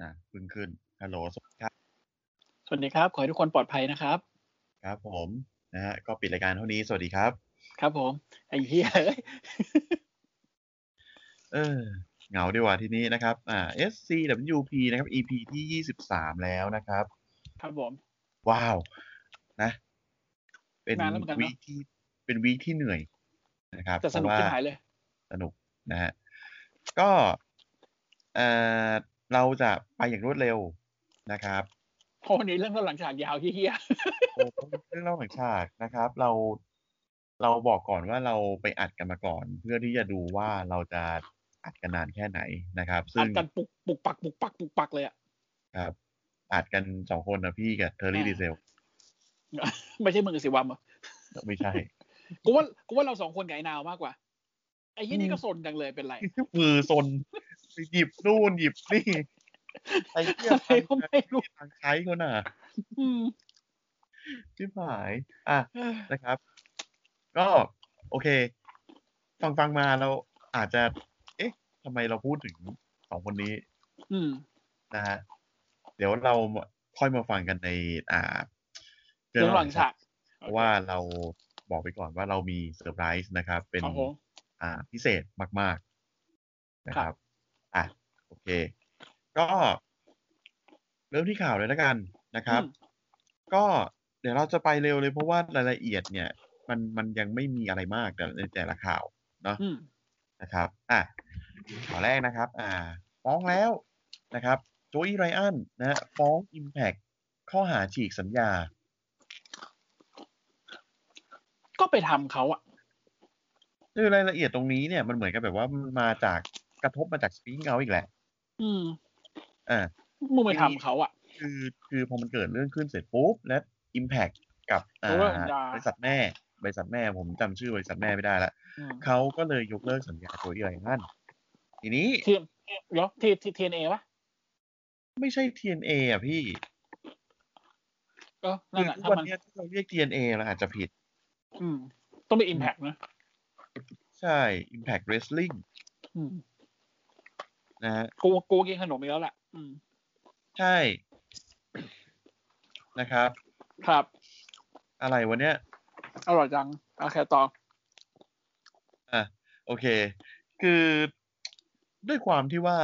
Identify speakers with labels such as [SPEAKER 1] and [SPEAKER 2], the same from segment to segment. [SPEAKER 1] อ่ะเพึ่งขึ้น ฮัลโหลสวัสดีครับ
[SPEAKER 2] สวัสดีครับ ขอให้ทุกคนปลอดภัยนะครับ
[SPEAKER 1] ครับผม นะฮะ ก็ปิดรายการเท่านี้ สวัสดีครับ
[SPEAKER 2] ครับผม ไอ้เหี้ย เอ้ย
[SPEAKER 1] เออ เหงาดีกว่าที่นี้นะครับ อ่า SCWP นะครับ EP ที่ 23 แล้วนะครับ
[SPEAKER 2] ครับผม
[SPEAKER 1] ว้าว นะ เป็น
[SPEAKER 2] นานแล้วเหมือนกันเนอะ
[SPEAKER 1] วีคที่ เป็นวีคที่เหนื่อยนะครับ
[SPEAKER 2] จะสนุก
[SPEAKER 1] เพ
[SPEAKER 2] ที่
[SPEAKER 1] ราะ
[SPEAKER 2] หา
[SPEAKER 1] ว่า
[SPEAKER 2] ยเลย
[SPEAKER 1] สนุกนะฮะ ก็เออเราจะไปอย่างรวดเร็วนะครับ
[SPEAKER 2] เพราะวันนี้เรื่องต้นหลังฉากยาวเหี้ย
[SPEAKER 1] โอ้เรื่องเล่าแห่งฉากนะครับ เราเราบอกก่อนว่าเราไปอัดกันมาก่อน เพื่อที่จะดูว่าเราจะอัดกันนานแค่ไหนนะครับ
[SPEAKER 2] อั
[SPEAKER 1] ซึ่
[SPEAKER 2] ด
[SPEAKER 1] ง
[SPEAKER 2] กันปุกปุกปักปุกปักปุกปักเลยอ่ะ
[SPEAKER 1] ครับอัดกันสองคนนะพี่กับเทอร์รี่
[SPEAKER 2] อ่า
[SPEAKER 1] ดีเซล
[SPEAKER 2] ไม่ใช่มึงกับสิวัมเหรอ
[SPEAKER 1] ไม่ใช่
[SPEAKER 2] กูว่ากูว่าเราสองคนกับไอ้นาวมากกว่า ไอ้เหี้ยนี่ก็สนจังเลยเป็นไร
[SPEAKER 1] มือซนไปหยิบนู่นหยิบนี่ไอ้เหี้ย
[SPEAKER 2] อะไรก็ ไม่รู้
[SPEAKER 1] ทางใช้เขาน่ะ
[SPEAKER 2] อืม
[SPEAKER 1] ชิบหายอ่ะ
[SPEAKER 2] เอ้ย
[SPEAKER 1] นะครับ ก็โอเค ฟังฟังๆมาเราอาจจะ เอ๊ะทำไมเราพูดถึงสองคนนี้
[SPEAKER 2] อืม
[SPEAKER 1] นะฮะเดี๋ยวเรามาค่อยมาฟังกันในอ่า
[SPEAKER 2] เรื่องหลังฉาก
[SPEAKER 1] เพราะว่าเราบอกไปก่อนว่าเรามีเซอร์ไพรส์นะครับ เป็น
[SPEAKER 2] ครับผม
[SPEAKER 1] อ่าพิเศษมาก ๆ นะค
[SPEAKER 2] ครั
[SPEAKER 1] รับ
[SPEAKER 2] บ
[SPEAKER 1] อ่ะ โอเค ก็เริ่มที่ข่าวเลยแล้วกันนะครับ
[SPEAKER 2] อืม
[SPEAKER 1] ก็เดี๋ยวเราจะไปเร็วเลยเพราะว่ารายละเอียดเนี่ย มันมันยังไม่มีอะไรมากแต่ในแต่ละข่าว
[SPEAKER 2] อืม
[SPEAKER 1] นะครับ อ่ะข่าวแรกนะครับ อ่า ฟ้องแล้วนะครับโจอีไรอันนะฮะฟ้อง Impact ข้อหาฉีกสัญญา
[SPEAKER 2] ก็ไปทำเขาอ่ะ
[SPEAKER 1] คือรายละเอียดตรงนี้เนี่ยมันเหมือนกับแบบว่ามันมาจากกระทบมาจากสปีกเอาอีกแหละ
[SPEAKER 2] อืม
[SPEAKER 1] อ่า
[SPEAKER 2] มึงไปทำเขาอ่ะ
[SPEAKER 1] คือคือพอมันเกิดเรื่องขึ้นเสร็จปุ๊บ และ Impact กับอ่า
[SPEAKER 2] รู้ว่าสัญญา
[SPEAKER 1] บริษัทแม่ บริษัทแม่ผมจำชื่อบริษัทแม่ไม่ได้ละ
[SPEAKER 2] อืม
[SPEAKER 1] เขาก็เลยยกเลิกสัญญาตัวอีไรอันทีนี้
[SPEAKER 2] ทีมเดี๋ยวทีทีเอ็นเอปะ
[SPEAKER 1] ไม่ใช่ TNA อ่ะพี่
[SPEAKER 2] ก็
[SPEAKER 1] คือน
[SPEAKER 2] นั่แหละ
[SPEAKER 1] ทุก
[SPEAKER 2] ถ้า
[SPEAKER 1] วัน
[SPEAKER 2] มัน
[SPEAKER 1] เนี้ยถ้าเราเรียก TNA เราอาจจะผิด
[SPEAKER 2] อืม ต้องเป็นอิมแพกนะ
[SPEAKER 1] ใช่ Impact Wrestling
[SPEAKER 2] อืม
[SPEAKER 1] นะฮะ
[SPEAKER 2] กูกูกินขนมอีกแล้วแหละอืม
[SPEAKER 1] ใช่ นะครับ
[SPEAKER 2] ครับ
[SPEAKER 1] อะไรวันเนี้ย
[SPEAKER 2] อร่อยจังโอเคต่อ
[SPEAKER 1] อ่ะโอเค คือด้วยความที่ว่า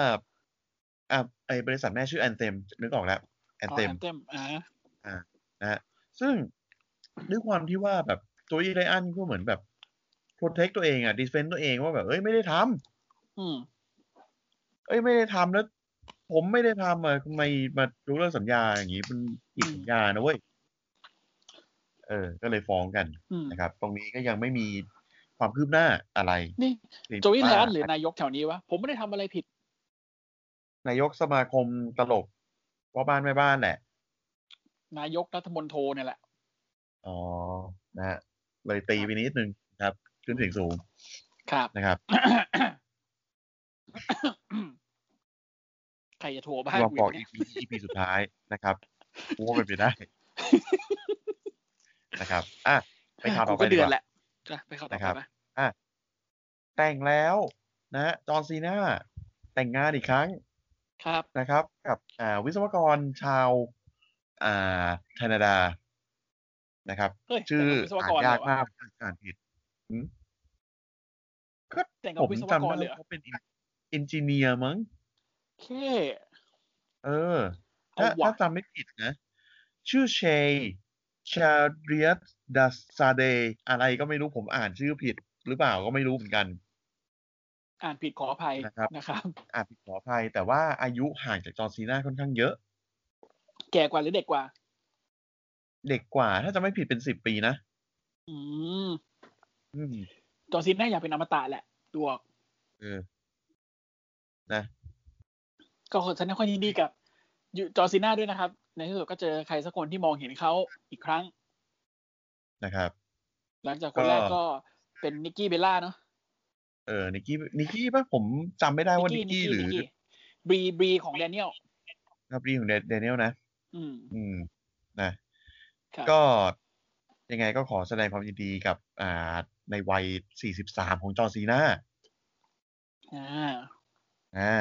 [SPEAKER 1] อ่ะไอบริษัทแม่ชื่อแอนเ m มนึกออกแล้วแอนเ m ม
[SPEAKER 2] อ๋อ Anthem อ่าฮะ
[SPEAKER 1] นะฮะซึ่งด้วยความที่ว่าแบบตัวอีไรอันก็เหมือนแบบโปรเทคตัวเองอะดิสเฟนตัวเองว่าแบบเอ้ยไม่ได้ทำ
[SPEAKER 2] อืม
[SPEAKER 1] เอ้ยไม่ได้ทำแล้ว ผมไม่ได้ทำอะทำไมมาดูเรื่องสัญญาอย่างงี้มันผิด
[SPEAKER 2] อืม
[SPEAKER 1] สัญญานะเว้ยเออ ก็เลยฟ้องกัน
[SPEAKER 2] อืม
[SPEAKER 1] นะครับ ตรงนี้ก็ยังไม่มีความคืบหน้าอะไร
[SPEAKER 2] นี่
[SPEAKER 1] เพียง
[SPEAKER 2] โจวี่
[SPEAKER 1] แต่
[SPEAKER 2] แล
[SPEAKER 1] ว่าน
[SPEAKER 2] หรือนายกแถวนี้วะ ผมไม่ได้ทำอะไรผิด
[SPEAKER 1] นายกสมาคมตลกพ่อบ้านแม่บ้านแหละ
[SPEAKER 2] นายกรัฐมนตรีเนี่ยแหละ
[SPEAKER 1] อ๋อนะฮะเลยตีไปนิดนึงนะครับ ขึ้นเสียงสูง
[SPEAKER 2] ครับ
[SPEAKER 1] นะครับ
[SPEAKER 2] ใครจะโทรบ้าน
[SPEAKER 1] ลองบอก
[SPEAKER 2] เนี่ย
[SPEAKER 1] EP EP สุดท้ายนะครับกูว่าเป็นไปได้ นะครับ อ่ะ ไปข่าวต่อไป
[SPEAKER 2] กูก็
[SPEAKER 1] ดี
[SPEAKER 2] เดื
[SPEAKER 1] ก
[SPEAKER 2] อนแห
[SPEAKER 1] ว่า
[SPEAKER 2] ละอ่ะไปข่าวต่อไป
[SPEAKER 1] นะครับ
[SPEAKER 2] ปะ
[SPEAKER 1] แต่งแล้วนะฮะจอห์นซีนาแต่งงานอีกครั้ง
[SPEAKER 2] ครับ
[SPEAKER 1] นะครับ กับอ่าวิศวกรชาว อ่าแคนาดานะครับ
[SPEAKER 2] เฮ้ย
[SPEAKER 1] ชื่อ
[SPEAKER 2] แต่งกับวิศว
[SPEAKER 1] อ่าก น
[SPEAKER 2] ร
[SPEAKER 1] ยาก
[SPEAKER 2] เหรอ
[SPEAKER 1] มาว
[SPEAKER 2] ะ
[SPEAKER 1] กอ่านผิด
[SPEAKER 2] แต่งกั
[SPEAKER 1] ผ
[SPEAKER 2] บ
[SPEAKER 1] ม
[SPEAKER 2] วิศว
[SPEAKER 1] จำ
[SPEAKER 2] กร
[SPEAKER 1] ได้
[SPEAKER 2] เลยเหรอ
[SPEAKER 1] ว่าเขาเป็นเอนจิเนียร์มั้ง
[SPEAKER 2] โอเค
[SPEAKER 1] เออ ถ้า
[SPEAKER 2] เอาว่ะ
[SPEAKER 1] ถ้าจำไม่ผิดนะ ชื่อเชยชาเรียสดัสซาเดอะไรก็ไม่รู้ผมอ่านชื่อผิดหรือเปล่าก็ไม่รู้เหมือนกัน
[SPEAKER 2] อ่านผิดขออภัย
[SPEAKER 1] นะครับ
[SPEAKER 2] นะครับ
[SPEAKER 1] อ่านผิดขออภัย แต่ว่าอายุห่างจากจอร์นซีนาค่อนข้างเยอะ
[SPEAKER 2] แก่กว่าหรือเด็กกว่า
[SPEAKER 1] เด็กกว่า ถ้าจะไม่ผิดเป็นสิบปีนะ
[SPEAKER 2] อืม
[SPEAKER 1] อืม
[SPEAKER 2] จอร์ซินน่าอยากเป็นอมตะแหละดูออก
[SPEAKER 1] เออ
[SPEAKER 2] ก็ขอแสดงความยินดีกับยูจอร์ซิน่าด้วยนะครับ ในที่สุดก็เจอใครสักคนที่มองเห็นเขาอีกครั้ง
[SPEAKER 1] นะครับ
[SPEAKER 2] หลังจากคนแรกก็เป็นนิกกี้เบลล่าเนาะ
[SPEAKER 1] เออนิกกี้นิกกี้ป่ะผมจำไม่ได้ว่านิกกี้หรือ
[SPEAKER 2] นิกกี้บรีบรีของแดเนียล
[SPEAKER 1] ครับรีของเดนเนลนะ
[SPEAKER 2] อืม
[SPEAKER 1] อืม นะ
[SPEAKER 2] ครับ
[SPEAKER 1] ก็ยังไงก็ขอแสดงความยินดีกับ อ่า ในวัยสี่สิบสามของจอร์นซีนา
[SPEAKER 2] อ่า
[SPEAKER 1] อ่า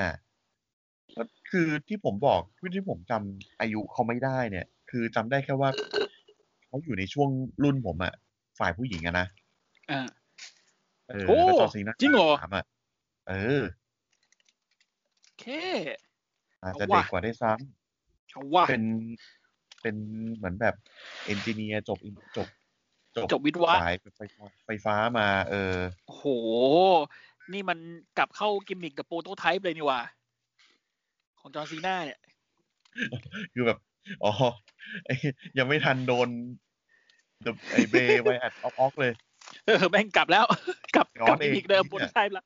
[SPEAKER 1] ก็คือที่ผมบอกที่ผมจำอายุเขาไม่ได้เนี่ย คือจำได้แค่ว่าเขาอยู่ในช่วงรุ่นผมอะฝ่ายผู้หญิงอะนะ
[SPEAKER 2] อ่า
[SPEAKER 1] เออ
[SPEAKER 2] โอ้
[SPEAKER 1] แล้วจอซีน่า
[SPEAKER 2] จริงเหรอ
[SPEAKER 1] สามอะเออ
[SPEAKER 2] โอเค
[SPEAKER 1] อาจจะ
[SPEAKER 2] ว่ะ
[SPEAKER 1] เด็กกว่าได้วยซ้
[SPEAKER 2] เอาว่า
[SPEAKER 1] ำเป็นเป็นเหมือนแบบเอนจิเนียร์จบจบ
[SPEAKER 2] จบวิทย์วะ
[SPEAKER 1] สายไฟฟ้าไฟฟ้ามา เออ
[SPEAKER 2] โอ้โห นี่มันกลับเข้ากิมมิกกับโปรโตไทป์เลยนี่หว่า ของจอร์นซีน่าเนี่ย
[SPEAKER 1] คือแบบ อ๋อไอ้ยังไม่ทันโดน The- ไอเบไวอัดออกเลย
[SPEAKER 2] เออ แม่งกลับแล้ว กลับ
[SPEAKER 1] ย้อน
[SPEAKER 2] กลับกิมมิกเดิม
[SPEAKER 1] เอง
[SPEAKER 2] โปรโตไทป์ละ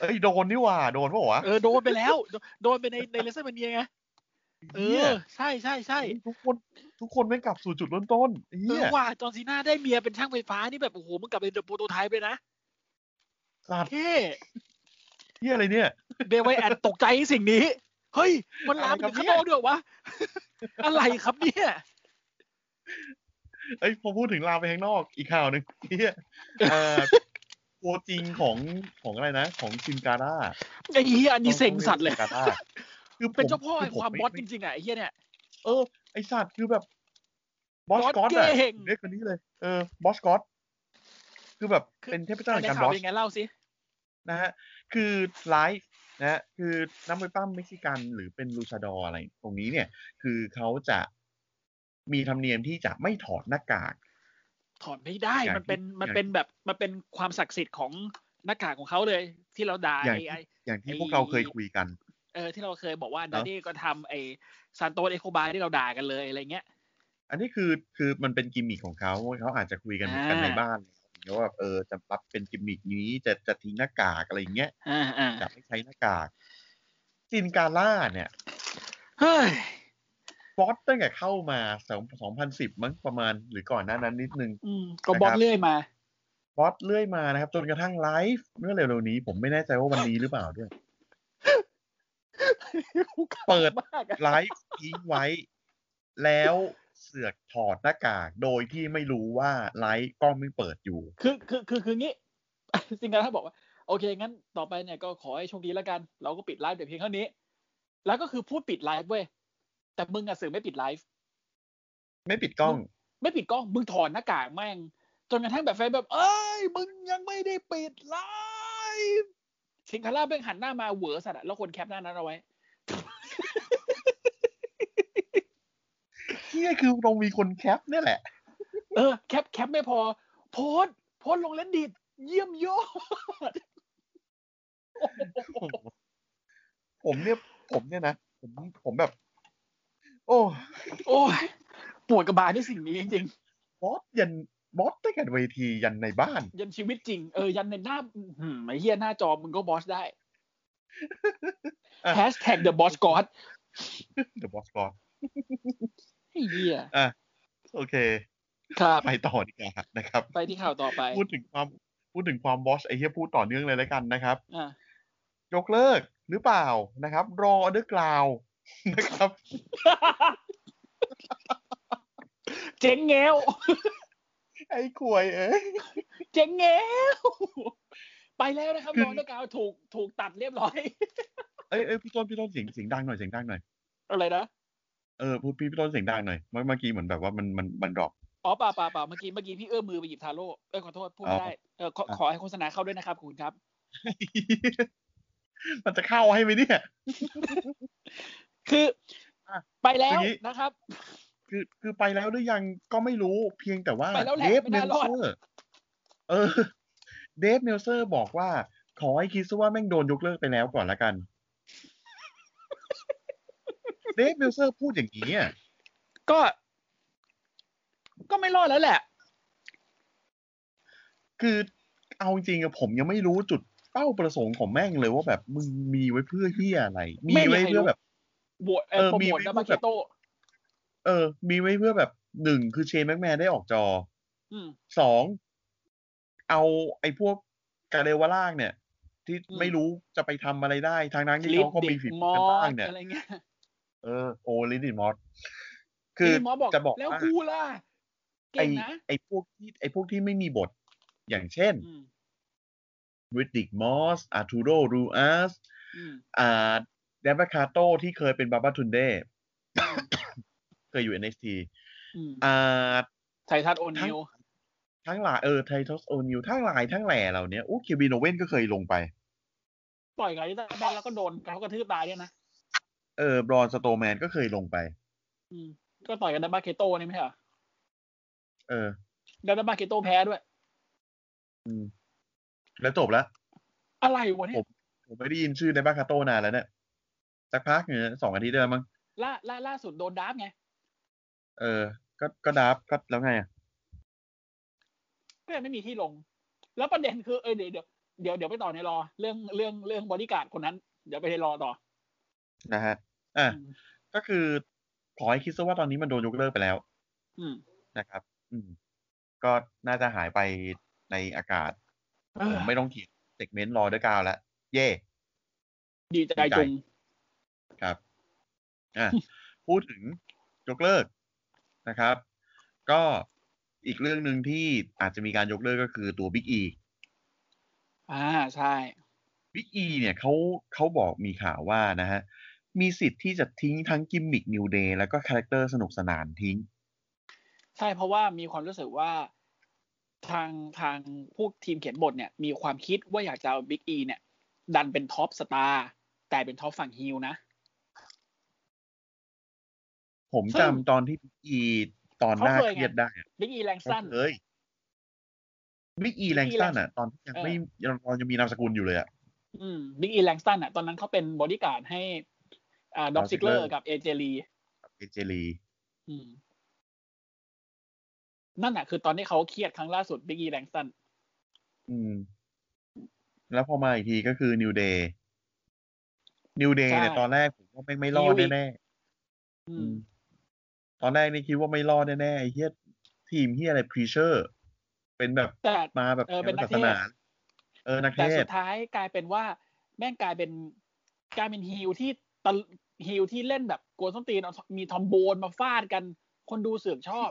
[SPEAKER 1] เอ้ยโดนนี่หว่า โดนปะวะ
[SPEAKER 2] เออ โดนไปแล้ว โดโดนไปในในเลเซอร์มันเนียไง เอ
[SPEAKER 1] หี้
[SPEAKER 2] อ
[SPEAKER 1] ย
[SPEAKER 2] ใช่ใช่ใช่
[SPEAKER 1] ทุกคน ทุกคนไม่กลับสู่จุดเริ่มต้น
[SPEAKER 2] เอ
[SPEAKER 1] เฮี
[SPEAKER 2] อย ว่าจอร์นซีน่าได้เมียเป็นช่างไฟฟ้านี่แบบ โอ้โห มันกลับไปเดอะโปรโตไทป์เลยนะ
[SPEAKER 1] สัตว์
[SPEAKER 2] เท่
[SPEAKER 1] เฮียอะไรเนี่ย
[SPEAKER 2] เบลไวแอนตกใจในสิ่งนี้ เฮ้ย มันลามไปถึงข้างนอกด้วยเหรอวะ อะไรครับเนี่ย
[SPEAKER 1] เอ้ยพอพูดถึงลามไปข้างนอกอีกข่าวหนึ่ง เฮียเอ่อ ตัวจริงของของอะไรนะ ของชินการ่า
[SPEAKER 2] ไอ้เหี้ยอันนี้เซ็งสัตว์เลย
[SPEAKER 1] การบ้าคือผม
[SPEAKER 2] เป็นเจ้าพ่อแห่ง
[SPEAKER 1] ผ
[SPEAKER 2] ความบอส
[SPEAKER 1] ไ
[SPEAKER 2] จริงๆอ่ะไอ้เหี้ยเนี่ย
[SPEAKER 1] เออ ไอสัตว์คือแบบบอส
[SPEAKER 2] บอส
[SPEAKER 1] กอตอะ
[SPEAKER 2] เก่ง
[SPEAKER 1] เรียกคนนี้เลยเออบอสกอตคือแบบเป็นเทพเจ้าแห่ง
[SPEAKER 2] ใน
[SPEAKER 1] การบ
[SPEAKER 2] ข่า
[SPEAKER 1] อ
[SPEAKER 2] ว
[SPEAKER 1] ส
[SPEAKER 2] เป็นไงเล่าสิ
[SPEAKER 1] นะฮะ คือไลฟ์นะฮะคือนักมวยปั้มเม็กซิกัน หรือเป็นลูชาดอร์อะไร ตรงนี้เนี่ย คือเขาจะมีธรรมเนียมที่จะไม่ถอดหน้ากาก
[SPEAKER 2] ถอดไม่ได้
[SPEAKER 1] อย่าง
[SPEAKER 2] มันเป็น
[SPEAKER 1] ที่
[SPEAKER 2] มันเป็นแบบ มันเป็นความศักดิ์สิทธิ์ของหน้ากากของเขาเลย ที่เราด่า
[SPEAKER 1] อย่าง
[SPEAKER 2] ไอ้
[SPEAKER 1] ที่
[SPEAKER 2] ไอ้
[SPEAKER 1] อย่างที่
[SPEAKER 2] ไอ้
[SPEAKER 1] พวกเราเคยคุยกัน
[SPEAKER 2] เออ ที่เราเคยบอกว่า
[SPEAKER 1] เน
[SPEAKER 2] ดา
[SPEAKER 1] อะ
[SPEAKER 2] นี่ก็ทำไอ้ซานโตสเอโคบาที่เราด่ากันเลยอะไรเงี้ย
[SPEAKER 1] อันนี้คือคือมันเป็นกิมมิคของเขาเขาอาจจะคุยกัน
[SPEAKER 2] อ่า
[SPEAKER 1] กันในบ้านอย่างเงี้ยว่าแบบเออจะรับเป็นกิมมิคนี้จะจะทิ้งหน้ากากอะไรอย่างเงี้ย
[SPEAKER 2] อ่าอ่า
[SPEAKER 1] จะไม่ใช้หน้ากากจินการ่าเนี่ย
[SPEAKER 2] เฮ้ย
[SPEAKER 1] บอสตั้งแต่เข้ามาสองสองพันสิบมั้งประมาณ หรือก่อนหน้านั้นนิดนึง
[SPEAKER 2] อืม ก็บอ
[SPEAKER 1] นะ
[SPEAKER 2] ส
[SPEAKER 1] ครับ
[SPEAKER 2] เรื่อยมา
[SPEAKER 1] บอสเรื่อยมานะครับ จนกระทั่งไลฟ์เมื่อเร็วๆนี้ ผมไม่แน่ใจว่าวันนี้หรือเปล่าด้วย เปิด
[SPEAKER 2] มากอะ
[SPEAKER 1] ไลฟ์ทิ้งไว้ แล้วเสือกถอดหน้ากาก โดยที่ไม่รู้ว่าไลฟ์กล้องไม่เปิดอยู่
[SPEAKER 2] คือคือคือคืองี้ ซิงเกิลถ้าบอกว่า โอเค งั้นต่อไปเนี่ยก็ขอให้โชคดีแล้วกัน เราก็ปิดไลฟ์เดี๋ยวเพียงเท่านี้ แล้วก็คือพูดปิดไลฟ์เว้ย แต่มึงอะสื่อไม่ปิดไลฟ์
[SPEAKER 1] ไม่ปิดกล้อง
[SPEAKER 2] ไม่ปิดกล้อง มึงถอดหน้ากากแม่ง จนกระทั่งแบบแฟนแบบ เอ้ย มึงยังไม่ได้ปิดไลฟ์สิงคาร่าเบ่งหันหน้ามาเหวอสัตว์อะแล้วคนแคปหน้านั้นเอาไว้
[SPEAKER 1] นี่คือเรามีคนแคปเนี่ยแหละ
[SPEAKER 2] เออ แคปแคปไม่พอ โพสต์โพสต์ลงเล่นดิดเยี่ยมยอด
[SPEAKER 1] ผมเนี่ย ผมเนี่ยนะ ผมผมแบบ โอ้
[SPEAKER 2] โอ้ยปวดกระบาลด้วยสิ่งนี้จริง
[SPEAKER 1] บอสยันบอสได้แก่เวทียันในบ้าน
[SPEAKER 2] ๆ ยันชีวิตจริง เออ ยันในหน้าอื้อหืมไอ้เหี้ยหน้าจอมึงก็บอสได้
[SPEAKER 1] อ่ะ
[SPEAKER 2] แฮชแท็กเดอะบอสกอด
[SPEAKER 1] เดอะบอสกอน
[SPEAKER 2] ไอ้เหี้ย
[SPEAKER 1] อ่ะโอเค
[SPEAKER 2] ครับ
[SPEAKER 1] ไปต่อดีกว่านะครับ
[SPEAKER 2] ไปที่ข่าวต่อไป
[SPEAKER 1] พูดถึงความพูดถึงความบอสไอ้เหี้ยพูดต่อเนื่องเลยแล้วกันนะครับ
[SPEAKER 2] อ่ะ
[SPEAKER 1] ยกเลิกหรือเปล่านะครับ รอเดอร์กลาวนะครับ
[SPEAKER 2] เจ๊งแงว
[SPEAKER 1] ไอ้ขวยเอ้ย
[SPEAKER 2] เจ๊งแล้วไปแล้วนะครับ
[SPEAKER 1] คือ
[SPEAKER 2] รองนักกาวถูกถูกตัดเรียบร้อย
[SPEAKER 1] เอ้ยเอ้ยพี่ต้นพี่ต้นเสียงเสียงดังหน่อยเสียงดังหน่อย
[SPEAKER 2] อะไรนะ
[SPEAKER 1] เออพูดพี่พี่ต้นเสียงดังหน่อยเมื่อเมื่อกี้เหมือนแบบว่ามันมันมันดรอป
[SPEAKER 2] อ๋อเปล่าเปล่าเปล่าเมื่อกี้เมื่อกี้พี่เอื้อมมือไปหยิบทาโร่เอ้ยขอโทษพูดไม่ได้เออขอขอให้โฆษณาเข้าด้วยนะครับคุณครับ
[SPEAKER 1] มันจะเข้าให้ไหมเนี่ย
[SPEAKER 2] คืออะไปแล้
[SPEAKER 1] คื
[SPEAKER 2] ว
[SPEAKER 1] องี้
[SPEAKER 2] นะครับ
[SPEAKER 1] คือคือไปแล้วหรือยังก็ไม่รู้เพียงแต่ว่า
[SPEAKER 2] ไปแล้วแหละ
[SPEAKER 1] เดฟเม
[SPEAKER 2] ไม่น่า
[SPEAKER 1] ล
[SPEAKER 2] รอด
[SPEAKER 1] เซอร์เออ เดฟเมลเซอร์บอกว่า ขอให้คิดซะว่าแม่งโดนยกเลิกไปแล้วก่อนละกัน เดฟเมลเซอร์พูดอย่างนี้อ่ะ
[SPEAKER 2] ก็ ก็ไม่รอดแล้วแหละ
[SPEAKER 1] คือเอาจริงๆอะผมยังไม่รู้จุดเป้าประสงค์ของแม่งเลยว่าแบบมึงมีไว้เพื่อเฮียอะไร มี
[SPEAKER 2] ไม่มี
[SPEAKER 1] ไว้
[SPEAKER 2] ใครรู้
[SPEAKER 1] เพื่อแบบ
[SPEAKER 2] โหวตเอ่อ
[SPEAKER 1] เออ
[SPEAKER 2] โปร
[SPEAKER 1] มี
[SPEAKER 2] โมท
[SPEAKER 1] มี
[SPEAKER 2] นะ
[SPEAKER 1] รู
[SPEAKER 2] มา
[SPEAKER 1] ป
[SPEAKER 2] เค
[SPEAKER 1] แบบ
[SPEAKER 2] โต
[SPEAKER 1] เออ มีไว้เพื่อแบบหนึ่งคือเชนแม็กแมนได้ออกจอ
[SPEAKER 2] อืม
[SPEAKER 1] สองเอาไอ้พวกกาเรวาล่างเนี่ย ที่
[SPEAKER 2] อืม
[SPEAKER 1] ไม่รู้จะไปทำอะไรได้ทางนั้นที่
[SPEAKER 2] ลิฟ
[SPEAKER 1] เขาก็
[SPEAKER 2] ดิ
[SPEAKER 1] มีฝี
[SPEAKER 2] กม
[SPEAKER 1] มื
[SPEAKER 2] อ
[SPEAKER 1] อกันบ้า
[SPEAKER 2] ส
[SPEAKER 1] งเนี่ย
[SPEAKER 2] อะไรเงี้ย
[SPEAKER 1] เออโอลิดิมอสคือ
[SPEAKER 2] ลิฟมอสบอก
[SPEAKER 1] จะบอก
[SPEAKER 2] แล้ว
[SPEAKER 1] ว่า
[SPEAKER 2] กูล่ะ
[SPEAKER 1] ไอ้
[SPEAKER 2] เก่งนะ
[SPEAKER 1] ไอ้พวกที่ไอ้พวกที่ไม่มีบท อย่างเช่น
[SPEAKER 2] อืม
[SPEAKER 1] ริดิกมอสอาร์ทูโรรูอัส
[SPEAKER 2] อืม
[SPEAKER 1] อ่า แดนมาคาโต้ที่เคยเป็นบาบาทุนเด้ เคยอยู่ NXT
[SPEAKER 2] อืม
[SPEAKER 1] อ่า
[SPEAKER 2] ไททันโอนิว
[SPEAKER 1] ทั้งหลายเออไททอสโอนิวทั้งหลายทั้งแหล่เหล่าเนี้ยอู้คิวบินโนเว่นก็เคยลงไป
[SPEAKER 2] ปล่อยไงที่แบนแล้วก็โดนเขากระทืบตายเนี่ยนะ
[SPEAKER 1] เออบรอนสโตแมนก็เคยลงไป
[SPEAKER 2] อืมก็ต่อยกันดับเบิลเคโต้นี่ไม่ใช่เหรอ
[SPEAKER 1] เออ
[SPEAKER 2] แล้วดับเบิลเคโต้แพ้ด้วย
[SPEAKER 1] อืม แล้วจบแล้ว
[SPEAKER 2] อะไรวะเนี่ย
[SPEAKER 1] ผมไม่ได้ยินชื่อในบ้านคาโต้นานแล้วเนี่ยสักพักหนึ่งนะสองอาทิตย์ได้แล้วมั้ง
[SPEAKER 2] ล่าล่าล่าสุดโดนดับไง
[SPEAKER 1] เออ ก็ก็ดับก็แล้วไงอะ
[SPEAKER 2] ก็ยังไม่มีที่ลง แล้วประเด็นคือเออเดี๋ยวเดี๋ยวเดี๋ยวเดี๋ยวไปต่อในรอ เรื่องเรื่องเรื่องบริการดคนนั้น เดี๋ยวไปในรอต่อ
[SPEAKER 1] นะฮะ อ่ะ
[SPEAKER 2] อม
[SPEAKER 1] ก็คือขอให้คิดซะว่าตอนนี้มันโดนยกเลิกไปแล้ว
[SPEAKER 2] อืม
[SPEAKER 1] นะครับ อืม ก็น่าจะหายไปในอากาศ ผมไม่ต้องเขียนเซกเมนต์รอด้วยกาวแล้วเย่
[SPEAKER 2] ดีใจจุง
[SPEAKER 1] ครับ อ่ะ พูดถึงยกเลิกนะครับ ก็อีกเรื่องหนึ่งที่อาจจะมีการยกเลิกก็คือตัว Big E
[SPEAKER 2] อ่าใช่
[SPEAKER 1] Big E เนี่ยเขาเขาบอกมีข่าวว่านะฮะ มีสิทธิ์ที่จะทิ้งทั้งกิมมิก New Day แล้วก็คาแรคเตอร์สนุกสนานทิ้ง
[SPEAKER 2] ใช่เพราะว่ามีความรู้สึกว่าทางทางพวกทีมเขียนบทเนี่ย มีความคิดว่าอยากจะเอาบิ๊กอีเนี่ย ดันเป็นท็อปสตาร์แต่เป็นท็อปฝั่งฮิลนะ
[SPEAKER 1] ผม
[SPEAKER 2] ซึ่ง
[SPEAKER 1] จำตอนที่ Big E ตอนหน้า
[SPEAKER 2] เขาเคยไง
[SPEAKER 1] เครียดได้อะ
[SPEAKER 2] บิ๊กอีแรงสั้น
[SPEAKER 1] เขาเฮ้ย Big E แรงสั้นอ่ะ ตอนที่ยังไม่ยังตอนยังมีนามสกุลอยู่เลยอ่ะ
[SPEAKER 2] อืมบิ๊กอีแรงสั้นอ่ะตอนนั้นเขาเป็นบอดี้การ์ดให้อ่าด็อก
[SPEAKER 1] Dolph
[SPEAKER 2] ซิกเลอ
[SPEAKER 1] Ziggler
[SPEAKER 2] ร์กับเอเจลี
[SPEAKER 1] เอเจลี
[SPEAKER 2] อืมนั่นแหะคือตอนที่เขาเครียดครั้งล่าสุดบิ๊กอีแรงสัน
[SPEAKER 1] อืม แล้วพอมาอีกทีก็คือ New Day New Day เนี่ยตอนแรกผมว่าไม่งไม่รอดแน่ๆ
[SPEAKER 2] อื
[SPEAKER 1] อื
[SPEAKER 2] ม
[SPEAKER 1] มตอนแรกนี่คิดว่าไม่รอดแน่ๆไอ้เฮียทีมเฮียอะไรพรีเชอร์ เป็นแบบ
[SPEAKER 2] แต่
[SPEAKER 1] มาแบบ
[SPEAKER 2] เออเป็นนั
[SPEAKER 1] ศา
[SPEAKER 2] กเทศ
[SPEAKER 1] สนาเออนักเท
[SPEAKER 2] แต่สุ
[SPEAKER 1] ศ
[SPEAKER 2] ดท้ายกลายเป็นว่า แม่งกลายเป็นกลายเป็นฮิลที่ตะฮิลที่เล่นแบบกวนส้นตีนเอามีทอมโบนมาฟาดกัน คนดูเสือกชอบ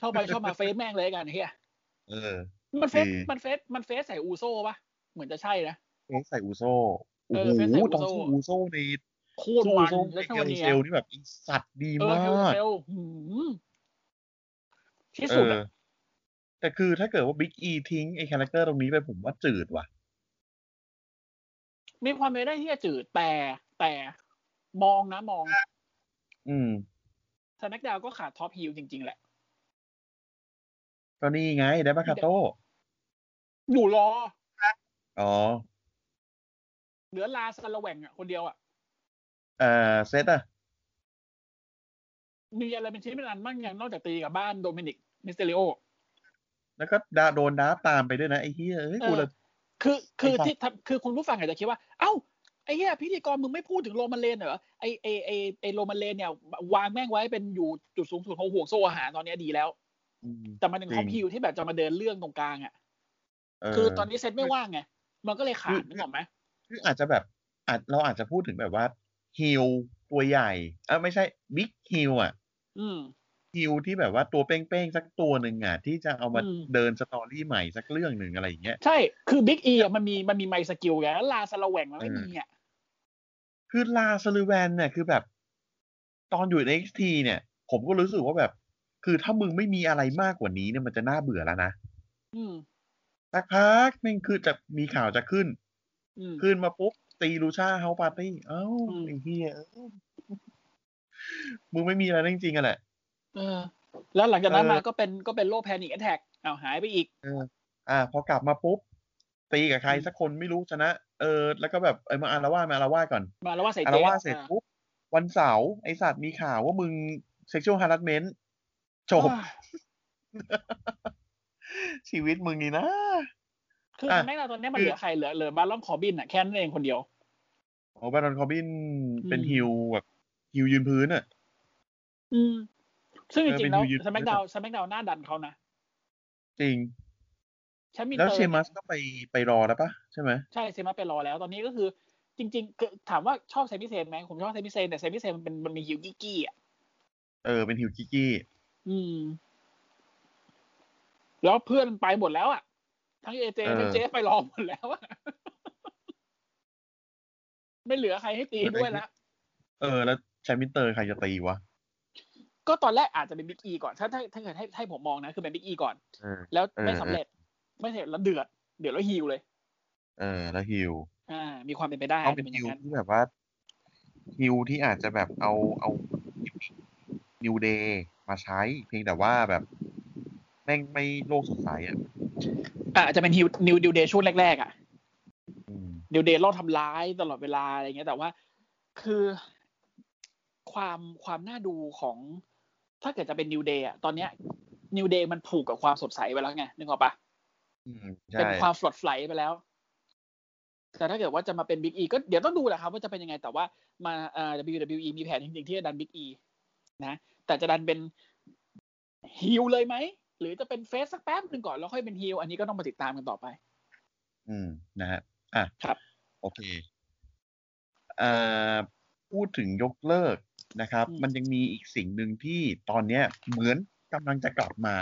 [SPEAKER 2] ชอบไปชอบมาเฟซแม่งเลยกันเฮีย
[SPEAKER 1] เออ
[SPEAKER 2] มันเฟซ
[SPEAKER 1] ดี
[SPEAKER 2] มันเฟซมันเฟซใส่อูโซ่ปะเหมือนจะใช่นะ
[SPEAKER 1] เอ็กซ์ใส่อูโซ่โอ้
[SPEAKER 2] เออ
[SPEAKER 1] โห
[SPEAKER 2] เฟซใส่อู
[SPEAKER 1] ต
[SPEAKER 2] โซ่
[SPEAKER 1] อนสู้อูโซ่ใน
[SPEAKER 2] โคตร
[SPEAKER 1] สู้
[SPEAKER 2] มั
[SPEAKER 1] อู
[SPEAKER 2] น
[SPEAKER 1] โซ่
[SPEAKER 2] เล
[SPEAKER 1] ใน
[SPEAKER 2] ส
[SPEAKER 1] เฮ
[SPEAKER 2] เว
[SPEAKER 1] ล
[SPEAKER 2] เนีย
[SPEAKER 1] เซลนี่แบบไอ้สัตว์ดี
[SPEAKER 2] เออ
[SPEAKER 1] มา
[SPEAKER 2] เฮล
[SPEAKER 1] ก
[SPEAKER 2] เซลหืมที่
[SPEAKER 1] เอ
[SPEAKER 2] สุด
[SPEAKER 1] อ
[SPEAKER 2] อะ
[SPEAKER 1] แต่คือถ้าเกิดว่าบิ๊กอีทิ้งไอ้คาแรคเตอร์ตรงนี้ไปผมว่าจืดว่ะ
[SPEAKER 2] มีความเป็นไปได้ที่จะจืดแต่แต่มองนะมอง
[SPEAKER 1] อืม
[SPEAKER 2] สแนกดาวก็ขาดท็อปฮิลจริง ๆ แหละ
[SPEAKER 1] ก็นี่ไงไดบาคาโต
[SPEAKER 2] อยู่รอ
[SPEAKER 1] อ๋อ
[SPEAKER 2] เหลือลาซาละแหว่งอ่ะ คนเดียวอ่ะ
[SPEAKER 1] เอ่อเซตอะ
[SPEAKER 2] มีอะไรเป็นชิ้นเป็นอันบ้างยังนอกจากตีกับบ้านโดมินิกมิสเตริโอ
[SPEAKER 1] แล้วก็ดาโดนดาร์ฟตามไปด้วยนะไอ้เฮียเอ้ยกูละ
[SPEAKER 2] คือคือ
[SPEAKER 1] ไอ้สัส
[SPEAKER 2] ที่ทำคือคุณผู้ฟังอาจจะคิดว่า เอ้า ไอ้เหี้ยพิธีกรมึงไม่พูดถึงโรมันเลนเหรอ ไอไอไอไอโรมันเลนเนี่ย วางแม่งไว้เป็นอยู่จุดสูงสุดของห่วงโซ่อาหารตอนเนี้ยดีแล้ว
[SPEAKER 1] อืม
[SPEAKER 2] แต่มันเป็น
[SPEAKER 1] จริง
[SPEAKER 2] ท็อปฮิลที่แบบจะมาเดินเรื่องตรงกลางอ่ะ
[SPEAKER 1] เ
[SPEAKER 2] คือตอนนี้เซตไม่ว่างไง มันก็เลยขา
[SPEAKER 1] คือ
[SPEAKER 2] ดนึกออกไหม
[SPEAKER 1] คืออาจจะแบบอาจเราอาจจะพูดถึงแบบว่าฮิลตัวใหญ่เออไม่ใช่บิ๊กฮิลอ่ะ
[SPEAKER 2] อืม
[SPEAKER 1] ฮิลที่แบบว่าตัวเป้งๆ สักตัวหนึ่งอ่ะ ที่จะเอามา
[SPEAKER 2] อืม
[SPEAKER 1] เดินสตอรี่ใหม่สักเรื่องหนึ่งอะไรอย่างเงี้ย
[SPEAKER 2] ใช่ คือบิ๊กอีอ่ะมันมีมันมีไมสกิลไงแล้วลาซาละแหว่งมันไม่
[SPEAKER 1] เออ
[SPEAKER 2] มีอ่ะ
[SPEAKER 1] คือลาซาลูแวนเนี่ยคือแบบ ตอนอยู่ใน NXT เนี่ย ผมก็รู้สึกว่าแบบ คือถ้ามึงไม่มีอะไรมากกว่านี้เนี่ยมันจะน่าเบื่อแล้วนะ
[SPEAKER 2] อืม
[SPEAKER 1] สักพักแม่งคือจะมีข่าวจะขึ้น
[SPEAKER 2] อืม
[SPEAKER 1] ขึ้นมาปุ๊บ ตีลูชาเฮาปาร์ตี้ เอ้า
[SPEAKER 2] อืม
[SPEAKER 1] ไอ้เหี้ยเอ้ยมึงไม่มีอะไรจริงๆอะแหละ
[SPEAKER 2] เออ แล้วหลังจากนั้น
[SPEAKER 1] เออ
[SPEAKER 2] มาก็เป็นก็เป็นโรคแพนิคแอทแทกเอาหายไปอีก
[SPEAKER 1] อ่าพอกลับมาปุ๊บ ตีกับใคร
[SPEAKER 2] อืม
[SPEAKER 1] สักคนไม่รู้ชนะ เออ แล้วก็แบบเออมาอารวาสมาอารวาสก่อน
[SPEAKER 2] มาแล้วว่าใส่
[SPEAKER 1] อา
[SPEAKER 2] เจ๊
[SPEAKER 1] รวาสเสร็จ
[SPEAKER 2] อ่ะ
[SPEAKER 1] ปุ๊บ วันเสาร์ไอสัตว์มีข่าวว่ามึงเซ็กชวลฮาร์ดเมนต์จบ
[SPEAKER 2] อ่า
[SPEAKER 1] ชีวิตมึงนี่นะ
[SPEAKER 2] คือ
[SPEAKER 1] อ่ะ
[SPEAKER 2] แม่งเราตอนเนี้ยมัน
[SPEAKER 1] คือ
[SPEAKER 2] เหลือใครเหลือเหลือบารลอนคอบินอ่ะแค่นั้นเองคนเดียว
[SPEAKER 1] โอ้บารอนคอบินเป็น
[SPEAKER 2] อืม
[SPEAKER 1] ฮิวแบบฮิวยืนพื้นอ่ะ
[SPEAKER 2] อืม ซึ่งจ
[SPEAKER 1] เออ
[SPEAKER 2] ริงๆ
[SPEAKER 1] เป็น
[SPEAKER 2] แล้ว
[SPEAKER 1] ยูยู
[SPEAKER 2] สแมกดาวสแมกดาวหน้าดันเขานะ
[SPEAKER 1] จริง
[SPEAKER 2] แชมป์มิน
[SPEAKER 1] แล้ว
[SPEAKER 2] เตอ
[SPEAKER 1] เช
[SPEAKER 2] ร์
[SPEAKER 1] มัสก็ไปไปรอแล้วปะใช่ไหม
[SPEAKER 2] ใช่เซมัสไปรอแล้ว ตอนนี้ก็คือ จริงๆคือถามว่าชอบเซมิเซนไหมผมชอบเซมิเซนแต่เซมิเซนมันเป็นมันมีฮิวกี้กี้อ่ะ
[SPEAKER 1] เออเป็นฮิวกิกกี้
[SPEAKER 2] อืม แล้วเพื่อนไปหมดแล้วอ่ ะทั้งเอเจทั้งเจไปรอหมดแล้วอ่ะ ไม่เหลือใครให้ตีด้วยละ
[SPEAKER 1] เออ แล้วแชมป์มินเตอร์ใครจะตีวะ
[SPEAKER 2] ก็ตอนแรกอาจจะเป็นบิ๊กอีก่อน ถ้าถ้าถ้าเกิดให้ให้ผมมองนะ คือเป็นบิ๊กอีก่อน
[SPEAKER 1] เออ
[SPEAKER 2] แล้วไม่
[SPEAKER 1] เออ
[SPEAKER 2] สำเร็จ ไม่สำเร็จแล้วเดือด เดือดแล้วฮิวเลย
[SPEAKER 1] เออ แล้วฮิว
[SPEAKER 2] อ่า มีความเป็นไปได้
[SPEAKER 1] ต้องเป็น
[SPEAKER 2] เป็นอ
[SPEAKER 1] ฮิ
[SPEAKER 2] ย่าว งนั้น
[SPEAKER 1] ที่แบบว่าฮิวที่อาจจะแบบเอาเอานิวเดย์มาใช้ เพียงแต่ว่าแบบแม่งไม่โลกสดใสอ่ะ
[SPEAKER 2] อ่าอาจจะเป็นฮิวนิวดิวเดย์ช่วงแรกๆอ่ะ
[SPEAKER 1] อืม
[SPEAKER 2] เดลเดย์ล่อทำร้ายตลอดเวลาอะไรเงี้ย แต่ว่าคือความความน่าดูของ ถ้าเกิดจะเป็นนิวเดย์อะตอนเนี้ยนิวเดย์มันผูกกับความสดใสไปแล้วไงนึกออกปะ
[SPEAKER 1] อืม
[SPEAKER 2] เป็
[SPEAKER 1] ใช่
[SPEAKER 2] นความฟลอดไฟไปแล้ว แต่ถ้าเกิดว่าจะมาเป็นบิ๊กอีก็เดี๋ยวต้องดูแหละครับว่าจะเป็นยังไงแต่ว่ามาเอ่อ WWE มีแผนจริงๆที่จะดันบิ๊กอีนะ แต่จะดันเป็นฮิลเลยไหม หรือจะเป็นเฟสสักแป๊บหนึ่งก่อนแล้วค่อยเป็นฮิลอันนี้ก็ต้องมาติดตามกันต่อไป
[SPEAKER 1] อืมนะฮะอ่ะ
[SPEAKER 2] ครับ
[SPEAKER 1] โอเคเอ่อพูดถึงยกเลิกนะครับ
[SPEAKER 2] อืม
[SPEAKER 1] มันยังมีอีกสิ่งหนึ่งที่ตอนเนี้ยเหมือนกำลังจะกลับมา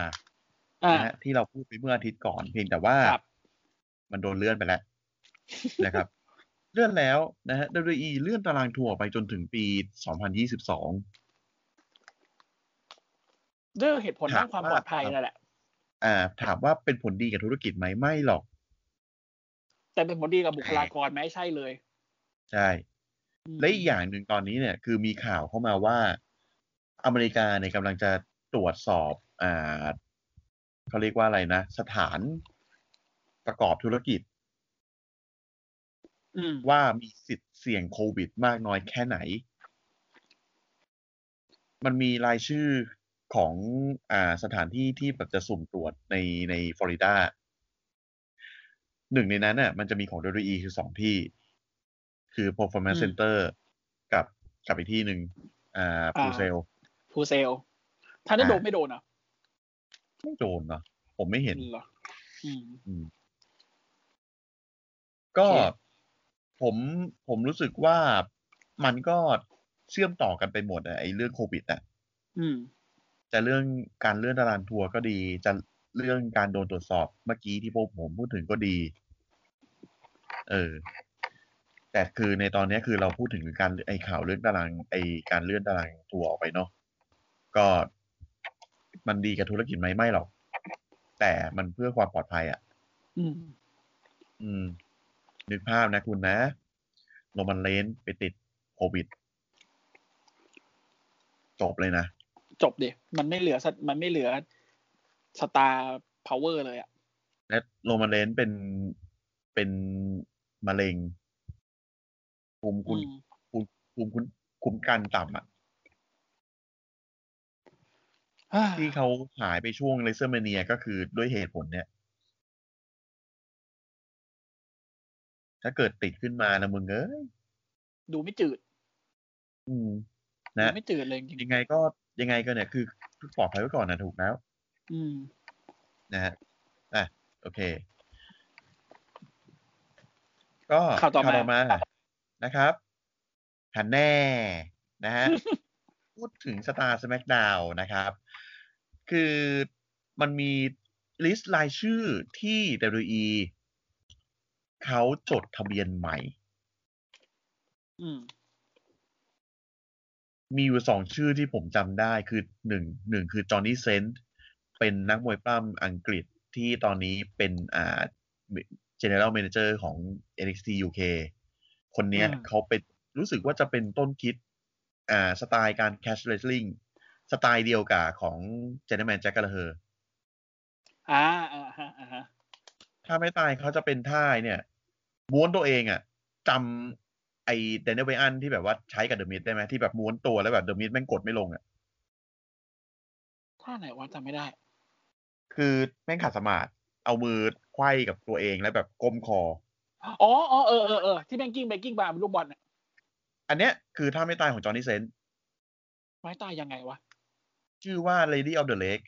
[SPEAKER 2] อ่า
[SPEAKER 1] นะฮะที่เราพูดไปเมื่ออาทิตย์ก่อน เพียงแต่ว่า
[SPEAKER 2] ครับ
[SPEAKER 1] มันโดนเลื่อนไปแล้ว นะครับ เลื่อนแล้วนะฮะ WWE เลื่อนตารางทัวร์ไปจนถึงปี 2022
[SPEAKER 2] ด้วยเหตุผลด้านความปลอดภัยนั่นแหละ
[SPEAKER 1] อ่า ถามว่าเป็นผลดีกับธุรกิจไหมไม่หรอก
[SPEAKER 2] แต่เป็นผลดีกับบุคลากรไหมใช่เลย
[SPEAKER 1] ใช่ และอีกอย่างหนึ่งตอนนี้เนี่ยคือมีข่าวเข้ามาว่าอเมริกาเนี่ยกำลังจะตรวจสอบอ่าเขาเรียกว่าอะไรนะ สถานประกอบธุรกิจ
[SPEAKER 2] อืม
[SPEAKER 1] ว่ามีสิทธิ์เสี่ยงโควิดมากน้อยแค่ไหน มันมีรายชื่อของอ่าสถานที่ที่แบบจะสุ่มตรวจในในฟลอริดาหนึ่งในนั้นน่ะมันจะมีของ WWE คือสองที่ คือ Performance Center กับกับอีกที่หนึ่งอ่าปูเซล
[SPEAKER 2] ฟูเซล ถ้าได้
[SPEAKER 1] อ่า
[SPEAKER 2] โดนไม่โดนเหรอ
[SPEAKER 1] ไม่โดนเนาะผมไม่เห็น
[SPEAKER 2] เหรออืม
[SPEAKER 1] ก็
[SPEAKER 2] โอเค
[SPEAKER 1] ผมผมรู้สึกว่ามันก็เชื่อมต่อกันไปหมดอะไอ้เรื่องโควิดอะ
[SPEAKER 2] อืม
[SPEAKER 1] จะเรื่องการเลื่อนตารางทัวร์ก็ดี จะเรื่องการโดนตรวจสอบเมื่อกี้ที่พวกผมพูดถึงก็ดี เออ แต่คือในตอนเนี้ยคือเราพูดถึงการไอ้ข่าวเรื่องตารางไอ้การเลื่อนตารางทัวร์ออกไปเนาะก็มันดีกับธุรกิจไหมไม่หรอก แต่มันเพื่อความปลอดภัยอะ
[SPEAKER 2] อืม
[SPEAKER 1] อืม นึกภาพนะคุณนะโรมันเลนส์ไปติดโควิด จบเลยนะ
[SPEAKER 2] จบดิมันไม่เหลือสัตมันไม่เหลือสตาร์พาวเวอร์เลยอ่ะ
[SPEAKER 1] และโรมันเลนส์เป็นเป็นมะเร็งภูมิคุ
[SPEAKER 2] อื
[SPEAKER 1] ณ
[SPEAKER 2] ม
[SPEAKER 1] ภูมิคุณคุ้มกันต่ำอะที่เขาหายไปช่วงเลเซอร์เมเนียก็คือด้วยเหตุผลเนี่ย ถ้าเกิดติดขึ้นมานะมึงเอ้ย
[SPEAKER 2] ดูไม่จืด
[SPEAKER 1] อืม
[SPEAKER 2] ดู
[SPEAKER 1] นะ
[SPEAKER 2] ไม่จืดเลยจริง
[SPEAKER 1] ยังไงก็ยังไงก็เนี่ยคือปลอดภัยไว้ก่อนนะถูกแล้ว
[SPEAKER 2] ๆอืม
[SPEAKER 1] นะฮะ อ่ะ โอเค ก็
[SPEAKER 2] ข่าวต่อมา
[SPEAKER 1] นะครับ ฮันแน่ นะ ฮะ พูดถึงสตาร์สแมกดาวนะครับ คือมันมีลิสต์รายชื่อที่ WWE เขาจดทะเบียนใหม่
[SPEAKER 2] อืม
[SPEAKER 1] มีอยู่สองชื่อที่ผมจำได้คือหนึ่งหนึ่งคือจอห์นนี่เซนต์เป็นนักมวยปล้ำอังกฤษที่ตอนนี้เป็นอ่า general manager ของ NXT UK คนเนี้ย
[SPEAKER 2] อืม
[SPEAKER 1] เขาเป็นรู้สึกว่าจะเป็นต้นคิดอ่าสไตล์การ catch wrestling สไตล์เดียวกับของ gentleman Jack Gallagher
[SPEAKER 2] อ่าอ่าฮะอ่าฮะ
[SPEAKER 1] ถ้าไม่ตายเขาจะเป็นท่ายเนี่ย ม้วนตัวเองอะ่ะจำไอ้เดนเนลเบอันที่แบบว่าใช้กับเดอะมิดได้ไหมที่แบบม้วนตัวแล้วแบบเดอะมิดแม่งกดไม่ลงอะ
[SPEAKER 2] ท่าไหนวะจำไม่ได้
[SPEAKER 1] คือแม่งขัดสมาธิเอามือไขว้กับตัวเองแล้วแบบก้มคอ
[SPEAKER 2] อ๋ออ๋อเออเออเออที่แบงกิ้งแบงกิ้งบาร์เป็นลูกบอลน่ะ
[SPEAKER 1] อันเนี้ยคือท่าไม่ตายของจอห์นนี่เซนต์
[SPEAKER 2] ไม้ตายยังไงวะ
[SPEAKER 1] ชื่อว่า Lady of the Lake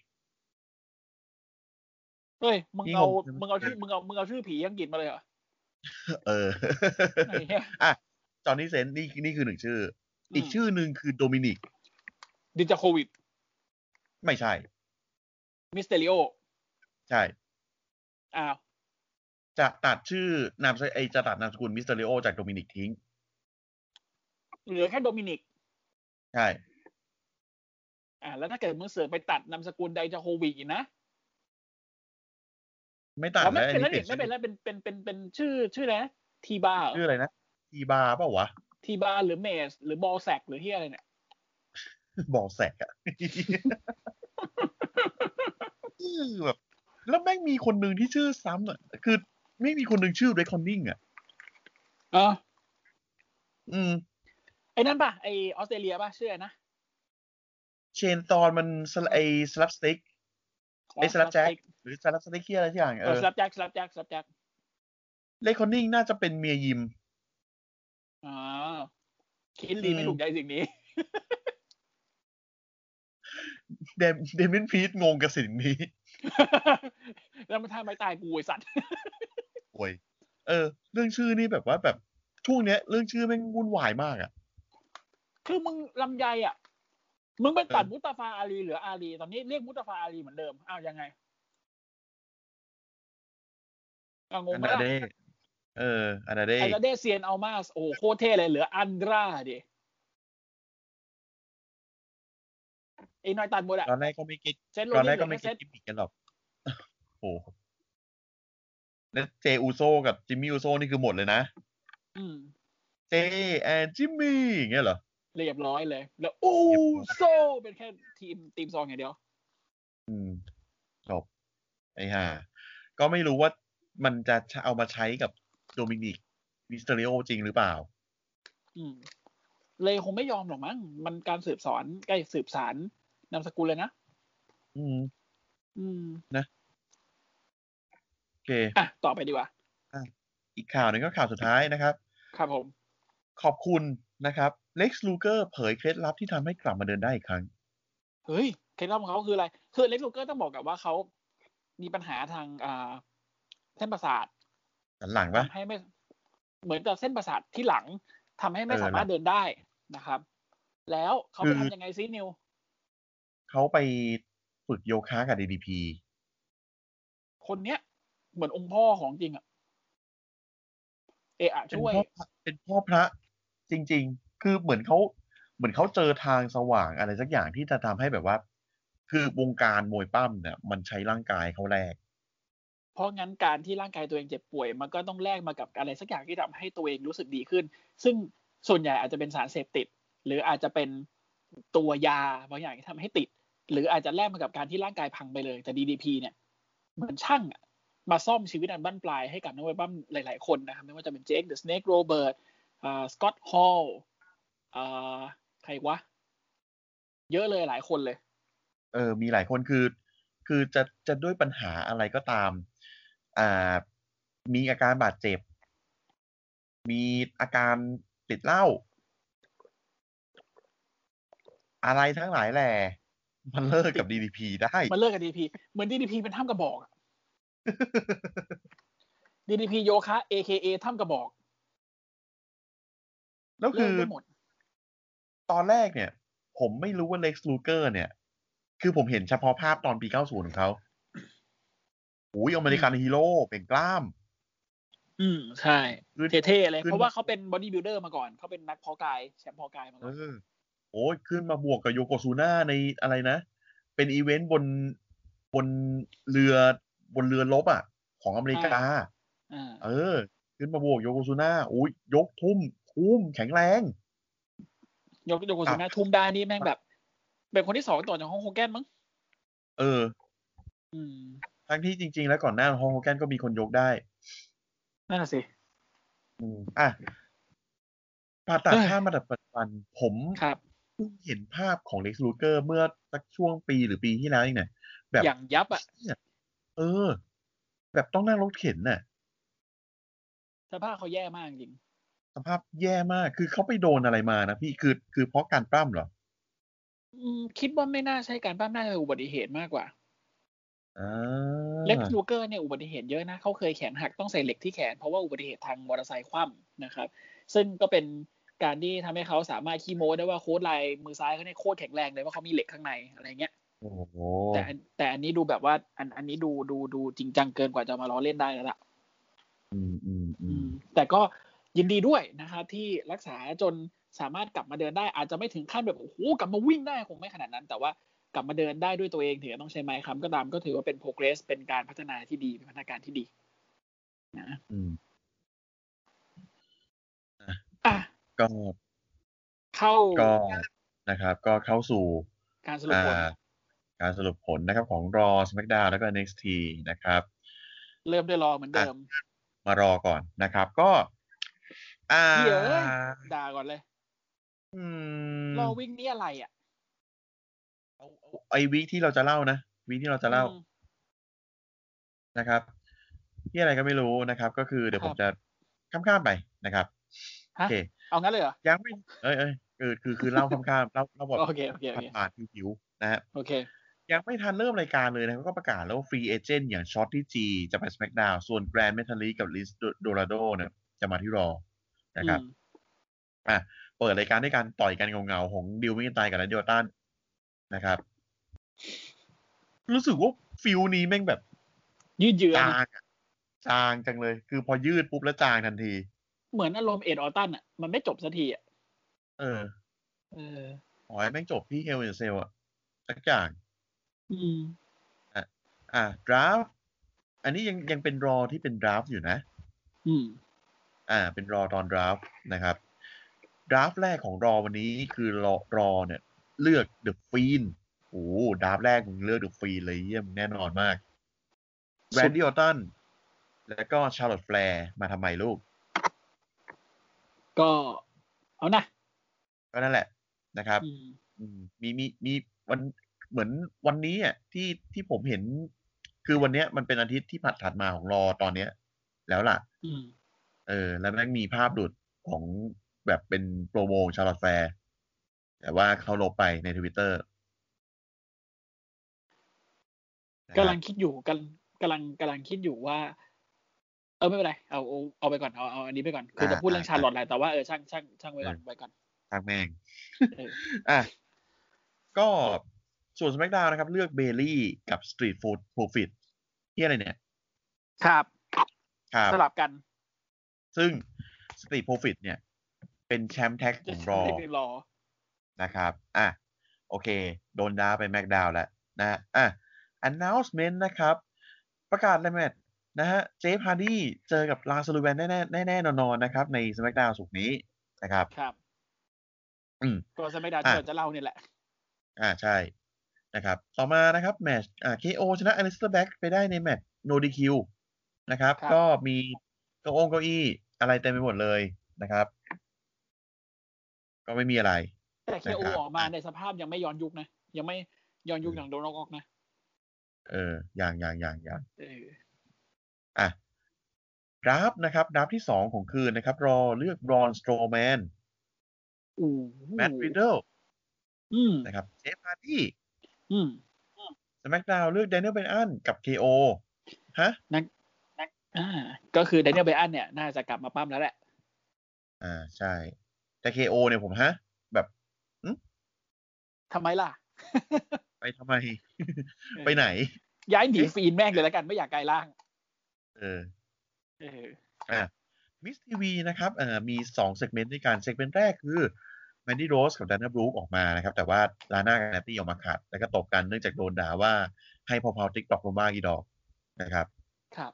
[SPEAKER 2] เอ้ยมึง
[SPEAKER 1] นี่
[SPEAKER 2] เอา
[SPEAKER 1] งง
[SPEAKER 2] มึงเอาชื่อมึงเอามึงเอาชื่อผีอังกฤษมาเลยเหรอ
[SPEAKER 1] เออ
[SPEAKER 2] ไอ้เหี้ย
[SPEAKER 1] จอห์นนี่เซนต์นี่นี่คือหนึ่งชื่อ อีกชื่อหนึ่งคือโดมินิก
[SPEAKER 2] ดินจาโควิด
[SPEAKER 1] ไม่ใช่
[SPEAKER 2] มิสเตริโอ
[SPEAKER 1] ใช่
[SPEAKER 2] อ้าว
[SPEAKER 1] จะตัดชื่อนามสไอจะตัดนามสกุลมิสเตอริโอจากโดมินิกทิ้ง
[SPEAKER 2] เหลือแค่โดมินิก
[SPEAKER 1] ใช่
[SPEAKER 2] อ่าแล้วถ้าเกิดมึงเสือกไปตัดนามสกุลไดจาโฮวีกอีกนะ
[SPEAKER 1] ไม่ต่าง
[SPEAKER 2] อ๋อไม่
[SPEAKER 1] แล้วอั
[SPEAKER 2] เป็น
[SPEAKER 1] ปลี่ย
[SPEAKER 2] แล้วนี่ไม่เป็นแล้วเป็นเป็นเป็นเป็นชื่อชื่ออะไรนะทีบาร์เหรอ
[SPEAKER 1] ชื่ออะไรนะทีบาร์เปล่าวะ
[SPEAKER 2] ทีบาร์หรือเมสหรือบอลแซกหรือที่อะไรเนี่ย
[SPEAKER 1] บอลแสกอะ คือแบบแล้วแม่งมีคนหนึ่งที่ชื่อซ้ำอะคือไม่มีคนหนึ่งชื่อเรคคอนนิ่งอะ
[SPEAKER 2] เออ
[SPEAKER 1] อืม
[SPEAKER 2] ไอ้นั่นป่ะ ไอออสเตรเลียป่ะ ชื่ออะไรนะ
[SPEAKER 1] เชนตอนมันสลไอสลับสติก ไอ้ Slapjack หรือสลับสติกที่อะไรที่อย่าง
[SPEAKER 2] เอ
[SPEAKER 1] เอ
[SPEAKER 2] อ
[SPEAKER 1] อ
[SPEAKER 2] สลับแจ็คสลับแจ็คสลับแจ็ค
[SPEAKER 1] เรคคอนนิ่งน่าจะเป็นเมียยิม
[SPEAKER 2] อ๋อคิดดีไม่
[SPEAKER 1] อืม
[SPEAKER 2] ถูกใจสิ่งนี้
[SPEAKER 1] เดมเดมินพีทงงกับสิ่งนี้
[SPEAKER 2] แล้วมันทำไม่ตายกูไอสัตว์
[SPEAKER 1] โวยเออ เรื่องชื่อนี่แบบว่าแบบช่วงเนี้ย เรื่องชื่อแม่งวุ่นวายมากอะ
[SPEAKER 2] คือมึงลำไยอ่ะ มึงไปตัด
[SPEAKER 1] เออ
[SPEAKER 2] มุตตาฟาอาลีเหรืออาลี ตอนนี้เรียกมุตตาฟาอาลีเหมือนเดิม อ้าวยังไงอ่ะงง
[SPEAKER 1] อัน
[SPEAKER 2] ไหม
[SPEAKER 1] ดา
[SPEAKER 2] ล่ะ
[SPEAKER 1] เดเอออันดาเด
[SPEAKER 2] ไอราเดเซียนอัลมาสโอ้โหโคตรเท่เลยเหลืออันดราดิไอ้น้อยตัดหมดอะ
[SPEAKER 1] ตอนแรกก็ไม่เก็ต
[SPEAKER 2] เซตโร
[SPEAKER 1] ตอนแร
[SPEAKER 2] นี่
[SPEAKER 1] ก
[SPEAKER 2] เหลื
[SPEAKER 1] ก็
[SPEAKER 2] อ
[SPEAKER 1] ไม่
[SPEAKER 2] แค่
[SPEAKER 1] เก็ต
[SPEAKER 2] เซต
[SPEAKER 1] กิมมิกกันหรอก โอ้โห แล้วเจอูโซกับจิมมี่อูโซนี่คือหมดเลยนะ
[SPEAKER 2] อืม
[SPEAKER 1] เจแอนจิมมี่อย่างเงี้ยเหรอ
[SPEAKER 2] เรียบร้อยเลย แล้วโอ้โซเป็นแค่ทีมทีมซองอย่างเดียว
[SPEAKER 1] อืม จบ ไอ้ห่า ก็ไม่รู้ว่ามันจะเอามาใช้กับโดมินิกมิสเตอริโอจริงหรือเปล่า
[SPEAKER 2] อืม เลยคงไม่ยอมหรอกมั้งมันการสืบสอนใกล้สืบสารนามสกุลเลยนะ
[SPEAKER 1] อืม
[SPEAKER 2] อืม
[SPEAKER 1] โอเค
[SPEAKER 2] อ่ะต่อไปดีกว่า
[SPEAKER 1] อีกข่าวหนึ่งก็ข่าวสุดท้ายนะครับ
[SPEAKER 2] ครับผม
[SPEAKER 1] ขอบคุณนะครับ เล็กซ์ลูเกอร์เผยเคล็ดลับที่ทำให้กลับมาเดินได้อีกครั้ง
[SPEAKER 2] เฮ้ยเคล็ดลับของเขาคืออะไร คือเล็กลูกเกอร์ต้องบอกกับว่าเขามีปัญหาทางอ่าเส้นประสาท
[SPEAKER 1] สันหลังปะ
[SPEAKER 2] ทำให้ไม่ เหมือนกับเส้นประสาทที่หลังทำให้ไม่
[SPEAKER 1] เออ
[SPEAKER 2] สามารถเดินได้นะครับ แล้วเขาไป
[SPEAKER 1] คือ
[SPEAKER 2] ทำยังไงซินิว
[SPEAKER 1] เขาไปฝึกโยคะกับ DDP
[SPEAKER 2] คนเนี้ยเหมือนองค์พ่อของจริงอะเอะอะ
[SPEAKER 1] เป็น
[SPEAKER 2] ช่วย
[SPEAKER 1] พ่อพระเป็นพ่อพระจริง ๆ คือเหมือนเขาเหมือนเขาเจอทางสว่างอะไรสักอย่างที่จะทำให้แบบว่า คือวงการมวยปั้มเนี่ย มันใช้ร่างกายเขาแรก
[SPEAKER 2] เพราะงั้นการที่ร่างกายตัวเองเจ็บป่วย มันก็ต้องแลกมากับอะไรสักอย่างที่ทำให้ตัวเองรู้สึกดีขึ้น ซึ่งส่วนใหญ่อาจจะเป็นสารเสพติด หรืออาจจะเป็นตัวยาบางอย่างที่ทำให้ติด หรืออาจจะแลกมากับการที่ร่างกายพังไปเลย แต่ DDP เนี่ยเหมือนช่างอะมาซ่อมชีวิตอันบั้นปลายให้กับนักมวยปั้มหลาย ๆ คนนะครับไม่ว่าจะเป็นเจคเดอะสเนกโรเบิร์ตสกอตฮอลใครอีกวะ เยอะเลยหลายคนเลย
[SPEAKER 1] เออ มีหลายคนคือ คือจะจะด้วยปัญหาอะไรก็ตาม อ่า มีอาการบาดเจ็บ มีอาการติดเหล้าอะไรทั้งหลายแหละมันเลิกกับ DDP ได้
[SPEAKER 2] มันเลิกกับ DDP เหมือน DDP เป็นถ้ำกระบอกอะ DDP โยคะ AKA ถ้ำกระบอก
[SPEAKER 1] แล้ว
[SPEAKER 2] เลิ
[SPEAKER 1] คือ
[SPEAKER 2] กได้หมด
[SPEAKER 1] ตอนแรกเนี่ย ผมไม่รู้ว่าเล็กซ์ลูเกอร์เนี่ย คือผมเห็นเฉพาะภาพตอนปี 90 ของเขาอุ้ยอเมริกันฮีโร่เป็นกล้าม
[SPEAKER 2] อืม ใช่
[SPEAKER 1] คือ
[SPEAKER 2] เท่ๆเลย
[SPEAKER 1] ขึ้น
[SPEAKER 2] เพราะว่าเขาเป็นบอดี้บิ l เดอร์มาก่อน เขาเป็นนักเพอกาย แชมป์เพอกายมา
[SPEAKER 1] เอ
[SPEAKER 2] ก่อ
[SPEAKER 1] อ
[SPEAKER 2] น
[SPEAKER 1] โอ้ยขึ้นมาบวกกับโยโกซูน่าในอะไรนะ เป็นอีเวนต์บนบนเรือบนเรือลบอ่ะ ของอเมริกา
[SPEAKER 2] อ่า
[SPEAKER 1] เออ ขึ้นมาบวกโยโกซูน่าอุ้ยยกทุ่มทุ่มแข็งแรง
[SPEAKER 2] โยโกโยโกซุนะทุ่มได้นี่แม่งแบบ เป็นคนที่สองต่อจากฮ่องโฮแกนมั้ง
[SPEAKER 1] เออ
[SPEAKER 2] อืม
[SPEAKER 1] ทั้งที่จริง ๆ แล้วก่อนหน้าฮองโฮแกนก็มีคนยกได้
[SPEAKER 2] นั่นนะสิ
[SPEAKER 1] อืมอ่ะผ่าตัด
[SPEAKER 2] เอ้ย
[SPEAKER 1] ข้ามมาตัดปัจจุบันผม
[SPEAKER 2] ครับ
[SPEAKER 1] เพิ่งเห็นภาพของเล็กซ์ลูเกอร์เมื่อสักช่วงปีหรือปีที่แล้วเองเนี่ย แบบ
[SPEAKER 2] อย่างยับอ่ะ
[SPEAKER 1] เออ แบบต้องนั่งรถเข็นน่ะ
[SPEAKER 2] สภาพเขาแย่มากจริง
[SPEAKER 1] สภาพแย่มาก คือเขาไปโดนอะไรมานะพี่ คือ คือเพราะการปล้ำเหรอ
[SPEAKER 2] อืม คิดว่าไม่น่าใช่การปั้มหน้าจะเป็นอุบัติเหตุมากกว่า
[SPEAKER 1] อ่า
[SPEAKER 2] เล็กลูเกอร์เนี่ยอุบัติเหตุเยอะนะเขาเคยแขนหักต้องใส่เหล็กที่แขน เพราะว่าอุบัติเหตุทางมอเตอร์ไซค์คว่ำนะครับ ซึ่งก็เป็นการที่ทำให้เขาสามารถขี้โม้ได้ว่าโค้ดลายมือซ้ายเขาเนี่ยโคตรแข็งแรงเลยว่าเขามีเหล็กข้างในอะไรเงี้ย
[SPEAKER 1] โอ้โห
[SPEAKER 2] แต่อันแต่อันนี้ดูแบบว่าอันอันนี้ดูดูดูจริงจังเกินกว่าจะมาล้อเล่นได้แล้วล่ะ
[SPEAKER 1] อืมอืมอื
[SPEAKER 2] อื
[SPEAKER 1] ม
[SPEAKER 2] มแต่ก็ยินดีด้วยนะครับที่รักษาจน สามารถกลับมาเดินได้อาจจะไม่ถึงขั้นแบบโอ้โหกลับมาวิ่งได้คงไม่ขนาดนั้น แต่ว่ากลับมาเดินได้ด้วยตัวเองถึงจะต้องใช้ไม้ค้ำก็ตามก็ถือว่าเป็น progress เป็นการพัฒนาที่ดีเป็นพัฒนาการที่ดีนะ
[SPEAKER 1] อืม
[SPEAKER 2] อ่ะ
[SPEAKER 1] ก็
[SPEAKER 2] เข้า
[SPEAKER 1] ก็นะครับ ก็เข้าสู่
[SPEAKER 2] การสรุปผล
[SPEAKER 1] อ่าการสรุปผลนะครับของ Raw SmackDown แล้วก็ NXT นะครับ
[SPEAKER 2] เริ่มด้วยรอเหมือนเดิม
[SPEAKER 1] มารอก่อนนะครับ ก็ อ่า
[SPEAKER 2] เดี๋ยวเอ้ย ด่าก่อนเลย
[SPEAKER 1] อืม
[SPEAKER 2] รอวิ่งนี่อะไรอ่ะ
[SPEAKER 1] เอาเอาไอวีคที่เราจะเล่านะวีคที่เราจะเล่า
[SPEAKER 2] อืม
[SPEAKER 1] นะครับที่อะไรก็ไม่รู้นะครับ ก็คือเดี๋ยว
[SPEAKER 2] ครั
[SPEAKER 1] ผ
[SPEAKER 2] บ
[SPEAKER 1] มจะข้ามๆไปนะครับโอ
[SPEAKER 2] ฮะ
[SPEAKER 1] เค
[SPEAKER 2] เอางั้นเลยเหรอ
[SPEAKER 1] ยังไม่เอ้ยเอ้ยคือคือคือเล่าข้ามๆเล่าเล่าแบบ
[SPEAKER 2] โอเคโอเคโอเค
[SPEAKER 1] ผ่านๆผิวๆนะฮะ
[SPEAKER 2] โอเค
[SPEAKER 1] ยังไม่ทันเริ่มรายการเลยนะเขาก็ประกาศแล้วว่าฟรีเอเจนต์อย่างช็อตที่จีจะไป SmackDown ส่วนแกรน d m เมทัลลีกับลิสโดราโดเนี่ยจะมาที่รอนะครับ
[SPEAKER 2] อืม
[SPEAKER 1] อ่ะเปิดรายการด้วยการต่อยกันเงาๆของดิวมิกนไตกับแรนดิโอตันนะครับ รู้สึกว่าฟิลนี้แม่งแบบ
[SPEAKER 2] ยืดเยื้อ
[SPEAKER 1] จาน งอะจางจังเลย คือพอยืดปุ๊บแล้วจางทันที
[SPEAKER 2] เหมือนอารมณ์เอ็ดออตันอ่ะมันไม่จบสักทีอ่ะ
[SPEAKER 1] เออ
[SPEAKER 2] เออ
[SPEAKER 1] ขอให้แม่งจบที่เฮลเซลอะสักอย่าง
[SPEAKER 2] อืม
[SPEAKER 1] อ่ะดราฟอันนี้ยังยังเป็นรอที่เป็นดราฟอยู่นะ
[SPEAKER 2] อืม
[SPEAKER 1] อ่า เป็นรอตอนดราฟนะครับดราฟแรกของรอวันนี้คือรอรอเนี่ย เลือกเดอะฟีนโอ้ดราฟแรกมึงเลือกเดอะฟีนเลยเยี่ยมงแน่นอนมาก
[SPEAKER 2] สุด
[SPEAKER 1] แรนดี้ออตตันแล้วก็ชาร์ลอตแฟร์มาทำไมลูก
[SPEAKER 2] ก็เอานะ
[SPEAKER 1] ก็นั่นแหละนะครับ
[SPEAKER 2] อืม
[SPEAKER 1] อืมมีมีมีวันเหมือนวันนี้อ่ะที่ที่ผมเห็น คือวันเนี้ยมันเป็นอาทิตย์ที่ผัดถัดมาของรอตอนเนี้ย แล้วล่ะ
[SPEAKER 2] อืม
[SPEAKER 1] เออแล้วแม่งมีภาพหลุดของแบบเป็นโปรโมชาร์ลอตแฟร์แต่ว่าเขาลบไปในทวิตเตอร์
[SPEAKER 2] กำลังคิดอยู่กันกำลังกำลังคิดอยู่ว่า เออไม่เป็นไรเอาเอาเอาไปก่อนเอาเอาอันนี้ไปก่อนคือจะพูดเรื่องชาลอตแหละแต่ว่าเออช่างช่างช่างไว้ก่อนไว้ก่อน
[SPEAKER 1] ทางแม่ง
[SPEAKER 2] เออ
[SPEAKER 1] อ่ะก็ส่วนสมักดาวนะครับ เลือกเบลลี่กับสตรีทฟู้ดโปรฟิตที่อะไรเนี่ย
[SPEAKER 2] ครับ
[SPEAKER 1] ครับ
[SPEAKER 2] สลับกัน
[SPEAKER 1] ซึ่งสตรีทโปรฟิตเนี่ย เป็นแชมป์แท็กของรอ
[SPEAKER 2] เรียกรอ
[SPEAKER 1] นะครับ อ่ะ โอเค โดนดาวไปแม็กดาวแล้วนะฮะอ่ะ announcement นะครับ ประกาศเลยแมตช์นะฮะ เจฟฮาร์ดี้เจอกับลาซาลูแวนแน่แน่ๆแน่ๆนอนๆนะครับ ในสมักดาวสุกร์นี้นะครับ
[SPEAKER 2] ครับ
[SPEAKER 1] อืม
[SPEAKER 2] ก็สมัยดาว
[SPEAKER 1] อ่ะ
[SPEAKER 2] ที่เราจะเล่าเนี่ยแหละ
[SPEAKER 1] อ่า ใช่ นะครับ ต่อมานะครับ แมตช์อ่า KO ชนะอลิสเตอร์แบ็กไปได้ในแมตช์โนดีคิวนะครับ
[SPEAKER 2] ครับ
[SPEAKER 1] ก็มีเก้าองเก้าอี้อะไรเต็มไปหมดเลยนะครับ ก็ไม่มีอะไร
[SPEAKER 2] แต่เค
[SPEAKER 1] นะค
[SPEAKER 2] โอ
[SPEAKER 1] รับ
[SPEAKER 2] ออกมาในสภาพยังไม่ย้อนยุคนะยังไม่ย้อนยุคอย่างโดนลกออกนะ
[SPEAKER 1] เออ อย่างอย่างอย่างอย่าง
[SPEAKER 2] เออ
[SPEAKER 1] อ่ะดราฟต์นะครับดราฟต์ที่สองของคืนนะครับ รอเลือกบรอนสโตรแมน
[SPEAKER 2] อู้
[SPEAKER 1] แมตต์ริดเดิล
[SPEAKER 2] อืม
[SPEAKER 1] นะครับเจฟฮาร์ดี้
[SPEAKER 2] อืม
[SPEAKER 1] สแมกดาวเลือกแดเนียลเบรอันกับ KO ฮะ
[SPEAKER 2] อ่า ก็คือแดเนียลเบอันเนี่ยน่าจะกลับมาปั้มแล้วแหละ
[SPEAKER 1] อ่าใช่ แต่ KO เนี่ยผมฮะ แบบ
[SPEAKER 2] ทำไมล่ะ
[SPEAKER 1] ไปทำไม ไปไหน
[SPEAKER 2] ย้ายหนีฟีนแม่งเลยแล้วกันไม่อยากไกลายร่าง
[SPEAKER 1] เออ
[SPEAKER 2] เออ
[SPEAKER 1] อ่ะมิสทีวีนะครับเอ่อมีสองเซกเมนต์ด้วยกันเซกเมนต์แรกคือแมนดี้โรสกับดันน b บรู k ออกมานะครับ แต่ว่าลาน่ากับแนตตี้ออกมาขัด แล้วก็ตบกันเนื่องจากโดนด่าว่าให้พอพาวติ๊กตอกลงบ้ากี่ดอกนะครับ
[SPEAKER 2] ครับ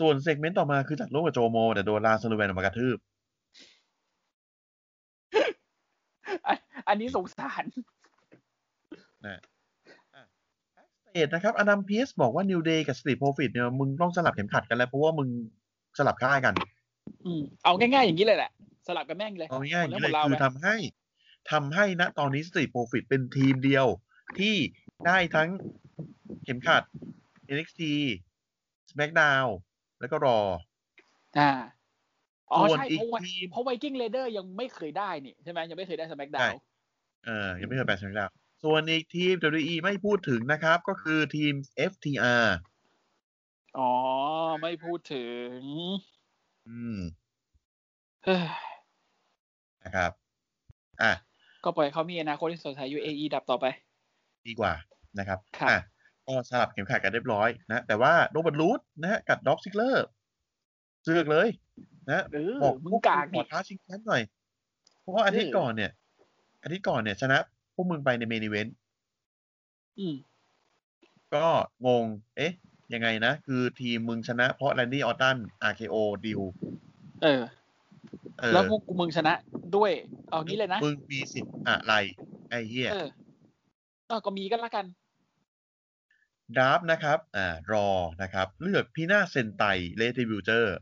[SPEAKER 1] ส่วนเซกเมนต์ต่อมาคือจัดร่วมกับโจโม แต่โดนลาซาลูแวนออกมากระทืบ
[SPEAKER 2] อันอันนี้สงสาร
[SPEAKER 1] เตดนะครับอดัมพีสบอกว่านิวเดย์กับสตีโ r ฟิตเนี่ยมึงต้องสลับเข็มขัดกันแล้ว เพราะว่ามึงสลับค่ายกัน
[SPEAKER 2] อืมเอาง่ายๆอย่างนี้เลยแหละ สลับกันแม่งเลย
[SPEAKER 1] เอาง่ายๆอย่างนี้เลย
[SPEAKER 2] แล้วหมดเรา
[SPEAKER 1] คือทำ
[SPEAKER 2] ไหม
[SPEAKER 1] ให้ทำให้นะตอนนี้สตีโ r ฟิตเป็นทีมเดียวที่ได้ทั้งเข็มขัด NXT SmackDown แล้วก็รอ
[SPEAKER 2] อ่า อ๋อ
[SPEAKER 1] ส่วน
[SPEAKER 2] ใช่
[SPEAKER 1] อีก
[SPEAKER 2] เพราะว่า
[SPEAKER 1] ทีม
[SPEAKER 2] เพราะไวกิ้งเลเดอร์ยังไม่เคยได้นี่ใช่ไหมยังไม่เคยได้สแมกดาว
[SPEAKER 1] ใช่ เออยังไม่เคยไป SmackDown ส่วนอีกทีม WWE ไม่พูดถึงนะครับ ก็คือทีม FTR
[SPEAKER 2] อ๋อ ไม่พูดถึง
[SPEAKER 1] อืม
[SPEAKER 2] เฮ้ย
[SPEAKER 1] นะครับอ่ะ
[SPEAKER 2] ก็ปล่อยเขามีอนาคตที่สดใสอยู่ AE ดับต่อไป
[SPEAKER 1] ดีกว่านะครับ
[SPEAKER 2] ครับ
[SPEAKER 1] อ่ะก็สลับเข็มขัดกันเรียบร้อยนะ แต่ว่าโรเบิร์ตรูทนะฮะกับด็อกซิกเลอร์เสือกเลย นะ
[SPEAKER 2] เออ
[SPEAKER 1] บอก
[SPEAKER 2] มึงกาก
[SPEAKER 1] ข
[SPEAKER 2] ดิ
[SPEAKER 1] อท้าชิงแชมป์หน่อย เพราะว่าอาทิตย์ก่อนเนี่ย อาทิตย์ก่อนเนี่ยชนะพวกมึงไปในเมนิเวน
[SPEAKER 2] อืม
[SPEAKER 1] ก็งง เอ๊ะ ยังไงนะ คือทีมมึงชนะเพราะแลนดี้ออตตัน RKO ดิว
[SPEAKER 2] เออ
[SPEAKER 1] เออ
[SPEAKER 2] แล้วพวกกูมึงชนะด้วย เอางี้เลยนะ
[SPEAKER 1] มึงมีสิทธิ์อะไร ไอ้เหี้ย
[SPEAKER 2] เออเออก็มีกันละกัน
[SPEAKER 1] ดราฟนะครับ อ่า รอนะครับ เลือกพีน่าเซนไตเลติบิวเจอร์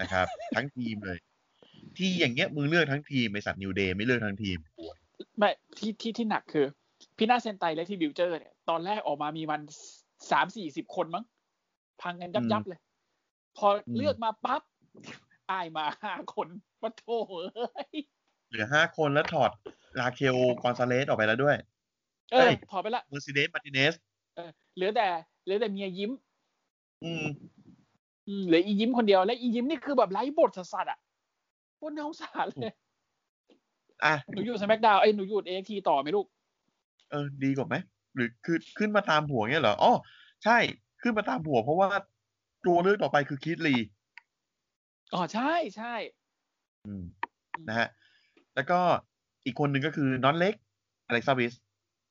[SPEAKER 1] นะครับ ทั้งทีมเลย ที่อย่างเงี้ยมึงเลือกทั้งทีมไอสัตว์นิวเดย์ไม่เลือกทั้งทีม
[SPEAKER 2] ไม่ที่ที่ที่หนักคือ พี่นาเซนไตและที่บิวเจอร์เนี่ย ตอนแรกออกมามีมันสามสี่สิบคนมั้ง พังกันยับยับเลย พอเลือกมาปั๊บอายมาห้าคนปะโถเอ้ย
[SPEAKER 1] เหลือห้าคนแล้วถอดลาเคโอกอนซาเลสออกไปแล้วด้วย
[SPEAKER 2] เอ
[SPEAKER 1] เฮ้
[SPEAKER 2] อย ถอดไปละ
[SPEAKER 1] เมอร์ซิเดสมาติเนส
[SPEAKER 2] เหลือแต่เหลือแต่เมียยิ้ม
[SPEAKER 1] อืม
[SPEAKER 2] อืมเหลืออียิ้มคนเดียวและอียิ้มนี่คือแบบไร้บทสัสๆอ่ะโคนน่าสงสารเลย
[SPEAKER 1] อ่ะ
[SPEAKER 2] หนูอยู่สแมกดาวไอ้ยหนูอยู่เอ็กทีต่อไหมลูก
[SPEAKER 1] เออดีกว่าไหมหรือคือขึ้นมาตามผัวเงี้ยเหรออ๋อใช่ขึ้นมาตามผัวเพราะว่าตัวเลือกต่อไปคือคิดลี
[SPEAKER 2] อ๋อใช่ใช่
[SPEAKER 1] อืมนะฮะ แล้วก็อีกคนหนึ่งก็คือนอนเล็กอะไรซาวิส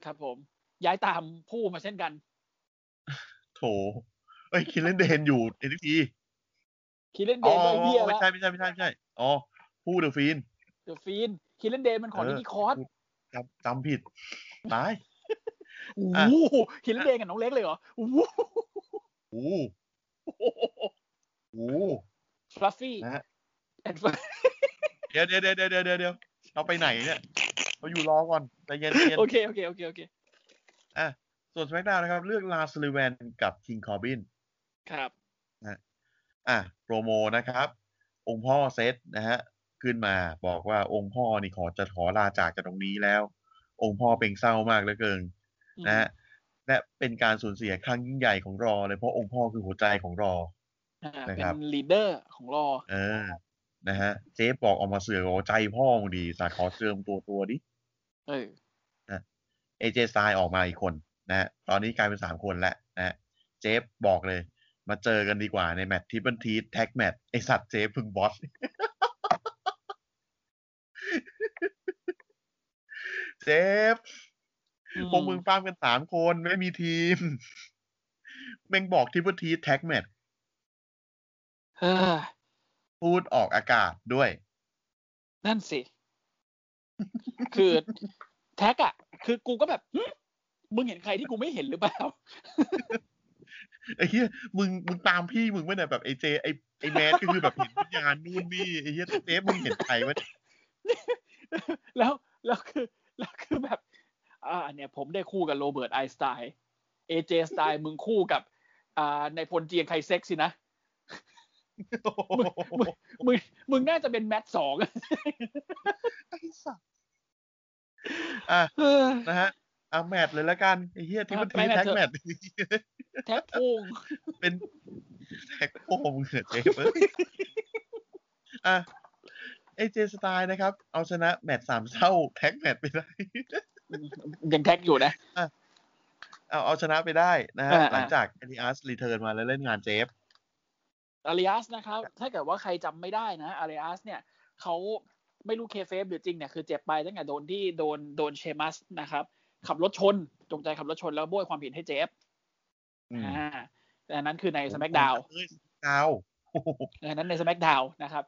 [SPEAKER 2] ครับผม ย้ายตามผู้มาเช่นกัน
[SPEAKER 1] โถเอ้ยคิดเล่นเดนอยู่เอ็นที
[SPEAKER 2] คิเลนเด
[SPEAKER 1] อ๋อน
[SPEAKER 2] ก็ไอ้เฮีย
[SPEAKER 1] ไม่
[SPEAKER 2] แล้ว
[SPEAKER 1] ใช่ไม่ใช่ไม่ใช่ไม่ใช่อ๋อผู้เดอะฟีน
[SPEAKER 2] เดอะฟีนคิเลนเดนมันของ
[SPEAKER 1] เออ
[SPEAKER 2] นิกิคอส
[SPEAKER 1] จำจำผิดตาย
[SPEAKER 2] โอ้
[SPEAKER 1] อ่ะ
[SPEAKER 2] โหคิเลนเดนกับน้องเล็กเลยเหรอโอ้โห
[SPEAKER 1] โอ้โหโอ้โห
[SPEAKER 2] ฟลัฟฟี่
[SPEAKER 1] นะฮะ
[SPEAKER 2] แอน
[SPEAKER 1] เดี๋ยวเดี๋ยวเดี๋ยวเดี๋ยวเดี๋ยวเดี๋ยวเราไปไหนเนี่ยเราอยู่รอก่อนใจเย็นใจเย็น
[SPEAKER 2] โอเคโอเคโอเคโอเค
[SPEAKER 1] อ่ะส่วนสแมกดาวนะครับ เลือกลาสลิแวนกับคิงคอร์บิน
[SPEAKER 2] ครับ
[SPEAKER 1] อ่ะโปรโมนะครับ องค์พ่อเซตนะฮะ ขึ้นมาบอกว่าองค์พ่อนี่ขอจะขอลาจากจากตรงนี้แล้ว องค์พ่อเป็นเศร้ามากเหลือเกินนะฮะและเป็นการสูญเสียครั้งยิ่งใหญ่ของรอเลยเพราะองค์พ่อคือหัวใจของรอ
[SPEAKER 2] อ่า
[SPEAKER 1] นะ
[SPEAKER 2] เป็
[SPEAKER 1] คน รับ
[SPEAKER 2] ลีดเดอร์ของรอ
[SPEAKER 1] เออนะฮะ เจ๊บอกออกมาเสือกหัวใจพ่อมึงดีสาขอเสื่อมตัวตัวดิ
[SPEAKER 2] เออ
[SPEAKER 1] เอเจสไตล์ออกมาอีกคนนะฮะตอนนี้กลายเป็นสามคนแล้วนะฮะเจ๊บอกเลย มาเจอกันดีกว่าในแมตช์ทิปเปิลทีแท็กแมตช์ไอสัตว์เจ๊พึงบอส เจฟ
[SPEAKER 2] อืม
[SPEAKER 1] พวกมึงฟาร์มกันสามคนไม่มีทีม แม่งบอกทิปเปอร์ทีแท็กแมท
[SPEAKER 2] เฮ้อ
[SPEAKER 1] พูดออกอากาศด้วย
[SPEAKER 2] นั่น สิ คือแท็กอะคือกูก็แบบหึมึงเห็นใครที่กูไม่เห็นหรือเปล่า
[SPEAKER 1] ไอ้เหี้ยมึงมึงตามพี่มึงไม่ได้แบบไอ้เจ ไอ้ไอ้แมทก็คือแบบเห็นวิญญาณนู่นนี่ไอ้เหี้ยเจฟมึงเห็นใครวะ
[SPEAKER 2] แล้วแล้วคือแล้วคือแบบ อ่า เนี่ย ผมได้คู่กับโรเบิร์ตไอน์สไตน์เอเจสไตน์มึงคู่กับ อ่าในพลเจียงไคเซ็กสินะ มึงมึงมึงน่าจะเป็นแมทสอง
[SPEAKER 1] ไอ้สัสอ่ะ
[SPEAKER 2] เออ
[SPEAKER 1] นะฮะอ่ะแมทเลยละกันไอ้เหี้ยทิปเปอร์
[SPEAKER 2] ไป
[SPEAKER 1] ที
[SPEAKER 2] แมต
[SPEAKER 1] แท็ก
[SPEAKER 2] ช์เถอะ
[SPEAKER 1] แมท
[SPEAKER 2] แท็กพุ่ง
[SPEAKER 1] เป็นแท็กโป้มึงเหรอเจฟเอ้ยอ่ะไอเจสไตล์นะครับ เอาชนะแมตช์สามเศร้าแท็กแมตช์ไปได้
[SPEAKER 2] ยังแท็กอยู่นะ
[SPEAKER 1] เอาเอาชนะไปได้นะฮะ
[SPEAKER 2] อ่า
[SPEAKER 1] หลังจากเอลิอัสรีเทิร์นมาแล้วเล่นงานเจฟ
[SPEAKER 2] อาริอัสนะครับ ถ้าเกิดว่าใครจำไม่ได้นะอาริอัสเนี่ย เขาไม่รู้เคเฟฟหรือจริงเนี่ย คือเจ็บไปตั้งแต่โดนที่โดนโดนเชมัสนะครับ ขับรถชน จงใจขับรถชนแล้วโบยความผิดให้เจฟอ่าแต่อันนั้นคือในสแมกดาว
[SPEAKER 1] ดาว
[SPEAKER 2] เออนั้นในสแมกดาวนะครับ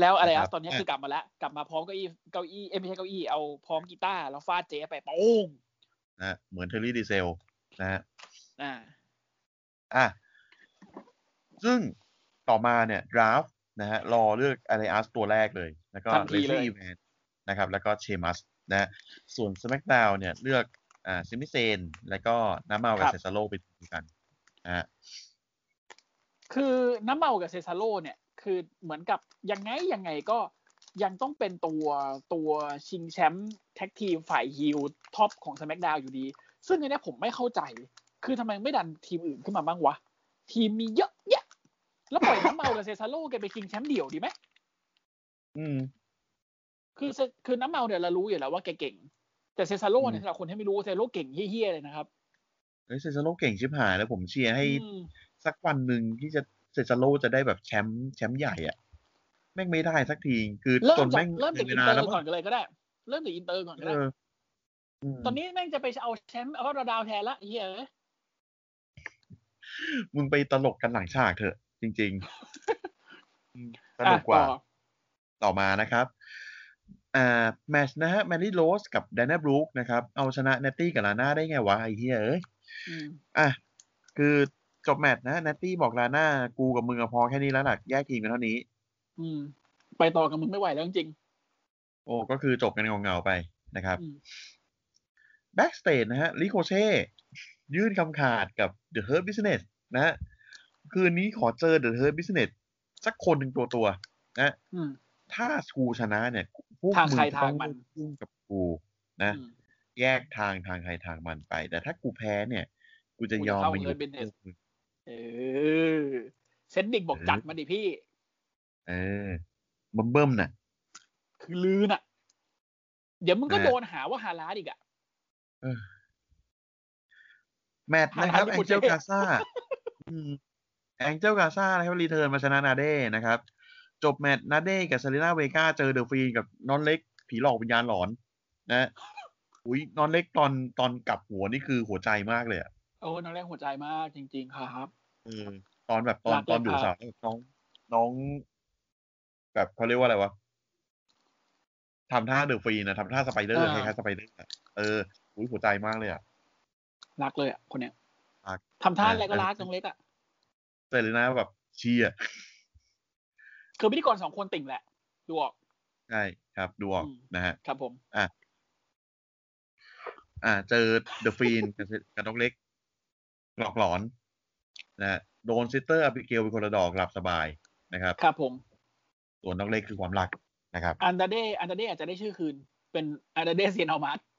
[SPEAKER 2] แล้วอะไร
[SPEAKER 1] นะครับ
[SPEAKER 2] อ่ะตอนนี้
[SPEAKER 1] อ่ะ
[SPEAKER 2] คือกลับมาแล้วกลับมาพร้อมเก้าอี้เก้าอี้เอ้ยไม่ใช่เก้าอี้เอาพร้อมกีตาร์แล้วฟาดเจ๊ไปโป้ง
[SPEAKER 1] นะฮะเหมือนเทอร์รี่ดีเซลนะฮะ
[SPEAKER 2] อ่า
[SPEAKER 1] อ่ะซึ่งต่อมาเนี่ยดราฟนะฮะรอเลือกอะไรอาร์สตัวแรกเลย แล้วก็
[SPEAKER 2] ทันทีเล
[SPEAKER 1] ซี่
[SPEAKER 2] ย
[SPEAKER 1] แวนนะครับ แล้วก็เชมัสนะฮะส่วนสแมกดาวเนี่ยเลือกอ่าซิมิเซน แล้วก็น้ำมา
[SPEAKER 2] ครั
[SPEAKER 1] กับ บเซซาโลไปดูกันนะฮะ
[SPEAKER 2] คือน้ำเมากับเซซาโลเนี่ย คือเหมือนกับยังไงยังไงก็ยังต้องเป็นตัวตัวชิงแชมป์แท็กทีมฝ่ายฮิลท็อปของสแมกดาวอยู่ดี ซึ่งในเนี้ยผมไม่เข้าใจ คือทำไมไม่ดันทีมอื่นขึ้นมาบ้างวะ ทีมมีเยอะแยะแล้วปล่อยน้ำเมากับเซซาโลแกไปชิงแชมป์เดี่ยวดีไหม
[SPEAKER 1] อืม
[SPEAKER 2] คือเซคือน้ำเมาเนี่ยเรารู้อยู่แล้วว่าแกเก่ง แต่เซซาโร่เนี่
[SPEAKER 1] อืม
[SPEAKER 2] ยสำหรับคนที่ไม่รู้เซซาโร่เก่งเฮี้ยๆเลยนะครับ
[SPEAKER 1] เฮ้ยเซซาโลเก่งชิบหายแล้วผมเชียร์ให้
[SPEAKER 2] อืม
[SPEAKER 1] สักวันหนึ่งที่จะเซซาโลจะได้แบบแชมป์แชมป์ใหญ่อะแม่งไม่ได้สักที คือ
[SPEAKER 2] เริ่
[SPEAKER 1] จ
[SPEAKER 2] ม
[SPEAKER 1] น
[SPEAKER 2] จาก
[SPEAKER 1] แม่ง
[SPEAKER 2] เริ่มจาก
[SPEAKER 1] ป็
[SPEAKER 2] อิ
[SPEAKER 1] น
[SPEAKER 2] นเตอ
[SPEAKER 1] แล้ว
[SPEAKER 2] ร์ก่อนกันเลยก็ได้ เริ่มจากอินเตอร์ก่อนก็
[SPEAKER 1] เอ
[SPEAKER 2] ได้
[SPEAKER 1] อม
[SPEAKER 2] ตอนนี้แม่งจะไปเอาแชมป์เอาดาวแทนละเฮียเอ้ย
[SPEAKER 1] มึงไปตลกกันหลังฉากเถอะ จริงๆอืมส
[SPEAKER 2] อ่ะ
[SPEAKER 1] นุกกว่า
[SPEAKER 2] ต่อ
[SPEAKER 1] ต่อมานะครับ อ่า แมตชนะฮะแมรี่โรสกับแดนน่าบรูคนะครับ เอาชนะเนตตี้กับลาน่าได้ไงวะไอ้เหี้ยเอ้ย
[SPEAKER 2] อืม
[SPEAKER 1] อ่ะ คือจบแมตช์นะเนตตี้บอกลาน่า กูกับมึงอะพอแค่นี้แล้วล่ะ แยกทีมกันเท่านี้
[SPEAKER 2] อืม ไปต่อกับมึงไม่ไหวแล้วจริง
[SPEAKER 1] โอ้ก็คือจบกันเงาๆไปนะครับ
[SPEAKER 2] ๆอืม
[SPEAKER 1] แบ็กสเตจนะฮะลิโคเช่ยื่นคำขาดกับ The Herb Business นะฮะคืนนี้ขอเจอ The Herb Business สักคนหนึ่งตัวตัวๆนะ
[SPEAKER 2] อืม
[SPEAKER 1] ถ้ากูชนะเนี่ยพวก
[SPEAKER 2] ทาง
[SPEAKER 1] มึ
[SPEAKER 2] ใครง ทาง
[SPEAKER 1] ต้อง
[SPEAKER 2] มัน
[SPEAKER 1] ยุ่งกับกูนะ
[SPEAKER 2] อืม
[SPEAKER 1] แยกทางทางใครทางมันไป แต่ถ้ากูแพ้เนี่ย กูจะ
[SPEAKER 2] กูจะ
[SPEAKER 1] ยอม
[SPEAKER 2] เข้า
[SPEAKER 1] มาอยู่
[SPEAKER 2] Herb Business เออเซนดิกบอกจัดมาดิพี่
[SPEAKER 1] เออเบิ่มเบิ่มๆน่ะ
[SPEAKER 2] คือลือน่ะ เดี๋ยวมึงก็
[SPEAKER 1] นะ
[SPEAKER 2] โดนหาว่าหาร้านอีกอ่ะ
[SPEAKER 1] แมตช์นะครับ
[SPEAKER 2] หา
[SPEAKER 1] แอ
[SPEAKER 2] ทาง งที่
[SPEAKER 1] เจล
[SPEAKER 2] กูจะ
[SPEAKER 1] กาซ่าแองเจลกาซ่านะครับรีเทิร์นมาชนะนาเด้นะครับ จบแมตช์นาเด้กับเซรีนาเวกาเจอเดอะฟีนกับนอนเล็ก ผีหลอกวิญญาณหลอน นะอุ้ยนอนเล็กตอนตอนกลับหัวนี่คือหัวใจมากเลยอะ
[SPEAKER 2] โอ้น้องแรกหัวใจมาก จริง ๆ ครับ
[SPEAKER 1] เออตอนแบบตอน
[SPEAKER 2] รักเลย
[SPEAKER 1] ตอนดู
[SPEAKER 2] ค่ะ
[SPEAKER 1] สาวน้อง น้อง แบบเขาเรียกว่าอะไรวะทำท่าเดอะฟีนนะทำท่าสไปเดอร์คล้ายๆสไปเดอร์อะเอออุ้ยหัวใจมากเลยอ่ะ
[SPEAKER 2] รักเลยอ่ะ คนเนี้ย
[SPEAKER 1] รัก
[SPEAKER 2] ทำท่าอะไรก็
[SPEAKER 1] เออ
[SPEAKER 2] รักน้องเล็กอ่ะ
[SPEAKER 1] เซรีนาแบบเชียร์
[SPEAKER 2] คือพิธีกรสองคนติ่งแหละ ดูออก
[SPEAKER 1] ใช่ครับ ดูออก
[SPEAKER 2] อืม
[SPEAKER 1] นะฮะ
[SPEAKER 2] ครับผม
[SPEAKER 1] อ่า เจอเดอะฟีนกับนกเล็ก หลอกหลอนนะฮะโดนซิสเตอร์อบิเกลเป็นคนละดอกหลับสบายนะครับ
[SPEAKER 2] ครับผม
[SPEAKER 1] ส่วนนกเล็กคือความรักนะครับ
[SPEAKER 2] อันดาเดอันดาเดอาจจะได้ชื่อคืน เป็นอันดาเดเซียนเอามาร์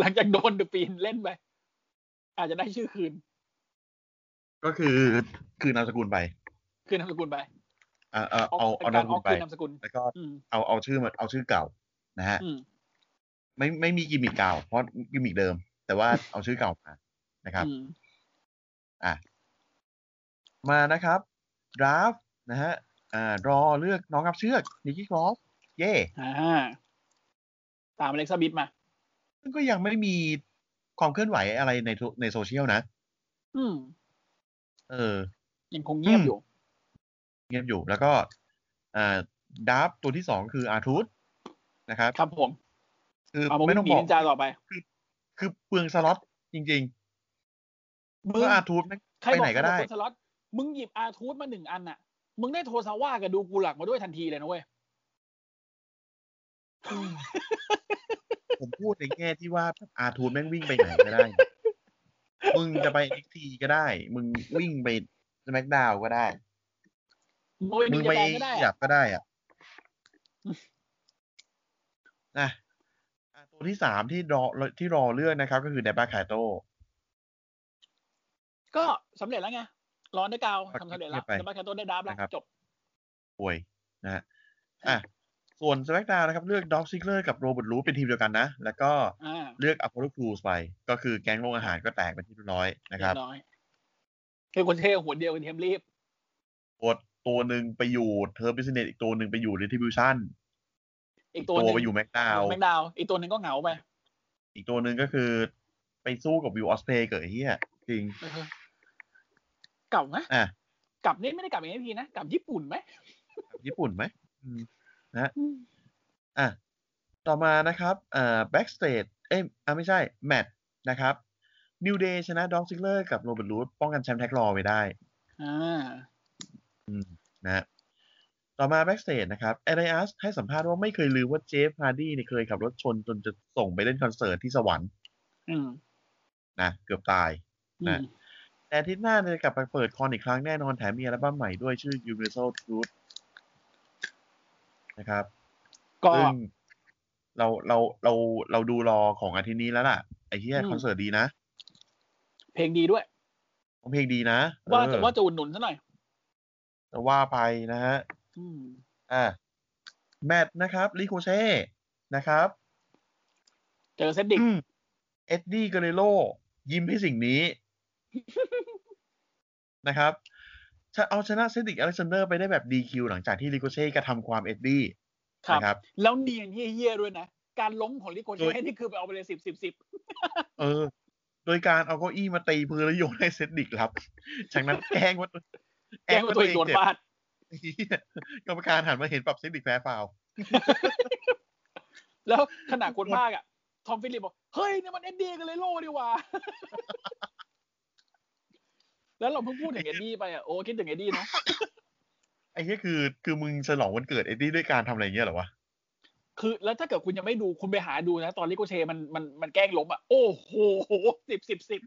[SPEAKER 2] หลังจากโดนเดอะปีนเล่นไป อาจจะได้ชื่อคืน
[SPEAKER 1] ก็คือคือนามสกุลไป
[SPEAKER 2] คืนนามสกุลไป
[SPEAKER 1] อ่าเอาเอาเอา
[SPEAKER 2] ก
[SPEAKER 1] นามส
[SPEAKER 2] ร
[SPEAKER 1] กุ
[SPEAKER 2] อ
[SPEAKER 1] ล
[SPEAKER 2] อก
[SPEAKER 1] ไป
[SPEAKER 2] คืนนามสกุล
[SPEAKER 1] แล้วก็
[SPEAKER 2] อืม
[SPEAKER 1] เอาเอาชื่อมาเอาชื่อเก่านะฮะ
[SPEAKER 2] อืม
[SPEAKER 1] ไม่ไม่มีกิมมิคเก่าเพราะกิมมิคเดิม แต่ ว่าเอาชื่อเก่ามานะครับ
[SPEAKER 2] อืม
[SPEAKER 1] มานะครับดราฟนะฮะ อ่ารอเลือกน้องกับเชือกนิกกี้คลอฟเย่
[SPEAKER 2] อ่า ตามอเล็กซาบิทมา
[SPEAKER 1] ซึ่งก็ยังไม่มีความเคลื่อนไหวอะไรในโซในโซเชียลนะ
[SPEAKER 2] อืม
[SPEAKER 1] เออ
[SPEAKER 2] ยังคงเงียบอยู่
[SPEAKER 1] เงียบอยู่แล้วก็อ่าดับตัวที่สองคืออาทูธนะครับ
[SPEAKER 2] ครับผม
[SPEAKER 1] คือ
[SPEAKER 2] เอามา
[SPEAKER 1] ไม่
[SPEAKER 2] วิ่
[SPEAKER 1] ต้อง ง
[SPEAKER 2] หนี
[SPEAKER 1] บอก
[SPEAKER 2] นินจาต่อไป
[SPEAKER 1] คือเปลืองสล็อตจริงๆ
[SPEAKER 2] มึ
[SPEAKER 1] เพื่
[SPEAKER 2] ง
[SPEAKER 1] ออาทูธแม่ง
[SPEAKER 2] ใคร
[SPEAKER 1] ไป
[SPEAKER 2] บอ
[SPEAKER 1] ไหน
[SPEAKER 2] ก
[SPEAKER 1] ก็ได้
[SPEAKER 2] สล็อตมึงหยิบอาทูธมาหนึ่งอันน่ะ มึงได้โทซาว่ากับดูกูหลักมาด้วยทันทีเลยนะเว้ย
[SPEAKER 1] ผมพูดในแง่ที่ว่าอาทูธแม่งวิ่งไปไหนก็ได้ มึงจะไปเอ็กทีก็ได้ มึงวิ่งไปแมกดาวก็ได้
[SPEAKER 2] มึงไป
[SPEAKER 1] มึ
[SPEAKER 2] นิ
[SPEAKER 1] ง
[SPEAKER 2] น
[SPEAKER 1] ไป
[SPEAKER 2] จาแดงก็ได้
[SPEAKER 1] หยับก็ได้
[SPEAKER 2] อะ
[SPEAKER 1] อ่ะนะอ่ะตัวที่สามที่รอที่รอเลือกนะครับ ก็คือเดบ้าคาโต
[SPEAKER 2] ก็สำเร็จแล้วไง ร้อนด้วยกาว
[SPEAKER 1] เอา
[SPEAKER 2] ทำสำเร็จแล้ว
[SPEAKER 1] เงียบไป
[SPEAKER 2] แต่บ้านแคทโต้ได้ดับแล้ว
[SPEAKER 1] นะครับ
[SPEAKER 2] จบ
[SPEAKER 1] ป่วยนะฮะ อ่ะ ส่วนส c ป d ดาวนะครับ เลือกด็อกซิกเลอร์กับโรเบิร์ตรูเป็นทีมเดียวกันนะ แล้วก็
[SPEAKER 2] อ่า
[SPEAKER 1] เลือกอ o l โลครู e ไป ก็คือแก๊งโรงอาหารก็แตกเป็นที่เรียบร้อยนะค
[SPEAKER 2] เรีย
[SPEAKER 1] รับบ
[SPEAKER 2] ร้อยคือคนเท่หัวเดียวกันเทมรีบ
[SPEAKER 1] ตัวตัวหนึ่งไปอยู่เทอร์บิสเนตอีกตัวหนึ่งไปอยู่ Retribution
[SPEAKER 2] อี
[SPEAKER 1] อี
[SPEAKER 2] ก
[SPEAKER 1] ก
[SPEAKER 2] ตั
[SPEAKER 1] ตัว ว
[SPEAKER 2] หนึ่ง
[SPEAKER 1] ไปอยู่แม็กดาว
[SPEAKER 2] แมงดาว อีกตัวหนึ่งก็เหงาไป
[SPEAKER 1] อีกตัวหนึ่งก็คือไปสู้กับวิวออสเพย์เกิดไอ้เฮียจริง
[SPEAKER 2] เออเก่าไหม
[SPEAKER 1] อ่ะ
[SPEAKER 2] กลับนี่ไม่ได้กลับเอ็นพีนะกลับญี่ปุ่นไหม
[SPEAKER 1] ญี่ปุ่นไหมอืม
[SPEAKER 2] อืม
[SPEAKER 1] อ่ะ ต่อมานะครับเอ่อ backstage เอ้ยอ่ะไม่ใช่ แมตช์นะครับ New Day ชนะด็อกซิกเลอร์กับโรเบิร์ตรูป้องกันแชมป์แท็กรอไว้ได้
[SPEAKER 2] อ่า
[SPEAKER 1] อืมนะฮะต่อมา backstage นะครับเอเดอัสให้สัมภาษณ์ว่าไม่เคยลืมว่าเจฟฮาร์ดี้เนี่ยเคยขับรถชนจนจะส่งไปเล่นคอนเสิร์ตที่สวรรค์
[SPEAKER 2] อืม
[SPEAKER 1] นะเกือบตาย
[SPEAKER 2] อื
[SPEAKER 1] นะ
[SPEAKER 2] ม
[SPEAKER 1] แต่อาทิตย์หน้าเนี่ยจะกลับไปเปิดคอนอีกครั้งแน่นอนแถมมีอัลบั้มใหม่ด้วยชื่อ Universal Truth นะครับ
[SPEAKER 2] ก็
[SPEAKER 1] ซึ่งเราเราเราเราดูรอของอาทิตย์นี้แล้วล่ะ ไอ้เหี้ย
[SPEAKER 2] อืม
[SPEAKER 1] คอนเสิร์ตดีนะ
[SPEAKER 2] เพลงดีด้วย
[SPEAKER 1] เพลงดีนะ
[SPEAKER 2] ว่า
[SPEAKER 1] เอ
[SPEAKER 2] จะ
[SPEAKER 1] อ
[SPEAKER 2] ว่าจะอุดหนุนซะหน่อย
[SPEAKER 1] แต่ว่าไปนะฮะ
[SPEAKER 2] อืม
[SPEAKER 1] อ่ะแมตช์นะครับลิโคเช่นะครับ
[SPEAKER 2] เจอเซนดิก
[SPEAKER 1] เอ็ดดี้เกเรโลยิ้มให้สิ่งนี้ นะครับจะเอาชนะเซนติกอเล็กซานเดอร์ไปได้แบบ DQ หลังจากที่ลิโกเช่กระทำความเอ็ดดี้
[SPEAKER 2] ครับ
[SPEAKER 1] นะครับ
[SPEAKER 2] แล้วเนียนเฮี้ยๆด้วยนะ การล้มของลิโกเช
[SPEAKER 1] โดย
[SPEAKER 2] เช่นี่คือไปเอาไปเลยสิบสิบสิบ
[SPEAKER 1] เออ โดยการเอาเก้าอี้มาตีพื้นแล้วโยนให้เซดดิกรับ จากนั้นแกล้งว่า
[SPEAKER 2] แกล้งว่าตัวเองโดน
[SPEAKER 1] เจ็บ
[SPEAKER 2] ฟาด
[SPEAKER 1] เหี้ย กรรมการหันมาเห็นปรับเซดดิกแพ้ฟาวล์
[SPEAKER 2] แล้วขนาดคนภาคอ่ะ ทอมฟิลิปบอก เฮ้ยเนี่ยมันเอ็ดดี้กันเลยโลดีหว่า แล้วเราเพิ่งพูดถึงเอ็ดดี้ไปอ่ะ โอ้คิดถึงเอ็ดดี้นะ
[SPEAKER 1] ไอ้เนี้ยคือ คือมึงฉลองวันเกิดเอ็ดดี้ด้วยการทำอะไรเงี้ยเหรอวะ
[SPEAKER 2] คือ แล้วถ้าเกิดคุณยังไม่ดูคุณไปหาดูนะ ตอนลิโกเชมันมันมันแกล้งล้มอ่ะ โอ้โหสิบสิบสิบ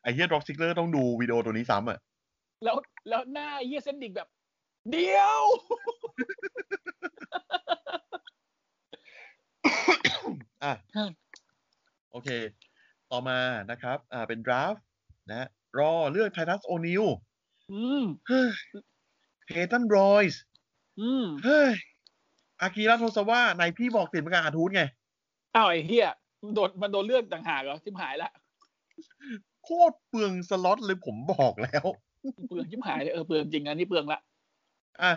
[SPEAKER 1] ไอ้เหี้ยร็อกซิกเลอร์ต้องดูวิดีโอตัวนี้ซ้ำอ่ะ
[SPEAKER 2] แล้วแล้วหน้าเยี่ยเซนดิกแบบ เดียว
[SPEAKER 1] อ่ะ โอเค ต่อมานะครับ อ่า เป็นดราฟต์นะฮะรอเลือกไททัสโอนิว
[SPEAKER 2] อืม
[SPEAKER 1] เฮตันรอยส์
[SPEAKER 2] อืม
[SPEAKER 1] เฮ้ย อากิระโทซาวะนายพี่บอกติดมากับอาทูตไง
[SPEAKER 2] อ้าวไอ้เฮียมันโดนมันโดนเลือกต่างหากเหรอชิมหายละ
[SPEAKER 1] โคตรเปลืองสล็อตเลยผมบอกแล้ว
[SPEAKER 2] เปลืองชิมหายเลยเออเปลืองจริงอันนี้เปลืองละ
[SPEAKER 1] อ่ะ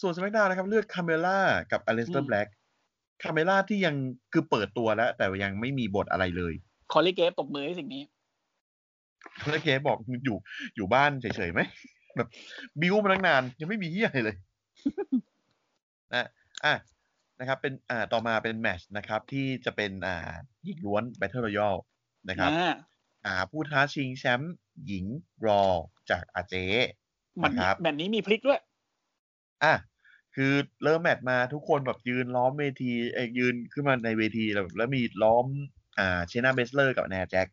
[SPEAKER 1] ส่วนสมักดาวนะครับ เลือกคาเมล่ากับอเลสเตอ
[SPEAKER 2] อื
[SPEAKER 1] ร์
[SPEAKER 2] ม
[SPEAKER 1] แบล็กคาเมล่าที่ยังคือเปิดตัวแล้ว แต่ยังไม่มีบทอะไรเลย
[SPEAKER 2] คอลลีเกฟตบมือให้สิ่งนี้
[SPEAKER 1] เมื่อเคบอกมึงอยู่อยู่บ้านเฉยๆไหม แบบบิวมาตั้งนาน ยังไม่มีเฮียอะไรเลย นะอ่ะนะครับ เป็นอ่าต่อมาเป็นแมตชนะครับ ที่จะเป็นอ่าหญิงล้วนแบทเทิลรอยัลนะครับ
[SPEAKER 2] อ่า
[SPEAKER 1] อ่า ผู้ท้าชิงแชมป์หญิงรอจากอาเจ
[SPEAKER 2] มัน
[SPEAKER 1] นะครับ
[SPEAKER 2] แบบนี้มีพลิกด้วย
[SPEAKER 1] อ่ะคือเริ่มแมตช์มาทุกคนแบบยืนล้อมเวทีเอยยืนขึ้นมาในเวทีแล้วแบบแล้วมีล้อมอ่าเชนาเบสเลอร์กับแนร์แจ็ค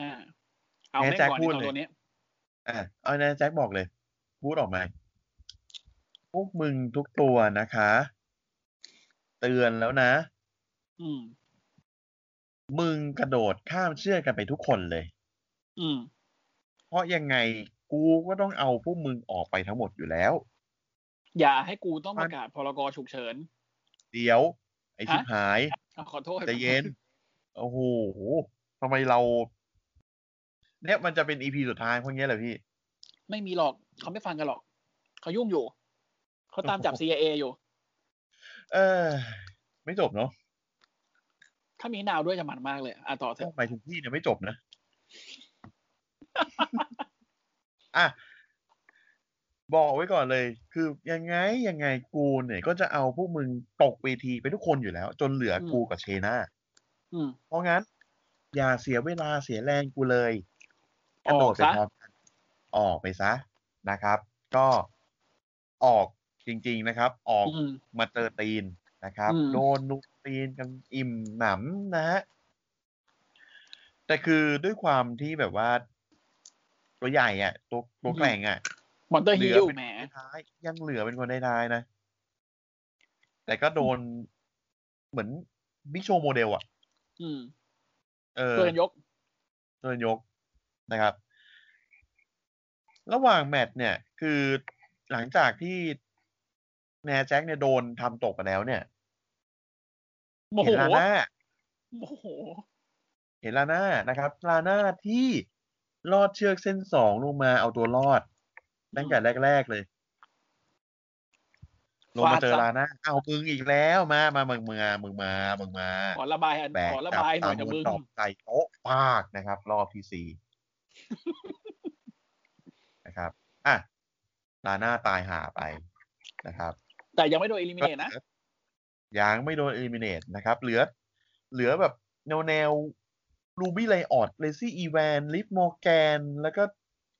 [SPEAKER 2] อ่า เอา
[SPEAKER 1] แน่
[SPEAKER 2] แม่ง
[SPEAKER 1] ใจ
[SPEAKER 2] ก่อน
[SPEAKER 1] พูด
[SPEAKER 2] ดีก
[SPEAKER 1] เลย
[SPEAKER 2] ว่าตัวเนี้ย
[SPEAKER 1] อ่ะเอาแนร์แจ็คบอกเลย พูดออกมาพวกมึงทุกตัวนะคะ เตือนแล้วนะ
[SPEAKER 2] อืม
[SPEAKER 1] มึงกระโดดข้ามเชือกกันไปทุกคนเลย
[SPEAKER 2] อืม
[SPEAKER 1] เพราะยังไงกูก็ต้องเอาพวกมึงออกไปทั้งหมดอยู่แล้ว
[SPEAKER 2] อย่าให้กูต้อง
[SPEAKER 1] มัน
[SPEAKER 2] ประกาศพรกฉุกเฉิน
[SPEAKER 1] เดี๋ยว ไอ้ชิบหาย
[SPEAKER 2] อ่ะขอโทษ
[SPEAKER 1] ใจเย็น โอ้โหทำไมเรา เนี่ยมันจะเป็นอีพีสุดท้ายพวกเนี้ยเหรอพี่
[SPEAKER 2] ไม่มีหรอก เขาไม่ฟังกันหรอก เขายุ่งอยู่ เขาตามจับ
[SPEAKER 1] โอ้โห
[SPEAKER 2] CIA อยู่
[SPEAKER 1] เออ ไม่จบเนาะ
[SPEAKER 2] ถ้ามีนาวด้วยจะมันมากเลย อ่ะต่อเถอะ
[SPEAKER 1] หมายถึงพี่เนี่ยไม่จบนะ อ่ะ บอกไว้ก่อนเลย คือยังไงยังไงกูเนี่ย ก็จะเอาพวกมึงตกเวทีไปทุกคนอยู่แล้ว จนเหลือกูกับเชน่า
[SPEAKER 2] อืม
[SPEAKER 1] เพราะงั้น อย่าเสียเวลาเสียแรงกูเลย
[SPEAKER 2] ออก
[SPEAKER 1] ไป
[SPEAKER 2] ซะ
[SPEAKER 1] ครับออกไปซะนะครับ ก็ออกจริง ๆนะครับ ออก
[SPEAKER 2] อืม
[SPEAKER 1] มาเจอตีนนะครับ
[SPEAKER 2] อืม
[SPEAKER 1] โดนลูกตีนกันอิ่มหนำนะฮะแต่คือด้วยความที่แบบว่า ตัวใหญ่อะตัวตัวแกร่งอะ
[SPEAKER 2] มอนเตอร์
[SPEAKER 1] เห
[SPEAKER 2] ฮิ
[SPEAKER 1] ลื
[SPEAKER 2] ล
[SPEAKER 1] เป็น
[SPEAKER 2] แหม
[SPEAKER 1] คนท้ายๆยังเหลือเป็นคนท้ายๆนะ แต่ก็โดนเหมือนบิ๊กโชว์โมเดลอะ
[SPEAKER 2] อืม
[SPEAKER 1] เออ
[SPEAKER 2] เพื่อนยก
[SPEAKER 1] เดินยกนะครับ ระหว่างแมตช์เนี่ย คือหลังจากที่แนร์แจ็คเนี่ยโดนทำตกไปแล้วเนี่ย
[SPEAKER 2] โมโห
[SPEAKER 1] เห็นลาน่า
[SPEAKER 2] โมโห
[SPEAKER 1] เห็นลาน่านะครับลาน่าที่ลอดเชือกเส้นสองลงมาเอาตัวรอด ตั้งแต่แรก ๆ เลยลงมาเจอ
[SPEAKER 2] ฟาดซะ
[SPEAKER 1] ลาน่าเอามึงอีกแล้ว มามามึงมามึงมามึงมา
[SPEAKER 2] ขอระบายอัน
[SPEAKER 1] แบก
[SPEAKER 2] ขอ
[SPEAKER 1] กับบ
[SPEAKER 2] ระายหน่
[SPEAKER 1] ตา
[SPEAKER 2] อย
[SPEAKER 1] ม
[SPEAKER 2] จะ
[SPEAKER 1] วน
[SPEAKER 2] มึง
[SPEAKER 1] ตอบใจโต๊ะปากนะครับ รอบที่สี่นะครับอ่ะลาน่าตายหาไปนะครับ
[SPEAKER 2] แต่ยังไม่โดนเอลิมิเนตนะ
[SPEAKER 1] ยังไม่โดนเอลิมิเนตนะครับ เหลือ เหลือแบบแนวแนวรูบี้ไลออดเลซี่อีแวนลิฟมอร์แกน แล้วก็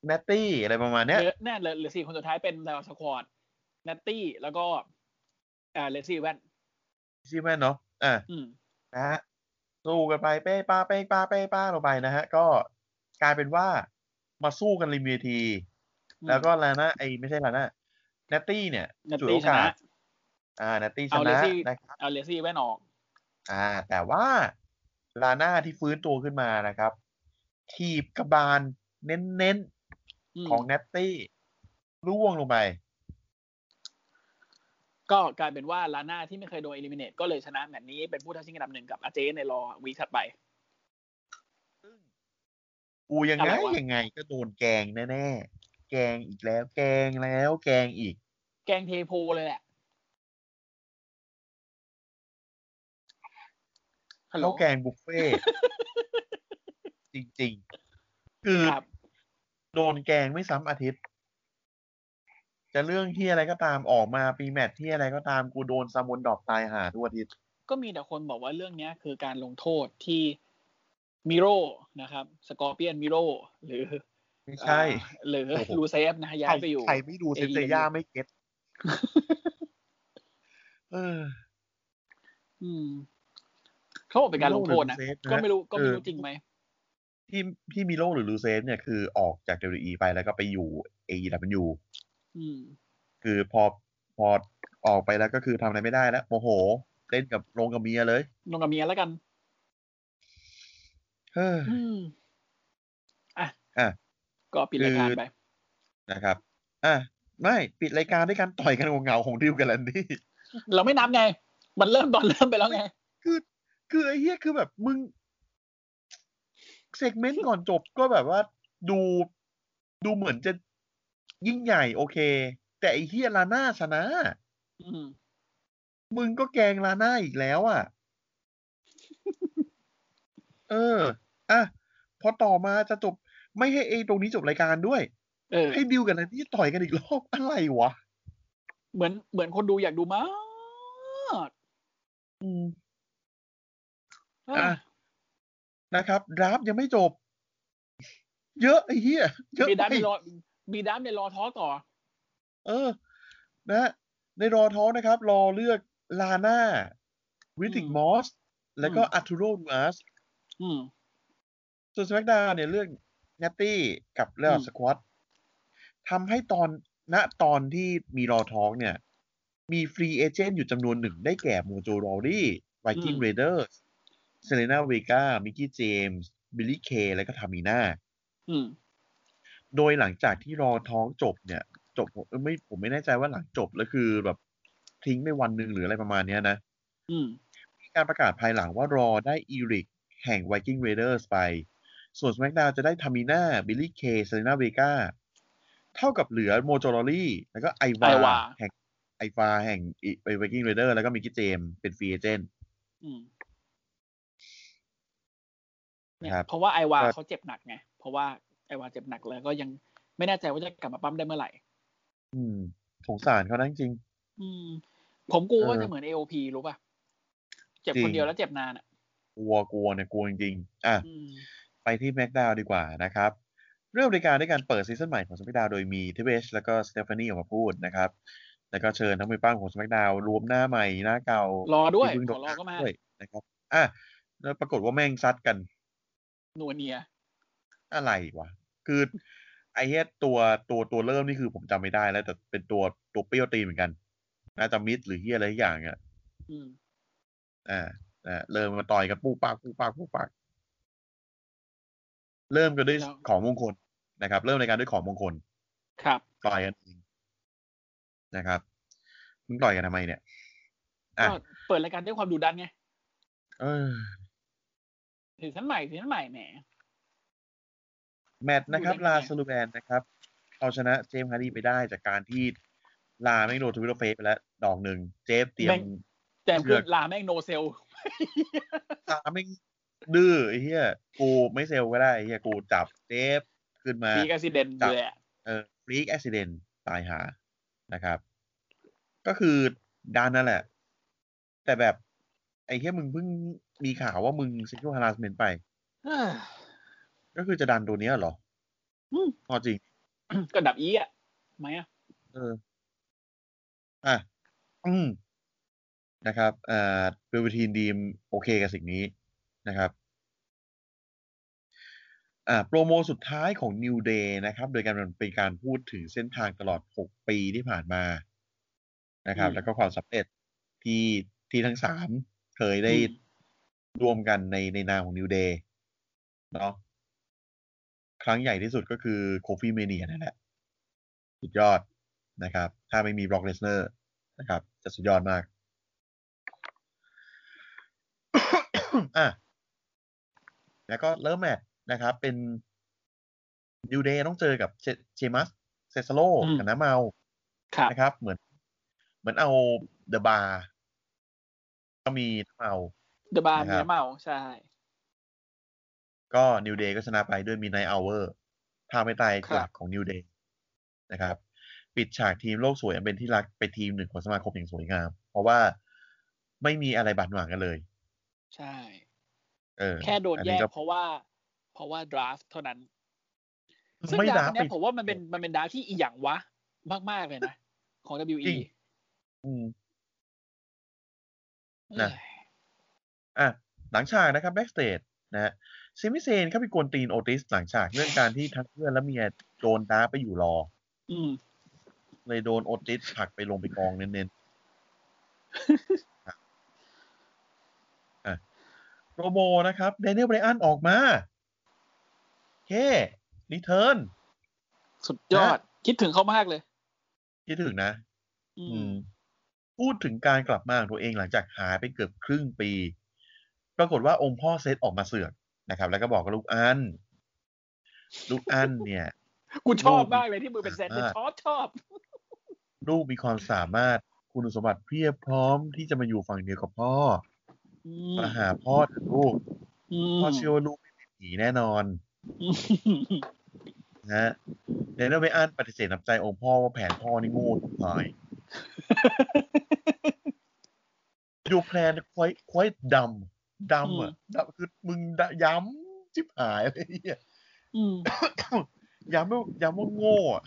[SPEAKER 1] เนตตี้อะไรประมาณเนี้ย
[SPEAKER 2] เหลือแน่เหลยเหลือสี่คนสุดท้ายเป็นดาวสควอตนัตตี้ แล้วก็อ่าเลซี่แวน
[SPEAKER 1] ใช่ไหมเนาะอ่ะ
[SPEAKER 2] อืม
[SPEAKER 1] นะฮะสู้กันไปเป้ป้าเป้ป้าเป้ป้าลงไปนะฮะ ก็กลายเป็นว่ามาสู้กันริมเวที แล้วก็ลาน่าไอยไม่ใช่ลาน่าเนตตี้เนี่ย
[SPEAKER 2] เนต
[SPEAKER 1] จุด
[SPEAKER 2] ตี้
[SPEAKER 1] โอกา
[SPEAKER 2] ช
[SPEAKER 1] ส
[SPEAKER 2] นะ
[SPEAKER 1] อ่าเนตตี้ช
[SPEAKER 2] เอาเล
[SPEAKER 1] นะ
[SPEAKER 2] ซี่
[SPEAKER 1] นะครับ
[SPEAKER 2] เอาเลซี่แว่นออก
[SPEAKER 1] อ่า แต่ว่าลาน่าที่ฟื้นตัวขึ้นมานะครับถีบกระบาลเน้น
[SPEAKER 2] อืม
[SPEAKER 1] ๆ ของเนตตี้ล่วงลงไป
[SPEAKER 2] ก็กลายเป็นว่าลาน่าที่ไม่เคยโดนเอลิมิเนตก็เลยชนะแมตช์นี้เป็นผู้ท้าชิงอันดับหนึ่งกับอาเจในรอวีคถัดไป
[SPEAKER 1] กูยัง
[SPEAKER 2] อะไร
[SPEAKER 1] ไง
[SPEAKER 2] วะ
[SPEAKER 1] ยังไงก็โดนแกงแน่ๆ แกงอีกแล้ว แกงแล้ว แกงอีก
[SPEAKER 2] แกงเทโพเลยแหละ ฮัลโหล
[SPEAKER 1] ข้าวแกงบุฟเฟ่ ต์ จริง ๆ คือ
[SPEAKER 2] ครับ
[SPEAKER 1] โดนแกงไม่ซ้ำอาทิตย์ จะเรื่องที่อะไรก็ตามออกมาปีแมทที่อะไรก็ตามกูโดนซามบนดอกตายหาทุกอาทิตย์
[SPEAKER 2] ก็มีแต่คนบอกว่าเรื่องเนี้ย คือการลงโทษที่มิโร่นะครับสกอร์เปียนมิโร่หรือ
[SPEAKER 1] ไม่ใช่
[SPEAKER 2] อ่าหรือ
[SPEAKER 1] โอ้โห
[SPEAKER 2] ลูเซฟนะย้ายไปอยู่
[SPEAKER 1] ใครไม่ดูเซนเซย่าไม่เก็ตเออ
[SPEAKER 2] อืมเขาบอกเป็นการลงโทษนะ
[SPEAKER 1] มิโหอลูเซฟ
[SPEAKER 2] ก็ไม่รู้ก็ไม่
[SPEAKER 1] เออ
[SPEAKER 2] รู้จริงไหม
[SPEAKER 1] ที่ที่มิโลหรือลูเซฟเนี่ยคือออกจาก WWE ไปแล้วก็ไปอยู่ AEW
[SPEAKER 2] อืม
[SPEAKER 1] คือพอพอออกไปแล้วก็คือทำอะไรไม่ได้แล้วโมโห เล่นกับลงกับเมียเลย
[SPEAKER 2] ลงกับเมียแล้วกัน
[SPEAKER 1] เฮ้อ
[SPEAKER 2] อืมอ่ะ
[SPEAKER 1] อ่ะ
[SPEAKER 2] ก็ปิดรายการไป
[SPEAKER 1] นะครับ อ่ะไม่ปิดรายการด้วยการต่อยกันเหงาๆของดิวกันแลนดี้
[SPEAKER 2] เราไม่นับไง มันเริ่มตอนเริ่มไปแล้วไง
[SPEAKER 1] คือคือไอ้เหี้ยคือแบบมึงเซกเมนต์ก่อนจบก็แบบว่าดูดูเหมือนจะยิ่งใหญ่โอเค แต่ไอ้เฮียลาน่าชนะ
[SPEAKER 2] อืม
[SPEAKER 1] มึงก็แกงลาน่าอีกแล้วอ่ะ เออ อ่ะ พอต่อมาจะจบ ไม่ให้เอตรงนี้จบรายการด้วย
[SPEAKER 2] เออ
[SPEAKER 1] ให้ดิวกับแลนดี้ต่อยกันอีกรอบอะไรวะ
[SPEAKER 2] เหมือนเหมือนคนดูอยากดูมาก
[SPEAKER 1] อืม
[SPEAKER 2] อ่ะ
[SPEAKER 1] อ่ะ นะครับดราฟยังไม่จบ เยอะไอ้เหี้ยเยอะ
[SPEAKER 2] มีดัม
[SPEAKER 1] ไป
[SPEAKER 2] ในรอมีดัมในรอท้อต่อ
[SPEAKER 1] เออ นะฮะในรอท้องนะครับ รอเลือกลาน่าวิติก
[SPEAKER 2] อืม
[SPEAKER 1] มอส แล้วก็
[SPEAKER 2] อืม
[SPEAKER 1] อัตูโรมาส
[SPEAKER 2] อืม
[SPEAKER 1] ส่วนสแมกดาเนี่ยเลือกเนตตี้กับเลือก
[SPEAKER 2] อืม
[SPEAKER 1] สควอตทำให้ตอนณตอนที่มีรอท้องเนี่ย มีฟรีเอเจนต์อยู่จำนวนหนึ่งได้แก่โมโจรอรี่ไวกิ้งเรเดอร์เซเลนาเวกามิกกี้เจมส์บิลลี่เคและก็ทามีนา
[SPEAKER 2] อืม
[SPEAKER 1] โดยหลังจากที่รอท้องจบเนี่ย จบผมเออไม่ผมไม่แน่ใจว่าหลังจบแล้วคือแบบทิ้งไปวันหนึ่งหรืออะไรประมาณเนี้ยนะ
[SPEAKER 2] อืม
[SPEAKER 1] มีการประกาศภายหลังว่ารอได้อีริกแห่ง Viking Raiders ไป ส่วน SmackDown จะได้ทามิน่าบิลลี่เคเซเลนาเวกาเท่ากับเหลือโมโจลอรี่แล้วก็ไอวา
[SPEAKER 2] Ivar
[SPEAKER 1] แห่งไอวาแห่งไอ Viking Raider แล้วก็มิกกี้เจมส์เป็นฟรีเอเจนต์
[SPEAKER 2] อืมเนี่ย
[SPEAKER 1] ครับ
[SPEAKER 2] เพราะว่าไอวา
[SPEAKER 1] ก็
[SPEAKER 2] เขาเจ็บหนักไง เพราะว่าไอวาเจ็บหนักแล้วก็ยังไม่แน่ใจว่าจะกลับมาปั๊มได้เมื่อไหร่
[SPEAKER 1] อืมสงสารเขานะจริง
[SPEAKER 2] อืม ผมกลัวว่า
[SPEAKER 1] เออ
[SPEAKER 2] จะเหมือน AOP รู้ป่ะ เจ็บ
[SPEAKER 1] จริ
[SPEAKER 2] ค
[SPEAKER 1] ง
[SPEAKER 2] นเดียวแล้วเจ็บนานอ่ะ
[SPEAKER 1] ๆกลัวกลัวเนี่ยกลัวจริงๆอ่ะ
[SPEAKER 2] อืม
[SPEAKER 1] ไปที่แม็กดาวดีกว่านะครับ เริ่มรายการด้วยการเปิดซีซั่นใหม่ของสมักดาวโดยมีทิเบชแล้วก็สเตฟานีออกมาพูดนะครับ แล้วก็เชิญทั้งมือป้างของสมักดาวรวมหน้าใหม่หน้าเก่าร
[SPEAKER 2] อด้วย
[SPEAKER 1] ที่เพิ่งโด
[SPEAKER 2] ขอนรอก็มา
[SPEAKER 1] ด้วยนะครับอ่ะแล้วปรากฏว่าแม่งซัดกัน
[SPEAKER 2] หนัวเนีย
[SPEAKER 1] อะไรวะ คือไอ้เหี้ยตัวตัวตัวเริ่มนี่คือผมจำไม่ได้แล้ว แต่เป็นตัวตัวเปรี้ยวตีนเหมือนกันน่าจะมิดหรือเฮียอะไรสักอย่างอ่ะ
[SPEAKER 2] อืม
[SPEAKER 1] อ่าอ่าเริ่มมาต่อยกันปูปากปูปากปูปาก เริ่มกันด้วย
[SPEAKER 2] แล้ว
[SPEAKER 1] ของมงคลนะครับ เริ่มรายการด้วยของมงคล
[SPEAKER 2] ครับ
[SPEAKER 1] ต่อยกันเองนะครับมึงต่อยกันทำไมเนี่ย อ่ะ
[SPEAKER 2] ก็เปิดรายการด้วยความดุดันไง
[SPEAKER 1] เออ
[SPEAKER 2] ถือชั้นใหม่ถือชั้นใหม่แหม
[SPEAKER 1] แมตช์นะครับ
[SPEAKER 2] ดูได้ไง
[SPEAKER 1] ลาซูลูแบนนะครับ เอาชนะเจมส์ฮาร์ดีไปได้จากการที่ลาไม่งโดนทวิตเตอร์เฟซไปแล้ว ดอกหนึ่ง เจฟเตรียม
[SPEAKER 2] แต่
[SPEAKER 1] เชื
[SPEAKER 2] เพื่
[SPEAKER 1] อ
[SPEAKER 2] อก นลาแม่งโนเซล
[SPEAKER 1] ลาไม่งดื้อไอ้เหี้ย กูไม่เซลก็ได้ไอ้เหี้ย กูจับเจฟขึ้นมา
[SPEAKER 2] ปีกาซิเดน
[SPEAKER 1] จับ
[SPEAKER 2] เลยอะ
[SPEAKER 1] เออฟรีกแอซิเดนตายหานะครับ ก็คือดันนั่นแหละ แต่แบบ ไอ้เหี้ยมึงเพิ่งมีข่าวว่ามึงเซ็กชวลฮาร์สเมนไป
[SPEAKER 2] เอ้อ
[SPEAKER 1] ก็คือจะดันตัวเนี้ยเหรอ
[SPEAKER 2] อืม
[SPEAKER 1] พอจริง
[SPEAKER 2] ก็ดับอีอะไหมอะ
[SPEAKER 1] เออ อ่ะ อืม นะครับเอ่อเบลทีนดีมโอเคกับสิ่งนี้นะครับ อ่า โปรโมสุดท้ายของ New Day นะครับ โดยการเป็นการพูดถึงเส้นทางตลอด 6 ปีที่ผ่านมา นะครับ แล้วก็ความสำเร็จที่ที่ทั้งสามเคยได้
[SPEAKER 2] อืม
[SPEAKER 1] รวมกันในในนามของ New Day เนาะ ครั้งใหญ่ที่สุดก็คือโคฟี่เมเนียนั่นแหละ สุดยอดนะครับ ถ้าไม่มีบล็อกเลสเนอร์นะครับ จะสุดยอดมาก อ่ะ แล้วก็เริ่มแมตช์นะครับ เป็นยูเดย์ต้องเจอกับเจเจมัสเซซาโล
[SPEAKER 2] อืม
[SPEAKER 1] กับน้ำเมา
[SPEAKER 2] ครับ
[SPEAKER 1] นะครับ เหมือน เหมือนเอาเดอะบาร์ก็มีน้ำเมา
[SPEAKER 2] เดอะบาร์
[SPEAKER 1] นะครับ
[SPEAKER 2] เมียเมาใช่
[SPEAKER 1] ก็นิวเดย์ก็ชนะไปด้วยมีไนเอาเวอร์ท่าไม่ตาย
[SPEAKER 2] ครับ
[SPEAKER 1] หลักของนิวเดย์นะครับ ปิดฉากทีมโลกสวยอันเป็นที่รักไปทีมหนึ่งของสมาคมอย่างสวยงาม เพราะว่าไม่มีอะไรบาดหมางกันเลย
[SPEAKER 2] ใช่
[SPEAKER 1] เออ
[SPEAKER 2] แค่โดน
[SPEAKER 1] อั
[SPEAKER 2] แยก
[SPEAKER 1] ก็
[SPEAKER 2] เพราะว่า เพราะว่าดราฟเท่านั้น ซึ่ง
[SPEAKER 1] ไม่
[SPEAKER 2] ดรา
[SPEAKER 1] ดั
[SPEAKER 2] ฟ
[SPEAKER 1] บ
[SPEAKER 2] เนี่
[SPEAKER 1] ไป
[SPEAKER 2] ยผมว่ามันเป็นมันเป็นดราฟที่อีหยังวะ มาก ๆ เลยนะ ของ
[SPEAKER 1] จริ
[SPEAKER 2] WE
[SPEAKER 1] ง อืม
[SPEAKER 2] เอ้
[SPEAKER 1] นะ
[SPEAKER 2] ย
[SPEAKER 1] อ่ะหลังฉากนะครับแบ็กสเตจนะฮะซิมิเซนเข้าไปกวนตีนโอติสหลังฉากเรื่องการที่ทั้งเพื่อนและเมียโดนด้าไปอยู่รอ
[SPEAKER 2] อืม
[SPEAKER 1] เลยโดนโอติสผลักไปลงไปกองเน้นๆอ่ะโรโบนะครับเดนเน l ลไบรอันออกมาเครีเทิร์น
[SPEAKER 2] สุดยอด คิดถึงเขามากเลย
[SPEAKER 1] คิดถึงนะ
[SPEAKER 2] อื
[SPEAKER 1] อื
[SPEAKER 2] ม
[SPEAKER 1] ม พูดถึงการกลับมาของตัวเองหลังจากหายไปเกือบครึ่งปี ปรากฏว่าองค์พ่อเซตออกมาเสือกนะครับ แล้วก็บอกกับลูกอัน ลูกอันเนี่ย
[SPEAKER 2] กูชอบมากเลยที่มือเป็นเซนเป็น
[SPEAKER 1] อ่า
[SPEAKER 2] ชอบชอบ
[SPEAKER 1] ลูกมีความสามารถคุณสมบัติเพียบพร้อมที่จะมาอยู่ฝั่งเดียวกับพ่อ
[SPEAKER 2] อืม
[SPEAKER 1] มาหาพ่อเถอะลูก พ่อเชื่อว่าลูกไม่เป็นผีแน่นอน
[SPEAKER 2] ม
[SPEAKER 1] นะฮะเดนเนลไบรอันปฏิเสธน้ำใจองค์พ่อว่าแผนพ่อนี่โง่ทุกหน่อย ดูแพลนควายควายดำดำอ่ะดำคือมึงดะย้ำจิบหายอะไรเงี้ย
[SPEAKER 2] อืม
[SPEAKER 1] ย้ำว่าย้ำว่าโง่อะ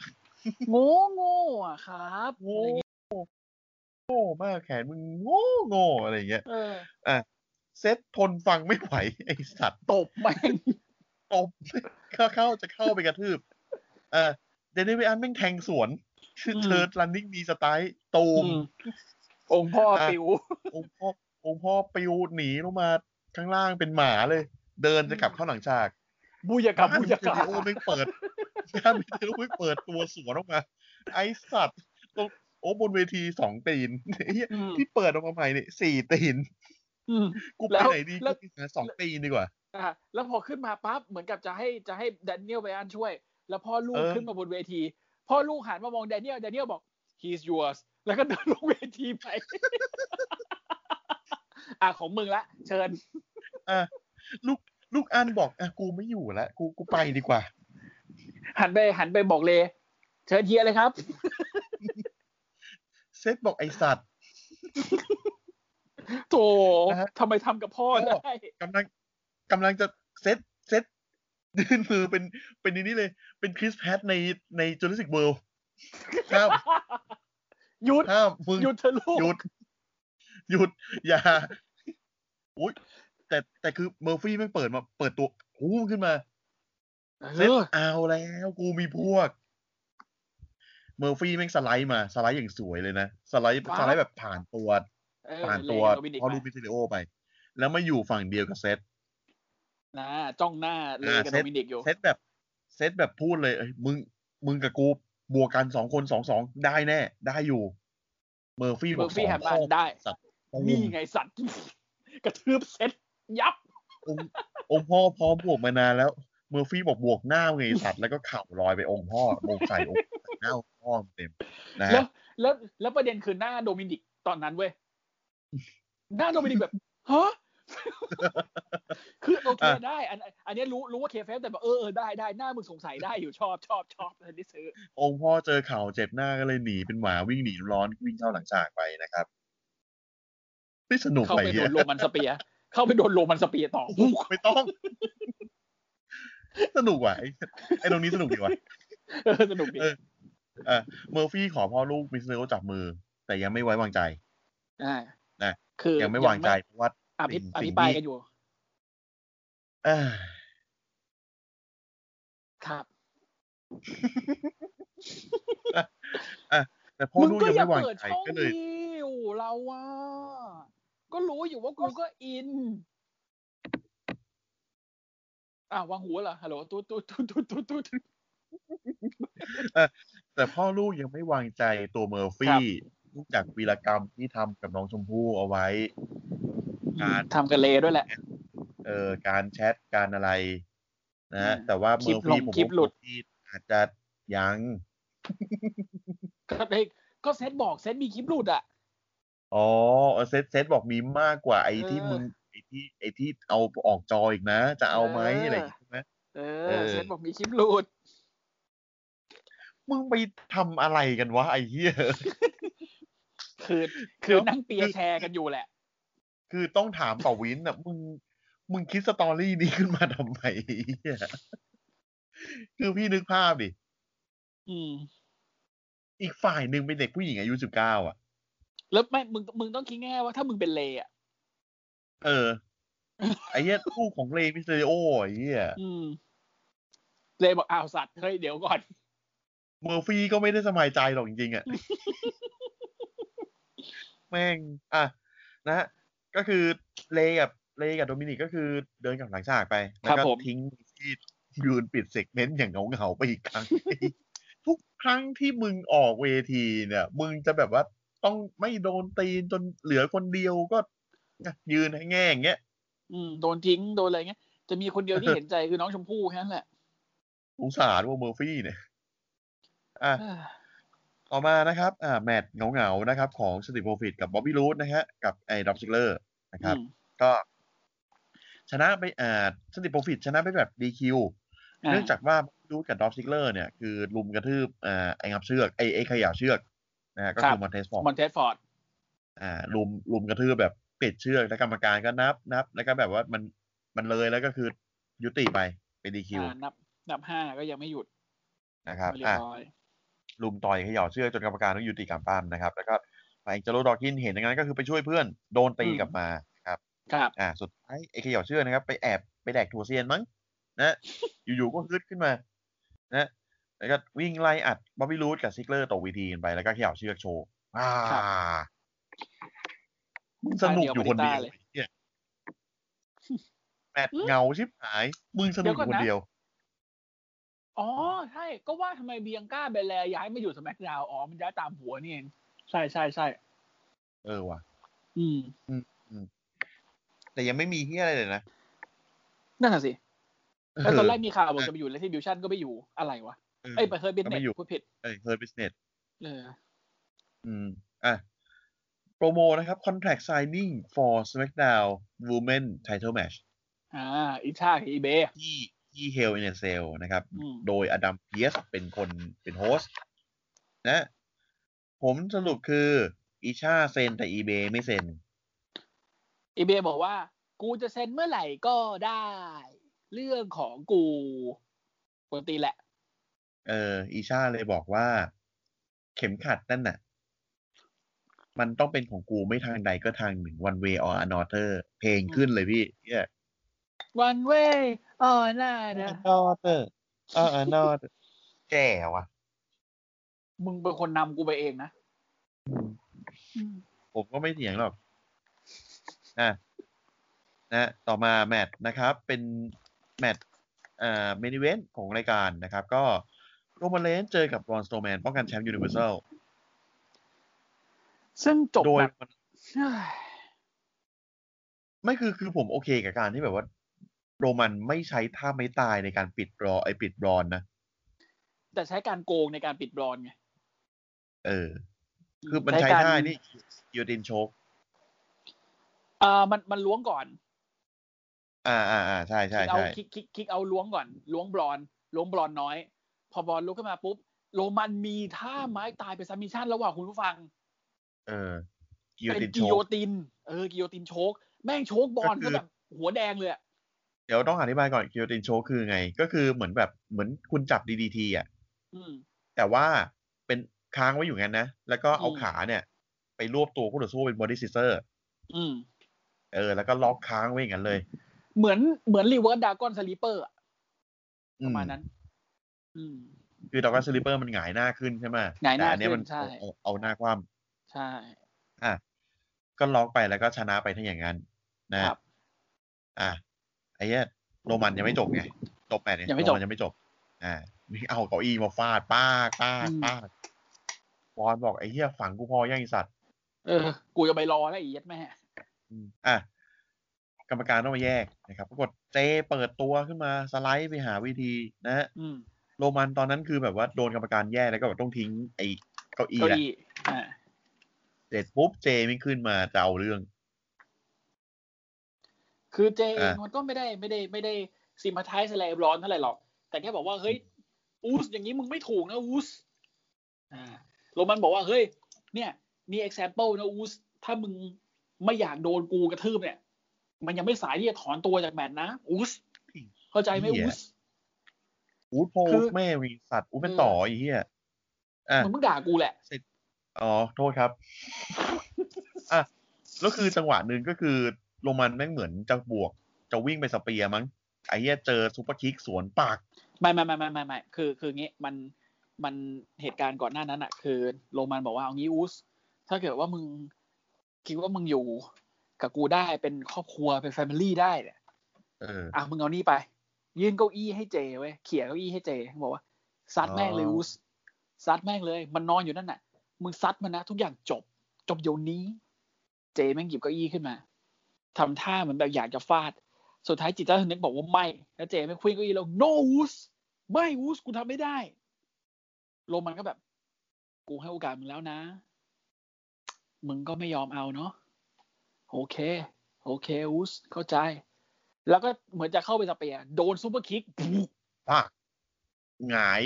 [SPEAKER 2] โง่โง่อะครับ
[SPEAKER 1] โง่โง่มากแขนมึงโง่โง่อะไรเงี้ย
[SPEAKER 2] เออ
[SPEAKER 1] เซตทนฟังไม่ไหว ไอสัตว์
[SPEAKER 2] ตบแม่ง
[SPEAKER 1] ตบเข้าเข้าจะเข้าไปกระทืบอ่าเดนนี่ไปอันแม่งแทงสวนชื่อเชิร์ดรันนิ่งมีสไตล์ตู
[SPEAKER 2] อื
[SPEAKER 1] ม
[SPEAKER 2] มองค์พ่อ
[SPEAKER 1] อ่ะ
[SPEAKER 2] ปิว
[SPEAKER 1] องค์พ่อองค์พ่อปิวหนีลงมาข้างล่างเป็นหมาเลย เดินจะกลับเข้าหลังฉาก
[SPEAKER 2] บุยากาบุยากา
[SPEAKER 1] บ้นวิทยุไม่เปิดบ้านวิทยุไม่เปิดตัวสวนออกมา ไอสัตว์ตรงโอ้บนเวทีสองตีนไอ้เหี้ย
[SPEAKER 2] อืม
[SPEAKER 1] ที่เปิดออกมาใหม่เนี่ยสี่ตีน
[SPEAKER 2] อืม
[SPEAKER 1] กูไป
[SPEAKER 2] แล้ว
[SPEAKER 1] ไหนดี
[SPEAKER 2] แล้ว
[SPEAKER 1] กูไปหาสองตีนดีกว่า
[SPEAKER 2] อ่ะแล้วพอขึ้นมาปั๊บเหมือนกับจะให้จะให้แดเนียลไบรอันช่วย แล้วพ่อลูก
[SPEAKER 1] เออ
[SPEAKER 2] ขึ้นมาบนเวที พ่อลูกหันมามองแดเนียลแดเนียลบอก he's yours แล้วก็เดินลงเวทีไป อ่ะของมึงละ เชิญ
[SPEAKER 1] อ่ะลูกลูกอันบอกอ่ะกูไม่อยู่แล้วกูกูไปดีกว่า
[SPEAKER 2] หันไปหันไปบอกเลยเชิญเฮียเลยครับ
[SPEAKER 1] เซตบอกไอสัตว์
[SPEAKER 2] โถ
[SPEAKER 1] นะฮะ
[SPEAKER 2] ทำไมทำกับพ่อได้
[SPEAKER 1] กำลังกำลังจะเซตเซตยื่นมือเป็นเป็นอันนี้เลย เป็นคริสแพทในในจูเลสิกเวิลด์ห้าม
[SPEAKER 2] หยุด
[SPEAKER 1] ห้ามมึง
[SPEAKER 2] หยุดเธอะลูก
[SPEAKER 1] หยุด หยุด อย่า อุ้ยแต่แต่คือเมอร์ฟี่ไม่งเปิดมา เปิดตัวอู้ขึ้นมา
[SPEAKER 2] เอ
[SPEAKER 1] เซ็ต
[SPEAKER 2] อ
[SPEAKER 1] เอาแล้ว กูมีพวก เมอร์ฟี่แม่งสไลด์มา สไลด์อย่างสวยเลยนะ สไลด์
[SPEAKER 2] ว้าว
[SPEAKER 1] สไลด์แบบผ่านตัว
[SPEAKER 2] เออ
[SPEAKER 1] ผ่านตัว
[SPEAKER 2] เลกับโดมินิก
[SPEAKER 1] พอลูก
[SPEAKER 2] ไป
[SPEAKER 1] มิเทเลโอไป แล้วมาอยู่ฝั่งเดียวกับเซต
[SPEAKER 2] นะจ้องหน้าเลยกับ
[SPEAKER 1] อ่าเซ็
[SPEAKER 2] โด
[SPEAKER 1] ต
[SPEAKER 2] มินิกอยู่
[SPEAKER 1] เซตแบบ เซตแบบพูดเลย เอ้ยมึง มึงกับกูบวกกันสองคนสองสองได้แน่ ได้อยู่ เมอร์ฟี่บ
[SPEAKER 2] เบอ
[SPEAKER 1] อก
[SPEAKER 2] ร์
[SPEAKER 1] สอ
[SPEAKER 2] ฟี่
[SPEAKER 1] ง
[SPEAKER 2] แฮมบ้า
[SPEAKER 1] ข้อน
[SPEAKER 2] ได้
[SPEAKER 1] ตรง
[SPEAKER 2] นี่ไงสัตว์ กระทืบเซ็ตยับ
[SPEAKER 1] องค์องค์พ่อพร้อมบวกมานานแล้ว เมอร์ฟี่บอกบวกหน้าไงสัตว์ แล้วก็เข่าลอยไปองค์พ่อโบกใส่องค์หน้าองค์พ่อเต็มนะ
[SPEAKER 2] แล้
[SPEAKER 1] ฮะ
[SPEAKER 2] ว แล้วแล้วประเด็นคือหน้าโดมินิกตอนนั้นเว้ย หน้าโดมินิกแบบฮะ คือโอเคได้ อันอันเนี้ยรู้รู้ว่าเคฟเฟแต่แบบเออเออได้ได้หน้ามึงสงสัยได้อยู่ชอบชอบชอบอันนี้ซื้อ
[SPEAKER 1] องค์พ่อเจอเข่าเจ็บหน้าก็เลยหนีเป็นหมาวิ่งหนีร้อนวิ่งเข้าหลังฉากไปนะครับไม่สนุก
[SPEAKER 2] เข้า
[SPEAKER 1] ไป
[SPEAKER 2] ไปโด
[SPEAKER 1] เหี้ย
[SPEAKER 2] นโรมันสเปียร์เข้าไปโดนโรมันสเปียร์ต่อ
[SPEAKER 1] ไม่ต้อง สนุกว่ะไอ้ไอ้ตรงนี้สนุกดีว่ะ
[SPEAKER 2] เออสนุกดี
[SPEAKER 1] เออ อ่ะเมอร์ฟี่ขอพ่อลูกมิสเตอร์โอจับมือ แต่ยังไม่ไว้วางใจ
[SPEAKER 2] อ่า
[SPEAKER 1] น่ะ
[SPEAKER 2] คือ
[SPEAKER 1] ยังไม่วางใจเพราะ ว่า
[SPEAKER 2] อภิ
[SPEAKER 1] สิ่ง
[SPEAKER 2] อ
[SPEAKER 1] สิ่งที่
[SPEAKER 2] ภิปรายกันอยู่
[SPEAKER 1] อ่า
[SPEAKER 2] ครับ
[SPEAKER 1] แต่พ่อ
[SPEAKER 2] มึง
[SPEAKER 1] ลูก
[SPEAKER 2] ก็
[SPEAKER 1] ยัง
[SPEAKER 2] อย่า
[SPEAKER 1] ไม่วาง
[SPEAKER 2] เปิด
[SPEAKER 1] ใจ
[SPEAKER 2] ช่อง
[SPEAKER 1] ก็เล
[SPEAKER 2] ดิ
[SPEAKER 1] ย
[SPEAKER 2] วเราว่า ก็รู้อยู่ว่ากูก็อิน อ่าววางหูเหรอฮัลโหลตุ๊ดตุ๊ดตุ๊ดตุ๊ดตุ๊ดตุ๊ด
[SPEAKER 1] แต่พ่อลูกยังไม่วางใจตัวเมอร์
[SPEAKER 2] ครั
[SPEAKER 1] ฟี่
[SPEAKER 2] บ
[SPEAKER 1] ลูกจากวีรกรรมที่ทำกับน้องชมพู่เอาไว้ การ
[SPEAKER 2] ทำกันเลด้วยแหละ
[SPEAKER 1] เอ่อการแชทการอะไรนะฮะ
[SPEAKER 2] อืม
[SPEAKER 1] แต่ว่า
[SPEAKER 2] ค
[SPEAKER 1] เม
[SPEAKER 2] ลิ
[SPEAKER 1] อ
[SPEAKER 2] ป
[SPEAKER 1] ร์ฟี่
[SPEAKER 2] ลง
[SPEAKER 1] ผม
[SPEAKER 2] คลิปหลุด
[SPEAKER 1] ที่อาจจะยัง
[SPEAKER 2] ก็ได้ก็เซตบอกเซตมีคลิปหลุดอ่ะ
[SPEAKER 1] อ๋อเออเซตเซตบอกมีมากกว่าไอ้
[SPEAKER 2] เออ
[SPEAKER 1] ที่มึงไอ้ ที่ไอ้ที่เอาออกจออีกนะ จะเอาไหม
[SPEAKER 2] เอออ
[SPEAKER 1] อะไรอย่างงี้ใช่ไหม
[SPEAKER 2] เอ
[SPEAKER 1] เอ
[SPEAKER 2] อ
[SPEAKER 1] อ
[SPEAKER 2] เซนบอกมีคลิปหลุด
[SPEAKER 1] มึงไปทำอะไรกันวะไอ้เหี้ย
[SPEAKER 2] คือคือนั่งเปียร์แชร์กันอยู่แหละ
[SPEAKER 1] คือต้องถามต่อวินอ่ะ มึง มึงคิดสตอรี่นี้ขึ้นมาทำไมไอ้เหี้ยคือพี่นึกภาพดิ
[SPEAKER 2] อืม
[SPEAKER 1] อีกฝ่ายหนึ่งเป็นเด็กผู้หญิงอายุสิบเก้าอ่ะ
[SPEAKER 2] แล้วไม่มึงมึงต้องคิดแง่ว่าถ้ามึงเป็นเลอะ
[SPEAKER 1] เออ ไอ้เหี้ยลูกของเลมิสเตอริโอไอ้เหี้ย
[SPEAKER 2] อืม เลบอกอ้าวสัตว์เฮ้ยเดี๋ยวก่อน
[SPEAKER 1] เมอร์ฟี่ก็ไม่ได้สบายใจหรอกจริ งๆอ่ะ แม่ง อ่ะ นะฮะก็คือเลกับเลกับโดมินิกก็คือเดินกลับหลังฉากไป แล้ว
[SPEAKER 2] ครับ
[SPEAKER 1] ก็
[SPEAKER 2] ผม
[SPEAKER 1] ทิ้งที่ยืนปิดเซกเมนต์อย่างเหงาๆไปอีกครั้ง ทุกครั้งที่มึงออกเวทีเนี่ย มึงจะแบบว่าต้องไม่โดนตีนจนเหลือคนเดียวก็ยืนให้แง่อย่างเงี้ย
[SPEAKER 2] อืมโดนทิ้งโดนอะไรเงี้ยจะมีคนเดียวที่เห็นใจคือน้องชมพู่แค่นั้นแหละ
[SPEAKER 1] สงสารว่าเมอร์ฟี่เนี่ย อ่ะ
[SPEAKER 2] เออ
[SPEAKER 1] ต่อมานะครับ อ่า แมตช์เหงาๆ นะครับ ของสติโปรฟิตกับบ๊อบบี้รูทนะฮะ กับไอ้ดับซิลเลอร์นะครับ
[SPEAKER 2] อืม
[SPEAKER 1] ก็ ชนะไปอ่าสติโปรฟิตชนะไปแบบดีคิว
[SPEAKER 2] ะ
[SPEAKER 1] เนื่องจากว่ารูทกับดอฟซิกเลอร์เนี่ย คือลุมกระทืบอ่าไอ้งับเชือกไอ้ไอ้เขย่าเชือกนะฮะก็คือมอนเทสฟอร์
[SPEAKER 2] ม
[SPEAKER 1] ด
[SPEAKER 2] อนเทสฟอร์ด
[SPEAKER 1] อ่าลุมลุมกระทืบแบบปิดเชือกแล้วกรรมการก็นับนับ แล้วก็แบบว่ามันมันเลยแล้วก็คือยุติไปเป็นดีคิว
[SPEAKER 2] อ่านับ นับห้าก็ยังไม่หยุด
[SPEAKER 1] นะครับ
[SPEAKER 2] ไม่เรีย
[SPEAKER 1] อ่ะ
[SPEAKER 2] บร้อย
[SPEAKER 1] ลุมต่อยเขย่าเชือกจนกรรมการต้องยุติการปั้มนะครับแล้วก็ไอ้เจโรดอกินเห็นอย่างนั้นก็คือไปช่วยเพื่อนโดนตี
[SPEAKER 2] อืม
[SPEAKER 1] กลับมาครับ
[SPEAKER 2] ครับ
[SPEAKER 1] อ่าสุดท้ายไอ้เขย่าเชือกนะครับ ไปแอบไปแดกถั่วเซียนมั้งนะ อยู่ๆก็ฮึดขึ้นมานะแล้วก็วิ่งไล่อัดบ๊อบบี้รูดกับซิกเลอร์ตกเวีทีกันไปแล้วก็เขย่าเชือกโชว์อ่า
[SPEAKER 2] ครับ
[SPEAKER 1] มึงสนุกอยู่คนเดียวไอ้เหี้ยแมตช์เงาชิบหายมึงสนุกอยู่คนเดียว
[SPEAKER 2] อ๋อ ใช่ ก็ว่าทำไมเบียงก้าเบลแลย้ายมาอยู่สแมกดาวอ๋อ มันย้ายตามหัวนี่เองใช่ใช่ใช่
[SPEAKER 1] เออว่ะ
[SPEAKER 2] อืม
[SPEAKER 1] แต่ยังไม่มีเฮียอะไรเลยนะ
[SPEAKER 2] นั่นน่ะสิ แล้วตอนแรกมีข่าวบอกจะไปอยู่เลทิบิวชั่นก็ไม่อยู่อะไรวะ
[SPEAKER 1] เออ
[SPEAKER 2] เอ้ยไปเฮิร์บิน
[SPEAKER 1] ก็
[SPEAKER 2] เน็
[SPEAKER 1] ไม่
[SPEAKER 2] ต
[SPEAKER 1] อยู่
[SPEAKER 2] พูดผิด
[SPEAKER 1] เออเฮิร์บิสเน
[SPEAKER 2] เออ
[SPEAKER 1] อืม อ่ะ โปรโมนะครับ contract signing for SmackDown Women Title Match
[SPEAKER 2] อ่า อิชาอีเบย์
[SPEAKER 1] ที่ที่ Hell in a Cell นะครับ
[SPEAKER 2] อืม
[SPEAKER 1] โดยอดัมเพียสเป็นคนเป็นโฮสต์นะ ผมสรุปคืออีชาเซ็นแต่อีเบไม่เซ็น
[SPEAKER 2] อีเบย์บอกว่า กูจะเซ็นเมื่อไหร่ก็ได้ เรื่องของกูปกติแหละ
[SPEAKER 1] เออ อีชาเลยบอกว่า เข็มขัดนั่นน่ะ มันต้องเป็นของกูไม่ทางใดก็ทางหนึ่ง one way or another เพลงขึ้นเลยพี่เนี่ย
[SPEAKER 2] one way อ๋อน่านะ
[SPEAKER 1] another เออ another แก่ว่ะ
[SPEAKER 2] มึงเป็นคนนำกูไปเองนะอืม
[SPEAKER 1] ผมก็ไม่เถียงหรอกอ่ะนะต่อมาแมตช์นะครับ เป็นแมตช์อ่าเมนิเวนของรายการนะครับ ก็โรมาเลนเจอกับบรอนสโตแมนป้องกันแชมป์ยูนิเวอร์แซล
[SPEAKER 2] ซึ่งจบ
[SPEAKER 1] โดย
[SPEAKER 2] แบบ
[SPEAKER 1] มัน
[SPEAKER 2] เฮ้ย
[SPEAKER 1] ไม่คือคือผมโอเคกับการที่แบบว่า โรมันไม่ใช้ท่าไม่ตายในการปิดรอไอปิดบรอนนะ
[SPEAKER 2] แต่ใช้การโกงในการปิดบรอนไง
[SPEAKER 1] เออ คือมันใช้
[SPEAKER 2] การ
[SPEAKER 1] ท่านี่ยูดินโชก
[SPEAKER 2] เอ่ามันมันล้วงก่อน
[SPEAKER 1] อ่าอ่าอ่าใช่ใช่
[SPEAKER 2] คิกเอา
[SPEAKER 1] ใช่
[SPEAKER 2] คิกคิกคิกเอาล้วงก่อน ล้วงบรอนล้วงบรอนน้อย พอบอลลุกขึ้นมาปุ๊บ โรมันมีท่าไม้ตายเป็นซัมมิชันระหว่างคุณผู้ฟัง
[SPEAKER 1] เออยู
[SPEAKER 2] เป็น
[SPEAKER 1] ดินโช
[SPEAKER 2] กิโย
[SPEAKER 1] ก
[SPEAKER 2] ติน เออ กิโยตินโชก แม่งโชกบอล
[SPEAKER 1] ก็คือ
[SPEAKER 2] ก็แบบหัวแดงเลยอะ
[SPEAKER 1] เดี๋ยวต้องอธิบายก่อนกิโยตินโชกคือไง ก็คือเหมือนแบบเหมือนคุณจับดีดีทีอ่ะ
[SPEAKER 2] อืม
[SPEAKER 1] แต่ว่าเป็นค้างไว้อยู่งั้นนะ แล้วก็เอา
[SPEAKER 2] อืม
[SPEAKER 1] ขาเนี่ย ไปรวบตัวคู่ต่อสู้เป็นบอดี้ซิสเตอร์
[SPEAKER 2] อืม
[SPEAKER 1] เออ แล้วก็ล็อกค้างไว้อย่างนั้นเลย
[SPEAKER 2] เหมือนเหมือนรีเวิร์สดากอนสลีเปอร์
[SPEAKER 1] อื
[SPEAKER 2] ประมาณนั้น อืม
[SPEAKER 1] คือดอกกันสลิปเปอร์มันหงายหน้าขึ้นใช่ไหม
[SPEAKER 2] หงายหน้า
[SPEAKER 1] แต่อัเนี้ย
[SPEAKER 2] ขึ้
[SPEAKER 1] มัน น
[SPEAKER 2] ใช่
[SPEAKER 1] เอาเอาเอาหน้าคว่
[SPEAKER 2] ใช่
[SPEAKER 1] ำอ่ะ ก็ล็อกไปแล้วก็ชนะไปทั้งอย่างนั้น นะ
[SPEAKER 2] ครับ
[SPEAKER 1] อ่ะ ไอ้เนี้ยโรมันยังไม่จบไง จบแมตช์เนี่ย
[SPEAKER 2] ยังไม่จบ
[SPEAKER 1] โรนยังไม่จบ อ่ามีเอาเก้าอี้มาฟาดป้ากป้าก
[SPEAKER 2] อืม
[SPEAKER 1] ป้ากบอลบอกไอ้เหี้ยฝังกูพอย่างไอสัตว์
[SPEAKER 2] เออ กูจะไปรอแล้วอีเหี้ยัดแม่
[SPEAKER 1] อืมอ่ะกรรมการต้องมาแยกนะครับปรากฏเจเปิดตัวขึ้นมาสไลด์ไปหาวิธีนะฮะ
[SPEAKER 2] อืม
[SPEAKER 1] โรมันตอนนั้นคือแบบว่าโดนกรรมการแยกแล้วก็แบบต้องทิ้งไอ้เก้าอี้
[SPEAKER 2] เก้า
[SPEAKER 1] แหละ
[SPEAKER 2] อี้อ่า
[SPEAKER 1] เสร็จปุ๊บเจไม่ขึ้นมาจะเอาเรื่อง
[SPEAKER 2] คือเจเอง
[SPEAKER 1] อ่ะ
[SPEAKER 2] มันก็ไม่ได้ไม่ได้ไม่ได้ซิมพัทไทส์อะไรร้อนเท่าไหร่หรอก แต่แค่บอกว่าเฮ้ยอูสอย่างนี้มึงไม่ถูกนะอูสอ่าโรมันบอกว่าเฮ้ย เนี่ยมี example นะอูสถ้ามึงไม่อยากโดนกูกระทืบเนี่ย มันยังไม่สายที่จะถอนตัวจากแมตช์นะอูสเข้าใจไหมอูส
[SPEAKER 1] อูดโพ
[SPEAKER 2] คือ
[SPEAKER 1] สแม่วีสัตว์อูดเป็นต่อไอีเหี้ยอ่ะ
[SPEAKER 2] มึงเพิ่งด่ากูแหละ
[SPEAKER 1] อ๋อ โทษครับ อ่ะ แล้วคือจังหวะหนึ่งก็คือโรมันแม่งเหมือนจะบวก จะวิ่งไปสเปียร์มั้ง ไอ้เหี้ยเจอซูเปอร์คิกสวนปาก
[SPEAKER 2] ไม่ไม่ไม่ไม่ไม่ไม่คือคืองี้มันมันเหตุการณ์ก่อนหน้านั้นอะคือโรมันบอกว่าเอางี้อูสถ้าเกิดว่ามึงคิดว่ามึงอยู่กับกูได้เป็นครอบครัวเป็นแฟมิลี่ได้เนี่ย
[SPEAKER 1] เออ
[SPEAKER 2] อ่ะมึงเอานี่ไป ยื่นเก้าอี้ให้เจเว้ยเขี่ยเก้าอี้ให้เจเขาบอกว่าซัดแม่งเลยอูสซัดแม่งเลย มันนอนอยู่นั่นน่ะ มึงซัดมันนะ ทุกอย่างจบ จบเดี๋ยวนี้ เจแม่งหยิบเก้าอี้ขึ้นมาทำท่าเหมือนแบบอยากจะฟาด สุดท้ายจิตใต้สำนึกบอกว่าไม่แล้วเจไม่งคุยเก็อีแล้ว no woos ไม่ woos กูทำไม่ได้ โรมันก็แบบ กูให้โอกาสมึงแล้วนะ มึงก็ไม่ยอมเอาเนาะโอเค โอเค woos เข้าใจ แล้วก็เหมือนจะเข้าไปสเปียร์โดนซูเปอร์คิกปุ๊บ
[SPEAKER 1] ปาก หงาย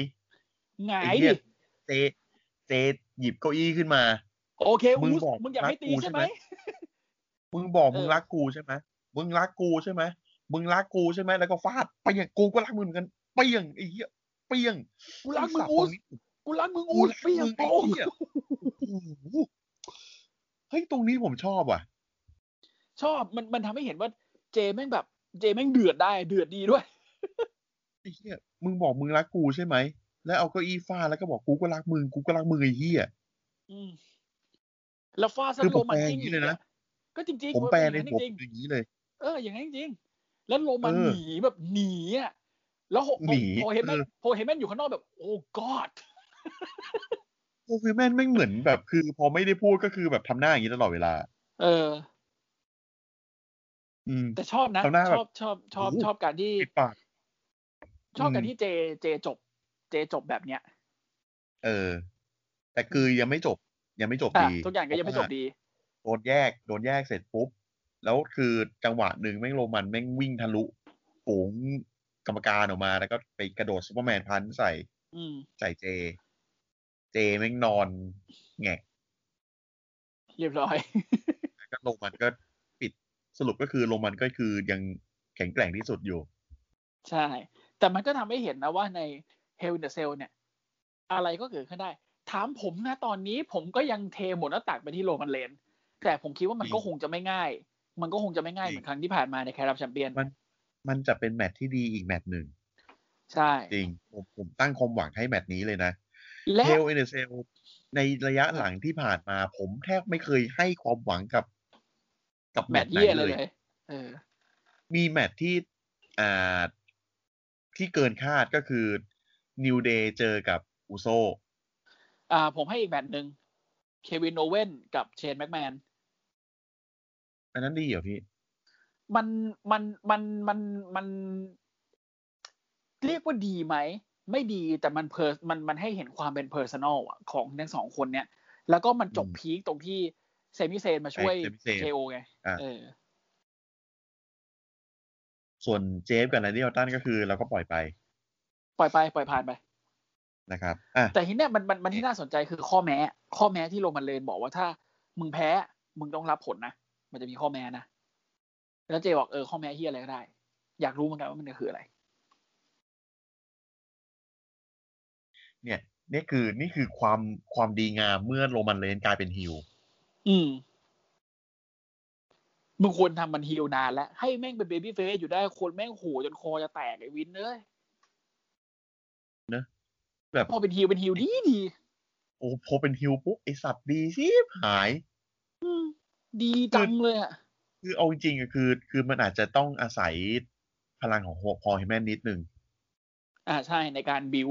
[SPEAKER 2] หงา
[SPEAKER 1] ไอ้
[SPEAKER 2] ย
[SPEAKER 1] เหี้
[SPEAKER 2] ดิ
[SPEAKER 1] ย เจ เจหยิบเก้าอี้ขึ้นมา
[SPEAKER 2] โอเค
[SPEAKER 1] มึง
[SPEAKER 2] woos
[SPEAKER 1] บอก
[SPEAKER 2] มึงอยากให้ตี
[SPEAKER 1] รักกู
[SPEAKER 2] ใช่ไหม
[SPEAKER 1] ใช่ไหม มึงบอก
[SPEAKER 2] เออ
[SPEAKER 1] มึงรักกูใช่ไหมมึงรักกูใช่ไหมมึงรักกูใช่ไหมแล้วก็ฟาดเปรี้ยงกูก็รักมึงเหมือนกันเปรี้ยงไอ้เหี้ยเปรี้ยง
[SPEAKER 2] กูรักมึง woos กูรักมึง
[SPEAKER 1] กู
[SPEAKER 2] woos
[SPEAKER 1] รัก
[SPEAKER 2] เปรี้ย
[SPEAKER 1] มึ
[SPEAKER 2] ง
[SPEAKER 1] งไอ้
[SPEAKER 2] โป้ง
[SPEAKER 1] เหี้ยโอ้โหเฮ้ยตรงนี้ผมชอบว่ะ
[SPEAKER 2] ชอบมันมันทำให้เห็นว่าเจแม่งแบบเจแม่งเดือดได้เดือดดีด้วย
[SPEAKER 1] ไอ้เหี้ย มึงบอกมึงรักกูใช่ไหม แล้วเอาเก็อีฟาดแล้วก็บอกกูก็รักมึง กูก็รักมึงไอ้เหี้ย
[SPEAKER 2] อืมแล้วฟาดซะ
[SPEAKER 1] คือผ
[SPEAKER 2] โร
[SPEAKER 1] ม
[SPEAKER 2] มัน
[SPEAKER 1] แปลอ
[SPEAKER 2] กิ้
[SPEAKER 1] ย่าง งนี้เลยนะ
[SPEAKER 2] ก็จริงๆ
[SPEAKER 1] ผมแปลใน
[SPEAKER 2] มั
[SPEAKER 1] หัว
[SPEAKER 2] จริง
[SPEAKER 1] อย่างนี้เลย
[SPEAKER 2] ๆเอออย่างนั้นจริงๆแล้วโรมัน
[SPEAKER 1] เออ
[SPEAKER 2] หนีแบบหนีอ่ะแล้วโฮ
[SPEAKER 1] หนี
[SPEAKER 2] โฮเฮมแมน
[SPEAKER 1] เออ
[SPEAKER 2] โฮเฮมแมนอยู่ข้างนอกแบบ โอ้ god
[SPEAKER 1] โอ้ยแม่งไม่งเหมือนแบบ คือ พอไม่ได้พูดก็คือแบบทำหน้าอย่างนี้ตลอดเวลา
[SPEAKER 2] เออ
[SPEAKER 1] อืม
[SPEAKER 2] แต่ชอบนะ
[SPEAKER 1] ทำหน้า
[SPEAKER 2] ช
[SPEAKER 1] แบบ
[SPEAKER 2] อบชอบชอบ
[SPEAKER 1] โอ้โห
[SPEAKER 2] ชอบการที่
[SPEAKER 1] ปิดปาก
[SPEAKER 2] ชอบการ
[SPEAKER 1] อืม
[SPEAKER 2] ที่เจเจจบ เจจบแบบเนี้ย
[SPEAKER 1] เออ แต่คือยังไม่จบ ยังไม่จบ
[SPEAKER 2] อ่ะ
[SPEAKER 1] ดี
[SPEAKER 2] ทุกอย่างก็ยังไม่จบดี
[SPEAKER 1] โดนแยก โดนแยกเสร็จปุ๊บ แล้วคือจังหวะหนึ่งแม่งโรมันแม่งวิ่งทะลุฝูงกรรมการออกมา แล้วก็ไปกระโดดซูเปอร์แมนพันใส่
[SPEAKER 2] อืม
[SPEAKER 1] ใส่เจ เจแม่งนอนแงะ
[SPEAKER 2] เรียบร้อย
[SPEAKER 1] ก็โรมันก็ปิดสรุปก็คือโรมันก็คือยังแข็งแกร่งที่สุดอยู่
[SPEAKER 2] ใช่ แต่มันก็ทำให้เห็นนะว่าใน Hell in the Cell เนี่ย อะไรก็เกิดขึ้นได้ ถามผมนะตอนนี้ผมก็ยังเทหมดหน้าตักไปที่โรมันเลนส์แต่ผมคิดว่ามัน
[SPEAKER 1] จริง
[SPEAKER 2] ก็คงจะไม่ง่าย มันก็คงจะไม่ง่าย
[SPEAKER 1] จริง
[SPEAKER 2] เหมือนครั้งที่ผ่านมาในแครับแชมเปี้ยน
[SPEAKER 1] มันมันจะเป็นแมตช์ที่ดีอีกแมตช์หนึ่ง
[SPEAKER 2] ใช่
[SPEAKER 1] จริง ผมผมตั้งความหวังให้แมตช์นี้เลยนะ
[SPEAKER 2] และ
[SPEAKER 1] เทลเอเนเซลในระยะหลังที่ผ่านมา ผมแทบไม่เคยให้ความหวังกับ กับ
[SPEAKER 2] แม
[SPEAKER 1] แม
[SPEAKER 2] ต
[SPEAKER 1] ต
[SPEAKER 2] ช์
[SPEAKER 1] ช์ไหน
[SPEAKER 2] เยี่ยเล
[SPEAKER 1] เลย ย
[SPEAKER 2] เลยเออ
[SPEAKER 1] มีแมตช์ที่อ่าที่เกินคาดก็คือนิวเดย์เจอกับอูโซ
[SPEAKER 2] อ่า ผมให้อีกแมตช์หนึ่งเควินโอเว่นกับเชนแม็กแมน
[SPEAKER 1] อันนั้นดีเหรอพี่
[SPEAKER 2] มันมันมันมันมันเรียกว่าดีไหม ไม่ดีแต่มันเพอร์มันมันให้เห็นความเป็นเพอร์ซันอลของทั้งสองคนเนี่ย แล้วก็มันจบ
[SPEAKER 1] อืม
[SPEAKER 2] พีคตรงที่เซมิเซนมาช่วย
[SPEAKER 1] ไอ้เซมิเซน
[SPEAKER 2] เคโอไง
[SPEAKER 1] อ่ะ
[SPEAKER 2] เออ
[SPEAKER 1] ส่วนเจฟกับนาเดียลตันก็คือเราก็ปล่อยไป
[SPEAKER 2] ปล่อยไป ปล่อยผ่านไป
[SPEAKER 1] นะครับอ่ะ
[SPEAKER 2] แต่ทีเนี้ยมันมันมันที่น่าสนใจคือข้อแม้ ข้อแม้ที่โรมันเลนบอกว่าถ้ามึงแพ้ มึงต้องรับผลนะ มันจะมีข้อแม้นะ แล้วเจบอกเออข้อแม้ที่อะไรก็ได้ อยากรู้เหมือนกันว่ามันคืออะไร
[SPEAKER 1] เนี่ยนี่คือนี่คือความความดีงามเมื่อโรมันเลนกลายเป็นฮิล
[SPEAKER 2] อืม มึงควรทำมันฮีลนานแล้ว ให้แม่งเป็นเบบี้เฟสอยู่ได้คนแม่งโหจนคอจะแตกไอ้วินเอ้ย
[SPEAKER 1] แบบ
[SPEAKER 2] พอเป็นฮีลเป็นฮีลดีดี
[SPEAKER 1] โอ้พอเป็นฮิลปุ๊บไอสัตว์ดีสิหาย
[SPEAKER 2] ดีจังเลยอะ
[SPEAKER 1] คือเอาจริงๆอะคือ คือมันอาจจะต้องอาศัยพลังของหัวพอลเฮแมนนิดนึง
[SPEAKER 2] อ่าใช่ในการบิว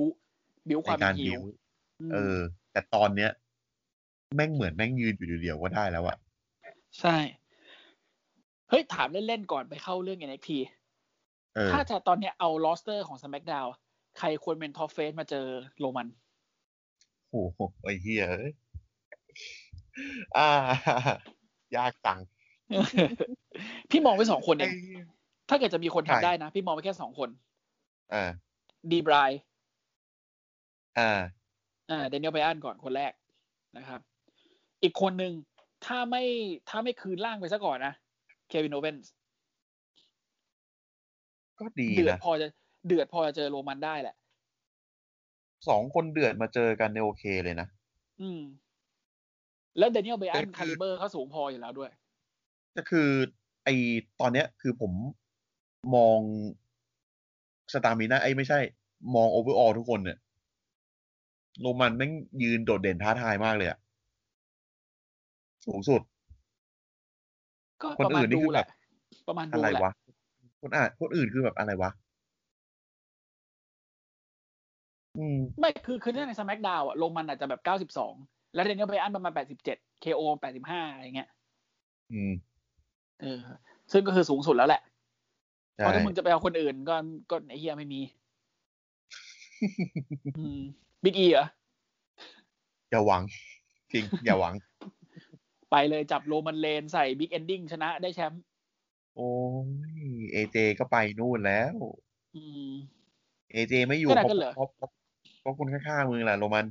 [SPEAKER 2] บิวค
[SPEAKER 1] ใน
[SPEAKER 2] วาม
[SPEAKER 1] การ
[SPEAKER 2] ฮี
[SPEAKER 1] บิ
[SPEAKER 2] ล
[SPEAKER 1] ว
[SPEAKER 2] อืม
[SPEAKER 1] เออ แต่ตอนเนี้ย แม่งเหมือนแม่งยืนอยู่เดียวๆก็ได้แล้วอะ
[SPEAKER 2] ใช่ เฮ้ย ถามเล่น ๆ ก่อนไปเข้าเรื่อง NXT
[SPEAKER 1] เออ
[SPEAKER 2] ถ้าจะตอนเนี้ยเอาลอสเตอร์ของ SmackDown ใครควรเป็นท็อปเฟสมาเจอโรมัน
[SPEAKER 1] โอ้โหไอเฮียเอ้ย อ่า ยากจัง
[SPEAKER 2] พี่มองไปสองคน
[SPEAKER 1] ไอ
[SPEAKER 2] เอง
[SPEAKER 1] เหี้ย
[SPEAKER 2] ถ้าเกิดจะมีคน
[SPEAKER 1] ใคร
[SPEAKER 2] ทำได้นะ พี่มองไปแค่สองคน
[SPEAKER 1] อ่า
[SPEAKER 2] ดีบราย
[SPEAKER 1] อ่า
[SPEAKER 2] อ่าเดนเนียลไบอันก่อนคนแรกนะครับ อีกคนหนึ่งถ้าไม่ถ้าไม่คืนร่างไปซะก่อนนะเควินโอเวนส์
[SPEAKER 1] ก็ดี
[SPEAKER 2] เดือด
[SPEAKER 1] นะ
[SPEAKER 2] พอจะเดือดพอจะเจอโรมันได้แหละ
[SPEAKER 1] สองคนเดือดมาเจอกันเนี่ยโอเคเลยนะ
[SPEAKER 2] อืม แล้วเดนเนียลไบอัน
[SPEAKER 1] แต่คือ
[SPEAKER 2] คาลิเบอร์เขาสูงพออยู่แล้วด้วย
[SPEAKER 1] ก็คือไอตอนเนี้ยคือผมมองสตามินาไอยไม่ใช่ มองโอเวอร์ออทุกคนเนี่ยโรมันแม่งยืนโดดเด่นท้าทายมากเลยอะสูงสุด
[SPEAKER 2] ก็
[SPEAKER 1] คน
[SPEAKER 2] ประ
[SPEAKER 1] อื่น
[SPEAKER 2] มาณ
[SPEAKER 1] นี่
[SPEAKER 2] ดู
[SPEAKER 1] คือ
[SPEAKER 2] แห
[SPEAKER 1] แบ
[SPEAKER 2] ละ
[SPEAKER 1] บ
[SPEAKER 2] ประมาณ
[SPEAKER 1] อะ
[SPEAKER 2] ดู
[SPEAKER 1] ไร
[SPEAKER 2] แหละ
[SPEAKER 1] วะ คนอ่านคนอื่นคือแบบอะไรวะ อืม
[SPEAKER 2] ไม่คือคือเรื่องในสแมกดาวอะโรมันอาจจะแบบเก้าสิบสองแล้วเดนเนียลไบอันประมาณแปดสิบเจ็ดเคโอแปดสิบห้าอะไรเงี้ย
[SPEAKER 1] อืม
[SPEAKER 2] เออซึ่งก็คือสูงสุดแล้วแหละ
[SPEAKER 1] ใช่
[SPEAKER 2] เพราะถ้ามึงจะไปเอาคนอื่นก็ก็ไอ้เฮีย ไม่มี อืมบิ๊กอีเหรอ
[SPEAKER 1] อย่าหวัง จริง อย่าหวัง
[SPEAKER 2] ไปเลยจับโรมันเลนใส่บิ๊กเอนดิ้งชนะได้แชมป์
[SPEAKER 1] โอ้ยเอเจก็ไปนู่นแล้ว
[SPEAKER 2] อืม
[SPEAKER 1] เอเจไม่อยู่
[SPEAKER 2] ก็
[SPEAKER 1] เพ
[SPEAKER 2] น่า
[SPEAKER 1] ราะ
[SPEAKER 2] ก็เหลือ
[SPEAKER 1] เพราะเพราะคนข้างๆมึงแหละโรมัน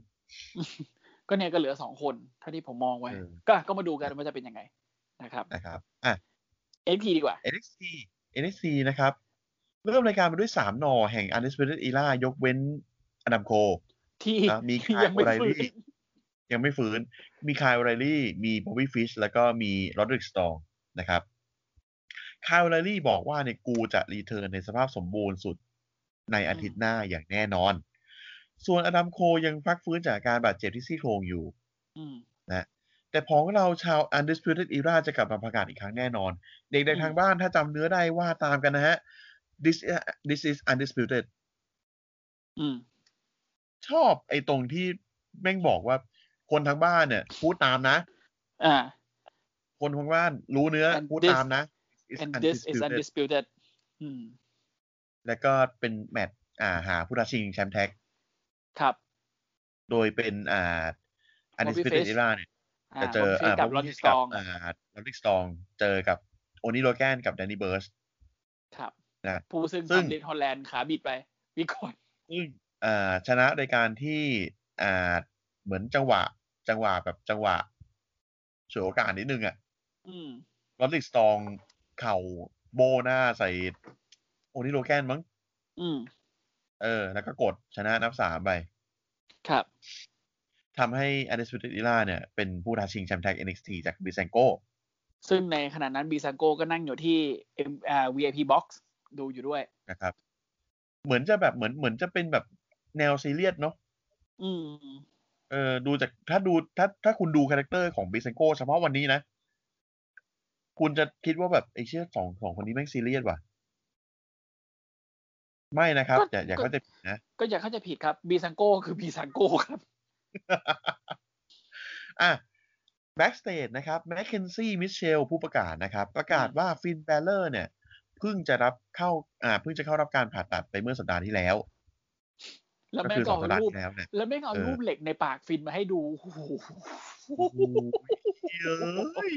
[SPEAKER 2] ก็เนี่ยก็เหลือสองคนเท่าที่ผมมองไว้
[SPEAKER 1] เออ
[SPEAKER 2] ก็ก็มาดูกันว่าจะเป็นยังไงนะครับ
[SPEAKER 1] นะครับ อ่ะ
[SPEAKER 2] เอ็พีดีกว่า
[SPEAKER 1] NXT NXT นะครับ เริ่มรายการมาด้วยสามหน่อแห่ง Undisputed Era ยกเว้นอดัมโค
[SPEAKER 2] ที่
[SPEAKER 1] อ่ะมี
[SPEAKER 2] ที่
[SPEAKER 1] คาย
[SPEAKER 2] ยังไม่
[SPEAKER 1] โอไร
[SPEAKER 2] ฟื้น
[SPEAKER 1] ลี่ ยังไม่ฟื้น มีคายโอไรลี่ มีบ o บบี้ฟิช แล้วก็มีโรดริกสตองนะครับ คายโอไรลี่บอกว่าเนี่ยกูจะรีเทิร์นในสภาพสมบูรณ์สุดในอาทิตย์หน้าอย่างแน่นอน ส่วนอดัมโคยังพักฟื้นจากอาการบาดเจ็บที่ซี่โครงอยู่
[SPEAKER 2] อืม
[SPEAKER 1] แต่ของเราชาว Undisputed Era จะกลับมาประกาศอีกครั้งแน่นอน เด็ก
[SPEAKER 2] อืม
[SPEAKER 1] ๆทางบ้านถ้าจำเนื้อได้ว่าตามกันนะฮะ This This is Undisputed
[SPEAKER 2] อืม
[SPEAKER 1] ชอบไอ้ตรงที่แม่งบอกว่าคนทางบ้านเนี่ย พูดตามนะ
[SPEAKER 2] อ่า
[SPEAKER 1] คนทางบ้านรู้เนื้อ
[SPEAKER 2] And
[SPEAKER 1] พูด
[SPEAKER 2] this-
[SPEAKER 1] ตามนะ is
[SPEAKER 2] and this is
[SPEAKER 1] Undisputed
[SPEAKER 2] undisputed อืม
[SPEAKER 1] แล้วก็เป็นแมตช์อ่าหาผู้ท้าชิงแชมป์แท็ก
[SPEAKER 2] ครับ
[SPEAKER 1] โดยเป็นอ่า Undisputed
[SPEAKER 2] Fish
[SPEAKER 1] Era เนี่ย
[SPEAKER 2] อ่า
[SPEAKER 1] จะเจอ
[SPEAKER 2] ผมฟิต
[SPEAKER 1] อ่า
[SPEAKER 2] กับร
[SPEAKER 1] ล
[SPEAKER 2] อ
[SPEAKER 1] อนด
[SPEAKER 2] ดิส
[SPEAKER 1] กับ
[SPEAKER 2] ตอง
[SPEAKER 1] อ่าลอดริกสตอง เจอกับโอนิโรแกนกับแดนนี่เบิร์ส
[SPEAKER 2] ครับ
[SPEAKER 1] นะ
[SPEAKER 2] ผู้ซึ่ง
[SPEAKER 1] ซึ่ง
[SPEAKER 2] ทำเดนฮอลแลนด์ขาบิดไป วิกอน
[SPEAKER 1] ซึ่งอ่าชนะโดยการที่อ่าเหมือนจังหวะ จังหวะแบบจังหวะฉวยโอกาสนิดนึงอ่ะ
[SPEAKER 2] อืม
[SPEAKER 1] ลอดริกสตอง เข่าโบหน้าใส่โอนิโรแกนมั้ง
[SPEAKER 2] อืม
[SPEAKER 1] เออ แล้วก็กดชนะนับสามไป
[SPEAKER 2] ครับ
[SPEAKER 1] ทำให้อ n นเดส p u ติ e ิล่าเนี่ย เป็นผู้ท้าชิงแชมป์แท็ก NXT จากบิ s ซงโก
[SPEAKER 2] ซึ่งในขณะนั้นบีซังโกก็นั่งอยู่ที่ M- อ่า VIP box ดูอยู่ด้วย
[SPEAKER 1] นะครับ เหมือนจะแบบเหมือนเหมือนจะเป็นแบบแนวซีเรียสเนาะ
[SPEAKER 2] อืม
[SPEAKER 1] เออดูจากถ้าดูถ้าถ้าคุณดูคาแรคเตอร์ของบิ s ซงโกเฉพาะวันนี้นะ คุณจะคิดว่าแบบไอ้เชี่ยสองสองคนนี้แม่งซีเรียสว่ะ ไม่นะครับ อย่าอย่าเข้าใจผิดนะ
[SPEAKER 2] ก็อย่าเข้าใจผิดครับบีซังโกคือบีซังโกครับ
[SPEAKER 1] อ่ะ backstage นะครับแมคเคนซี่มิเชลผู้ประกาศนะครับ ประกาศว่าฟินแบลเลอร์เนี่ย เพิ่งจะรับเข้าอ่าเพิ่งจะเข้ารับการผ่าตัดไปเมื่อสัปดาห์ที่แล้ว
[SPEAKER 2] แล้ว
[SPEAKER 1] ก็
[SPEAKER 2] แม่ง
[SPEAKER 1] คือ
[SPEAKER 2] ก็
[SPEAKER 1] สอง
[SPEAKER 2] เอา
[SPEAKER 1] สัปดาห์
[SPEAKER 2] รูป
[SPEAKER 1] ที่แล้วเนี่ย
[SPEAKER 2] แล้วแม่งเอา
[SPEAKER 1] เออ
[SPEAKER 2] รูปเหล็กในปากฟินมาให้ดูโอ้โห
[SPEAKER 1] โอ้โหเย้ย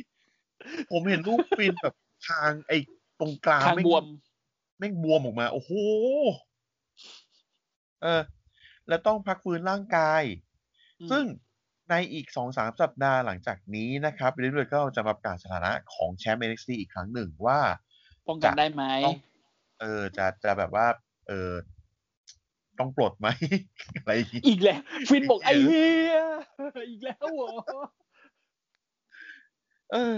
[SPEAKER 1] ผมเห็นรูปฟินแบบทางไอ้ตรงกลาง
[SPEAKER 2] ทาง
[SPEAKER 1] แม่ง
[SPEAKER 2] บวม
[SPEAKER 1] แม่งบวมออกมา โอ้โหเออ แล้วต้องพักฟื้นร่างกาย ซึ่งในอีกสองสามสัปดาห์หลังจากนี้นะครับเรนเดอร์ก็จะมาประกาศสถานะของแชมป์ NXT อีกครั้งหนึ่งว่า
[SPEAKER 2] ป้องกันได้ไหม
[SPEAKER 1] ต้อง เออจะจะแบบว่า เออต้องปลดไหม อะไรอย่างงี้
[SPEAKER 2] อีกแล้ว ฟินบอก
[SPEAKER 1] ไอ้
[SPEAKER 2] ไอ้
[SPEAKER 1] เหี้
[SPEAKER 2] เฮี
[SPEAKER 1] ย
[SPEAKER 2] ยอีกแล้วเหรอ
[SPEAKER 1] เออ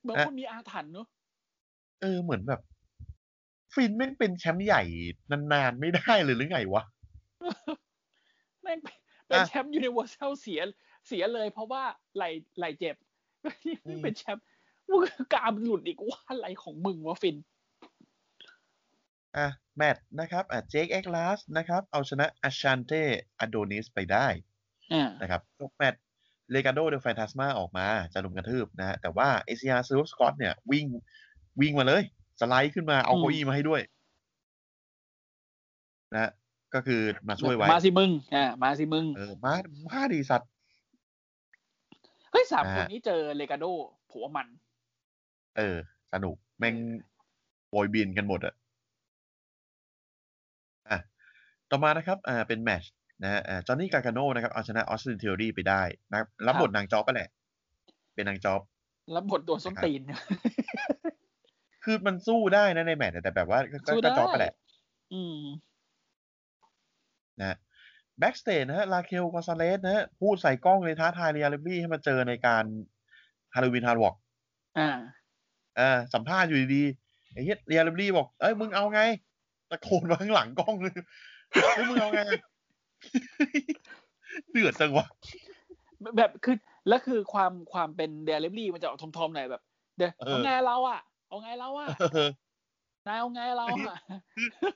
[SPEAKER 2] เหมือน
[SPEAKER 1] นะ
[SPEAKER 2] คนมีอาถรรพ์เนอะ
[SPEAKER 1] เออเหมือนแบบ ฟินแม่งเป็นแชมป์ใหญ่นานๆไม่ได้เลยหรือไงวะ
[SPEAKER 2] แม่งเป็น
[SPEAKER 1] อ่ะ
[SPEAKER 2] แชมป์ยูนิเวอร์แซลเสียเสียเลย เพราะว่าไหลไหลเจ็บ
[SPEAKER 1] อืม
[SPEAKER 2] เป็นแชมป์มึงกรามหลุดอีกว่าอะไรของมึงวะฟิน
[SPEAKER 1] อ่ะแมตช์นะครับอ่ะเจคเอ็กลาสนะครับ เอาชนะอาชันเตอโดนิสไปได้
[SPEAKER 2] อ่า
[SPEAKER 1] นะครับยกแมตช์เลกาโดเดลแฟนทาสมาออกมาจะลุมกระทืบนะฮะแต่ว่าเอเชียซิลสกอตเนี่ย วิ่งวิ่งมาเลย สไลด์ขึ้นมาเอา
[SPEAKER 2] อืม
[SPEAKER 1] เก้าอี้มาให้ด้วย นะฮะก็คือมาช่วยไว้
[SPEAKER 2] มาสิมึง อ่า มาสิมึง
[SPEAKER 1] เออมามาดีสัตว์
[SPEAKER 2] เฮ้ยสาม
[SPEAKER 1] อ่า
[SPEAKER 2] คนนี้เจอเลกาโดผมว่ามัน
[SPEAKER 1] เออ สนุก แม่ง โวยบินกันหมดอะอ่ะต่อมานะครับ อ่า เป็นแมตชนะฮะจอนนี่กา a าโนนะครับ เอาชนะออสตินเทอรี่ไปได้นะครับรับบทนางจอบไปแหละ เป็นนางจอบ
[SPEAKER 2] รับบทโดนส้นตีน
[SPEAKER 1] คือมันสู้ได้นะในแมตช์อะแต่แบบว่าก็ก็
[SPEAKER 2] สู้
[SPEAKER 1] ก็
[SPEAKER 2] ได้
[SPEAKER 1] จอบไปแหละ
[SPEAKER 2] อืม
[SPEAKER 1] นะฮะแบ็กสเตจนะฮะลาเคลกอซาเลสนะฮะพูดใส่กล้องเลยท้าทายเรียลบี้ให้มาเจอในการฮาโลวีนฮาร์วอก
[SPEAKER 2] อ่า
[SPEAKER 1] อ่าสัมภาษณ์อยู่ดีๆไอ้เฮียเรียลบี้บอก เอ้ย มึงเอาไง ตะโกนมาข้างหลังกล้อง เลยเฮ้ยมึงเอาไง เดือดจังวะ
[SPEAKER 2] แบบคือแล้วคือความความเป็นเดลิเวอรี่มันจะออกทอมๆหน่อยแบบ เดี๋ยว
[SPEAKER 1] เออ
[SPEAKER 2] เอาไงเราอ่ะ เอาไงเราอ่ะ
[SPEAKER 1] เออน
[SPEAKER 2] ายเอาไงเราอ่ะ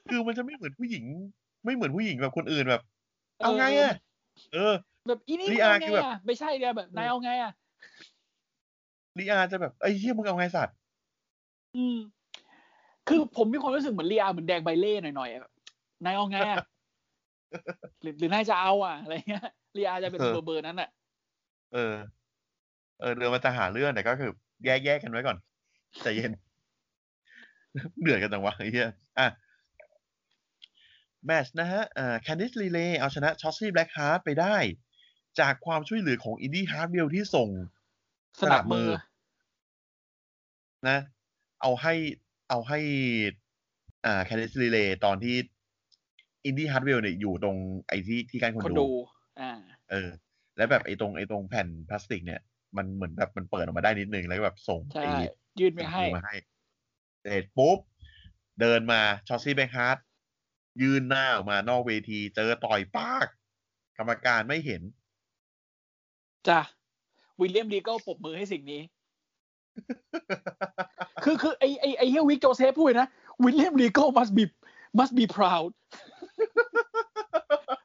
[SPEAKER 1] คือมันจะไม่เหมือนผู้หญิง ไม่เหมือนผู้หญิงแบบคนอื่นแบบ เอาไงอะเออ
[SPEAKER 2] แบบอีนี่
[SPEAKER 1] ลี
[SPEAKER 2] มึง
[SPEAKER 1] อา
[SPEAKER 2] เอา
[SPEAKER 1] ร์
[SPEAKER 2] ไง
[SPEAKER 1] คือแบบ
[SPEAKER 2] อ่ะไม่ใช่เดียแบบนายเอาไงอ่ะ
[SPEAKER 1] ดีอาร์จะแบบไอ้ยเฮียมึงเอาไงสัตว์
[SPEAKER 2] อืม คือผมมีความรู้สึกเหมือนลีอาร์เหมือนแดงใบเล่หน่อยๆอะแบบนายเอาไง อ่ะ หรือหรือนายจะเอาอ่ะอะไรเงี้ยลีอาร์จะเป็น
[SPEAKER 1] เออ
[SPEAKER 2] เบอร์เบอร์นั้นอ่ะ
[SPEAKER 1] เออ เออเรือมันจะหาเรื่องแต่ก็คือแยกแยกกันไว้ก่อนใจเย็น เดือดกันจังวะไอ้เหี้ยอ่ะแมตชนะฮะอ่าแคนดิสลีเลเอาชนะชอสซี่แบล็กฮาร์ดไปได้ จากความช่วยเหลือของอินดี้ฮาร์ดเวลที่ส่ง
[SPEAKER 2] สนับมือ
[SPEAKER 1] สนับมือ นะ เอาให้เอาให้ อ่าแคนดิสลีเลตอนที่อินดี้ฮาร์ดเวลเนี่ยอยู่ตรงไอ้ที่ที่การค
[SPEAKER 2] คน
[SPEAKER 1] น
[SPEAKER 2] ดู
[SPEAKER 1] ดู
[SPEAKER 2] อ่า
[SPEAKER 1] เออ แล้วแบบไอ้ตรงไอ้ตรงแผ่นพลาสติกเนี่ย มันเหมือนแบบมันเปิดออกมาได้นิดนึงแล้วก็แบบส่ง
[SPEAKER 2] ใช่
[SPEAKER 1] ไอ้
[SPEAKER 2] ยื่นไปให้
[SPEAKER 1] เอามาให้ เสร็จปุ๊บ เดินมาชอสซี่แบงค์ฮาร์ดยืนหน้าออกมานอกเวทีเจอต่อยปาก กรรมการไม่เห็น
[SPEAKER 2] จ้ะวิลเลียมดีก็ปรบมือให้สิ่งนี้ คือคือไอไอไอเฮียวิกโจเซฟพูดนะวิลเลียมลีก็ must be must be proud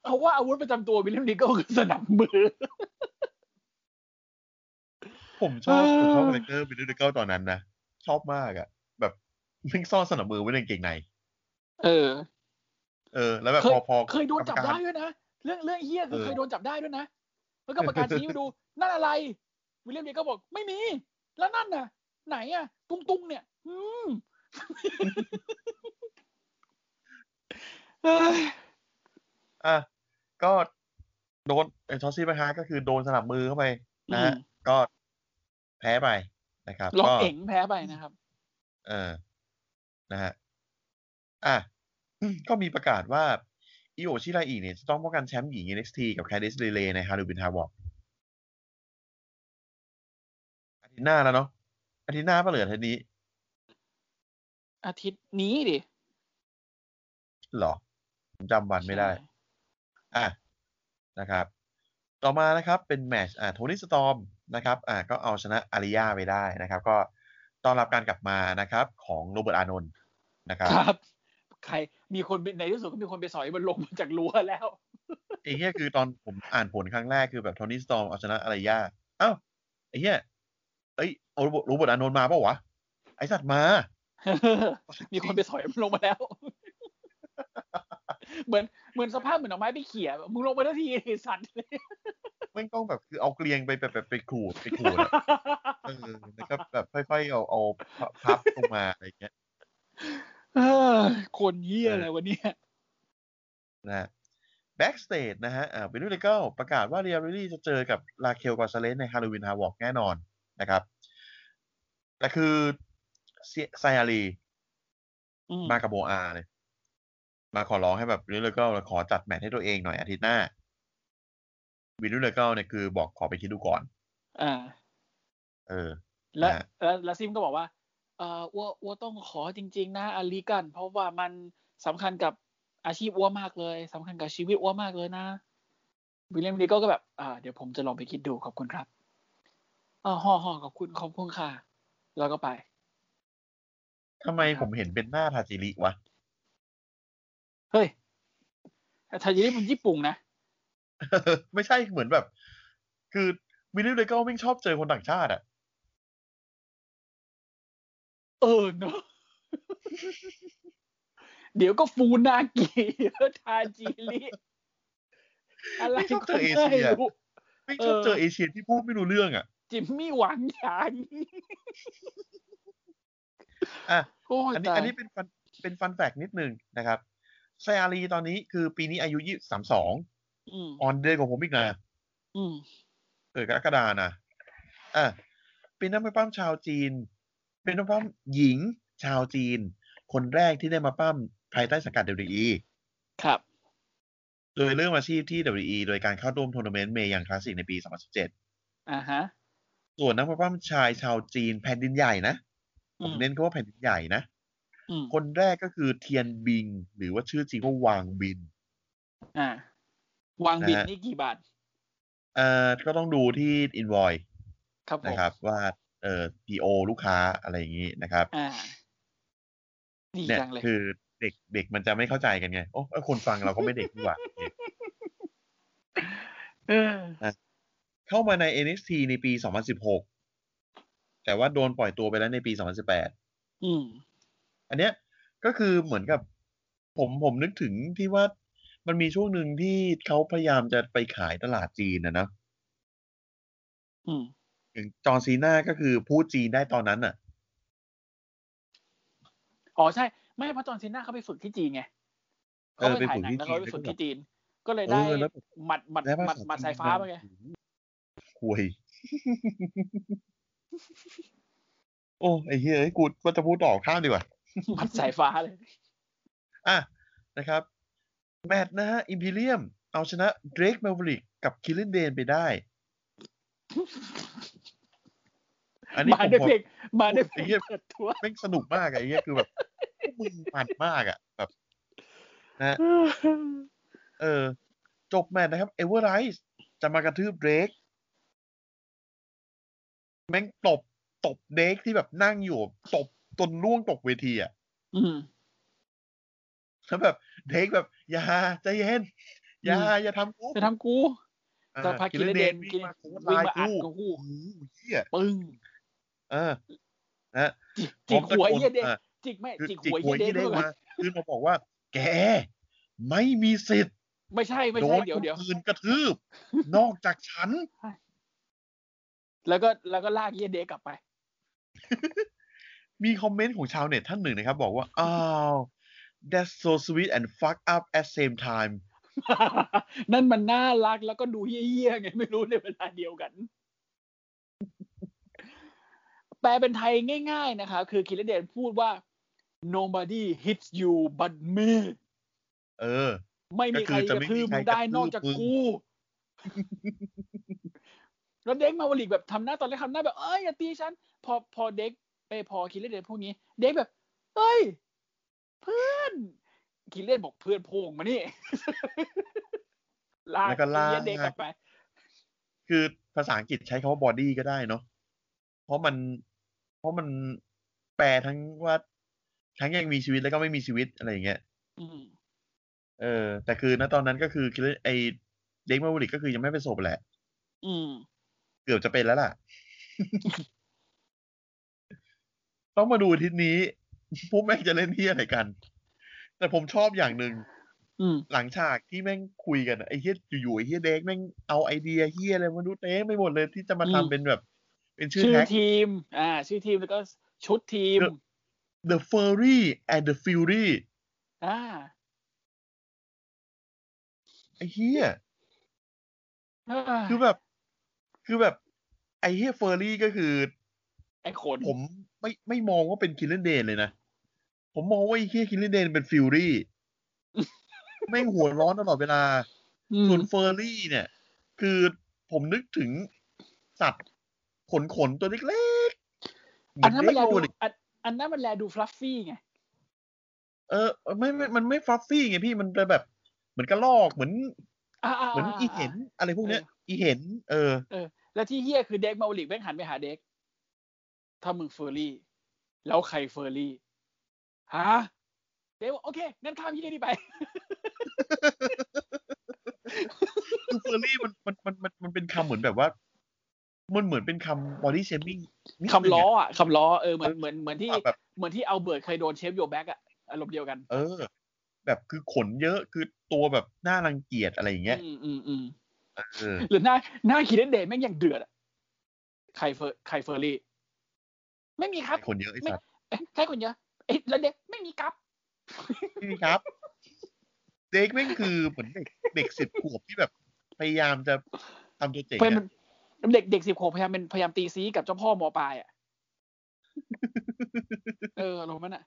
[SPEAKER 2] เพราะว่าอาวุธประจำตัววิลเลียมลีก็คือสนับมือ
[SPEAKER 1] ผมชอบ
[SPEAKER 2] เออ
[SPEAKER 1] ผมชอบคาแรคเตอร์บิลลี่เดเกิลตอนนั้นนะ ชอบมากอะแบบนิ่งซ่อนสนับมือไว้ในกางเกงใน
[SPEAKER 2] เออ
[SPEAKER 1] เออ แล้วแบบ
[SPEAKER 2] เค
[SPEAKER 1] พ
[SPEAKER 2] ย
[SPEAKER 1] อพอ
[SPEAKER 2] เคยโดนจับ
[SPEAKER 1] กรรมกา
[SPEAKER 2] ได้
[SPEAKER 1] ร
[SPEAKER 2] ด้วยนะ เรื่องเรื่องเฮียคือ
[SPEAKER 1] เออ
[SPEAKER 2] เคยโดนจับได้ด้วยนะ แล้วกรรมการชี้มาดู นั่นอะไร วิลเลียมลีก็บอกไม่มี แล้วนั่นน่ะ ไหนอ่ะ ตุ้งตุ้งๆเนี่ยอืมเอ้ย
[SPEAKER 1] อ่ะก็โดนไอ้ชอสซี่แบงค์ฮาร์ดก็คือโดนสนับมือเข้าไป นะฮะก็แพ้ไปนะครับ
[SPEAKER 2] ล็อก
[SPEAKER 1] ก็
[SPEAKER 2] เอ๋งแพ้ไปนะครับ
[SPEAKER 1] เออ นะฮะ อ่ะ ก็มีประกาศว่าอิโอชิไรอีเนี่ยจะต้องป้องกันแชมป์หญิง NXT กับแคดิสเ e เลในฮารูบินฮาวอกอาทิตย์หน้าแล้วเนาะอาทิตย์หน้าปะเหลืออาทิตย์นี้
[SPEAKER 2] อาทิตย์นี้ดิ
[SPEAKER 1] เหรอผมจำวันไม่ได้ อ่ะ นะครับ ต่อมานะครับเป็นแมตชอ่าโทนี่สตอมนะครับ อ่า ก็เอาชนะอาริยาไปได้นะครับ ก็ต้อนรับการกลับมานะครับ ของโรเบิร์ตอานนท์นะครับ
[SPEAKER 2] ครับ ใครมีคนไปในที่สุดก็มีคนไปสอยมันลงมาจากรั้วแล้ว
[SPEAKER 1] ไอ้เหี้ยคือตอนผมอ่านผลครั้งแรกคือแบบโทนี่สตอมเอาชนะอะไรยากอ้าวไอ้เหี้ยเอ้ยโรเบร์ตโรเบิร์ตอานนท์มาเปล่าวะ ไอสัตว์มา
[SPEAKER 2] มีคนไปสอยมันลงมาแล้ว เหมือนเหมือนสภาพเหมือนเอาไม้ไปเขี่ยมึงลงมาทันทีไอ้สัตว์
[SPEAKER 1] ไม่งต้องแบบคือเอาเกลียงไปแบบแบบไปขูดไปขูดอะเออแล้วก็แบบค่อยๆเอาเอาพับลงมาอะไรเงี้ย
[SPEAKER 2] เออคนเยี่ยอะไรวะเนี่ย
[SPEAKER 1] นะฮะแบ็กสเตจนะฮะอ่าเบนนูเลเกลประกาศว่าเรียลลี่จะเจอกับลาเคลกอนซาเลสในฮาโลวีนฮาวอกแน่นอนนะครับ แต่คือเซียไซอารี
[SPEAKER 2] อืม
[SPEAKER 1] มากับโบอาเลย มาขอร้องให้แบบวิลเลอร์เกิลขอจัดแมตช์ให้ตัวเองหน่อยอาทิตย์หน้าวิลเลอร์เกิลเนี่ยคือบอกขอไปคิดดูก่อน
[SPEAKER 2] อ่า
[SPEAKER 1] เออ
[SPEAKER 2] และ
[SPEAKER 1] นะ
[SPEAKER 2] แล้วแล้วซิมก็บอกว่า เอออัวอัวต้องขอจริง ๆ นะอาลีกัน เพราะว่ามันสำคัญกับอาชีพอัวมากเลยสำคัญกับชีวิตอัวมากเลยนะวิลเลียมดีโก้ก็แบบอ่าเดี๋ยวผมจะลองไปคิดดูขอบคุณครับอ่าห่อห่อขอบคุณขอบคุณค่ะ แล้วก็ไป
[SPEAKER 1] ทำไมผมเห็นเป็นหน้าทาจิริวะ
[SPEAKER 2] เฮ้ยแต่ทาจิริมันญี่ปุ่นนะ
[SPEAKER 1] ไม่ใช่เหมือนแบบ คือวิลเลอร์เกิลไม่งชอบเจอคนต่างชาติอ่ะ
[SPEAKER 2] เออเนอะ เดี๋ยวก็ฟูนากิแล้วทาจิริอะไร
[SPEAKER 1] ไม่ชอบเจ
[SPEAKER 2] ก็
[SPEAKER 1] อเอเชีย
[SPEAKER 2] ไม่รู้
[SPEAKER 1] ไม่งชอบ
[SPEAKER 2] เออ
[SPEAKER 1] เจอเอเชียที่พูดไม่รู้เรื่องอ่ะ
[SPEAKER 2] จิมมี่หวังหยาง
[SPEAKER 1] อ่ะ
[SPEAKER 2] โอ้ย
[SPEAKER 1] อันนี้
[SPEAKER 2] ตาย
[SPEAKER 1] อันนี้เป็นฟันเป็นฟันแฟกนิดหนึ่งนะครับไซอารีตอนนี้คือปีนี้อายุยี่สามสอง
[SPEAKER 2] อืม
[SPEAKER 1] ออนเดือนของผมอีกนะ
[SPEAKER 2] อืม
[SPEAKER 1] เกิดกรกฎานะอ่ะเป็นนักมวยปั้มชาวจีน เป็นนักมวยปั้มหญิงชาวจีน คนแรกที่ได้มาปั้มภายใต้สังกัด WWE
[SPEAKER 2] ครับ
[SPEAKER 1] โดยเริ่มอาชีพที่ WWE โดยการเข้าร่วมทัวร์นาเมนต์เมยังคลาสสิกในปี 2017
[SPEAKER 2] อ่าฮะ
[SPEAKER 1] ส่วนนักมวยปั้มชายชาวจีนแผ่นดินใหญ่นะผ
[SPEAKER 2] อื
[SPEAKER 1] ม
[SPEAKER 2] ม
[SPEAKER 1] เน้นก็ว่าแผ่นดินใหญ่นะ
[SPEAKER 2] อืม
[SPEAKER 1] คนแรกก็คือเทียนบิง หรือว่าชื่อจริงว่าวางบิน
[SPEAKER 2] อ่า วางบิน
[SPEAKER 1] นะฮะ
[SPEAKER 2] นี่กี่บาท
[SPEAKER 1] เอ่อก็ต้องดูที่อินวอย
[SPEAKER 2] ครับผม
[SPEAKER 1] นะครับ ว่าเอ่อ PO ลูกค้าอะไรอย่างนี้นะครับ
[SPEAKER 2] อ่า ดี
[SPEAKER 1] เนี่ย
[SPEAKER 2] จังเลย
[SPEAKER 1] คือเด็กเด็กมันจะไม่เข้าใจกันไง โอ้เอ้ยคนฟังเราก็ไม่เด็กดีกว่า
[SPEAKER 2] เออ
[SPEAKER 1] เข้ามาใน NXT ในปี 2016 แต่ว่าโดนปล่อยตัวไปแล้วในปี 2018
[SPEAKER 2] อืม
[SPEAKER 1] อันเนี้ยก็คือเหมือนกับ ผมผมนึกถึงที่ว่ามันมีช่วงหนึ่งที่เขาพยายามจะไปขายตลาดจีนนะนะ
[SPEAKER 2] อืม
[SPEAKER 1] ถึงจอร์นซีน่าก็คือพูดจีนได้ตอนนั้นอ่ะ
[SPEAKER 2] อ๋อใช่ ไม่เพราะจอห์นซีน่าเขาไปฝึกที่จีนไง
[SPEAKER 1] เอ
[SPEAKER 2] เขา
[SPEAKER 1] อ
[SPEAKER 2] ไปถ่ายหนัง
[SPEAKER 1] ไปฝึกที่
[SPEAKER 2] แล้วเขาไป
[SPEAKER 1] จีน
[SPEAKER 2] ฝึก
[SPEAKER 1] แล้วก็เอ
[SPEAKER 2] ที่จีน ก็เลยได้
[SPEAKER 1] อแล้ว
[SPEAKER 2] หมัดหมัด
[SPEAKER 1] แล้ว
[SPEAKER 2] หมัดหมัดสายฟ้าไปไง
[SPEAKER 1] คุย โอ้ไอ้เฮ้ยกูก็จะพูดต่อข้ามดีกว่า
[SPEAKER 2] หมัดสายฟ้าเลย
[SPEAKER 1] อ่ะ นะครับ แมตช์นะฮะ อิมพีเรียม เอาชนะเดรกเมลวิกกับคิลเลนเดนไปได้ อันนี้
[SPEAKER 2] มา
[SPEAKER 1] ผม
[SPEAKER 2] ด้วย
[SPEAKER 1] ขอ
[SPEAKER 2] เพลงมาด้วยเพ
[SPEAKER 1] ไอ้
[SPEAKER 2] ลง
[SPEAKER 1] เหี้ย
[SPEAKER 2] เปิดตัว
[SPEAKER 1] แม่งสนุกมากอะไอ้เงี้ยคือแบบพวกมึงมันมากอะแบบ นะฮะ เออ จบแมตช์นะครับ เอเวอร์ไรส์จะมากระทืบเดรกแม่งตบ ตบเดรกที่แบบนั่งอยู่ ตบจนล่วงตกเวทีอะ
[SPEAKER 2] อืม
[SPEAKER 1] แล้วแบบเดรกแบบ อย่าใจเย็น อย่า อย่าทำกู
[SPEAKER 2] จะทำกู
[SPEAKER 1] อ่
[SPEAKER 2] จะพากิเลเดนกิ
[SPEAKER 1] วิ่ง
[SPEAKER 2] น
[SPEAKER 1] มาโคตร
[SPEAKER 2] วิ่ง
[SPEAKER 1] ลาย
[SPEAKER 2] มาอัด
[SPEAKER 1] กู
[SPEAKER 2] กับกู
[SPEAKER 1] โอ้โหเหี้ย
[SPEAKER 2] ปึ้ง
[SPEAKER 1] เออ
[SPEAKER 2] จิกจิกหัวไอ้เหี้ยเดน
[SPEAKER 1] อ่ะ
[SPEAKER 2] จิกไม่
[SPEAKER 1] คือ
[SPEAKER 2] จิ
[SPEAKER 1] จิ
[SPEAKER 2] ก
[SPEAKER 1] ก
[SPEAKER 2] หั
[SPEAKER 1] หั
[SPEAKER 2] ว
[SPEAKER 1] ว
[SPEAKER 2] ไอ้เหี้
[SPEAKER 1] ยี่
[SPEAKER 2] ยเด
[SPEAKER 1] เด้
[SPEAKER 2] น
[SPEAKER 1] ง
[SPEAKER 2] ด้วย
[SPEAKER 1] มาคือมาบอกว่า แก ไม่มีสิทธิ์
[SPEAKER 2] ไม่ใช่ไม่
[SPEAKER 1] โด
[SPEAKER 2] ใช่
[SPEAKER 1] น
[SPEAKER 2] เดี๋
[SPEAKER 1] ค
[SPEAKER 2] ยวน เดี๋ยว
[SPEAKER 1] อื่นกระทืบ นอกจากฉัน
[SPEAKER 2] แล้วก็แล้วก็ลากไอ้เหี้ยเดนกลับไป
[SPEAKER 1] มีคอมเมนต์ของชาวเน็ตท่านหนึ่งนะครับ บอกว่า อ้าว that's so sweet and fuck up at same time
[SPEAKER 2] นั่นมันน่ารักแล้วก็ดูเยี่ยๆไงไม่รู้ในเวลาเดียวกัน แปลเป็นไทยง่าย ๆ นะคะ คือคิรเดนพูดว่า nobody hits you but me
[SPEAKER 1] เออ
[SPEAKER 2] ไม่มีใคร
[SPEAKER 1] ก็คือจะ
[SPEAKER 2] กระ
[SPEAKER 1] ไม่
[SPEAKER 2] ทื
[SPEAKER 1] มี
[SPEAKER 2] บ
[SPEAKER 1] ใคร
[SPEAKER 2] มึงได้
[SPEAKER 1] กระทืบ
[SPEAKER 2] นอกจาก
[SPEAKER 1] มึง
[SPEAKER 2] กู แล้วเด็กมาวลิกแบบทำหน้าตอนแรกทำหน้าแบบ เอ้ยอย่าตีฉัน พอพอเด็กไปพอคิรเดนพูดงี้ เด็กแบบ เอ้ย เพื่อนคิรเดนบอกเพื่อนโพงมานี่ ลา ก
[SPEAKER 1] แล้วก็ลาก
[SPEAKER 2] ไอ้เด็กกลับไป
[SPEAKER 1] คือภาษาอังกฤษใช้คำว่า body ก็ได้เนาะ เพราะมัน เพราะมันแปลทั้งว่า ทั้งยังมีชีวิตแล้วก็ไม่มีชีวิตอะไรอย่างเงี้ย
[SPEAKER 2] อืม
[SPEAKER 1] เออ แต่คือณตอนนั้นก็คือคือไอเด็กมาบุริกก็คือยังไม่ไปนศพแหละ
[SPEAKER 2] อืม
[SPEAKER 1] เกือบจะเป็นแล้วล่ะ ต้องมาดูอาทิศนี้ พวกแม่งจะเล่นที่อะไรกัน แต่ผมชอบอย่างหนึ่ง
[SPEAKER 2] อืม
[SPEAKER 1] หลังฉากที่แม่งคุยกันอะไอ้เฮียอยู่ๆไอ้เฮียเด็กแม่งเอาไอเดียเฮียอะไรมาดูเต้ไม่หมดเลยที่จะมา
[SPEAKER 2] อืม
[SPEAKER 1] ทำเป็นแบบ เป็นชื่อ
[SPEAKER 2] ชื่อ
[SPEAKER 1] แท็ก
[SPEAKER 2] ทีม อ่า ชื่อทีมแล้วก็ชุดทีม
[SPEAKER 1] เออ The Fury and the Fury
[SPEAKER 2] อ่า
[SPEAKER 1] ไอ้เฮีย
[SPEAKER 2] คื
[SPEAKER 1] คืออแบบ คือแบบ ไอ้เฮียเฟอร์รี่ก็คือ
[SPEAKER 2] ไอ้ขน
[SPEAKER 1] ผมไม่ไม่มองว่าเป็นคิลเลนเดนเลยนะ ผมมองว่าไอ้เฮียคิลเลนเดนเป็นฟิวรี่ ไม่งหัวร้อนตลอดเวลา
[SPEAKER 2] อืม
[SPEAKER 1] ส่วนเฟอร์รี่เนี่ย คือผมนึกถึงสัตว์ขนขนๆตัวเล็กๆ
[SPEAKER 2] อันนั้นมันแล
[SPEAKER 1] เห
[SPEAKER 2] ดู
[SPEAKER 1] อเด็กโง่เลย
[SPEAKER 2] อันอันนั้นมันแลดูฟลัฟฟี่ไง
[SPEAKER 1] เออไม่ไม่มันไม่ฟลัฟฟี่ไงพี่มันจะแบบ เหมือนกระลอกเหมือน
[SPEAKER 2] อ่า
[SPEAKER 1] เหมือนอีเห็น อะไรพวกเนี้ย อีเห็น เออ
[SPEAKER 2] แล้วที่เฮี้ยคือเด็กมาลิกแม่งหันไปหาเด็ก ถ้ามึงเฟอร์รี่ แล้วใครเฟอร์รี่ ฮะ เด็กบอกโอเค งั้นข้ามเฮี้ยนี่ไป
[SPEAKER 1] คือเฟอร์รี่มันมันมันมันมันเป็นคำเหมือนแบบว่า มันเหมือนเป็นคำบอดี้เชมิ่ง
[SPEAKER 2] คำล้ออ่ะคำล้อ เออ เหมือนเหมือนเหมือนที่
[SPEAKER 1] แบบ
[SPEAKER 2] เหมือนที่เอาเบิร์ดเคยโดนเชฟโยแบ็กอะอารมณ์เดียวกัน
[SPEAKER 1] เออ แบบคือขนเยอะคือตัวแบบน่ารังเกียจอะไรอย่างเงี้ย
[SPEAKER 2] อืมอืมอืม
[SPEAKER 1] เออ
[SPEAKER 2] หรือหน้าหน้าคิดเดนเดย์แม่งยังเดือดอะใครเฟอร์ใครเฟอร์รี่ ไม่มีครับ
[SPEAKER 1] คนเยอะไอ้สัตว์
[SPEAKER 2] ไอ อ๊ะใช่คนเนี้ยเอ๊ะแล้วเด็กไม่มีกราฟ
[SPEAKER 1] พี่ครับ เด็กแม่งคือเหมือนเด็กเด็กสิบขวบที่แบบพยายามจะทำตัวเจ๋ง
[SPEAKER 2] เป็น
[SPEAKER 1] อะ
[SPEAKER 2] เด็กเด็กสิบขวบพยายามเป็นพยายามตีซีกับเจ้าพ่อมอปลาย อ่ะ เอออารมณ์นั้นอ่ะ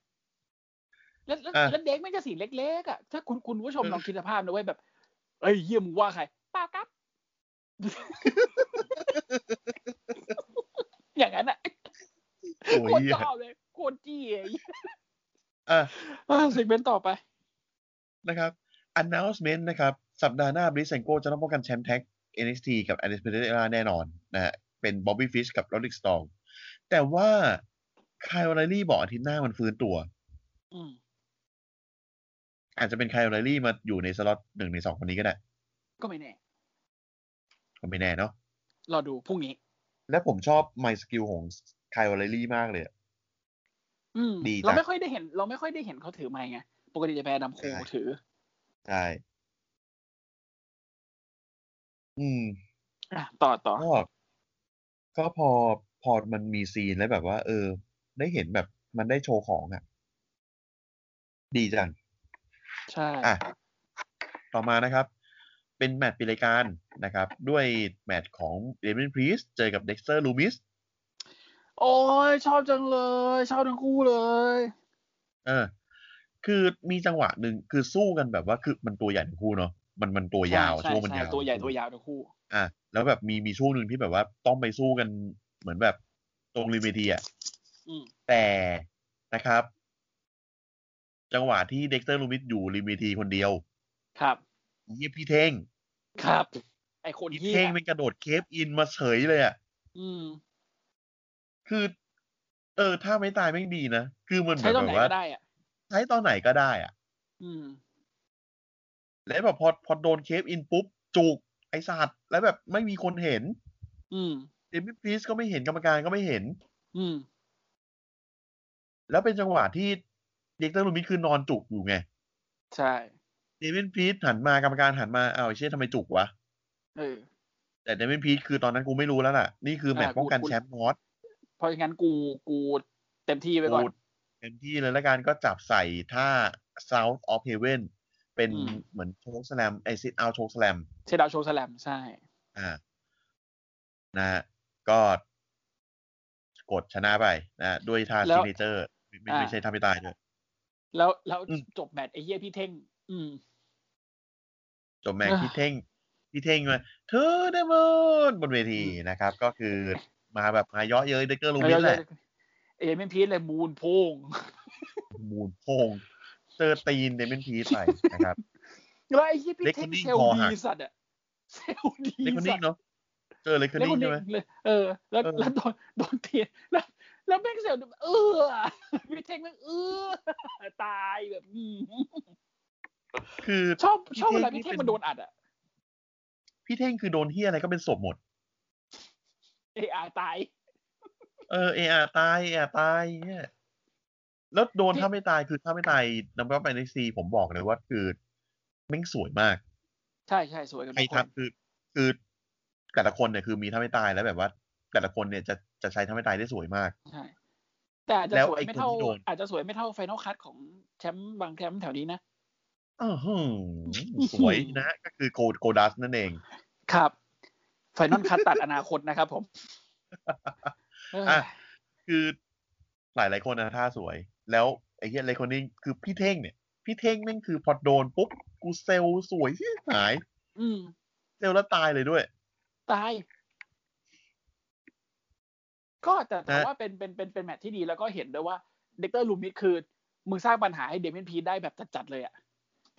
[SPEAKER 2] แล้วแล้ว
[SPEAKER 1] อ่ะ
[SPEAKER 2] แล้วเด็กไม่งจะสีเล็กๆอ่ะ ถ้าคุณคุณผู้ชม
[SPEAKER 1] เออ
[SPEAKER 2] ลองคิดสภาพนะเว้ยแบบ เอ้ยเยี่ยมงว่าใครเปล่า ครับ อย่างนั้นอ่ะ
[SPEAKER 1] โอ้
[SPEAKER 2] โคตร
[SPEAKER 1] ย
[SPEAKER 2] ชอบเลยโคตรจี้เลย
[SPEAKER 1] อ่ะ
[SPEAKER 2] อ่ะสิ่งเป็นต่อไป
[SPEAKER 1] นะครับ announcement นะครับ สัปดาห์หน้าบริสเซนโกจะต้องป้องกันแชมป์แท็ก NXT กับ Undisputed Era แน่นอนนะฮะเป็น Bobby Fish กับ Roderick Strong แต่ว่า Kyle O'Reilly บอกอาทิตย์หน้ามันฟื้นตัว
[SPEAKER 2] อืม
[SPEAKER 1] อาจจะเป็น Kyle O'Reilly มาอยู่ในสล็อตหนึ่งในสองคนนี้ก็ได้
[SPEAKER 2] ก็ไม่แน่
[SPEAKER 1] ผมไม่แน่เนาะ
[SPEAKER 2] รอดูพรุ่งนี้
[SPEAKER 1] และผมชอบ My Skill ของ Kyle O'Reilly มากเลยอะ
[SPEAKER 2] อืม
[SPEAKER 1] ดี
[SPEAKER 2] เรา
[SPEAKER 1] จ้ะ
[SPEAKER 2] ไม่ค่อยได้เห็น เราไม่ค่อยได้เห็นเขาถือไม้ไงปกติจะแพ้ดำโค
[SPEAKER 1] ใช่
[SPEAKER 2] ถือ
[SPEAKER 1] ใช่อืม
[SPEAKER 2] อ่ะต่อต่อ
[SPEAKER 1] ก็ก็พอพอมันมีซีนแล้วแบบว่า เออ ได้เห็นแบบมันได้โชว์ของอ่ะ ดีจัง
[SPEAKER 2] ใช่
[SPEAKER 1] อ่ะ ต่อมานะครับ เป็นแมตช์ปิดรายการนะครับ ด้วยแมตช์ของเด i ินพรีสเจอกับเด็กเตอร์ลูมิส
[SPEAKER 2] โอ้ยชอบจังเลย ชอบทั้งคู่เลย
[SPEAKER 1] เออ คือมีจังหวะหนึ่งคือสู้กันแบบว่าคือมันตัวใหญ่ทั้งคู่เนาะมันมันตัวยาว
[SPEAKER 2] ใช่
[SPEAKER 1] ช่วงมัน
[SPEAKER 2] ใช่
[SPEAKER 1] ยาว
[SPEAKER 2] ตัวใหญ่ตัวยาวทั้งคู่
[SPEAKER 1] อ่ะแล้วแบบมีมีช่วงหนึ่งที่แบบว่าต้องไปสู้กันเหมือนแบบตรงริมเวทีอ่ะ
[SPEAKER 2] อืม
[SPEAKER 1] แต่นะครับ จังหวะที่เด็กเตอร์ลูมิสอยู่ริมเวทีคนเดียว
[SPEAKER 2] ครับ
[SPEAKER 1] เยี่ยพี่เท่ง
[SPEAKER 2] ครับ ไอคน
[SPEAKER 1] พี่
[SPEAKER 2] ที่
[SPEAKER 1] เท่งเป็นกระโดดเคฟอินมาเฉยเลยอ่ะ
[SPEAKER 2] อืม
[SPEAKER 1] คือ เออ ถ้าไม่ตายไม่งดีนะ คือมันเหมื
[SPEAKER 2] ใช้
[SPEAKER 1] อน
[SPEAKER 2] ตอน
[SPEAKER 1] แบ
[SPEAKER 2] ไหน
[SPEAKER 1] บว่า
[SPEAKER 2] ก็ได้อ่ะ
[SPEAKER 1] ใช้ตอนไหนก็ได้อ่ะ
[SPEAKER 2] อืม
[SPEAKER 1] แล้วแบบพอพอโดนเคฟอินปุ๊บจุกไอสัตว์แล้วแบบไม่มีคนเห็น
[SPEAKER 2] อืม
[SPEAKER 1] เดมิพรีสก็ไม่เห็นกรรมการก็ไม่เห็น
[SPEAKER 2] อืม
[SPEAKER 1] แล้วเป็นจังหวะที่เด็กเตอร์ลูมิสคือนอนจุกอยู่ไง
[SPEAKER 2] ใช่
[SPEAKER 1] เดวินพีทหันมากรรมการหันมาอ้าวไอ้เชี่ยทำไมจุกวะ
[SPEAKER 2] เออ
[SPEAKER 1] แต่เดวินพีทคือตอนนั้นกูไม่รู้แล้วล่ะ นี่คือแมตช์
[SPEAKER 2] อ่า
[SPEAKER 1] ป้องกัน
[SPEAKER 2] กู
[SPEAKER 1] แชมป์นอต
[SPEAKER 2] เพราะฉะนั้นกูกูเต็มที่ไปก่อน
[SPEAKER 1] กูเต็มที่เลยแล้วกันก็จับใส่ท่า South of Heaven เป็น
[SPEAKER 2] อืม
[SPEAKER 1] เหมือนโชคสแลมไอซิดเอาโชคสแลม
[SPEAKER 2] เชดาวโชว์สแลมใช่
[SPEAKER 1] อ่านะฮะก็กดชนะไปนะด้วยท่า
[SPEAKER 2] แล้
[SPEAKER 1] ซิ
[SPEAKER 2] ว
[SPEAKER 1] เนเจอร์ไม่
[SPEAKER 2] อ่า
[SPEAKER 1] ไม่ใช่ท่าไม่ตายด้วย
[SPEAKER 2] แล้วแล้ว
[SPEAKER 1] อืม
[SPEAKER 2] จบแมตช์ไอเหี้ยพี่เท่ง อืม
[SPEAKER 1] จบแม็ก
[SPEAKER 2] อ่า
[SPEAKER 1] พี่เท่งพี่เท่งมาเธอได้มนบนเวทีนะครับ ก็คือมาแบบมาเยาะเย้ยเดกเกอร์ลูมิสแหละ
[SPEAKER 2] เอเมนพีทเลยมูนโพง
[SPEAKER 1] มูลโพงเจอตีนเดมินพีไปนะครับ
[SPEAKER 2] แล้วไอ้ที่พี่
[SPEAKER 1] เล็ก
[SPEAKER 2] เท
[SPEAKER 1] คน
[SPEAKER 2] น
[SPEAKER 1] นิ่ง
[SPEAKER 2] เซล
[SPEAKER 1] คอหั
[SPEAKER 2] ดี
[SPEAKER 1] ก
[SPEAKER 2] สัตว์อะเซลดี
[SPEAKER 1] เลคคอน
[SPEAKER 2] สั
[SPEAKER 1] นิ่
[SPEAKER 2] ต
[SPEAKER 1] ง
[SPEAKER 2] ว์
[SPEAKER 1] เนาะเจอเลคคอน
[SPEAKER 2] เล็ก
[SPEAKER 1] นิ่
[SPEAKER 2] ค
[SPEAKER 1] ง
[SPEAKER 2] น
[SPEAKER 1] ใช่
[SPEAKER 2] นิ่ง
[SPEAKER 1] ไหม
[SPEAKER 2] เลยเออ แล้ว
[SPEAKER 1] เออ
[SPEAKER 2] แล้วโดนโดนเทียนแล้ว แล้วแม่งเซลเออพี่เทงแม่งเออตายแบบอืม
[SPEAKER 1] คือ
[SPEAKER 2] ชอบชอบเวลาพี่เทงมันโดนอัดอะ
[SPEAKER 1] พี่เท่งคือโดนเฮียอะไรก็เป็นศพหมด
[SPEAKER 2] เออาตาย
[SPEAKER 1] เออเออาตายเออาตายเนี่ยแล้วโดน
[SPEAKER 2] พี่
[SPEAKER 1] ถ้าไม่ตายคือถ้าไม่ตายนำก็ไปในซีผมบอกเลยว่าคือแม่งสวยมาก
[SPEAKER 2] ใช่ใช่สวยกัน
[SPEAKER 1] ใคร
[SPEAKER 2] ทุกคน
[SPEAKER 1] ทำคือ คือแต่ละคนเนี่ยคือมีถ้าไม่ตายแล้วแบบว่า แต่ละคนเนี่ยจะจะใช้ถ้าไม่ตายได้สวยมาก
[SPEAKER 2] ใช่แต่อาจจะ
[SPEAKER 1] แล้ว
[SPEAKER 2] สวย
[SPEAKER 1] ไอ้
[SPEAKER 2] ไม่
[SPEAKER 1] คน
[SPEAKER 2] เท่า
[SPEAKER 1] ที่โดน
[SPEAKER 2] อาจจะสวยไม่เท่าไฟนอลคัทของแชมป์บางแชมป์แถวนี้นะ
[SPEAKER 1] อ้าวหือสวยนะ ก็คือโกโกดัสนั่นเอง
[SPEAKER 2] ครับไฟนอลคัทตัดอนาคตนะครับผมเอออะ
[SPEAKER 1] คือหลายหลายๆคนนะท่าสวย แล้วไอ้เหี้ยอะไรคนนี้คือพี่เท่งเนี่ย พี่เท่งแม่งคือพอโดนปุ๊บกูเซลล์สวยที่หาย
[SPEAKER 2] อืม
[SPEAKER 1] เซลล์แล้วตายเลยด้วย
[SPEAKER 2] ตาย ก็แต่ถือ
[SPEAKER 1] นะ
[SPEAKER 2] ว่าเป็นเป็นเป็นเป็นแมตช์ที่ดีแล้วก็เห็นด้วยว่าเด็กเตอร์ลูมิดคือมึงสร้างปัญหาให้เดมินพีทได้แบบจัดๆเลยอะ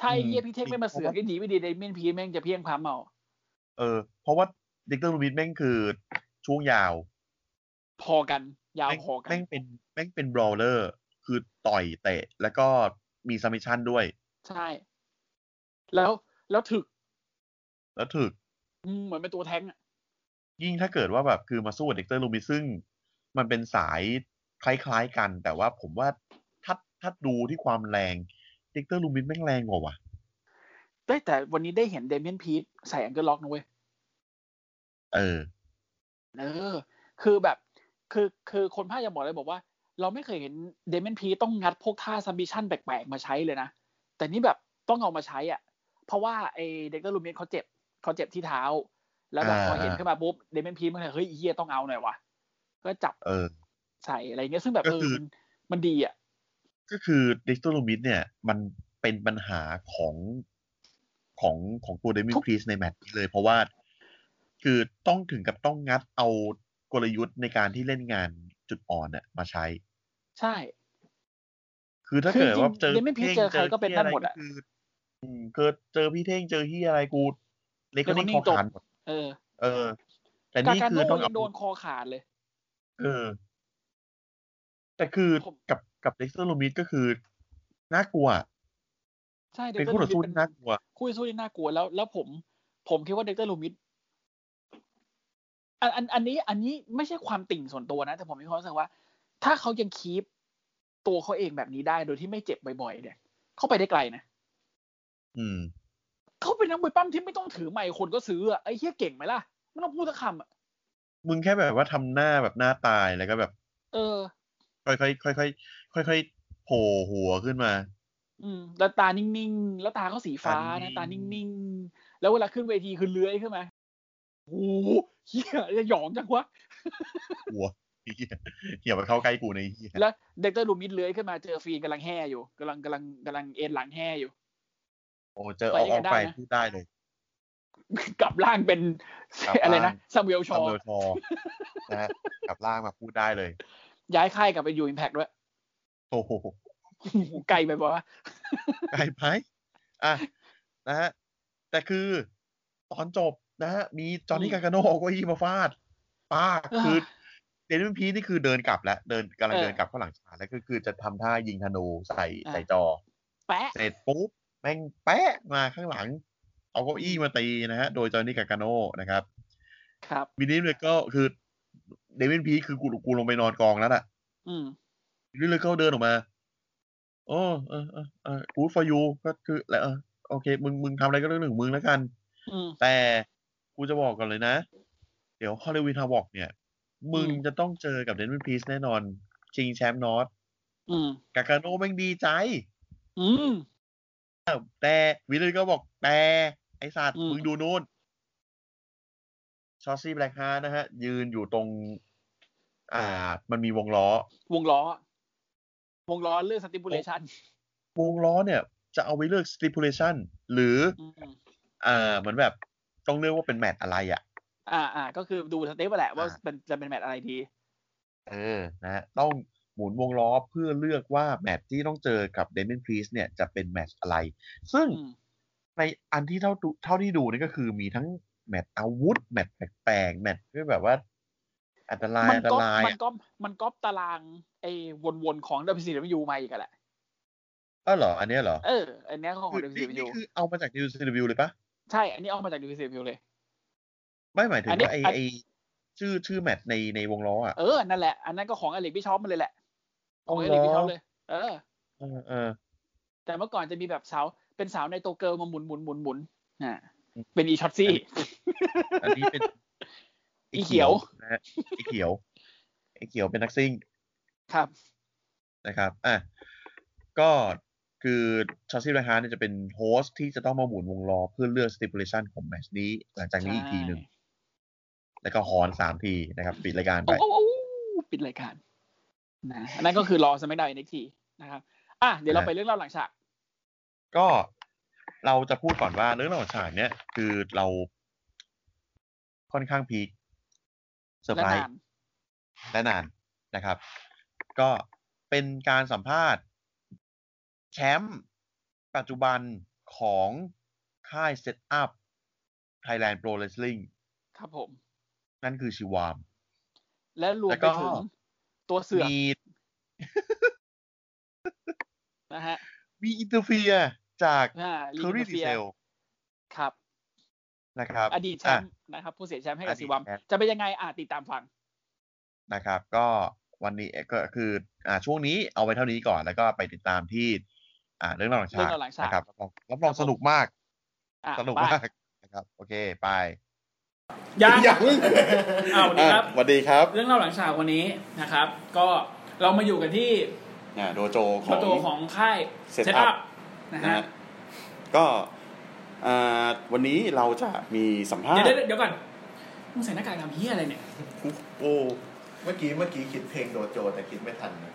[SPEAKER 2] ถ้าไอ้เหี้ยพี่เท่งไม่มาเสือกไอ้ดีไม่ดีเดมินพีทแม่งจะเพี้ยงพามเอา
[SPEAKER 1] เออ เพราะว่าดิกเตอร์ลูมิสแม่งคือช่วงยาว
[SPEAKER 2] พอกัน ยาว
[SPEAKER 1] แม่ง
[SPEAKER 2] พอกัน
[SPEAKER 1] แม่งเป็นแม่งเป็นบรอเลอร์ คือต่อยเตะ แล้วก็มีซัมมิชันด้วย
[SPEAKER 2] ใช่ แล้วแล้วถึก
[SPEAKER 1] แล้วถึก
[SPEAKER 2] อืมเหมือนเป็นตัวแทงค์อะ
[SPEAKER 1] ยิ่งถ้าเกิดว่าแบบคือมาสู้กับดิกเตอร์ลูมิสซึ่ง มันเป็นสายคล้ายๆกัน แต่ว่าผมว่าถ้าถ้าดูที่ความแรงดิกเตอร์ลูมิสแม่งแรงกว่าว่ะ
[SPEAKER 2] ได้ยแต่วันนี้ได้เห็นเดมินพีทใส่แองเกิลล็อกนะเว้ย
[SPEAKER 1] เออ
[SPEAKER 2] เออ คือแบบ คือ คือคนภาคจะบอกเลยบอกว่า เราไม่เคยเห็นเดมอนพีต้องงัดพวกท่าซัมบิชันแปลกๆมาใช้เลยนะ แต่นี่แบบต้องเอามาใช้อ่ะ เพราะว่าไอเด็กเตอร์ลูเมียเขาเจ็บเขาเจ็บที่เท้า แล้วแบบพอเห็น
[SPEAKER 1] อ่า
[SPEAKER 2] ขึ้นมาปุ๊บเดมอนพีมันเลยเฮ้ยไอ้เฮียต้องเอาหน่อยวะก็จับ
[SPEAKER 1] เออ
[SPEAKER 2] ใส่อะไรเงี้ยซึ่งแบบ
[SPEAKER 1] ก็
[SPEAKER 2] เออ
[SPEAKER 1] คือ
[SPEAKER 2] มันมันดีอ่ะ
[SPEAKER 1] ก็คือดิสโทโลมิดเนี่ย มันเป็นปัญหาของของของตัวเดมิ
[SPEAKER 2] ทุก
[SPEAKER 1] ครีสในแมตช์นี้เลย เพราะว่า คือต้องถึงกับต้องงัดเอากลยุทธ์ในการที่เล่นงานจุดอ่อนเนี่ยมาใช้
[SPEAKER 2] ใช่
[SPEAKER 1] คือถ้าเกิดว่าเจอ
[SPEAKER 2] คือจริงๆ Demon Priest เจอใครก็เป็นนั่นหมดอะ
[SPEAKER 1] เจพี่ไรก็คืออืมเกิดเจอพี่เท่งเจอที่อะไรกูเลก็นิ่งคอขาดหมด
[SPEAKER 2] เออ
[SPEAKER 1] เออ แต่
[SPEAKER 2] กา
[SPEAKER 1] นี่
[SPEAKER 2] การ
[SPEAKER 1] คือ
[SPEAKER 2] โน่
[SPEAKER 1] ต้อง
[SPEAKER 2] ยั
[SPEAKER 1] เอา
[SPEAKER 2] งโดนคอขาดเลย
[SPEAKER 1] เออ แต่คือ
[SPEAKER 2] ผม
[SPEAKER 1] กับกับเด็กเซอร์ลูมิดก็คือน่ากลัว
[SPEAKER 2] ใช่
[SPEAKER 1] เป็น
[SPEAKER 2] ด
[SPEAKER 1] คู่
[SPEAKER 2] ร
[SPEAKER 1] ต่อสู้
[SPEAKER 2] มิด
[SPEAKER 1] ที่น่ากลัว
[SPEAKER 2] คู่ต่อสู้ที่น่ากลัวแล้ว แล้วผม ผมคิดว่าเด็กเตอร์ลูมิดอันอันอันนี้ อันนี้ไม่ใช่ความติ่งส่วนตัวนะ แต่ผมมีความรู้สึกว่า ถ้าเขายังคีปตัวเขาเองแบบนี้ได้โดยที่ไม่เจ็บบ่อยๆเนี่ยเขาไปได้ไกลนะ
[SPEAKER 1] อืม
[SPEAKER 2] เขาเป็นนักมวยปั้มที่ไม่ต้องถือไมค์คนก็ซื้ออะไอ้เฮียเก่งไหมล่ะไม่ต้องพูดสักคำอะ
[SPEAKER 1] มึงแค่แบบว่าทำหน้าแบบหน้าตายแล้วก็แบบ
[SPEAKER 2] เออ
[SPEAKER 1] ค่อยๆค่อยๆค่อยๆโผล่หัวขึ้นมา
[SPEAKER 2] อืมแล้วตานิ่งๆ แล้วตาเขาสีฟ้านะตา
[SPEAKER 1] ตานิ่
[SPEAKER 2] นิ่
[SPEAKER 1] ง
[SPEAKER 2] งๆ แล้วเวลาขึ้นเวทีคือเลื้อยขึ้นมาโอ้โหเฮียจะหยองจังวะ
[SPEAKER 1] หัวไอ้เหี้ยเหี้ยมาเข้าใกล้กูในเหี้ย
[SPEAKER 2] แล้วเด็กเตอร์ลูมิดเลื้อยขึ้นมาเจอฟีนกำลังแห่อยู่กำลังกำลังกำลังเอ็นหลังแห่อยู่
[SPEAKER 1] โอ้เจอออกออกไปพูดได้เลย
[SPEAKER 2] กลับร่างเป็น
[SPEAKER 1] กลับร่าง
[SPEAKER 2] อะไรนะซามูเอลช
[SPEAKER 1] ซั
[SPEAKER 2] อ
[SPEAKER 1] ม
[SPEAKER 2] ว์
[SPEAKER 1] เบอร์ทอ นะฮะกลับล่างมาพูดได้เลย
[SPEAKER 2] ย้ายค่ายกลับไปอยู่อิมแพกด้วย
[SPEAKER 1] โอ้โห
[SPEAKER 2] ไกลไปปะวะ
[SPEAKER 1] ไกลไปอ่ะนะฮะแต่คือตอนจบนะฮะมีจอห์นนี่กาการโน่เอาเก็ยีมาฟาดป้าคือ เดนวินพีนี่คือเดินกลับแล้วเดินกำลังเดินกลับเข้าหลังฉากแล้วก็คือจะทำท่ายิงธนูใส่ใส่จอ
[SPEAKER 2] แปะ
[SPEAKER 1] เสร็จปุ๊บแม่งแปะมาข้างหลัง เอาเก้าอี้มาตีนะฮะ โดยจอห์นนี่กาการโน่นะครับ
[SPEAKER 2] ครับ
[SPEAKER 1] วินนี่เลยก็คือเดวินพีคือกูกูลงไปนอนกองแล้วน่ะ
[SPEAKER 2] อืม
[SPEAKER 1] วินนี่เลยก็เดินออกมาโอ้เออเออเออกูฟอร์ยูก็คือแล้วเออโอเค มึงมึงทำอะไรก็เรื่องหนึ่งมึงแล้วกัน
[SPEAKER 2] อืม
[SPEAKER 1] แต่กูจะบอกก่อนเลยนะ เดี๋ยวฮอลลีวีนฮาวอกเนี่ย มึง
[SPEAKER 2] อืม
[SPEAKER 1] จะต้องเจอกับเดนวินพีซแน่นอน ชิงแชมป์นอต
[SPEAKER 2] อืม
[SPEAKER 1] กาการโน่แม่งดีใจ
[SPEAKER 2] อืม
[SPEAKER 1] แต่วิลเลนก็บอกแต่ไอสัตว์
[SPEAKER 2] อืม
[SPEAKER 1] มึงดูนู่นชอสซี่แบล็กฮาร์นะฮะ ยืนอยู่ตรง อ่า มันมีวงล้อ
[SPEAKER 2] วงล้อ วงล้อเรื่องสติปูเลชัน
[SPEAKER 1] วงล้อเนี่ย จะเอาไว้เลือก stipulation หรือ
[SPEAKER 2] อืม
[SPEAKER 1] อ่าเหมือนแบบ ต้องเลือกว่าเป็นแมตช์อะไรอ่ะ
[SPEAKER 2] อ่าอ่าก็คือดูสเตปแหละว่า
[SPEAKER 1] อ่า
[SPEAKER 2] เป็นจะเป็นแมตช์อะไรดี
[SPEAKER 1] เออนะฮะต้องหมุนวงล้อเพื่อเลือกว่าแมตช์ที่ต้องเจอกับเดมิ n พรีสเนี่ยจะเป็นแมตช์อะไร ซึ่ง
[SPEAKER 2] อืม
[SPEAKER 1] ในอันที่เท่าดูเท่าที่ดูนี่ก็คือมีทั้งแมตช์อาวุธ แมตช์แปลกๆแมตช์ที่แบบว่า อันตราย
[SPEAKER 2] มัน
[SPEAKER 1] อันต
[SPEAKER 2] ก็
[SPEAKER 1] ราย
[SPEAKER 2] มั
[SPEAKER 1] อะ
[SPEAKER 2] นก็มันก็ตารางไอ้วนๆของ WCW มาอีกอะแหละ
[SPEAKER 1] อ้าวเหรอ อันเนี้ยเหรอ
[SPEAKER 2] เออ อันเนี้ยก็ของ
[SPEAKER 1] คือนี่
[SPEAKER 2] WCW
[SPEAKER 1] นี่คือเอามาจาก New Zealand Review เลยปะ
[SPEAKER 2] ใช่ อันนี้เอามาจาก WCW เลย
[SPEAKER 1] ไม่หมายถึง
[SPEAKER 2] อันเนี้ย
[SPEAKER 1] ว่าไอ
[SPEAKER 2] อัน
[SPEAKER 1] ไอชื่อชื่อแมทในในวงล้ออ่ะ
[SPEAKER 2] เออ นั่นแหละ อันนั้นก็ของอเล็กบิชอปมาเลยแหละ ของ
[SPEAKER 1] อ๋
[SPEAKER 2] อ
[SPEAKER 1] อเหรอ
[SPEAKER 2] เล็กบิชอปเลย เออ
[SPEAKER 1] เออเออ
[SPEAKER 2] แต่เมื่อก่อนจะมีแบบสาว เป็นสาวในโตเกิลมาหมุนหมุนหมุนหมุนอ่า
[SPEAKER 1] อืม
[SPEAKER 2] เป็นอีช็อตซี่
[SPEAKER 1] อันนี้เป็น
[SPEAKER 2] อีเขียว
[SPEAKER 1] นะฮะไอเขียวไอเขียวเป็นนักซิ่ง
[SPEAKER 2] ครับ
[SPEAKER 1] นะครับ อ่ะ ก็คือชอซี่ไรฮาร์เนี่ยจะเป็นโฮสต์ที่จะต้องมาหมุนวงล้อเพื่อเลือก stipulation ของแมตช์นี้ หลังจากนี้อีกทีหนึ่ง แล้วก็ฮอนสามทีนะครับ ปิดรายการไป
[SPEAKER 2] โอ้โอ้โอ้ปิดรายการนะอันนั้นก็คือรอสมัยดาวเอ็นเอ็กทีนะครับ อ่ะ เดี๋ยวเราไปเรื่องเล่าหลังฉาก
[SPEAKER 1] ก็เราจะพูดก่อนว่าเรื่องราวของฉากเนี้ยคือเราค่อนข้างพีคเซอร์
[SPEAKER 2] และ
[SPEAKER 1] ไพร
[SPEAKER 2] นา
[SPEAKER 1] ส์
[SPEAKER 2] น
[SPEAKER 1] และนานนะครับ ก็เป็นการสัมภาษณ์ แชมป์ปัจจุบันของค่ายเซตอัพ Thailand Pro Wrestling
[SPEAKER 2] ครับผม
[SPEAKER 1] นั่นคือชิวาม
[SPEAKER 2] และรวม
[SPEAKER 1] แล้ว
[SPEAKER 2] ไป
[SPEAKER 1] ก็
[SPEAKER 2] ถึงตัวเสือก
[SPEAKER 1] มี
[SPEAKER 2] นะฮะ
[SPEAKER 1] มีอินเตอร์เฟียร์จาก
[SPEAKER 2] อ่า
[SPEAKER 1] เคอรี่ดี
[SPEAKER 2] เฟี
[SPEAKER 1] เซล
[SPEAKER 2] ครับ
[SPEAKER 1] นะครับ
[SPEAKER 2] อดีตแชมป์นะครับ ผู้เสียแชมป์ให้กับ
[SPEAKER 1] อดีต
[SPEAKER 2] สีวัม
[SPEAKER 1] แชมป์
[SPEAKER 2] จะเป็นยังไงอ่ะติดตามฟัง
[SPEAKER 1] นะครับก็วันนี้ก็คืออ่าช่วงนี้เอาไว้เท่านี้ก่อนแล้วก็ไปติดตามที่ อ่าเรื่องราวหลังฉา
[SPEAKER 2] เรื่
[SPEAKER 1] ก
[SPEAKER 2] องราวหลังฉาก
[SPEAKER 1] นะครับรับรองรับรองสนุกมาก
[SPEAKER 2] อ่ะ
[SPEAKER 1] สนุก
[SPEAKER 2] ไป
[SPEAKER 1] มากนะครับ โอเคไป
[SPEAKER 3] ยัง
[SPEAKER 1] ยัง
[SPEAKER 3] อ้าวสวัสดีครับ
[SPEAKER 1] สวัสดีครับ
[SPEAKER 3] เรื่องเล่าหลังฉากวันนี้นะครับ ก็
[SPEAKER 2] เรามาอยู่กันที่
[SPEAKER 4] อ่าโดโจข
[SPEAKER 2] ป
[SPEAKER 4] อ
[SPEAKER 2] ระตู
[SPEAKER 4] ง
[SPEAKER 2] ของค่าย
[SPEAKER 4] Set
[SPEAKER 2] Set
[SPEAKER 4] Up
[SPEAKER 2] Up นะ
[SPEAKER 4] นะ
[SPEAKER 2] ฮะ
[SPEAKER 4] ฮะก็อ่าวันนี้เราจะมีสัมภาษ
[SPEAKER 2] เดี๋ยว
[SPEAKER 4] ณ์
[SPEAKER 2] เดี๋ยวเดี๋ยวก่อนมึงใส่หน้ากากทำเฮียอะไรเนี่ย
[SPEAKER 4] โอ้
[SPEAKER 5] เมื่อกี้เมื่อกี้คิดเพลงโดโจแต่คิดไม่ทันนะ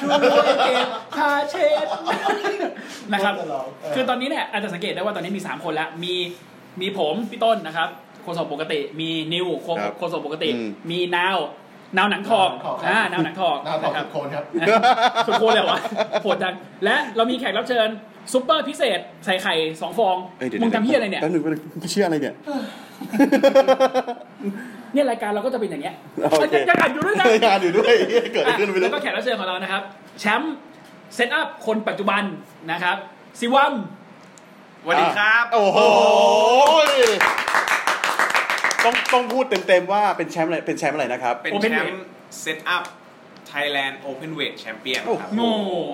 [SPEAKER 2] ช่วยเก็บคาเช็ดนะครับ คือตอนนี้เนี่ยอาจจะสังเกตได้ว่าตอนนี้มี 3 คนแล้วมีมีผมพี่ต้นนะครับโฆษกปกติ มีนิวโฆโฆษกปกติ มีนาวนาวหนังทองอ่านาวหนังทอง
[SPEAKER 5] หน้าตอบ
[SPEAKER 2] นะครับ
[SPEAKER 5] ทุกคนครับ
[SPEAKER 2] สุดโคตรเลยวะโหดจังและเรามีแขกรับเชิญซุปเปอร์พิเศษใส่ไข่สองฟอง
[SPEAKER 4] เอ้ยเดี๋ยว
[SPEAKER 2] มึงทำเฮียอะไรเนี่ย
[SPEAKER 4] แป๊บนึงแป๊บนึงไม่เชื่ออะไรเนี่ย
[SPEAKER 2] เนี่ยรายการเราก็จะเป็นอย่างเงี้ย
[SPEAKER 4] โอเค
[SPEAKER 2] จะอัดอยู่ด้วยนะ
[SPEAKER 4] งานอยู่ด้วยเหี้ยเกิดอะไรขึ้นไม่
[SPEAKER 2] แล้
[SPEAKER 4] รู้
[SPEAKER 2] วก็แขกรับเชิญของเรานะครับ แชมป์เซตอัพคนปัจจุบันนะครับซิวัม
[SPEAKER 6] สวัสดีครับ
[SPEAKER 4] โอ้โหต้องต้องพูดเต็มๆว่าเป็นแชมป์อะไรเป็นแชมป์อะไรนะครับ
[SPEAKER 6] เป็นแชมป์เซตอัพไทยแลนด์โอเพนเวทแชมเปี้ยนครับ
[SPEAKER 2] โง่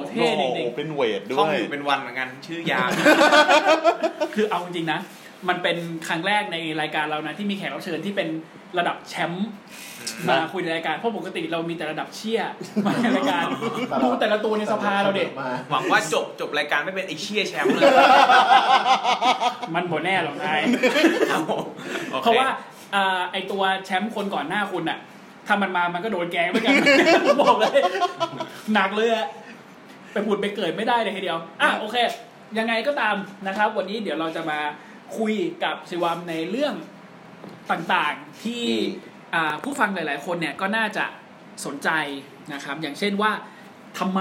[SPEAKER 2] เท่จริง
[SPEAKER 4] โอ้เป็นเวทด้
[SPEAKER 6] ท่อง
[SPEAKER 4] วย
[SPEAKER 6] อยู่เป็นวันเหมือนกันชื่อยาว
[SPEAKER 2] ๆคือเอาจริงๆนะ มันเป็นครั้งแรกในรายการเรานะที่มีแขกรับเชิญที่เป็นระดับแชมป์มาคุยในรายการเพราะปกติเรามีแต่ระดับเชี่ยมาในรายการดูแต่ละตัวในสภาเราเด็ก
[SPEAKER 5] มา
[SPEAKER 6] หวังว่าจบจบรายการไม่เป็นไอเชี่ยแชมป์ เลย
[SPEAKER 2] มันบ่แน่หรอกนาย
[SPEAKER 6] ครับผมโอค
[SPEAKER 2] เพราะว่าเอ่อไอตัวแชมป์คนก่อนหน้าคุณอะถ้ามันมามันก็โดนแกงเหมือนกัน ผม บอกเลย หนักเลยอะไปพูดไปเกิดไม่ได้เลยทีเดียว อ่ะโอเค ยังไงก็ตามนะครับ วันนี้เดี๋ยวเราจะมาคุยกับสิวามในเรื่องต่างๆที่
[SPEAKER 4] อืม
[SPEAKER 2] อ่าผู้ฟังหลาย ๆ คนเนี่ยก็น่าจะสนใจนะครับ อย่างเช่นว่าทำไม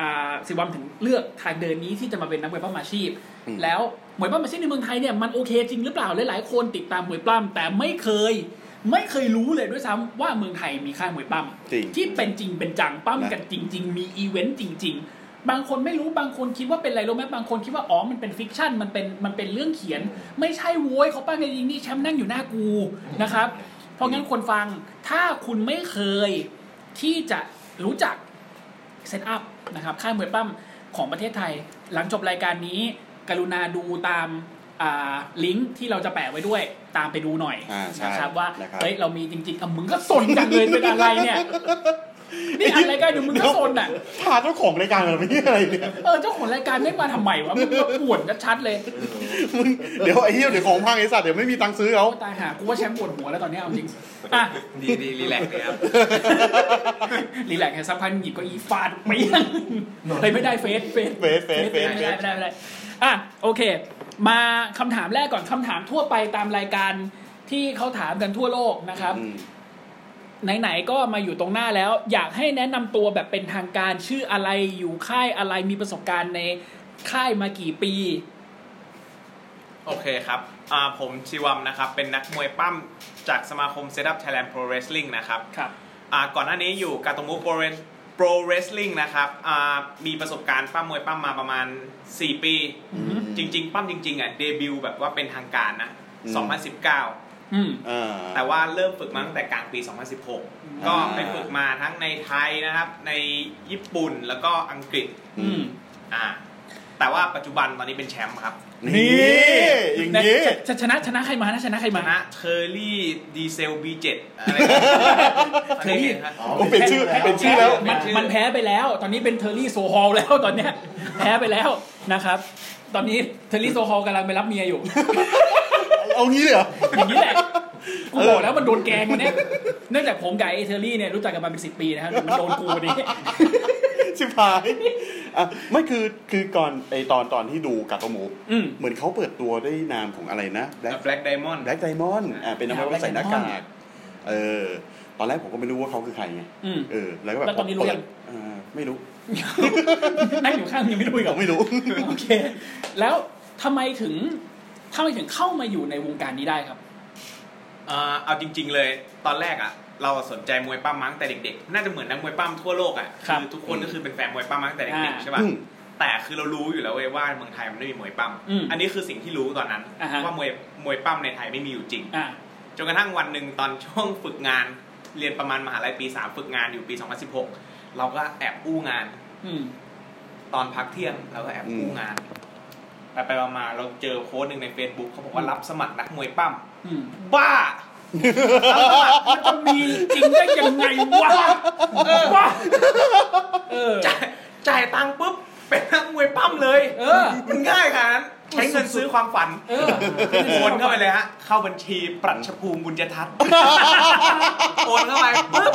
[SPEAKER 2] อ่าสิวามถึงเลือกทางเดินนี้ที่จะมาเป็นนักมวยปล้ำอาชีพ แล้วหมวยปล้ำอาชีพในเมืองไทยเนี่ยมันโอเคจริงหรือเปล่าหลายๆคนติดตามหมวยปล้ำแต่ไม่เคย ไม่เคยรู้เลยด้วยซ้ำว่าเมืองไทยมีค่ายมวยปล้ำ
[SPEAKER 4] จริง
[SPEAKER 2] ที่เป็นจริงเป็นจังปั้ม
[SPEAKER 4] นะ
[SPEAKER 2] กันจริง ๆ มีอีเวนต์จริง ๆ บางคนไม่รู้บางคนคิดว่าเป็นอะไรรู้ไหมบางคนคิดว่าอ๋อมันเป็นฟิกชันมันเป็นมันเป็นเรื่องเขียน ไม่ใช่โว้ยเขาปั้มกันจริงนี่แชมป์นั่งอยู่หน้ากูนะครับ เพราะงั้นคนฟังถ้าคุณไม่เคยที่จะรู้จักเซตอัพนะครับค่ายมวยปั้มของประเทศไทย หลังจบรายการนี้ กรุณาดูตามอ่าลิงก์ที่เราจะแปะไว้ด้วยตามไปดูหน่อย
[SPEAKER 4] อ่าใช่
[SPEAKER 2] นะครับว่า
[SPEAKER 4] นะครับ
[SPEAKER 2] เฮ้ยเรามีจริงๆอ่ะมึงก็สนจังเลยเป็นอะไรเนี่ย นี่อันรายการอยู่มึงก็โซนอ่ะ
[SPEAKER 4] พาเจ้าของรายการแบบนี้อะไรเนี่ย
[SPEAKER 2] เออเจ้าของรายการไม่มาทำไมวะมึงมาป่วนชัดๆเลย
[SPEAKER 4] มึงเดี๋ยวไอ้เหี้ยเดี๋ยวของพังไอ้สัตว์เดี๋ยวไม่มีตังค์ซื้อเขา
[SPEAKER 2] โอ้ตายหากูว่าแชมป์ปวดหัวแล้วตอนนี้เอาจริงอ่ะ
[SPEAKER 6] ดีดีรีแลกซ์เลยครับ
[SPEAKER 2] รีแลกซ์ให้สักพักหยิบเก็อีฟาดไปยังเลยไม่ได้เฟสเฟส
[SPEAKER 4] เฟสเฟสเฟส
[SPEAKER 2] ไม่
[SPEAKER 4] เฟ
[SPEAKER 2] ได้
[SPEAKER 4] ส
[SPEAKER 2] ไม่ได้ไม่ได้อ่ะโอเค มาคำถามแรกก่อนคำถามทั่วไปตามรายการที่เขาถามกันทั่วโลกนะครับ
[SPEAKER 4] อืม
[SPEAKER 2] ไหนๆก็มาอยู่ตรงหน้าแล้ว อยากให้แนะนำตัวแบบเป็นทางการชื่ออะไรอยู่ค่ายอะไรมีประสบการณ์ในค่ายมากี่ปี
[SPEAKER 6] โอเคครับอ่าผมชิวัมนะครับ เป็นนักมวยปั้มจากสมาคมเซตอัพไทยแลนด์โปรเรสลิงนะครับ
[SPEAKER 2] ครับ
[SPEAKER 6] อ่าก่อนหน้านี้อยู่กาโตมุโปรเรสโปรเรสลิงนะครับอ่ามีประสบการณ์ปั้มมวยปั้มมาประมาณ 4 ปี จริง ๆ ปั้มจริง ๆอ่ะเดบิวต์แบบว่าเป็นทางการนะ 2019
[SPEAKER 2] อืม
[SPEAKER 4] อ่า
[SPEAKER 6] แต่ว่าเริ่มฝึกมาตั้งแต่กลางปี 2016 ก็ไปฝึกมาทั้งในไทยนะครับ ในญี่ปุ่นแล้วก็อังกฤษ
[SPEAKER 2] อืม
[SPEAKER 6] อ่า แต่ว่าปัจจุบันตอนนี้เป็นแชมป์ครับ
[SPEAKER 4] นี่อย่างนี้
[SPEAKER 2] ชชนะชนะใครมานะชนะใคร
[SPEAKER 6] ช
[SPEAKER 2] มา
[SPEAKER 6] นะเทอร์รี่ดีเซล B7 อะไร
[SPEAKER 2] เทอร์รี่
[SPEAKER 6] คบ
[SPEAKER 5] อ๋อ
[SPEAKER 4] โอ้เป็นชื่อ
[SPEAKER 2] แพ้
[SPEAKER 4] เป็นชื่อแล้ว
[SPEAKER 6] เป็
[SPEAKER 2] มัน
[SPEAKER 6] นชื่อ
[SPEAKER 2] มันแพ้ไปแล้ว ตอนนี้เป็นเทอร์รี่โซฮอลแล้วตอนเนี้ย แพ้ไปแล้วนะครับ ตอนนี้เทอร์รี่โซฮอลกำลังไปรับเมียอยู่
[SPEAKER 4] เอางี้เลยเหรอ
[SPEAKER 2] อย่างนี้แหละกูบอกแล้วมันโดนแกงวันเนี้ยเนื่องจากผมกับไอ้เทอร์รี่เนี่ยรู้จักกันมาเป็นสิบปีนะครับมันโดนกูวันนี้
[SPEAKER 4] ชิบหายอ่ะไม่คือคือก่อนไอตอนตอนที่ดูกาโตโม
[SPEAKER 2] อืม
[SPEAKER 4] เหมือนเขาเปิดตัวด้วยนามของอะไรนะแบล็ค
[SPEAKER 6] แบล็กไดมอนด์
[SPEAKER 4] แบล็กไดมอนด์อ่าเป็นนักมวย
[SPEAKER 2] Black
[SPEAKER 4] ใส่หน้ากา
[SPEAKER 2] Diamond
[SPEAKER 4] ก เออ ตอนแรกผมก็ไม่รู้ว่าเขาคือใครไง
[SPEAKER 2] อืม
[SPEAKER 4] เออ แล้วก็แบบ
[SPEAKER 2] แล้วตอนนี้รู้ยัง
[SPEAKER 4] เปิดอ่าไม่รู้
[SPEAKER 2] นั่งอยู่ข้างยังไม่รู้อีกเหรอ
[SPEAKER 4] ไม่รู้
[SPEAKER 2] โอเค แล้วทำไมถึงทำไมถึงเข้ามาอยู่ในวงการนี้ได้ครับ
[SPEAKER 6] อ่าเอาจริง ๆ เลย ตอนแรกอ่ะ เราสนใจมวยปั้มมาตั้งแต่เด็กๆ น่าจะเหมือนนักมวยปั้มทั่วโลกอ่ะ
[SPEAKER 2] ครับ
[SPEAKER 6] ทุกคนก็คือเป็นแฟนมวยปั้มมาตั้งแต่เด็กๆใช่ป่ะ
[SPEAKER 4] อืม
[SPEAKER 6] แต่คือเรารู้อยู่แล้วเว้ยว่าเมืองไทยมันไม่มีมวยปั้ม
[SPEAKER 2] อืม
[SPEAKER 6] อันนี้คือสิ่งที่รู้ตอนนั้น
[SPEAKER 2] อ่าฮะ
[SPEAKER 6] ว่ามวยมวยปั้มในไทยไม่มีอยู่จริง
[SPEAKER 2] อ่า
[SPEAKER 6] จนกระทั่งวันหนึ่งตอนช่วงฝึกงาน เรียนประมาณมหาลัยปี 3 ฝึกงานอยู่ปี 2016 เราก็แอบอู้งาน
[SPEAKER 2] อืม
[SPEAKER 6] ตอนพักเที่ยงเราก็แอบอู้งาน ไปไปๆมาๆเราเจอโค้ดหนึ่งใน Facebook เขาบอกว่ารับสมัครนักมวยปั้ม
[SPEAKER 2] อืม
[SPEAKER 6] บ้า
[SPEAKER 2] มันจะมีจริงได้ยังไงวะ วะเออ
[SPEAKER 6] จ่ายจ่ายตังค์ปุ๊บเป็นนักมวยปั้มเลย
[SPEAKER 2] เออ
[SPEAKER 6] มันง่ายขนาดนั้นใช้เงินซื้อความฝัน
[SPEAKER 2] เออ
[SPEAKER 6] โอนเข้าไปเลยฮะเข้าบัญชีปรัชภูมิบุญยทัศน์โอนเข้าไปปุ๊บ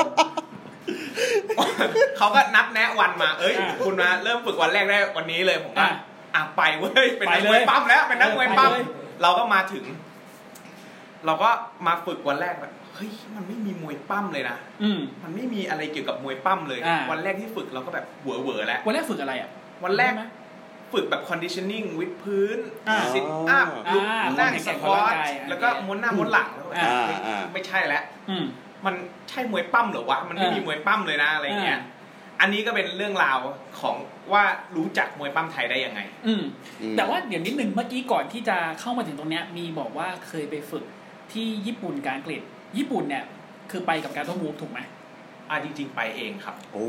[SPEAKER 6] เขาก็นัดแนะวันมา เอ้ย
[SPEAKER 2] อ่ะ
[SPEAKER 6] คุณมาเริ่มฝึกวันแรกได้วันนี้เลยผมว่า
[SPEAKER 2] อ่ะ
[SPEAKER 6] อ่ะไปเว้ยเป็นนักม
[SPEAKER 2] ไปเล
[SPEAKER 6] วย
[SPEAKER 2] ย
[SPEAKER 6] ปั้มแล้วเป็นนักมวยปั้ม
[SPEAKER 2] เออไปเลย
[SPEAKER 6] เราก็มาถึง เราก็มาฝึกวันแรกแบบเฮ้ยมันไม่มีมวยปั้มเลยนะ
[SPEAKER 2] อืม
[SPEAKER 6] มันไม่มีอะไรเกี่ยวกับมวยปั้มเลย
[SPEAKER 2] อ่ะ
[SPEAKER 6] วันแรกที่ฝึกเราก็แบบเหวอเหวอๆแล้ว
[SPEAKER 2] วันแรกฝึกอะไรอ่ะ
[SPEAKER 6] วันแรกนะฝึกแบบ conditioning วิดพื้น
[SPEAKER 2] อ่า
[SPEAKER 6] ซิทอัพ
[SPEAKER 2] อ่า
[SPEAKER 6] ลุกนั่
[SPEAKER 2] ควา
[SPEAKER 6] ง
[SPEAKER 2] มแข็
[SPEAKER 6] ส
[SPEAKER 2] ง
[SPEAKER 6] ค
[SPEAKER 2] ของ
[SPEAKER 6] วอ
[SPEAKER 2] ร่าง
[SPEAKER 6] ต
[SPEAKER 2] กายอ่ะ
[SPEAKER 6] แล้วก็ม้วนหน้าม้วนหลังแล้วก็แบบ
[SPEAKER 2] อ่า
[SPEAKER 6] เฮ้ย
[SPEAKER 4] อ่า
[SPEAKER 6] ไม่ใช่แล้ว
[SPEAKER 2] อืม
[SPEAKER 6] มันใช่มวยปั้มเหรอวะ มันไม่
[SPEAKER 2] อ่ามี
[SPEAKER 6] มีมวยปั้มเลยนะอะไรเงี้ย
[SPEAKER 2] อ่
[SPEAKER 6] อันนี้ก็เป็นเรื่องราวของว่ารู้จักมวยปั้มไทยได้ยังไง
[SPEAKER 2] อืม
[SPEAKER 4] อืม
[SPEAKER 2] แต่ว่าเดี๋ยวนิดนึงเมื่อกี้ก่อนที่จะเข้ามาถึงตรงเนี้ยมีบอกว่าเคยไปฝึกที่ญี่ปุ่นกบอังกฤษญี่ปุ่นเนี่ย คือไปกับการท่องมูฟถูกไหม
[SPEAKER 6] อ่ะจริง ๆ ไปเองครับ
[SPEAKER 4] โอ้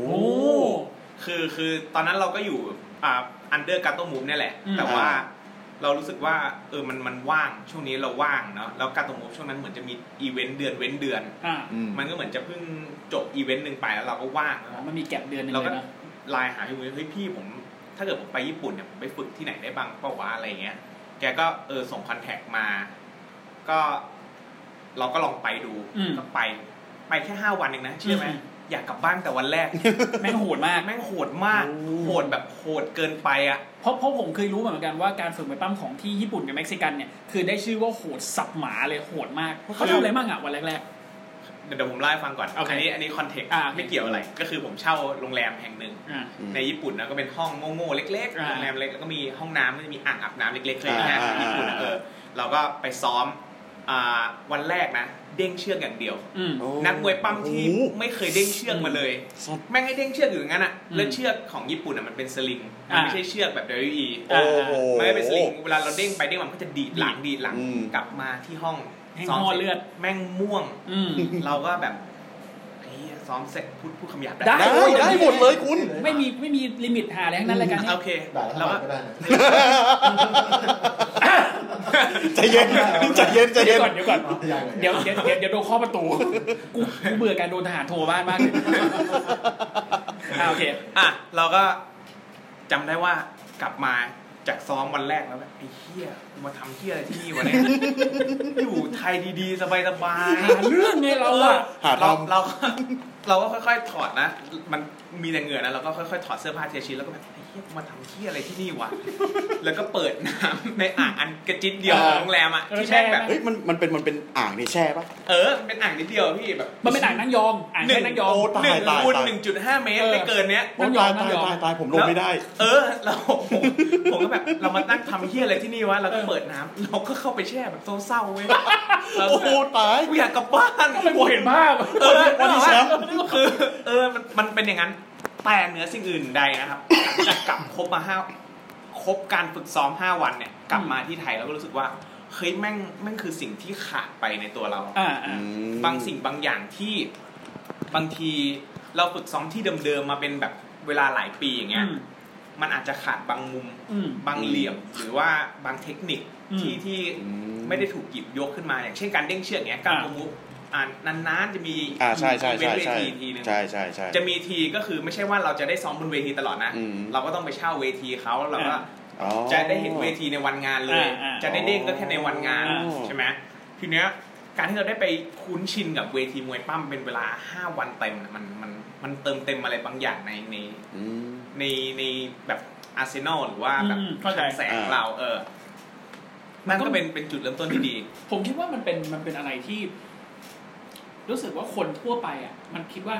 [SPEAKER 6] คือคือตอนนั้นเราก็อยู่อ่าอันเดอร์การ์ตูนมูฟเนี่ยแหละ
[SPEAKER 4] อืม
[SPEAKER 6] แต่ว่า
[SPEAKER 4] อ่า
[SPEAKER 6] เรารู้สึกว่าเออมันมันว่างช่วงนี้เราว่างเนาะแล้วการ์ตูนมูฟช่วงนั้นเหมือนจะมีอีเวนต์เดือนเว้นเดือน
[SPEAKER 2] อ่า
[SPEAKER 6] มันก็เหมือนจะเพิ่งจบอีเวนต์หนึ่งไปแล้วเราก็ว่างแล้ว
[SPEAKER 2] มันมีแก็บเดือนหนึง
[SPEAKER 6] เรา
[SPEAKER 2] เล
[SPEAKER 6] ก็
[SPEAKER 2] ยเนอะ
[SPEAKER 6] ไลน์หาพี่มุ้ยเฮ้ยพี่ผม ถ้าเกิดผมไปญี่ปุ่นเนี่ยผมไปฝึกที่ไหนได้บ้างเปล่าวะอะไรเงี้ย แกก็เออส่งคอนแทคมา ก็ เราก็ลองไปดูก็ไป ไปแค่ห้าวันเองนะเชื่อไหมอยากกลับบ้านแต่วันแรก
[SPEAKER 2] แม่งโหดมาก
[SPEAKER 6] แม่งโหดมาก
[SPEAKER 4] โอ้
[SPEAKER 6] โหดแบบโหดเกินไปอ่ะ
[SPEAKER 2] เพราะเพราะผมเคยรู้มาเหมือนกันว่าการฝึกมวยปั้มของที่ญี่ปุ่นกับเม็กซิกันเนี่ยคือได้ชื่อว่าโหดสับหมาเลยโหดมากเขาทำอะไรบ้างอ่ะวันแรก
[SPEAKER 6] เดี๋ยวผมเล่าให้ฟังก่อน
[SPEAKER 2] โอเค
[SPEAKER 6] อันนี้อันนี้คอนเทกต์
[SPEAKER 2] อ่าโอเค
[SPEAKER 6] ไม่เกี่ยวอะไร ก็คือผมเช่าโรงแรมแห่งหนึ่ง
[SPEAKER 2] ๆอ่า
[SPEAKER 4] อืม
[SPEAKER 6] ในญี่ปุ่นนะก็เป็นห้องโง่ๆเล็กๆ
[SPEAKER 2] อ่า
[SPEAKER 6] โรงแรมเล็กแล้วก็มีห้องน้ำก็จะมีอ่างอาบน้ำเล็กๆเคยไหมฮะ
[SPEAKER 4] อ่า
[SPEAKER 6] ที่ญี่ปุ่นอะ
[SPEAKER 4] อ่า
[SPEAKER 6] เออเราก็ไปซ้อมอ่าวันแรกนะ เด้งเชือกอย่างเดียว
[SPEAKER 2] อืม
[SPEAKER 4] โอ้
[SPEAKER 6] นักมวยปั้มที่
[SPEAKER 4] โอ้
[SPEAKER 6] ไม่เคยเด้งเชือกมาเลย
[SPEAKER 4] สด
[SPEAKER 6] แม่งให้เด้งเชือกอยู่อย่างนั้นอ่ะ
[SPEAKER 2] อืม
[SPEAKER 6] แล้วเชือกของญี่ปุ่นอ่ะมันเป็นสลิงมัน
[SPEAKER 2] อ่า
[SPEAKER 6] ไม่ใช่เชือกแบบ WWE
[SPEAKER 4] โอ้โห
[SPEAKER 6] มันไม่เป็นสลิงเวลาเราเด้งไปเด้งมามันก็จะดีดหลังดีดหลัง
[SPEAKER 4] อืม
[SPEAKER 6] กลับมาที่ห้อง
[SPEAKER 2] แห้ง
[SPEAKER 6] ซ้ม
[SPEAKER 2] งอเลือด
[SPEAKER 6] แม่งม่วง
[SPEAKER 2] อืม
[SPEAKER 6] เราก็แบบเฮ้ยซ้อมเสร็จพูดพูดคำหยาบได้
[SPEAKER 2] ได้
[SPEAKER 4] ได้ได้หมดเลยคุณ
[SPEAKER 2] ไม่มีไม่มีลิมิตหาอะไรทั้งนั้นรายการนี้
[SPEAKER 6] โอเค
[SPEAKER 5] ด่าแล้ว
[SPEAKER 6] เราก็
[SPEAKER 5] ก็ได้นะ
[SPEAKER 4] ใจเย็นใจเย็นใจ
[SPEAKER 2] เดี๋ย
[SPEAKER 4] เย็น
[SPEAKER 2] วก่อนเดี๋ยวก่อน
[SPEAKER 5] อย่าง
[SPEAKER 2] เดี๋ยวเดี๋ยวเดี๋ยวเดี๋ยวโดนข้อประตู กูกูเบื่อการโดนทหารโทรบ้านมากเลยอ่าโอเค
[SPEAKER 6] อ่ะเราก็จำได้ว่ากลับมาจากซ้อมวันแรกแล้วแบบไอ้เหี้ยกูมาทำเหี้ยอะไรที่นี่วะเนี่ย อยู่ไทยดีๆ สบาย
[SPEAKER 2] หาเรื่องไง
[SPEAKER 6] ๆ
[SPEAKER 2] เราอะ
[SPEAKER 4] หาท
[SPEAKER 6] เราเราก็เราก็ ค่อยๆถอดนะ มันมีแต่เหงื่อนะเราก็ค่อยๆถอดเสื้อผ้าเทียชิ้นแล้วก็แบบไอ้เหี้ยกูมาทำเหี้ยอะไรที่นี่วะ แล้วก็เปิดน้ำในอ่างอันกระจิตเดียวของโรงแรมอะที่แม่งแบบ
[SPEAKER 4] ำเฮ้ยมันมันเป็นมันเป็นอ่างนี่แช่ปะ
[SPEAKER 6] เออเป็นอ่างนิดเดียวพี่แบบ
[SPEAKER 2] มันเป็นอ่างนั่งยองอ่าง
[SPEAKER 6] หนึ่ง
[SPEAKER 2] แค่นั่งยอง
[SPEAKER 4] โอ้
[SPEAKER 6] หนึ่ง
[SPEAKER 4] ตาย
[SPEAKER 6] คูณ
[SPEAKER 4] ตาย
[SPEAKER 6] หนึ่งจุดห้าเมตร
[SPEAKER 2] เออ
[SPEAKER 6] ไม่เกินเนี้ย
[SPEAKER 2] นั่
[SPEAKER 4] ตา
[SPEAKER 2] ยอ
[SPEAKER 4] ง ยตาง ย
[SPEAKER 2] นั่งยอง
[SPEAKER 4] ตายตายผมลงไม่ได้
[SPEAKER 6] เออเราผม ผมก็แบบเรามานั่งทำเฮียอะไรที่นี่วะเราก็เปิดน้ำเราก็เข้าไปแช่แบบเศร้าๆเว้ยเราก็
[SPEAKER 4] โอ้โห
[SPEAKER 6] แบบ
[SPEAKER 4] ตาย
[SPEAKER 6] กูอยากกลับบ้าน
[SPEAKER 2] ทำไมกูเห็นภาพ
[SPEAKER 6] เออ
[SPEAKER 4] วันนี้แชมป์
[SPEAKER 6] ก็คือเออมันมันเป็นอย่างนั้นแต่เหนือสิ่งอื่นใดนะครับหลังจากกลับครบมาห้าครบการฝึกซ้อมห้าวันเนี่ยกลับมาที่ไทยเราก็รู้สึกว่าเฮ้ยแม่งแม่งคือสิ่งที่ขาดไปในตัวเรา
[SPEAKER 2] อ่าอ่า
[SPEAKER 6] บางสิ่งบางอย่างที่บางทีเราฝึกซ้อมที่เดิมๆมาเป็นแบบเวลาหลายปีอย่างเงี้ย
[SPEAKER 2] อืม
[SPEAKER 6] มันอาจจะขาดบางมุม
[SPEAKER 2] อืม
[SPEAKER 6] บางเหลี่ยมหรือว่าบางเทคนิค
[SPEAKER 2] อืม
[SPEAKER 6] ที่ที่
[SPEAKER 4] อืม
[SPEAKER 6] ไม่ได้ถูกหยิบยกขึ้นมาอย่างเช่นการเด้งเชือกเนี้ยการ
[SPEAKER 2] อ่า
[SPEAKER 6] ประมุขอ่านานๆจะมี
[SPEAKER 4] อ่าใช่ใช่
[SPEAKER 6] เว้นเว
[SPEAKER 4] ใช่ใช่
[SPEAKER 6] ทีทีนึง
[SPEAKER 4] ใช่ใช่ใช่
[SPEAKER 6] จะมีทีก็คือไม่ใช่ว่าเราจะได้ซ้อมบนเวทีตลอดนะ
[SPEAKER 4] อืม
[SPEAKER 6] เราก็ต้องไปเช่าเวทีเขาแล้วเราก็
[SPEAKER 4] อ๋อ
[SPEAKER 6] จะได้เห็นเวทีในวันงานเลย
[SPEAKER 2] อ่าอ่า
[SPEAKER 6] จะได้เด้งก็แค่ในวันงาน
[SPEAKER 4] อ่า
[SPEAKER 6] ใช่ไหมทีเนี้ยการที่เราได้ไปคุ้นชินกับเวทีมวยปั้มเป็นเวลา 5 วันเต็มน่ะมันมันมันเติมเต็มอะไรบางอย่างในใน
[SPEAKER 4] อืม
[SPEAKER 6] ในในแบบอาร์เซนอลหรือว่าแบบ
[SPEAKER 2] อืมเข้าใจ
[SPEAKER 6] ทางแสงของเราเออ มันก็เป็นเป็นจุดเริ่มต้นที่ดี
[SPEAKER 2] ผมคิดว่ามันเป็นมันเป็นอะไรที่ รู้สึกว่าคนทั่วไปอ่ะ มันคิดว่า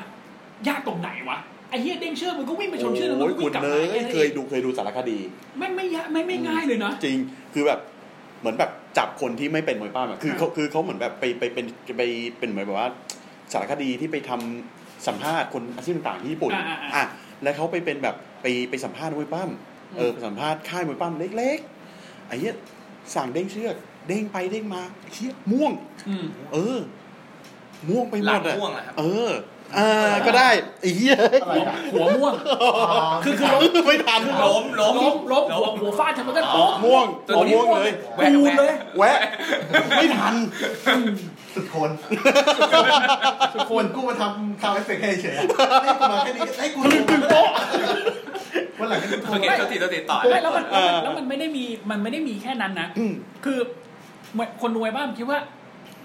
[SPEAKER 2] ยากตรงไหนวะไอ้เหี้ยเด้งเชือกมันก็วิ่งไปชนเชือกแล้วมัน
[SPEAKER 4] โอ้ย
[SPEAKER 2] ก็
[SPEAKER 4] คุ
[SPEAKER 2] วิ่ง
[SPEAKER 4] ณ
[SPEAKER 2] กลับ
[SPEAKER 4] เน
[SPEAKER 2] มาย แค่นั้น
[SPEAKER 4] เค
[SPEAKER 2] อย ง
[SPEAKER 4] ดูเคยดูสารคดี
[SPEAKER 2] ไม่ไม่ยากไม่ไม่ง่ายเลยนะ
[SPEAKER 4] จริงคือแบบเหมือนแบบจับคนที่ไม่เป็นมวยป้ามอะคือเขาคือเขาเหมือนแบบไปไปเป็นไปเป็นเหมือนแบบว่า สารคดีที่ไปทำสัมภาษณ์คนอาชีพต่างๆที่ญี่ปุ่น
[SPEAKER 2] อ่าอ่าอ่า
[SPEAKER 4] อ่ะแล้วเขาไปเป็นแบบไปไปสัมภาษณ์มวยป้ามเออไปสัมภาษณ์ค่ายมวยป้ามเล็กๆไอ้เนี้ยสั่งเด้งเชือก เด้งไปเด้งมาไอ้เชี่ยม่วง
[SPEAKER 2] อืม
[SPEAKER 4] เออ ม่วงไปหมด
[SPEAKER 6] หลั
[SPEAKER 4] อะ
[SPEAKER 6] งม่วงเหรอครับ
[SPEAKER 4] เออ อ่าก็ได้ ไอ้เหี้ย
[SPEAKER 5] อะไรอ่ะ
[SPEAKER 2] หัวม่วง คือคือล้ม
[SPEAKER 4] ไม่ทัน
[SPEAKER 6] ล้มล้ม
[SPEAKER 2] ล้มล้มหัว
[SPEAKER 6] ล้ม
[SPEAKER 2] หัวฟาดฉันมันก็ล้ม
[SPEAKER 4] ม่วง
[SPEAKER 6] ตัว
[SPEAKER 4] เอา
[SPEAKER 6] นี้
[SPEAKER 4] ม่วงเลย
[SPEAKER 6] แหวะ
[SPEAKER 2] ปูน
[SPEAKER 6] แหวะ
[SPEAKER 2] เลย
[SPEAKER 4] แวะ ไม่ทัน
[SPEAKER 5] สุดคนสุดคนกูมาทำทำเอฟเฟกต์ให้เฉยๆให้กูมาแค่นี้ให้กูดูวันหลังให้กูโทร
[SPEAKER 6] โอเค
[SPEAKER 5] มา
[SPEAKER 6] ตัวติดตัวติดต่อ
[SPEAKER 2] ไม่แล้วมัน
[SPEAKER 4] เออ
[SPEAKER 2] แล้วมันไม่ได้มีมันไม่ได้มีแค่นั้นนะ
[SPEAKER 4] อืม
[SPEAKER 2] คือเหมือนคนรวยบ้านคิดว่า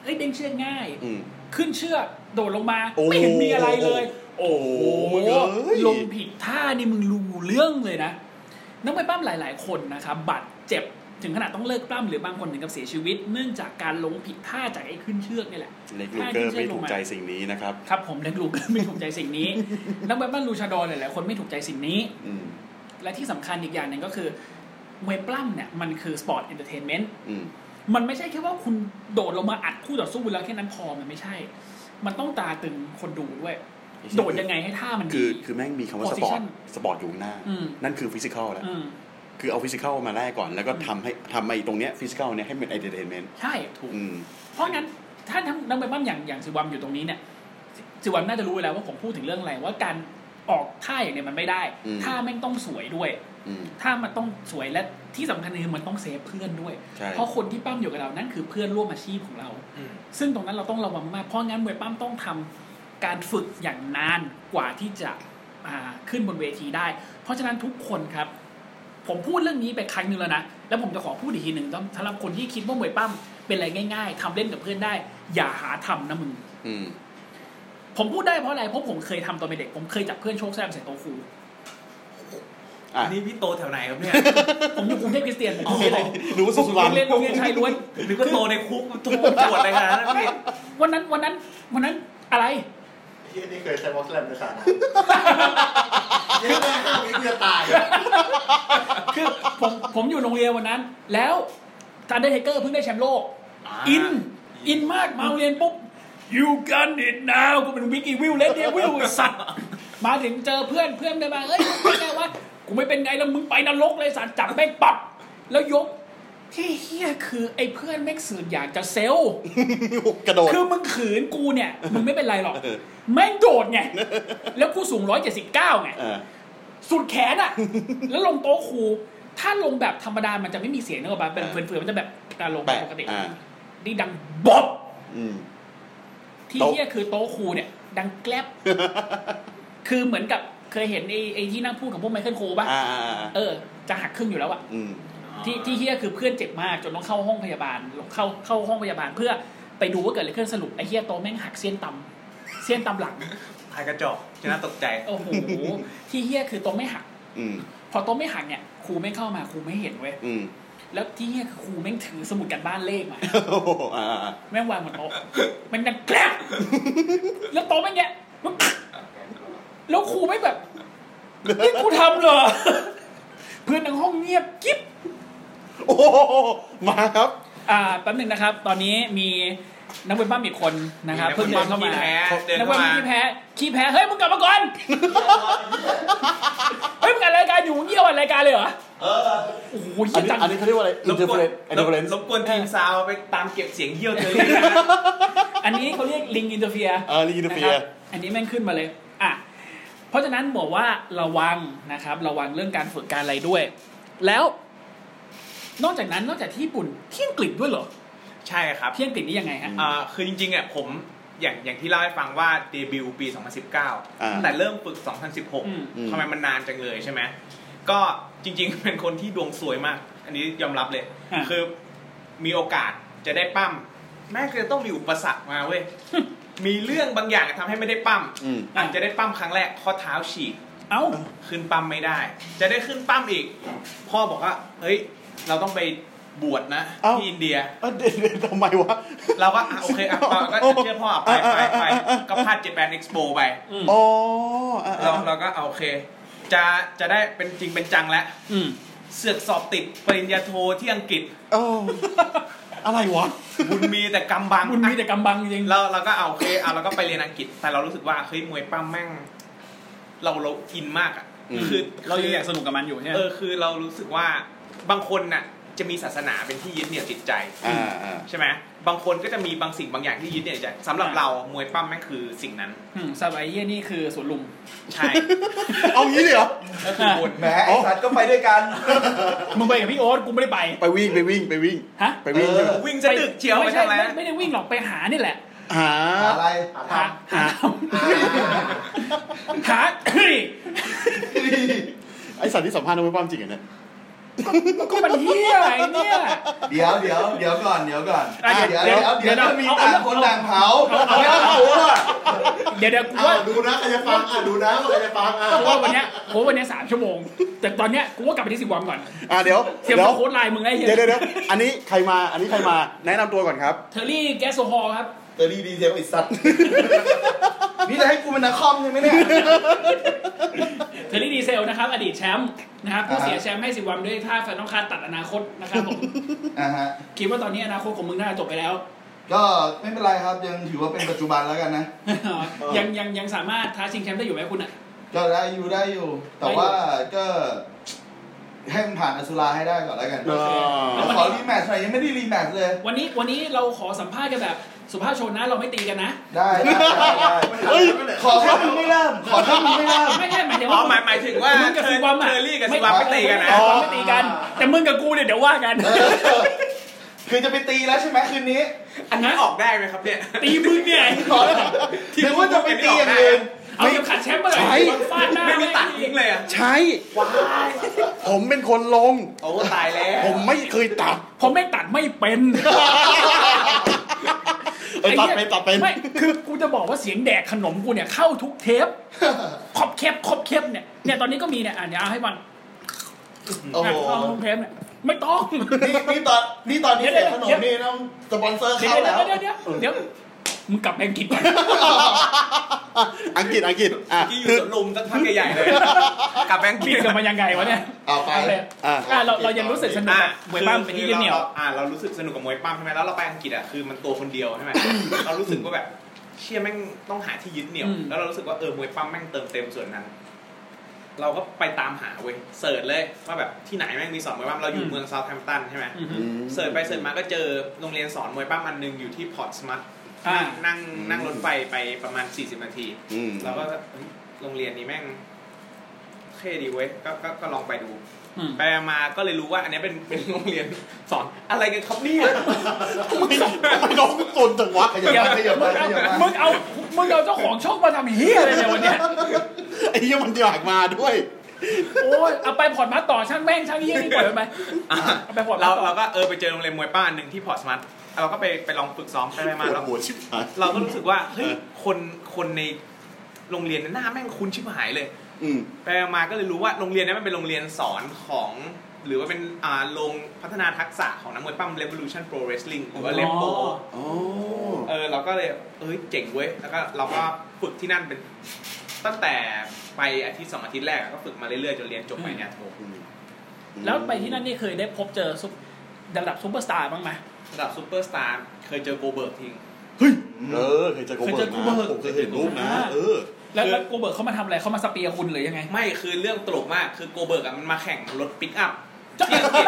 [SPEAKER 2] เอ้ยเด้งเชือกง่าย
[SPEAKER 4] อืม
[SPEAKER 2] ขึ้นเชือกโดดลงมา
[SPEAKER 4] โอ้
[SPEAKER 2] ไม่เห็นมีอะไรเลย
[SPEAKER 4] โอ้โหมึงเอ้ย
[SPEAKER 2] ลงผิดท่านี่มึงรู้เรื่องเลยนะ นักมวยปล้ำหลาย ๆ คนนะครับบาดเจ็บถึงขนาดต้องเลิกปล้ำหรือบางคนถึงกับเสียชีวิต เนื่องจากการลงผิดท่าจากไอ้ขึ้นเชือกนี่แหละ
[SPEAKER 4] เล็กลูกเกอร์ไม่ถูกใจสิ่งนี้นะครับ
[SPEAKER 2] ครับผมเล็กลูก ก็ไม่ถูกใจสิ่งนี้ นักมวยปล้ำลูชาดอนหลาย ๆ คนไม่ถูกใจสิ่งนี้
[SPEAKER 4] อืม
[SPEAKER 2] และที่สำคัญอีกอย่างหนึ่งก็คือมวยปล้ำเนี่ยมันคือสปอร์ตเอนเตอร์เทนเมนต์
[SPEAKER 4] อืม
[SPEAKER 2] มันไม่ใช่แค่ว่าคุณโดดลงมาอัดคู่ต่อสู้แล้วแค่นั้นพอมันไม่ใช่ มันต้องตาตึงคนดูด้วย โดดยังไงให้ท่ามัน
[SPEAKER 4] คื
[SPEAKER 2] ดี
[SPEAKER 4] อคือแม่งมีคำว่าสปอร์ต
[SPEAKER 2] Position
[SPEAKER 4] สปอร์ตอยู่ข้างหน้า
[SPEAKER 2] อืม
[SPEAKER 4] นั่นคือฟิสิกอลแล้ว
[SPEAKER 2] อืม
[SPEAKER 4] คือเอาฟิสิกอลมาแรกก่อน แล้วก็ทำให้ทำไอ้ตรงเนี้ยฟิสิกอลเนี้ยให้เป็น entertainment
[SPEAKER 2] ใช่ถูก
[SPEAKER 4] อืม
[SPEAKER 2] เพราะงั้นถ้าทำนักไปบ้ามอย่างอย่างซิวัมอยู่ตรงนี้เนี่ยซิซิวัมน่าจะรู้อยู่แล้วว่าผมพูดถึงเรื่องอะไรว่าการออกท่าอย่างเนี้ยมันไม่ได้
[SPEAKER 4] อืม
[SPEAKER 2] ท่าแม่งต้องสวยด้วย
[SPEAKER 4] อืม
[SPEAKER 2] ท่ามันต้องสวยและที่สำคัญคือมันต้องเซฟเพื่อนด้วย
[SPEAKER 4] ใช่
[SPEAKER 2] เพราะคนที่ปั้มอยู่กับเรานั่นคือเพื่อนร่วมอาชีพของเรา
[SPEAKER 6] อืม
[SPEAKER 2] ซึ่งตรงนั้นเราต้องระวังมากเพราะงั้นมวยปั้มต้องทำการฝึกอย่างนานกว่าที่จะอ่าขึ้นบนเวทีได้ เพราะฉะนั้นทุกคนครับ ผมพูดเรื่องนี้ไปครั้งหนึ่งแล้วนะ แล้วผมจะขอพูดอีกทีหนึ่งสำหรับคนที่คิดว่ามวยปั้มเป็นอะไรง่าย ๆทำเล่นกับเพื่อนได้ อย่าหาทำนะมึง
[SPEAKER 4] อืม
[SPEAKER 2] ผมพูดได้เพราะอะไร เพราะผมเคยทำตอนเป็นเด็ก ผมเคยจับเพื่อนโชคแซมใส่โต๊ะครู
[SPEAKER 4] อ่ะ
[SPEAKER 6] นี่พี่โตแถวไหนครับเนี่ย
[SPEAKER 2] ผมอยู่กรุงเทพคริสเตียนผมพูดเลย
[SPEAKER 4] หนูสุสุ
[SPEAKER 2] โร
[SPEAKER 4] รัน
[SPEAKER 2] งเรียนโรงเรียนชายล้วน
[SPEAKER 6] หรือว่าโตในคุกโตตรวจอะไรขนาดนั้นพี่
[SPEAKER 2] วันนั้นวันนั้นวันนั้นอะไร
[SPEAKER 5] ที่นี่เคยใช้วอลแลมในสระน้ำยังไม่ห้ามวิกูจะตาย
[SPEAKER 2] คือผมผมอยู่โรงเรียนวันนั้น แล้วทันเดอร์เทเกอร์เพิ่งได้แชมป์โลก อิน อินมากมาโรงเรียนปุ๊บ you got it now ก็เป็นวิกกี้วิลเลนเดวิลสัตว์มาถึงเจอเพื่อนเพื่อนเดินมาเอ้ยเป็นไงวะกูไม่เป็นไงแล้วมึงไปนรกเลยสัตว์จับแม่งปับ แล้วยก ที่เฮี้ยคือไอ้เพื่อนแม่งสื่ออยากจะเซลล
[SPEAKER 4] กระโดด
[SPEAKER 2] คือมึงขืนกูเนี่ย มึงไม่เป็นไรหรอก แม่งโดดไง แล้วกูสูง 179 ไง
[SPEAKER 4] เออ
[SPEAKER 2] สุดแขนอะ แล้วลงโต๊ะครู ถ้าลงแบบธรรมดา มันจะไม่มีเสียงนึกออกปะเป็น
[SPEAKER 4] อ่า
[SPEAKER 2] เฟื่อนๆมันจะแบบการลง
[SPEAKER 4] แปะ
[SPEAKER 2] ปกติ
[SPEAKER 4] อ่า
[SPEAKER 2] นี่ดังบ๊อบ
[SPEAKER 4] อืม
[SPEAKER 2] ที่
[SPEAKER 4] โต๊ะ
[SPEAKER 2] เฮียคือโต๊ะครูเนี่ย ดังแกล บ คือเหมือนกับเคยเห็นไอ้ไอ้ที่นั่งพูดกับพวกไมเคิลโคลป่ะ
[SPEAKER 4] อ่าอ่าอ่า
[SPEAKER 2] เออ จะหักครึ่งอยู่แล้วอะ
[SPEAKER 4] อืม
[SPEAKER 2] ที่ที่เฮียคือเพื่อนเจ็บมากจนต้องเข้าห้องพยาบาลเข้าเข้าห้องพยาบาลเพื่อไปดูว่าเกิดอะไรขึ้นสรุปไอ้เฮียโตแม่งหักเส้นตำเส้นตำหลัง
[SPEAKER 6] ทายกระจอกจะน่าตกใจ
[SPEAKER 2] โอ้โห ที่เฮียคือโตไม่หัก
[SPEAKER 4] อืม
[SPEAKER 2] พอโตไม่หักเนี่ยครูไม่เข้ามาครูไม่เห็นเว้ย
[SPEAKER 4] อืม
[SPEAKER 2] แล้วที่เฮียคือครูแม่งถือสมุดกันบ้านเลขมา
[SPEAKER 4] โอ้โหอ่าอ่า
[SPEAKER 2] แม่งวางบนโต๊ะแมันดังแกรบแล้วโต๊ะแม่งเนี่ยมันแล้วครูไม่งแบบนี่กูทำเหรอ เพื่อนในห้องเงียบกิ๊บ
[SPEAKER 4] โอ้โหมาครับ
[SPEAKER 2] อ่าแป๊บหนึ่งนะครับ ตอนนี้มีนักเวทบ้ามอีกคนนะครับ
[SPEAKER 6] มีนัก
[SPEAKER 2] เพิ่งเดินเข้ามา
[SPEAKER 6] เวทบ้ามขี้แพ้เดิน
[SPEAKER 2] นัก
[SPEAKER 6] เข้า
[SPEAKER 2] เวท
[SPEAKER 6] มา
[SPEAKER 2] บ้ามขี้แพ้ขี้แพ้เฮ้ยมึงกลับมาก่อน เฮ้ยมึงอัดรายการอยู่มึงเยี่ยวอัดรายการเลยเหรอโอ้โหเหี้
[SPEAKER 4] อัน
[SPEAKER 2] ย
[SPEAKER 4] นี้
[SPEAKER 2] จัง
[SPEAKER 4] อันนี้เขาเรียกว่าอะไร
[SPEAKER 6] รบกวน
[SPEAKER 4] interference interference
[SPEAKER 6] รบกวนทีมซาวไปตามเก็บเสียงเยี่ยวเธอเลย
[SPEAKER 2] อันนี้เขาเรียกลิงอินเตอร์เฟีย
[SPEAKER 4] เออ interfere
[SPEAKER 2] อันนี้แม่งขึ้นมาเลยอ่ะเพราะฉะนั้นบอกว่าระวังนะครับ ระวังเรื่องการฝึกการอะไรด้วย แล้ว นอกจากนั้นนอกจากที่ญี่ปุ่นที่อังกฤษด้วยเหรอ
[SPEAKER 6] ใช่ครับ
[SPEAKER 2] ที่อังกฤษนี่ยังไงฮะ
[SPEAKER 6] อ่าคือจริงๆอ่ะผมอย่างอย่างที่เล่าให้ฟังว่าเดบิวต์ปี
[SPEAKER 4] อ่า
[SPEAKER 6] 2019 แต่เริ่มฝึก
[SPEAKER 2] อืม
[SPEAKER 4] อื
[SPEAKER 6] 2016
[SPEAKER 4] ม
[SPEAKER 6] ทำไมมันนานจังเลยใช่ไหมก็จริงๆ เป็นคนที่ดวงสวยมาก อันนี้ยอมรับเลย
[SPEAKER 2] อ่ะ
[SPEAKER 6] คือมีโอกาสจะได้ปั้มแม่งก็จะต้องมีอุปสรรคมา เว้ย มีเรื่องบางอย่างทำให้ไม่ได้ปั้ม
[SPEAKER 4] อืม
[SPEAKER 6] อาจจะได้ปั้มครั้งแรกข้อเท้าฉีก
[SPEAKER 2] เอ้า
[SPEAKER 6] ขึ้นปั้มไม่ได้ จะได้ขึ้นปั้มอีก พ่อบอกว่าเฮ้ย เราต้องไปบวชนะ
[SPEAKER 4] เอ้า
[SPEAKER 6] ที่อินเดีย
[SPEAKER 4] เอ้ยเดี๋ยวเดี๋ ยวทำไมวะ
[SPEAKER 6] เราก็อ่ะโอเคอ่ะเราก็เชื่อพ่ออ่ะไปไปไปก็พลาดเจแปนเอ็กซ์โปไป
[SPEAKER 4] อ๋ออ่า
[SPEAKER 6] เรา
[SPEAKER 4] อ่า
[SPEAKER 6] เราก็อ่ะโอเค จะจะได้เป็นจริงเป็นจังแล้ว
[SPEAKER 2] อืม
[SPEAKER 6] เสือกสอบติดปริญญาโทที่อังกฤษ
[SPEAKER 4] โอ้อะไรวะ
[SPEAKER 6] บุญมีแต่กำบัง
[SPEAKER 2] คุณมีแต่กำบังจริง
[SPEAKER 6] เราเราก็เอาโอเคเอาเราก็ไปเรียนอังกฤษ แต่เรารู้สึกว่าเฮ้ยมวยปั้มแม่ง เราเราอินมากอ่ะ
[SPEAKER 4] อืม
[SPEAKER 6] คือ
[SPEAKER 2] เรายังอยากสนุกกับมันอยู่ใช่ไหม
[SPEAKER 6] เออคือเรารู้สึกว่าบางคนน่ะ จะมีศาสนาเป็นที่ยึดเหนี่ยวจิตใจ
[SPEAKER 4] อ่าอ่า
[SPEAKER 6] ใช่ไหมบางคนก็จะมีบางสิ่งบางอย่างที่ยึดเหนี่ยวจิตใจสำหรับเรามวยปั้มแม่งคือสิ่งนั้น
[SPEAKER 2] อืมซาบายเย่นี่คือสวนลุม
[SPEAKER 6] ใช่
[SPEAKER 4] เอางี้เลยเหรอ
[SPEAKER 6] ก็คือบุญ
[SPEAKER 5] แหมไอ้สัตว์ก็ไปด้วยกัน
[SPEAKER 2] มึงไปกับพี่โอ๊ตกูไม่ได้ไป
[SPEAKER 4] ไปวิ่งไปวิ่งไปวิ่ง
[SPEAKER 2] ฮะ
[SPEAKER 4] ไปวิ่งใช่ไหม
[SPEAKER 5] เออ
[SPEAKER 6] วิ่งจะดึกเชียวไป
[SPEAKER 2] ไม่ใช่
[SPEAKER 6] ทำไม
[SPEAKER 2] ไม่ไม่ได้วิ่งหรอกไปหานี่แหละ
[SPEAKER 4] หา
[SPEAKER 5] หาอะไรหาท
[SPEAKER 2] หาหาหา
[SPEAKER 5] ำ
[SPEAKER 4] ไอสัตว์ที่สัมภาษณ์น้องไม่ปั้มจริงเหรอเนี่ย
[SPEAKER 2] ก็มันเฮียไอ้เนี่ย
[SPEAKER 5] เดี๋ยวเดี๋ยวเดี๋ยวก่อนเดี๋ยวก่อน
[SPEAKER 2] อ่ะเดี๋
[SPEAKER 5] เดี๋
[SPEAKER 2] ย
[SPEAKER 5] ยว วเดี๋ยว
[SPEAKER 2] เดี๋ยเดี๋
[SPEAKER 5] เดี๋ยว ว
[SPEAKER 2] ยว
[SPEAKER 5] มี
[SPEAKER 2] เอา
[SPEAKER 5] ต่าง
[SPEAKER 2] เอา
[SPEAKER 5] คนต่างเผาเอา
[SPEAKER 4] ไม่เอาเอาอ่ะ
[SPEAKER 2] เดี๋ยวเดี๋ยวกูว่า
[SPEAKER 5] ดูนะใครจะฟังอ่ะดูนะใครจะฟังอ่ะ
[SPEAKER 2] กูว่าวันเนี้ยกูว่าวันเนี้ยสามชั่วโมง แต่ตอนเนี้ยกูว่ากลับไปที่สิบวันก่อน
[SPEAKER 4] อ่ะเดี๋ยว
[SPEAKER 2] เสียบ
[SPEAKER 4] เดี๋ยว
[SPEAKER 2] โค้ดไลน์มึงไอ้เหี้ย
[SPEAKER 4] เดี๋ยวเดี๋ยวเดี๋ยวอันนี้ใครมา อันนี้ใครมา แนะนำตัวก่อนครับ
[SPEAKER 2] เทอร์รี่แกสโซฮอลครับ
[SPEAKER 5] เตอรี่ดีเทลไอ้สัตว์ นี่จะให้กูเป็นนักคอมใช่ไหมเนี่ย
[SPEAKER 2] เทอร์รี่ดีเซลนะครับ อดีตแชมป์นะครับผู้
[SPEAKER 5] อ่าฮะ
[SPEAKER 2] เสียแชมป์ให้สิบวันด้วยท่าแฟนต้องคาตัดอนาคตนะครับผม
[SPEAKER 5] อ่าฮะ
[SPEAKER 2] คิดว่าตอนนี้อนาคตของมึงน่าจะจบไปแล้ว
[SPEAKER 5] ก็ไม่เป็นไรครับยังถือว่าเป็นปัจจุบันแล้วกันนะ
[SPEAKER 2] ยังยังยังสามารถท้าชิงแชมป์ได้อยู่ไหมคุณอ่ะ
[SPEAKER 5] ก็ได้อยู่ได้อยู่ แต่ว่าก็ให้มันผ่านอสุราให้ได้ก่อนแล้วกัน
[SPEAKER 4] เออ
[SPEAKER 5] แล้วขอรีแมทช์หน่อยยังไม่ได้รีแมทช์เลย
[SPEAKER 2] วันนี้วันนี้เราขอสัมภาษณ์กันแบบสุภาพชนนะเราไม่ตีกันนะ
[SPEAKER 5] ได้ได้ได้
[SPEAKER 4] เฮ้ย
[SPEAKER 5] ขอแค่มึงไม่เริ่ม ขอแค่มึงไม่เริ่ม
[SPEAKER 2] ไม่ใช่หมายถึง
[SPEAKER 6] อ๋อ
[SPEAKER 2] ว่า
[SPEAKER 6] หมายหมายถึงว่า
[SPEAKER 2] มึงกับ
[SPEAKER 6] เทอ
[SPEAKER 2] ซี
[SPEAKER 6] ร์
[SPEAKER 2] วัมอะ
[SPEAKER 6] เทอร์รี่กับซีวัมไม่ตีกันนะ
[SPEAKER 2] ซีวัมไม่ตีกัน แต่มึงกับกูเนี่ยเดี๋ยวว่ากัน
[SPEAKER 5] เออคือจะไปตีแล้วใช่ไหมคืนนี้
[SPEAKER 6] อันนั้นออกได้ไหมครับเนี่ย
[SPEAKER 2] ตีมึงเนี่ย
[SPEAKER 5] ขอแล้ว
[SPEAKER 6] ที่
[SPEAKER 5] หรือว่าจะไปตีอย่างอื่น
[SPEAKER 2] เอาเข็มขัดแชมป์มาหน่
[SPEAKER 4] ใช่
[SPEAKER 2] อยฟาดหน้า
[SPEAKER 6] ไม่มีตัดทิ้งเลยอ่ะ
[SPEAKER 4] ใช่ ผมเป็นคนลง
[SPEAKER 6] โอ้ตายแล้ว
[SPEAKER 4] ผมไม่เคยตัด
[SPEAKER 2] ผมไม่ตัดไม่เป็น
[SPEAKER 4] เออตัดเป็
[SPEAKER 2] อ้หี้
[SPEAKER 4] น
[SPEAKER 2] ย
[SPEAKER 4] ตัดเป็น
[SPEAKER 2] ไม่คือกูจะบอกว่าเสียงแดกขนมกูเนี่ยเข้าทุกเทปขอบเคปขอบเคปเนี่ยเนี่ยตอนนี้ก็มีเนี่ยอ่ะเดี๋ยวเอาให้ฟัง
[SPEAKER 5] โอ้โห
[SPEAKER 2] เข้าทุกเทปเนี่ยไม่ต้อง
[SPEAKER 5] นี่นี่ตอนนี่ตอนนี้เสร็จขนมนี่ต้องสปอนเซอร์
[SPEAKER 2] เดี๋ย
[SPEAKER 5] เข้าวแล้ว
[SPEAKER 2] เดี๋ยวเดี๋ยวเดี๋ยวมึงกลับไปอังกฤษก่อน
[SPEAKER 4] อังกฤษ อังกฤษ อ่ะ
[SPEAKER 6] ที่อยู่
[SPEAKER 4] คือ
[SPEAKER 6] สวนลุมสักพักใหญ่ๆเลยกลับแบงค์
[SPEAKER 2] เป
[SPEAKER 6] กิ
[SPEAKER 2] ลี่ยน
[SPEAKER 6] น
[SPEAKER 2] กลับมายังไงวะเนี่ย
[SPEAKER 5] เอาไป
[SPEAKER 2] เอาเลย
[SPEAKER 4] อ่ะ
[SPEAKER 2] อ่ะเราเรายังรู้สึกสนุก
[SPEAKER 6] อ่ะ
[SPEAKER 2] อะเหมือนบ้านเป็นที่ยึดเหนี่ยว
[SPEAKER 6] คือราอ่าเรารู้สึกสนุกกับมวยปั้มใช่ไหมแล้วเราไปอังกฤษอ่ะคือมันตัวคนเดียวใช่ไหม เรารู้สึกว่าแบบเชี่ยแม่งต้องหาที่ยึดเหนี่ยว
[SPEAKER 2] อืม
[SPEAKER 6] แล้วเรารู้สึกว่าเออมวยปั้มแม่งเติมเต็มส่วนนั้น เราก็ไปตามหาเว้ยเสิร์ชเลยว่าแบบที่ไหนแม่งมีสอนมวยปั้มเราอยู่เมืองเซาท์แฮมป์ตันใช่ไหม
[SPEAKER 2] อือฮึ
[SPEAKER 6] เสิร์ชไปเสิร์ชมาก็เจอโรงเรียนสอนมวยปั้มอันหนึงอยู่ที่พอร์ตสมัต
[SPEAKER 2] อ่า
[SPEAKER 6] นั่งนั่ง
[SPEAKER 4] อืม
[SPEAKER 6] รถไฟไปประมาณ 40 นาที
[SPEAKER 4] อืม
[SPEAKER 6] เราก็เฮ้ยโรงเรียนนี้แม่งเท่ดีเว้ยก็ก็ก็ลองไปดู
[SPEAKER 2] อืม
[SPEAKER 6] ไปมาก็เลยรู้ว่าอันเนี้ยเป็นเป็นโรงเรียนสอนอะไรกันครับเนี่ย
[SPEAKER 4] ไม่น้องตนจังวะ
[SPEAKER 5] ขยับมาขยับ
[SPEAKER 2] มึ
[SPEAKER 5] มาง
[SPEAKER 2] เอา
[SPEAKER 5] ขยับมา
[SPEAKER 2] มึงเอามึงเอาเจ้าของช่องมาทำเฮียอะไรเนี่ยวันเนี้ย
[SPEAKER 4] ไอ้เหี้ยมันอยากมาด้วย
[SPEAKER 2] โอ้ยเอาไปพอร์ตมาต่อช่างแม่งช่างเฮียนี่ปล่อยมันไปเอาไปพอร์ตมา
[SPEAKER 6] เรา
[SPEAKER 2] ต่อ
[SPEAKER 6] เราก็เออไปเจอโรงเรียนมวยป้าอันหนึ่งที่พอร์ตสมัตเราก็ไปไปลองฝึกซ้อมไปไปมา
[SPEAKER 4] ปวด
[SPEAKER 6] แล้ว
[SPEAKER 4] หัวชิบหาย
[SPEAKER 6] เราก็รู้สึกว่าเฮ้ย
[SPEAKER 4] เออ
[SPEAKER 6] คนคนในโรงเรียนนั้นหน้าแม่งคุ้นชิบหายเลย
[SPEAKER 4] อืม
[SPEAKER 6] ไปมาก็เลยรู้ว่าโรงเรียนนี้มันเป็นโรงเรียนสอนของ หรือว่าเป็นอ่าโรงพัฒนาทักษะของนักมวยปั้ม Revolution Pro Wrestling หรือว่าเลมโป
[SPEAKER 4] อ๋อ
[SPEAKER 6] เออเราก็เลยเอ้ยเจ๋งเว้ยแล้วก็เราก็ฝึกที่นั่นเป็น ตั้งแต่ไปอาทิตย์สองอาทิตย์แรกอะก็ฝึกมาเรื่อยๆจนเรียนจบไปเนี่ยโท
[SPEAKER 2] แล้วไปที่นั่นนี่เคยได้พบเจอซุประดับซุปเปอร์สตาร์บ้างไหม
[SPEAKER 6] ระดับซูเปอร์สตาร์เคยเจอโกเบิร์กทิ้ง
[SPEAKER 4] เฮ้ย เออเคยเจอโก
[SPEAKER 2] เคย
[SPEAKER 4] เบิ
[SPEAKER 2] เจ
[SPEAKER 4] ร์
[SPEAKER 2] อก โก
[SPEAKER 4] นะ
[SPEAKER 2] เบิร์ก
[SPEAKER 4] ผมเคยเห็นรูปนะ เออ
[SPEAKER 2] แล้วแล้วกูเบิร์กเขามาทำอะไรเขามาสเปียร์คุณหรือยังไง
[SPEAKER 6] ไม่คือเรื่องตลกมากคือโกเบิร์กอะมันมาแข่งรถปิกอัพที่อังกฤษ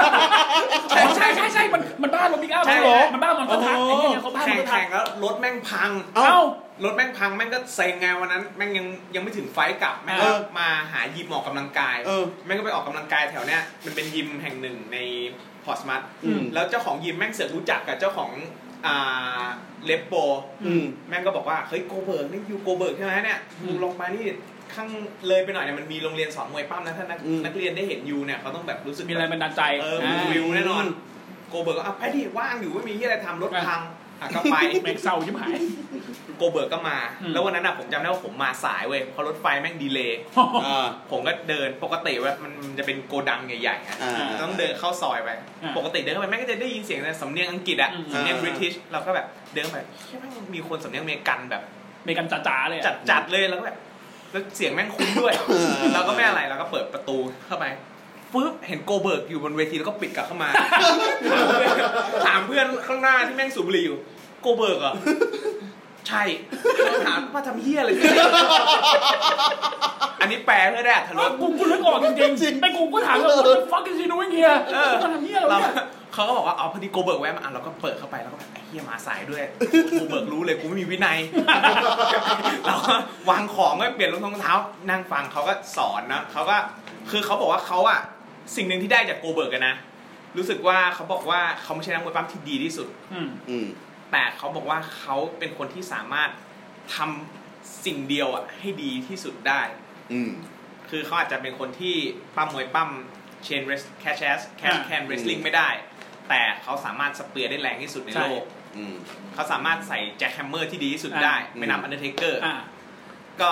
[SPEAKER 2] ใช่ใช่ใช่ใช่มันมันบ้าลงบิ๊กอัพ
[SPEAKER 6] ใช่
[SPEAKER 2] มัน
[SPEAKER 6] เหรอ
[SPEAKER 2] มันบ้ามันก็ทักไอ้เหี้ยเนี่ยเขาบ้ามั
[SPEAKER 6] แข่
[SPEAKER 2] น
[SPEAKER 6] ง
[SPEAKER 2] ก็ทั
[SPEAKER 6] แข่
[SPEAKER 2] ก
[SPEAKER 6] งแล้วรถแม่งพัง
[SPEAKER 2] เอ้า
[SPEAKER 6] รถแม่งพังแม่งก็เซ็งไงวันนั้นแม่งยังยังไม่ถึงไฟล์กลับแม่ง
[SPEAKER 4] เอ
[SPEAKER 6] ก็
[SPEAKER 4] อ
[SPEAKER 6] มาหายิมออกกำลังกาย
[SPEAKER 4] เออ
[SPEAKER 6] แม่งก็ไปออกกำลังกายแถวเนี้ยมันเป็นยิมแห่งหนึ่งในพอร์ตสมัต
[SPEAKER 4] อืม
[SPEAKER 6] แล้วเจ้าของยิมแม่งเสือกรู้จักกับเจ้าของอ่าเลปโป
[SPEAKER 4] อืม
[SPEAKER 6] แม่งก็บอกว่าเฮ้ยโกเบิร์กนี่อยู่โกเบิร์กใช่ไหมเนี่ย
[SPEAKER 2] อืม
[SPEAKER 6] ยูลงมานี่ข้างเลยไปหน่อยเนี่ยมันมีโรงเรียนสอนมวยปั้มนะถ้านัก
[SPEAKER 4] อืม
[SPEAKER 6] นักเรียนได้เห็นยูเนี่ยเขาต้องแบบรู้สึก
[SPEAKER 2] มีอะไรบันดาลใจ
[SPEAKER 6] เออ
[SPEAKER 2] อ่า
[SPEAKER 6] วิวแน่นอนโกเบิร์กก็อ่ะไปดิว่างอยู่ไม่มีที่อะไรทำรถพังอ่ะก็ไป
[SPEAKER 2] แม็กเซาชิบหาย
[SPEAKER 6] โกเบิร์กก็มา
[SPEAKER 2] อืม
[SPEAKER 6] แล้ววันนั้นอ่ะผมจำได้ว่าผมมาสายเว้ยเพราะรถไฟแม่งดีเลย์
[SPEAKER 4] อ่า
[SPEAKER 6] ผมก็เดินปกติว่ามันมันจะเป็นโกดังใหญ่ๆอะ
[SPEAKER 4] อ่า
[SPEAKER 6] ต้องเดินเข้าซอยไป
[SPEAKER 2] อ่า
[SPEAKER 6] ปกติเดินเข้าไปแม่งก็จะได้ยินเสียงในสำเนียงอังกฤษอะ
[SPEAKER 2] อืม
[SPEAKER 6] สำเนียง
[SPEAKER 4] อ่า
[SPEAKER 6] บริทิชเราก็แบบเดินไปเฮ้ยแม่งมีคนสำเนียงอเมริกันแบบ
[SPEAKER 2] เมกันจ๋าๆเลยอะ
[SPEAKER 6] จัดๆเลยแล้วก็แบบแล้วเสียงแม่งคุ้นด้วย เราก็ไม่อะไรเราก็เปิดประตูเข้าไปปึ๊บเห็นโกเบิร์กอยู่บนเวทีแล้วก็ปิดกลับเข้ ามา ถามเพื่อนข้างหน้าที่แม่งสูบบุหรี่อยู่โกเบิร์กเหรอ่ะใช่เราถามว่าทำเฮีย อะไรเนี่ยอันนี้แปลเพื่อได้อัธร
[SPEAKER 2] เอ้าร
[SPEAKER 6] ส
[SPEAKER 2] กูกูนึกออกจริง
[SPEAKER 4] จริง
[SPEAKER 2] ๆไอ้กูก็ถามว่า what the fuck is he doing here
[SPEAKER 6] เออ
[SPEAKER 2] กูมาทำเหี้ยอะไร
[SPEAKER 6] เรา
[SPEAKER 2] เนี่ย
[SPEAKER 6] เขาก็บอกว่าอ๋อพอดีโกเบิร์กแวะมาอ่ะเราก็เปิดเข้าไปแล้วก็แบบไอ้เฮียมาสายด้วยโกเบิร์กรู้เลยกูไม่มีวินัย เราก็วางของก็เปลี่ยนรองเท้า นั่งฟังเขาก็สอนนะเขาก็คือเขาบอกว่าเขาอะสิ่งหนึ่งที่ได้จากโกเบิร์กอะนะรู้สึกว่าเขาบอกว่าเขาไม่ใช่นักมวยปั้มที่ดีที่สุด
[SPEAKER 2] อืม
[SPEAKER 4] อืม
[SPEAKER 6] แต่เขาบอกว่าเขาเป็นคนที่สามารถทำสิ่งเดียวอะให้ดีที่สุดได้
[SPEAKER 4] อืม
[SPEAKER 6] คือเขาอาจจะเป็นคนที่ปั้มมวยปั้มเชนเรสแคชแชสแคนแคนเรสลิงไม่ได้ แต่เขาสามารถสเปียร์ได้แรงที่สุดในโลก
[SPEAKER 4] อืม
[SPEAKER 6] เขาสามารถใส่แจ็คแฮมเมอร์ที่ดีที่สุดได้
[SPEAKER 4] อ่า
[SPEAKER 6] ไม่นับอันเดอร์เทเกอร์
[SPEAKER 2] อ่า
[SPEAKER 6] ก็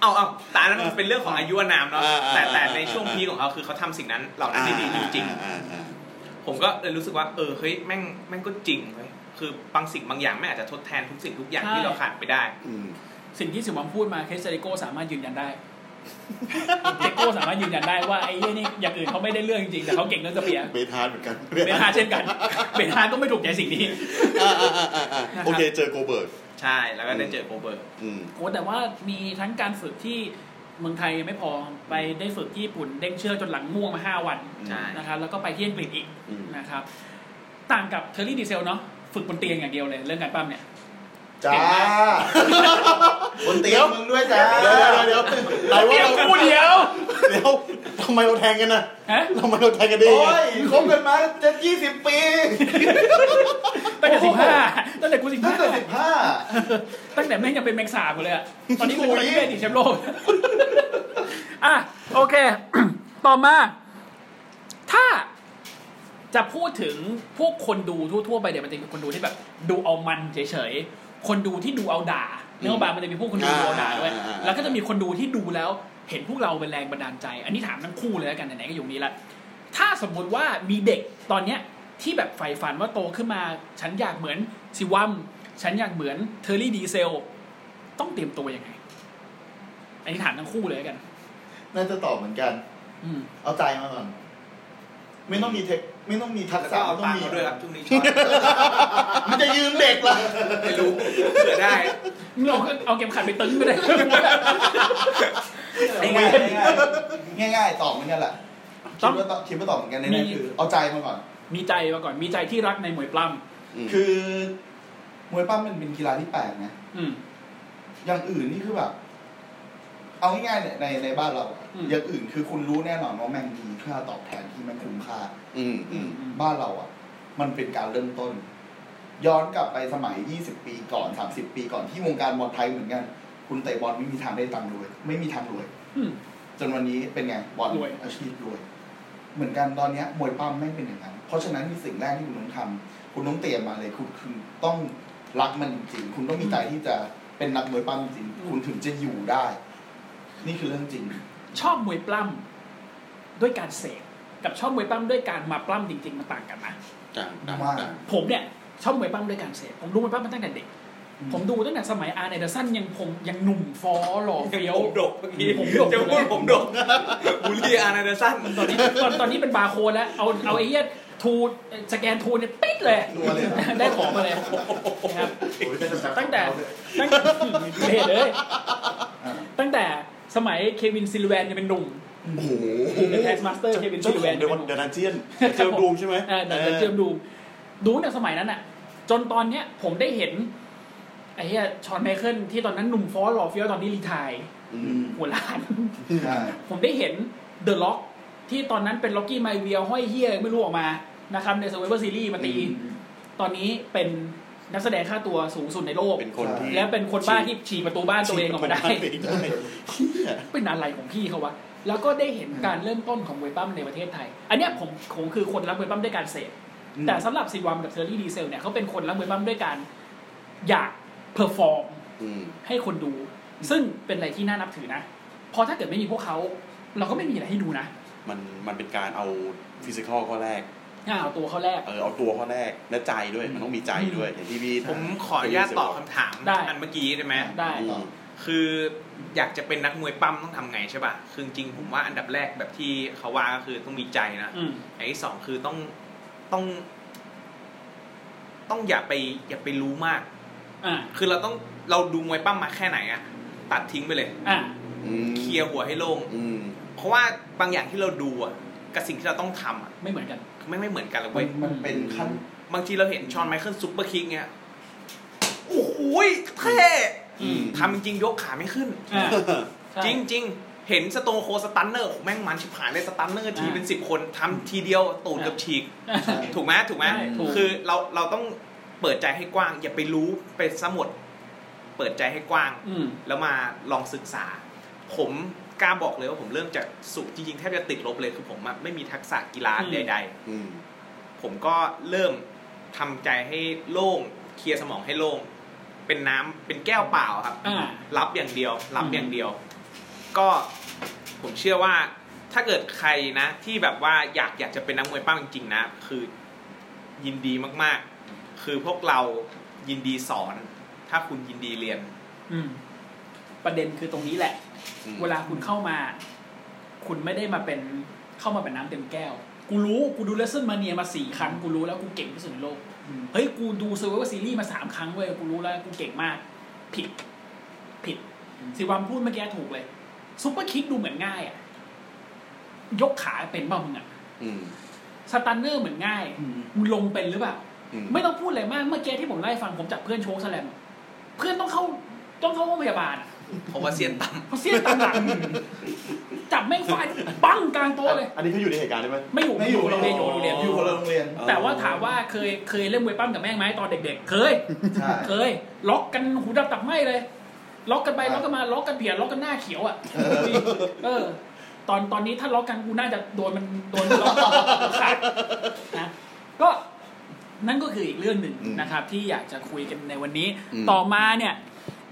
[SPEAKER 6] เอาเอาแต่อันนั้นมันเป็นเรื่องของอายุอานามเนาะ
[SPEAKER 4] อ่าอ่า
[SPEAKER 6] แต่แต่
[SPEAKER 4] อ่า
[SPEAKER 6] ในช่วงพีคของเขาคือเขาทำสิ่งนั้นเหล่านั้นได้ดีจริง
[SPEAKER 4] อ่าอ่าอ่า
[SPEAKER 6] ๆ ผมก็เลยรู้สึกว่า เออเฮ้ยแม่งแม่งก็จริงเลยคือบางสิ่งบางอย่างไม่อาจจะทดแทนทุกสิ่งทุกอย่าง
[SPEAKER 2] ใช่
[SPEAKER 6] ที่เราขาดไปได้
[SPEAKER 4] อืม
[SPEAKER 2] สิ่งที่สิวหวังพูดมาเคสเจโก้สามารถยืนยันได้ เจโก้สามารถยืนยันได้ว่าไอ้เหี้ยนี่อย่างอื่นเขาไม่ได้เรื่องจริงๆแต่เขาเก่งเรื่องสเปียร์
[SPEAKER 4] เบทาร์ดเหมือนกัน
[SPEAKER 2] เบนฮาร์ดเช่นกันเบนฮาร์ดก็ไม่ถูกใจสิ่งนี้
[SPEAKER 4] อ่าอ่าอ่าอ่าอ่าโอเคเจอโกเบิร์ต
[SPEAKER 6] ใช่แล้วก็ได้เจอโกเบิร์ก
[SPEAKER 4] อืม
[SPEAKER 2] โอ้แต่ว่ามีทั้งการฝึกที่เมืองไทยยังไม่พอไปได้ฝึกที่ญี่ปุ่นเด้งเชือกจนหลังม่วงมาห้าวัน
[SPEAKER 6] ใช่
[SPEAKER 2] นะครับแล้วก็ไปที่อังกฤษอีก
[SPEAKER 4] อืม
[SPEAKER 2] นะครับ ต่างกับเทอร์รี่ดีเซลเนาะฝึกบนเตียงอย่างเดียวเลยเรื่องการปั้มเนี่ย
[SPEAKER 5] จ้าบนเตียงมึงด้วยจ้า
[SPEAKER 4] เดี๋ยวเดี๋ยวเดี๋ยวเราว่า
[SPEAKER 2] เตียง
[SPEAKER 4] เรา
[SPEAKER 2] กูเดียว
[SPEAKER 4] เดี๋ยวทำไมเราแทงกันน่ะ
[SPEAKER 2] ฮะ
[SPEAKER 4] ทำไมเราแทงกันได้ยั
[SPEAKER 5] โอ้
[SPEAKER 4] งไง
[SPEAKER 5] ยคบกันมาจะยี่สิบปี
[SPEAKER 2] ตั้งแต่สิบห้าตั้งแต่กูสิบ
[SPEAKER 5] ตั้ง
[SPEAKER 2] ห้า
[SPEAKER 5] แต่สิบห้า
[SPEAKER 2] ตั้งแต่แม่งยังเป็นแมงสาบกูเลยอะตอนนี้กู
[SPEAKER 5] โอ้
[SPEAKER 2] เป็น
[SPEAKER 5] ย
[SPEAKER 2] เพื่อนดิแชมป์โล กอ่ะโอเค ต่อมา ถ้าจะพูดถึงพวกคนดูทั่วๆไปเดี๋ยวมันจะมีคนดูที่แบบ ดูเอามันเฉยๆ คนดูที่ดูเอาด่าเนื้อบางมันจะมีพวกคนดูดูเอาด่าด้วย แล้วก็จะมีคนดูที่ดูแล้ว เห็นพวกเราเป็นแรงบันดาลใจ อันนี้ถามทั้งคู่เลยแล้วกันไหนๆก็อยู่นี้ละ ถ้าสมมติว่ามีเด็กตอนเนี้ยที่แบบใฝ่ฝันว่าโตขึ้นมา ฉันอยากเหมือนซิวัม ฉันอยากเหมือนเทอร์รี่ดีเซล ต้องเตรียมตัวยังไง อันนี้ถามทั้งคู่เลยแล้วกัน
[SPEAKER 5] น่าจะตอบเหมือนกัน
[SPEAKER 2] อืม
[SPEAKER 5] เอาใจมาก่อน ไม่ต้องมีเทค ไม่ต้องมีทัก
[SPEAKER 6] แล้ว
[SPEAKER 5] ษะ
[SPEAKER 6] ก็เอา
[SPEAKER 5] ไม่ต้อ
[SPEAKER 6] ตั
[SPEAKER 5] ง
[SPEAKER 6] งค์
[SPEAKER 5] มี
[SPEAKER 6] มาด้วยครับ ช่วงนี้ช็อต
[SPEAKER 5] มันจะยืมเด็กล่ะ
[SPEAKER 6] ไม่รู้เผื่อได้
[SPEAKER 2] เราก็เอาเกมขัดไปตึงก็ได้
[SPEAKER 5] ง่ายๆง่ายๆง่ายๆตอบเหมือนกันแหละ
[SPEAKER 2] ต้
[SPEAKER 5] คิ
[SPEAKER 2] อง
[SPEAKER 5] ดว่าตอบคิดว่าตอบเหมือนกันแน่ๆคือ เอาใจมาก่อน
[SPEAKER 2] มีใจมาก่อน มีใจที่รักในมวยปล้
[SPEAKER 5] คือ มวยปั้มมันเป็นกีฬาที่แปลกนะ
[SPEAKER 2] ำอืม
[SPEAKER 5] อย่างอื่นนี่คือแบบ เอาง่ายๆเนี่ยในในบ้านเราอะ
[SPEAKER 2] อืม
[SPEAKER 5] อย่างอื่นคือคุณรู้แน่นอนว่าแม่งมีค่าตอบแทนที่แม่งคุ้มค่า
[SPEAKER 4] อืมอืม
[SPEAKER 5] บ้านเราอ่ะ มันเป็นการเริ่มต้น ย้อนกลับไปสมัย 20 ปีก่อน 30 ปีก่อนที่วงการบอลไทยเหมือนกัน คุณเตะบอลไม่มีทางได้ตังค์รวย ไม่มีทางรวย
[SPEAKER 2] อืม
[SPEAKER 5] จนวันนี้เป็นไงบอล
[SPEAKER 2] รวย
[SPEAKER 5] อาชีพรวย เหมือนกันตอนเนี้ยมวยปั้มไม่งเป็นอย่างนั้น เพราะฉะนั้นมีสิ่งแรกที่คุณต้องทำคุณต้องเตรียมมาเลย คุณคุณต้องรักมันจริงๆคุณต้องมีใจที่จะเป็นนักมวยปั้มจริงคุณถึงจะอยู่ได้ นี่คือเรื่องจริง
[SPEAKER 2] ชอบมวยปล้ำด้วยการเสพกับชอบมวยปล้ำด้วยการมาปล้ำจริงๆมันต่างกันนะ
[SPEAKER 4] ต่างต่าง
[SPEAKER 5] ว่า
[SPEAKER 4] ต่าง
[SPEAKER 2] ผมเนี่ย ชอบมวยปล้ำด้วยการเสพผมดูมวยปล้ำมาตั้งแต่เด็ก ผมดูตั้งแต่สมัยอาร์เนเดอร์สันยังผมยังหนุ่มฟอหล่อเฟี้ยว
[SPEAKER 6] ผมดกเมื่อกี้
[SPEAKER 2] ผมดก
[SPEAKER 6] จะพูดผมดกบูลลี่อาร์เนเดอร์สัน
[SPEAKER 2] ตอนนี้ตอนตอนนี้เป็นบาร์โค้ดแล้วเอาเอาไอ้เหี้ยทูสแกนทูเนี่ยปิดเลย
[SPEAKER 5] รัวเลยเหรอ
[SPEAKER 2] ได้ของมาเลยนะครับ ตั้งแต่ ตั้งแต่เลยเลย
[SPEAKER 5] อ่า
[SPEAKER 2] ตั้งแต่สมัยเควินซิลแวนยังเป็นหนุ่ม
[SPEAKER 4] โอ้โห
[SPEAKER 2] เป็นแทสมาสเตอร์เควิน
[SPEAKER 4] เจ้า
[SPEAKER 2] ซิล
[SPEAKER 4] ข
[SPEAKER 2] แว
[SPEAKER 4] อน
[SPEAKER 2] ยัง
[SPEAKER 4] งเด
[SPEAKER 2] เป็นห
[SPEAKER 4] วัน
[SPEAKER 2] นุ่ม
[SPEAKER 4] เดวันเจียน
[SPEAKER 2] ครั
[SPEAKER 4] เจ
[SPEAKER 2] บ
[SPEAKER 4] อ
[SPEAKER 2] ผม
[SPEAKER 4] ดูมใช่ไหม
[SPEAKER 2] เออเดี๋ยวเดี๋ยวเจียมดูดูตั้งแต่สมัยนั้นอ่ะ จนตอนเนี้ยผมได้เห็น ไอ้เหี้ยชอนไมเคิลที่ตอนนั้นหนุ่มฟอสหล่อเฟี้ยวตอนนี้รีไทาย
[SPEAKER 4] อื
[SPEAKER 5] อื
[SPEAKER 4] ม
[SPEAKER 5] ม
[SPEAKER 2] หัวล้าน
[SPEAKER 5] ใช่
[SPEAKER 2] ผมได้เห็นเดอะล็อกที่ตอนนั้นเป็นล็อกกี้ไมเวียห้อยเฮียไม่รู้ออกมานะครับใน Survivor Series มาตี ตอนนี้เป็นนักแสดงค่าตัวสูงสุดในโลก
[SPEAKER 4] เป็นคนที่
[SPEAKER 2] และเป็นคนบ้าที่ฉีกประตูบ้านตัวเองออกมาได้
[SPEAKER 4] ฉีประตูบ้านตัวเองได้เหี้ย
[SPEAKER 2] เป็นอะไรของพี่เขาวะ แล้วก็ได้เห็นการเริ่มต้นของมวยปั้มในประเทศไทย อันเนี้ยผมผมคือคนรักมวยปั้มด้วยการเสพ แต่สำหรับซีวามกับเทอร์รี่ดีเซลเนี่ยเขาเป็นคนรักมวยปั้มด้วยการอยากเพอร์ฟอร์ม
[SPEAKER 4] อืม
[SPEAKER 2] ให้คนดู ซึ่งเป็นอะไรที่น่านับถือนะ เพราะถ้าเกิดไม่มีพวกเขาเราก็ไม่มีอะไรให้ดูนะ
[SPEAKER 4] มันมันเป็นการเอาฟิสิกอลข้อแรก
[SPEAKER 2] อ่าเอาตัวเขาแรก
[SPEAKER 4] เออเอาตัวข้อแรกและใจด้วยมันต้องมีใจด้วยอย่างที่พี่
[SPEAKER 6] ผมขออนุญาตตอบคำถาม
[SPEAKER 2] ได้
[SPEAKER 6] อันเมื่อกี้ได้ไหม
[SPEAKER 2] ได้
[SPEAKER 4] อืม
[SPEAKER 6] คืออยากจะเป็นนักมวยปั้มต้องทำไงใช่ป่ะ คือจริงๆผมว่าอันดับแรกแบบที่เขาว่าก็คือต้องมีใจนะ
[SPEAKER 2] อืม
[SPEAKER 6] อันที่สองคือต้องต้อง ต้องอย่าไปอย่าไปรู้มาก
[SPEAKER 2] อ่า
[SPEAKER 6] คือเราต้องเราดูมวยปั้มมาแค่ไหนอะตัดทิ้งไปเลย
[SPEAKER 2] อ่า
[SPEAKER 4] อืม
[SPEAKER 6] เคลียร์หัวให้โล่ง
[SPEAKER 4] อืม
[SPEAKER 6] เพราะว่าบางอย่างที่เราดูอ่ะ กับสิ่งที่เราต้องทำอะ
[SPEAKER 2] ไม่เหมือนกัน
[SPEAKER 6] ไม่ไม่เหมือนกันเลย
[SPEAKER 5] มั
[SPEAKER 6] เว้
[SPEAKER 5] น
[SPEAKER 6] ย
[SPEAKER 5] มันเป็นขั้น
[SPEAKER 6] บางทีเราเห็นชอนไมเคิลซุปเปอร์คิกเงี้ย โอ้โหยเท่
[SPEAKER 4] อืม
[SPEAKER 6] ทำจริงๆ ยกขาไม่ขึ้น
[SPEAKER 2] อ่า
[SPEAKER 6] จ
[SPEAKER 2] จริ
[SPEAKER 6] ริ
[SPEAKER 2] ง
[SPEAKER 6] งจริงๆ เห็นสโตโคสตันเนอร์โอ้โหแม่งมันชิบหายเลยสตันเนอร์ที
[SPEAKER 2] อ่า
[SPEAKER 6] เป็นสิบคนทำทีเดียวตูดเกับฉีก ถูกไหมถูกไหม
[SPEAKER 2] ใช่ถูก
[SPEAKER 6] คือเราเราต้องเปิดใจให้กว้าง อย่าไปรู้ไปสมดเปิดใจให้กว้าง
[SPEAKER 2] อืม
[SPEAKER 6] แล้วมาลองศึกษา ผมกล้าบอกเลยว่าผมเริ่มจากสุจริงๆแทบจะติดลบเลยคือผมอะไม่มีทักษะกีฬา
[SPEAKER 2] อืม
[SPEAKER 6] ใด ๆ
[SPEAKER 4] อืม
[SPEAKER 6] ผมก็เริ่มทำใจให้โล่งเคลียร์สมองให้โล่งเป็นน้ำเป็นแก้วเปล่าครับ
[SPEAKER 2] อ่า
[SPEAKER 6] รับอย่างเดียว รับ
[SPEAKER 2] อืม
[SPEAKER 6] อย่างเดียว ก็ผมเชื่อว่าถ้าเกิดใครนะ ที่แบบว่าอยากอยากจะเป็นนักมวยปั้มจริงๆนะ คือยินดีมากๆ คือพวกเรายินดีสอน ถ้าคุณยินดีเรียน
[SPEAKER 2] อืม ประเด็นคือตรงนี้แหละ
[SPEAKER 4] อืม
[SPEAKER 2] เวลาคุณเข้ามา คุณไม่ได้มาเป็นเข้ามาเป็นน้ำเต็มแก้ว กูรู้กูดูเลสเซนมาเนียมาสี่ครั้ง กูรู้แล้วกูเก่งที่สุดในโลก
[SPEAKER 5] อืม
[SPEAKER 2] เฮ้ย กูดูเซอร์ไวเวอร์ซีรีส์มาสามครั้งเว้ยกูรู้แล้ว กูเก่งมาก ผิด ผิดสิวัมพูดเมื่อกี้ถูกเลยซุปเปอร์คิกดูเหมือนง่ายอะยกขาเป็นบ้ามึงอะ
[SPEAKER 4] อืม
[SPEAKER 2] สตันเนอร์เหมือนง่าย
[SPEAKER 5] อืม
[SPEAKER 2] มึงลงเป็นหรือเปล่า
[SPEAKER 4] อืม
[SPEAKER 2] ไม่ต้องพูดอะไรมาก เมื่อกี้ที่ผมไล่ฟังผมจากเพื่อนโชว์แสแลมเพื่อนต้องเข้าต้องเข้าโรงพยาบาลอะ
[SPEAKER 6] เพราะว่าเสียนต่
[SPEAKER 2] เพราะเสี้ยนตามหลังจับแม่งฟาดปังกลางโต๊ะเลย
[SPEAKER 4] อันนี้เขาอยู่ในเหตุการณ์ได้ไหม
[SPEAKER 2] ไม่อยู่
[SPEAKER 5] ไม่อยู่
[SPEAKER 2] โรงเรียนอยู่โรงเรียน
[SPEAKER 5] อยู่คนละโรงเรียน
[SPEAKER 4] อ๋อ
[SPEAKER 2] แต่ว่าถามว่าเคยเคยเล่นมวยปั้มกับแม่งไหมตอนเด็กๆ เคย
[SPEAKER 5] ใช่
[SPEAKER 2] เคย ล็อกกันหูดับตับไหมเลย ล็อกกันไปล็อกกันมาล็อกกันเผียนล็อกกันหน้าเขียวอ่ะเออ ตอนตอนนี้ถ้าล็อกกันกูน่าจะโดนมันโดนล็อกขาดนะก็นั่นก็คืออีกเรื่องหนึ่ง
[SPEAKER 4] อืม
[SPEAKER 2] นะครับ ที่อยากจะคุยกันในวันนี้
[SPEAKER 4] อืม
[SPEAKER 2] ต่อมาเนี่ย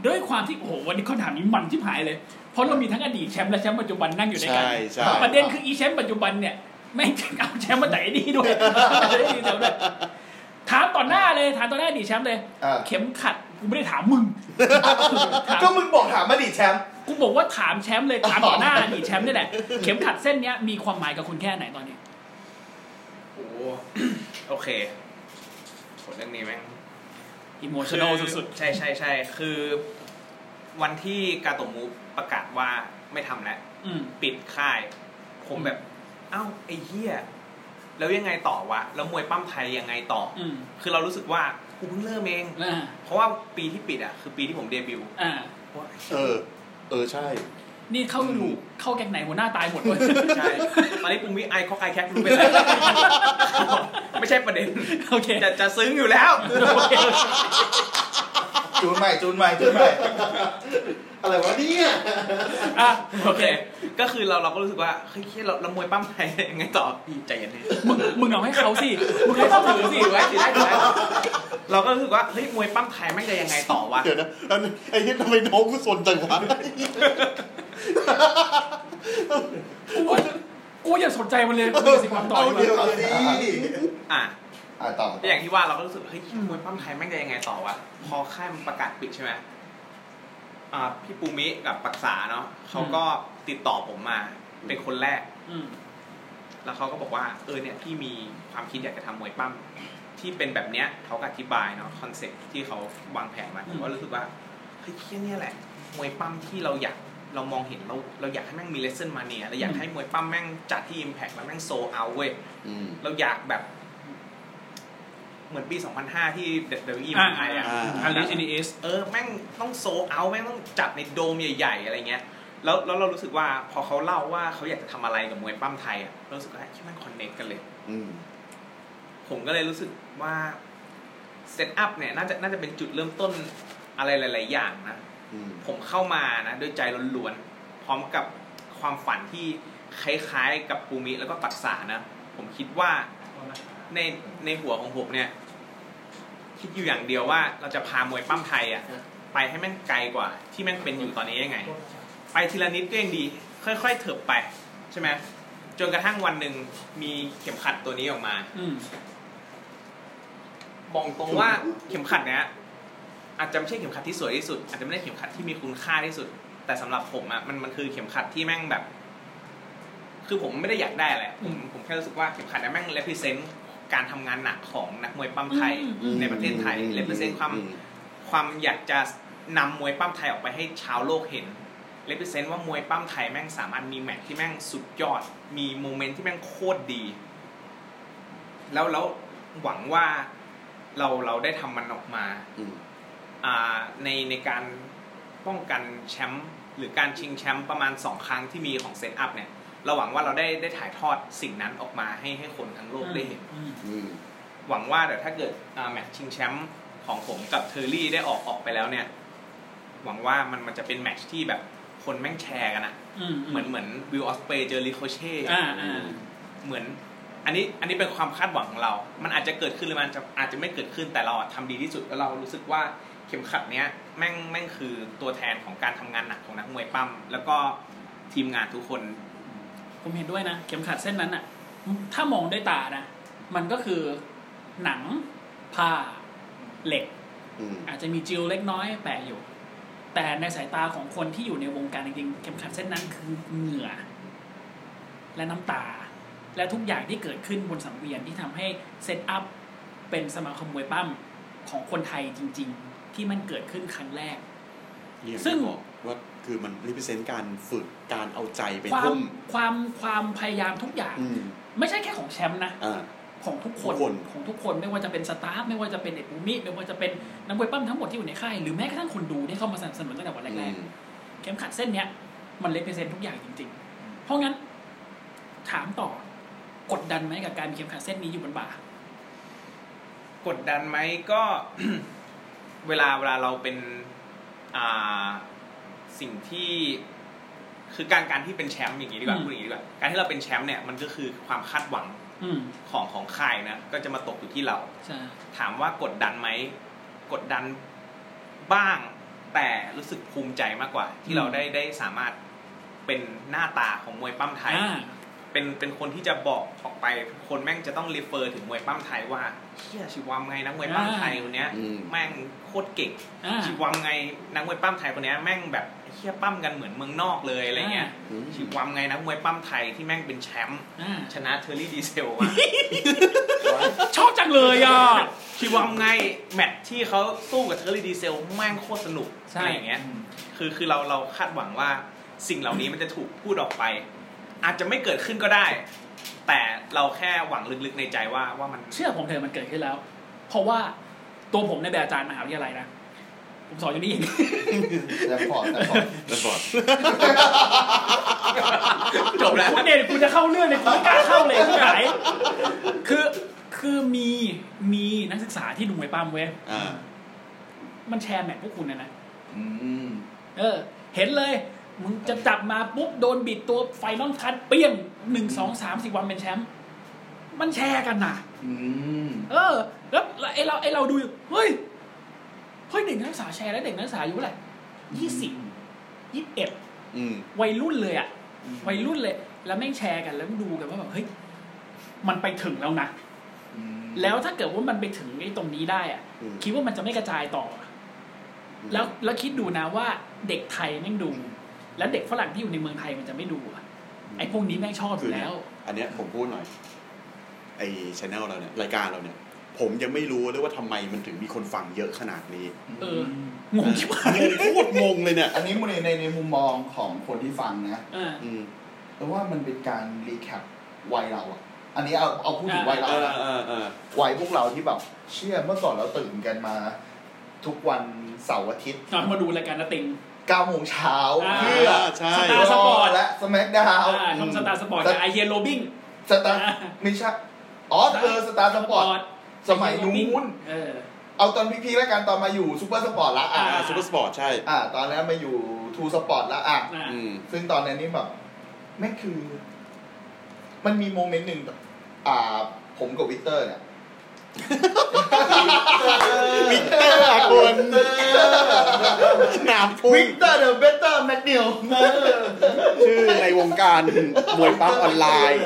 [SPEAKER 2] ด้วยความที่โอ้โหวันนี้คำถามนี้มันที่ผายเลย เพราะเรามีทั้งอดีตแชมป์และแชมป์ปัจจุบันนั่งอยู่ด้วยกัน
[SPEAKER 4] ใช่ใช่
[SPEAKER 2] ประเด็นคืออีแชมป์ปัจจุบันเนี่ยแม่งเอาแชมป์มาจากไอ้นี่ด้วย ไอ้นี่แชมป์ด้วยถามต่อหน้าเลยถามต่อหน้าอดีตแชมป์เลย
[SPEAKER 5] อ่า
[SPEAKER 2] เข็มขัดกูไม่ได้ถาม มึงถ าม
[SPEAKER 5] ก็มึงบอกถามอดีตแชมป์
[SPEAKER 2] กูบอกว่าถามแชมป์เลยถามต่อหน้าอดีตแชมป์ นี่แหละเข็มขัดเส้นเนี้ยมีความหมายกับคุณแค่ไหนตอนนี้
[SPEAKER 6] ำโอ้โหโอเคผลเรื่องนี้แม่ง
[SPEAKER 2] อิโมชั่นอลสุด
[SPEAKER 6] ๆใช่ใช่ใช่คือ วันที่กาโตะมุประกาศว่าไม่ทำแล้ว
[SPEAKER 2] ๆอืม
[SPEAKER 6] ปิดค่าย ผมแบบ เอ้า ไอ้เหี้ย แล้วยังไงต่อวะ แล้วมวยปั้มไทยยังไงต่ออ
[SPEAKER 2] อืม
[SPEAKER 6] คือเรารู้สึกว่ากูเพิ่งเริ่มเอง
[SPEAKER 2] อ่า
[SPEAKER 6] เพราะว่าปีที่ปิดอ่ะ คือปีที่ผมเดบิวต์
[SPEAKER 2] อ่า
[SPEAKER 4] เออ เออใช่
[SPEAKER 2] นี่เข้าลูกเข้าแกงไหนหัวหน้าตายหมดเลย
[SPEAKER 6] ใช่ตอนนี้ปุงวิไอคอกไอแคครู้ไปแล้ว ไม่ใช่ประเด็น
[SPEAKER 2] โอเค
[SPEAKER 6] จะจะซึ้งอยู่แล้ว
[SPEAKER 5] จูนใหม่จูนใหม่จูนใหม่
[SPEAKER 4] อะไรวะเนี่ย
[SPEAKER 2] อ่ะ
[SPEAKER 6] โอเค ก็คือเราเราก็รู้สึกว่า เฮ้ยเหี้ยเราเรามวยปั้มไทยยังไงต่อพี่ใจเย็นดิ
[SPEAKER 2] มึงมึงเอาให้เขาสิมึงให้เขาถือสิ
[SPEAKER 6] ถือไว้ถือได้ถือได้เราก็รู้สึกว่าเฮ้ยมวยปั้มไทยแม่งจะยังไงต่อวะ
[SPEAKER 4] เดี๋ยวนะอันไอ้ที่ทำไมน้องกูสนจังวะ
[SPEAKER 2] กูกูอย่าสนใจมันเลยกูสิความต่อ
[SPEAKER 4] เอา
[SPEAKER 2] ย
[SPEAKER 4] เดี๋ยว
[SPEAKER 5] เอาสิ
[SPEAKER 4] สิ
[SPEAKER 6] อ่ะ
[SPEAKER 5] อ่ะต่อ
[SPEAKER 6] ก็อย่างที่ว่าเราก็รู้สึกเฮ้ยมวยปั้มไทยแม่งจะยังไงต่อวะพอค่ายมันประกาศปิดใช่ไหมอ่าพี่ปูมิกับปักษาเนาะเขาก็ติดต่อผมมา เป็นคนแรก
[SPEAKER 2] อืม
[SPEAKER 6] แล้วเขาก็บอกว่าเออเนี่ยพี่มีความคิดอยากจะทำมวยปั้มที่เป็นแบบเนี้ยเขาก็อธิบายเนาะคอนเซ็ปที่เขาวางแผนมาผมก็รู้สึกว่าเฮ้ยเที่ยเนี่ยแหละ มวยปั้มที่เราอยากเรามองเห็นเราเราอยากให้แม่งมีเลสเซนมาเนียเราอยากให้มวยปั้มแม่งจัดที่ Impact แล้วแม่งโซเอาเว้ย
[SPEAKER 4] อืม
[SPEAKER 6] เราอยากแบบ เหมือนปี 2005 ที่เดอะอีมาไอะ
[SPEAKER 4] อ่า
[SPEAKER 2] อันนี้อันนี้เอส
[SPEAKER 6] เออแม่งต้องโซเอาแม่งต้องจัดในโดมใหญ่ๆอะไรเงี้ยแล้วแล้วเรารู้สึกว่าพอเขาเล่าว่าเขาอยากจะทำอะไรกับมวยปั้มไทยอ่ะเรารู้สึกว่าที่มันคอนเนคกันเลย
[SPEAKER 4] อืม
[SPEAKER 6] ผมก็เลยรู้สึกว่าเซตอัพเนี่ยน่าจะน่าจะเป็นจุดเริ่มต้นอะไรหลาย ๆ อย่างนะ
[SPEAKER 4] อืม
[SPEAKER 6] ผมเข้ามานะด้วยใจล้วนๆพร้อมกับความฝันที่คล้ายๆ กับปูมิแล้วก็ปักษานะ ผมคิดว่าในในหัวของผมเนี่ย คิดอยู่อย่างเดียวว่าเราจะพามวยปั้มไทยอะไปให้แม่งไกลกว่า ที่แม่งเป็นอยู่ตอนนี้ยังไง ไปทีละนิดก็ยังดี ค่อย ๆ เถิบไป ใช่ไหมจนกระทั่งวันหนึ่งมีเข็มขัดตัวนี้ออกมา
[SPEAKER 2] อืม
[SPEAKER 6] บอกตรงว่าเข็มขัดเนี้ยอาจจะไม่ใช่เข็มขัดที่สวยที่สุด อาจจะไม่ได้เข็มขัดที่มีคุณค่าที่สุด แต่สำหรับผมอะมันมันคือเข็มขัดที่แม่งแบบ คือผมไม่ได้อยากได้อะไรผมผมแค่รู้สึกว่าเข็มขัดเนี้ยแม่ง represent การทำงานหนักของนักมวยปั้มไทย
[SPEAKER 2] อืมอืม
[SPEAKER 6] ในประเทศไทย represent ความ
[SPEAKER 4] อืม
[SPEAKER 6] ความอยากจะนำมวยปั้มไทยออกไปให้ชาวโลกเห็น เลพิเซนต์ว่ามวยปั้มไทยแม่งสามารถมีแมตช์ที่แม่งสุดยอด มีโมเมนต์ที่แม่งโคตรดี แล้วแล้วหวังว่าเราเราได้ทำมันออกมา
[SPEAKER 4] อืม
[SPEAKER 6] อ่าในในการป้องกันแชมป์หรือการชิงแชมป์ประมาณ 2 ครั้งที่มีของเซตอัพเนี่ย เราหวังว่าเราได้ได้ถ่ายทอดสิ่งนั้นออกมาให้ให้คนทั้งโลกได้เห็น
[SPEAKER 2] อืม
[SPEAKER 4] อืม
[SPEAKER 6] หวังว่าแต่ถ้าเกิดอ่าแมตช์ชิงแชมป์ของผมกับเทอร์รี่ได้ออกออกไปแล้วเนี่ย หวังว่ามันมันจะเป็นแมตช์ที่แบบคนแม่งแชร์กันอะ
[SPEAKER 2] อืม
[SPEAKER 6] เหมือนเหมือนวิลออสเปเจอริโคเช่
[SPEAKER 2] อ่าอ่า
[SPEAKER 6] เหมือน อันนี้อันนี้เป็นความคาดหวังของเรา มันอาจจะเกิดขึ้นหรือมันจะอาจจะไม่เกิดขึ้นแต่เราอะทำดีที่สุดแล้วเรารู้สึกว่าเข็มขัดเนี้ยแม่งแม่งคือตัวแทนของการทำงานหนักของนักมวยปั้มแล้วก็ทีมงานทุกคน
[SPEAKER 2] ผมเห็นด้วยนะเข็มขัดเส้นนั้นอ่ะ ถ้ามองด้วยตานะ มันก็คือหนังผ้าเหล็ก
[SPEAKER 4] อืม
[SPEAKER 2] อาจจะมีจิลเล็กน้อยแปะอยู่ แต่ในสายตาของคนที่อยู่ในวงการจริงๆเข็มขัดเส้นนั้นคือเหงื่อ และน้ำตา และทุกอย่างที่เกิดขึ้นบนสังเวียนที่ทำให้เซตอัพเป็นสมาคมมวยปั้มของคนไทยจริง ๆ ที่มันเกิดขึ้นครั้งแรก ซึ่
[SPEAKER 4] ซึ่
[SPEAKER 2] ง
[SPEAKER 4] งบอกว่าคือมันรีเ r เซนต์การฝึกการเอาใจไป
[SPEAKER 2] ความ
[SPEAKER 4] ทุ่ม
[SPEAKER 2] ความความพยายามทุกอย่าง
[SPEAKER 4] อืม
[SPEAKER 2] ไม่ใช่แค่ของแชมป์นะ
[SPEAKER 4] อ่า
[SPEAKER 2] ของทุกคน
[SPEAKER 4] ทุกคน
[SPEAKER 2] ของทุกคนไม่ว่าจะเป็นสตาฟไม่ว่าจะเป็นเอกบูมิไม่ว่าจะเป็นนักมวยปั้มทั้งหมดที่อยู่ในค่ายหรือแม้กระทั่งคนดูที่เข้ามาสนับสนุนตั้งแต่วัน
[SPEAKER 4] อื
[SPEAKER 2] แรก
[SPEAKER 4] ม
[SPEAKER 2] ๆ เข็มขัดเส้นเนี้ยมันเล p เ e เซนทุกอย่างจริง ๆ เพราะงั้นถามต่อกดดันไหมกับการมีเข็มขัดเส้นนี้อยู่บนบ่าก
[SPEAKER 6] ดดันไหมก็ เวลาเวลาเราเป็นอ่าสิ่งที่คือการการที่เป็นแชมป์อย่างนี้ดีกว่าพูดอย่างนี้ดีกว่าการที่เราเป็นแชมป์เนี่ยมันก็คือความคาดหวัง
[SPEAKER 2] อืม
[SPEAKER 6] ของของค่ายนะก็จะมาตกอยู่ที่เรา
[SPEAKER 2] ใช่
[SPEAKER 6] ถามว่ากดดันไหมกดดันบ้าง แต่รู้สึกภูมิใจมากกว่า ที่เราได้ได้สามารถเป็นหน้าตาของมวยปั้มไทย
[SPEAKER 2] อ่า
[SPEAKER 6] เป็นเป็นคนที่จะบอกออกไปทุกคนแม่งจะต้องรีเฟอร์ถึงมวยปั้มไทยว่าเชี่ยชิวามไงนักมวยปั้มไทยคนเนี้ย
[SPEAKER 4] อืม
[SPEAKER 6] แม่งโคตรเก่ง
[SPEAKER 2] อ่า
[SPEAKER 6] ชิวามไงนักมวยปั้มไทยคนเนี้ยแม่งแบบเฮี้ยปั้มกันเหมือนเมืองนอกเลยอะไรเงี้ย
[SPEAKER 4] อืม
[SPEAKER 6] ชิวามไงนักมวยปั้มไทยที่แม่งเป็นแชมป์
[SPEAKER 2] อ่า
[SPEAKER 6] ชนะเทอร์รี่ดีเซลอะ
[SPEAKER 2] ชอบจังเลยอ่ะ
[SPEAKER 6] ชิวามไงแมตช์ที่เขาสู้กับเทอร์รี่ดีเซลแม่งโคตรสนุก
[SPEAKER 2] ใช่
[SPEAKER 6] อะไรอย่างเงี้ย คือคือเราเราคาดหวังว่าสิ่งเหล่านี้มันจะถูกพูดออกไป อาจจะไม่เกิดขึ้นก็ได้ แต่เราแค่หวังลึกๆในใจว่าว่ามัน
[SPEAKER 2] เชื่อผมเถอะมันเกิดขึ้นแล้ว เพราะว่าตัวผมในยแบบอาจารย์มหาวิทยาลัยนะผมสอนอยู่นี่เอง
[SPEAKER 5] แต่พอแต่พอ
[SPEAKER 4] แล้วบอด
[SPEAKER 6] จบแล้ว
[SPEAKER 2] คุณเด่นคุณจะเข้าเรื่องเนี่ยคุณไม่กล้าเข้าเลยที่ไหนคือคือมีมีนักศึกษาที่ดูมวยปั้มเว้ย
[SPEAKER 4] อ่า
[SPEAKER 2] มันแชร์แมทพวกคุณนะนะ
[SPEAKER 5] อืม
[SPEAKER 2] เออ เห็นเลย มึงจะจับมาปุ๊บโดนบิดตัวไฟนอลคัดเปี้ยงหนึ่งสองสามสี่วันเป็นแชมป์มันแชร์กันนะ
[SPEAKER 5] อืม
[SPEAKER 2] เออ แล้วแล้วไอเราไอเราดูอยู่เฮ้ยเฮ้ยเด็กนักศึกษาแชร์แล้วเด็กนักศึกษาอายู่าไหร่ยี่สิบยี่สิบเอ็ด
[SPEAKER 4] อืม
[SPEAKER 2] วัยรุ่นเลยอะวัยรุ่นเลย แล้วแม่งแชร์กันแล้วดูกันว่าแบบเฮ้ยมันไปถึงแล้วนะ
[SPEAKER 5] อืม
[SPEAKER 2] แล้วถ้าเกิดว่ามันไปถึงไอ้ตรงนี้ได้อะ
[SPEAKER 4] อืม
[SPEAKER 2] คิดว่ามันจะไม่กระจายต่อ แล้วแล้วคิดดูนะว่าเด็กไทยแม่งดู แล้วเด็กฝรั่งที่อยู่ในเมืองไทยมันจะไม่ดูอะไอ้พวกนี้แม่งชอบอยู่แล้ว
[SPEAKER 4] อันเนี้ยผมพูดหน่อย ไอ้ชแนลเราเนี่ย รายการเราเนี่ย ผมยังไม่รู้เลยว่าทำไมมันถึงมีคนฟังเยอะขนาดนี้
[SPEAKER 2] เออ งงชิบหาย
[SPEAKER 4] งงโคตรงงเลยเนี่ย
[SPEAKER 5] อันนี้ในในในมุมมองของคนที่ฟังนะ
[SPEAKER 2] เออ
[SPEAKER 4] อืม
[SPEAKER 5] แต่ว่ามันเป็นการรีแคปวัยเราอะอันนี้เอาเอาพูดถึงวัย
[SPEAKER 4] เอ
[SPEAKER 5] เรา
[SPEAKER 4] อ
[SPEAKER 5] นะ
[SPEAKER 4] เออเออ
[SPEAKER 5] วัยพวกเราที่แบบเชื่อเมื่อก่อนเราตื่นกันมา ทุกวันเสาร์อาทิตย์
[SPEAKER 2] ตอนมาดูรายการนะติง
[SPEAKER 5] 9โมงเช้า
[SPEAKER 2] อ่า
[SPEAKER 5] เพื่อ
[SPEAKER 4] ใช่
[SPEAKER 2] สตาร์สปอร์ต
[SPEAKER 5] และสแมกดาว
[SPEAKER 2] อ่าช่องสตาร์สปอร์ตกับไอเยนโรบิง
[SPEAKER 5] สตาร์
[SPEAKER 2] อ่า
[SPEAKER 5] ไม่ใช่อ๋อเธอสตาร์สปอร์ต สมัยนู้น
[SPEAKER 2] เออ
[SPEAKER 5] เอาตอนพีพีแล้วกันตอนมาอยู่ซูเปอร์สปอร์ตละอ่ะ
[SPEAKER 4] อ่าซูเปอร์สปอร์ตใช่
[SPEAKER 5] อ่า ตอนแล้วมาอยู่ทูสปอร์ตละอ่ะ
[SPEAKER 2] อ่า
[SPEAKER 4] อืม
[SPEAKER 5] ซึ่งตอนนั้นนี่แบบแม่งคือ มันมีโมเมนต์หนึ่งแบบอ่า ผมกับวิกเตอร์เนี่ย
[SPEAKER 4] วิกเตอร์อะคนนามพุ่
[SPEAKER 5] วิ
[SPEAKER 4] ง
[SPEAKER 5] กเตอร์เดอะเบเตอร์แมกนิล
[SPEAKER 4] ชื่อในวงการมวยปั้มออนไลน์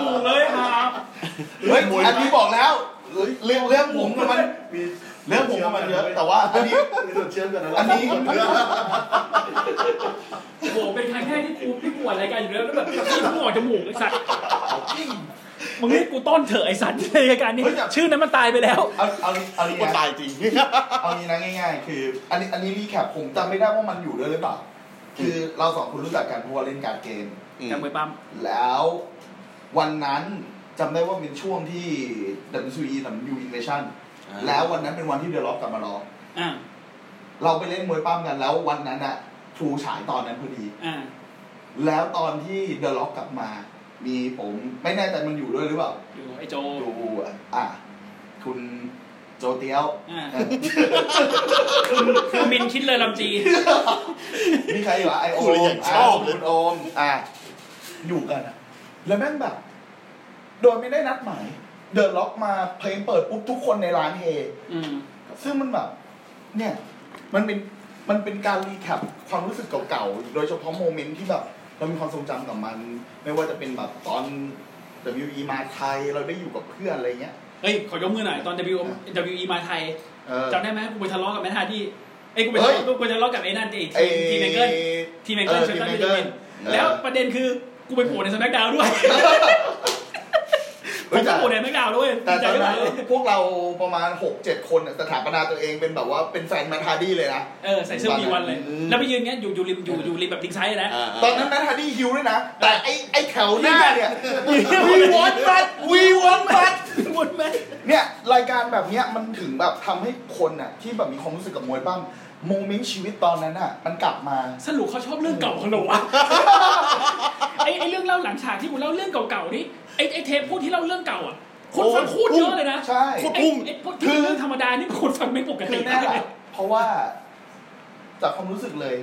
[SPEAKER 2] ถูกเลยครับ
[SPEAKER 5] เฮ้ยอันนี้บอกแล้ว เรื่องเรื่องผมกับมันเรื่องผมกับมันเยอะ แต่ว่าอันนี้
[SPEAKER 7] มีส่วนเชื่อมกันนะ
[SPEAKER 5] อันนี้
[SPEAKER 2] โอ้โหเป็นครั้งแรกที่กูที่กูอ่านรายการอยู่แล้วแล้วแบบที่กูออกจมูกไอสัตว์มึงเรียกกูต้อนเถอะไอสัตว์ในรายการนี้ ชื่อนั้นมันตายไปแล้ว
[SPEAKER 5] เอาเอาเอานี้
[SPEAKER 4] คน
[SPEAKER 5] นะ
[SPEAKER 4] ตายจริง
[SPEAKER 5] เอานี้นะง่าย ๆ คือ อันนี้อันนี้รีแคปผมจำไม่ได้ว่ามันอยู่ด้วยหรือเปล่า คือเราสองคนรู้จักกันเพราะว่าเล่นการ์ดเกม
[SPEAKER 4] อืม
[SPEAKER 2] แต่มวยปั้ม
[SPEAKER 5] แล้ววันนั้นจำได้ว่าเป็นช่วงที่ WWE ทำ New Invasion
[SPEAKER 4] อ่า
[SPEAKER 5] แล้ววันนั้นเป็นวันที่เดอะล็อกกลับมาร้อง
[SPEAKER 2] อ่า
[SPEAKER 5] เราไปเล่นมวยปั้มกันแล้ววันนั้นอะทรูฉายตอนนั้นพอดี
[SPEAKER 2] อ่า
[SPEAKER 5] แล้วตอนที่เดอะล็อกกลับมา มีผมไม่แน่ใจมันอยู่ด้วยหรือเปล่า
[SPEAKER 2] อยู่ไอโจ
[SPEAKER 5] ดูอะอ่ะ คุณโจเตียว
[SPEAKER 2] อ่าคือมินคิดเลยลำจี
[SPEAKER 5] มีใครอยู่อ่ะไอโอ
[SPEAKER 4] คุณ
[SPEAKER 5] ม
[SPEAKER 4] อย่างชอบ
[SPEAKER 5] ะ
[SPEAKER 4] เลย
[SPEAKER 5] คุณโอม อ่ะ อยู่กันอ่ะ แล้วแม่งแบบ โดยไม่ได้นัดหมาย เดินล็อกมาเพลงเปิดปุ๊บทุกคนในร้านเฮ
[SPEAKER 2] อืม
[SPEAKER 5] ซึ่งมันแบบ เนี่ย มันเป็น มันเป็นการรีแคปความรู้สึกเก่าๆ โดยเฉพาะโมเมนต์ที่แบบ เรามีความทรงจำกับมัน ไม่ว่าจะเป็นแบบตอน WE มาไทย เราได้อยู่กับเพื่อนอะไรเงี้ย
[SPEAKER 2] เฮ้ย ขอยกมือหน่อย ตอน W W E มาไทย
[SPEAKER 5] เออ
[SPEAKER 2] จำได้ไหมกูไปทะเลาะกับแมทฮาร์ดี้เอ้ยกูไป
[SPEAKER 5] เฮ้
[SPEAKER 2] ทะ
[SPEAKER 5] ย
[SPEAKER 2] เลาะกูไปทะเลาะกับไอ้นั่นไอ้
[SPEAKER 5] ไอ้
[SPEAKER 2] ทีมเมเกิล ทีมเมเกิ
[SPEAKER 5] เอ
[SPEAKER 2] ล
[SPEAKER 5] อ
[SPEAKER 2] เช
[SPEAKER 5] ที
[SPEAKER 2] ล
[SPEAKER 5] ม
[SPEAKER 2] ตัน
[SPEAKER 5] เม
[SPEAKER 2] วิล
[SPEAKER 5] เกิ
[SPEAKER 2] เล
[SPEAKER 5] ล
[SPEAKER 2] นแล้วประเด็นคือกูไปโผล่ในสแมกดาวด้วยผ
[SPEAKER 5] เฮ้
[SPEAKER 2] ม
[SPEAKER 5] ยแต่
[SPEAKER 2] ก็โผล่ในสแมกดาวด้วย
[SPEAKER 5] แต่ตอน
[SPEAKER 2] ใจ
[SPEAKER 5] นั้น
[SPEAKER 2] เย็ๆ
[SPEAKER 5] พวกเราประมาณ 6 7 คนน่ะสถาปนาตัวเองเป็นแบบว่าเป็นแฟนแมทฮาร์ดี้เลยนะ
[SPEAKER 2] เออใส่เสื้อวีวันเลย
[SPEAKER 4] อืม
[SPEAKER 2] แล้วไปยืนเงี้ยอยู่อยู่ริมอยู่อยู่ริมแบบทิ้งไซด์นะ
[SPEAKER 4] อ่า
[SPEAKER 5] ตอนนั้นแมทฮาร์ดี้ฮิวด้วยนะ แต่ไอ้ไอ้แถวหน้าเนี่ย we want that we want that
[SPEAKER 2] หมดไหม
[SPEAKER 5] เนี่ยรายการแบบเนี้ยมันถึงแบบทำให้คนน่ะที่แบบมีความรู้สึกกับมวยบ้างโมเมนต์ชีวิตตอนนั้นน่ะ มันกลับมา
[SPEAKER 2] สรุปเขาชอบเรื่องเก่าของหนูวะไอ้ไอ้เรื่องเล่าหลังฉากที่กูเล่าเรื่องเก่าๆนี่ไอ้ไอ้เทปพูดที่เล่าเรื่องเก่าอ่ะคนฟังโคตรเยอะเลยนะ
[SPEAKER 5] ใช่
[SPEAKER 2] ไอ้ไอ้ไอ้พวกที่เป็นเรื่องธรรมดานี่คนฟังไม่ปก
[SPEAKER 5] คื
[SPEAKER 2] ติ
[SPEAKER 5] อแน่แหละเพราะว่าจากความรู้สึกเลย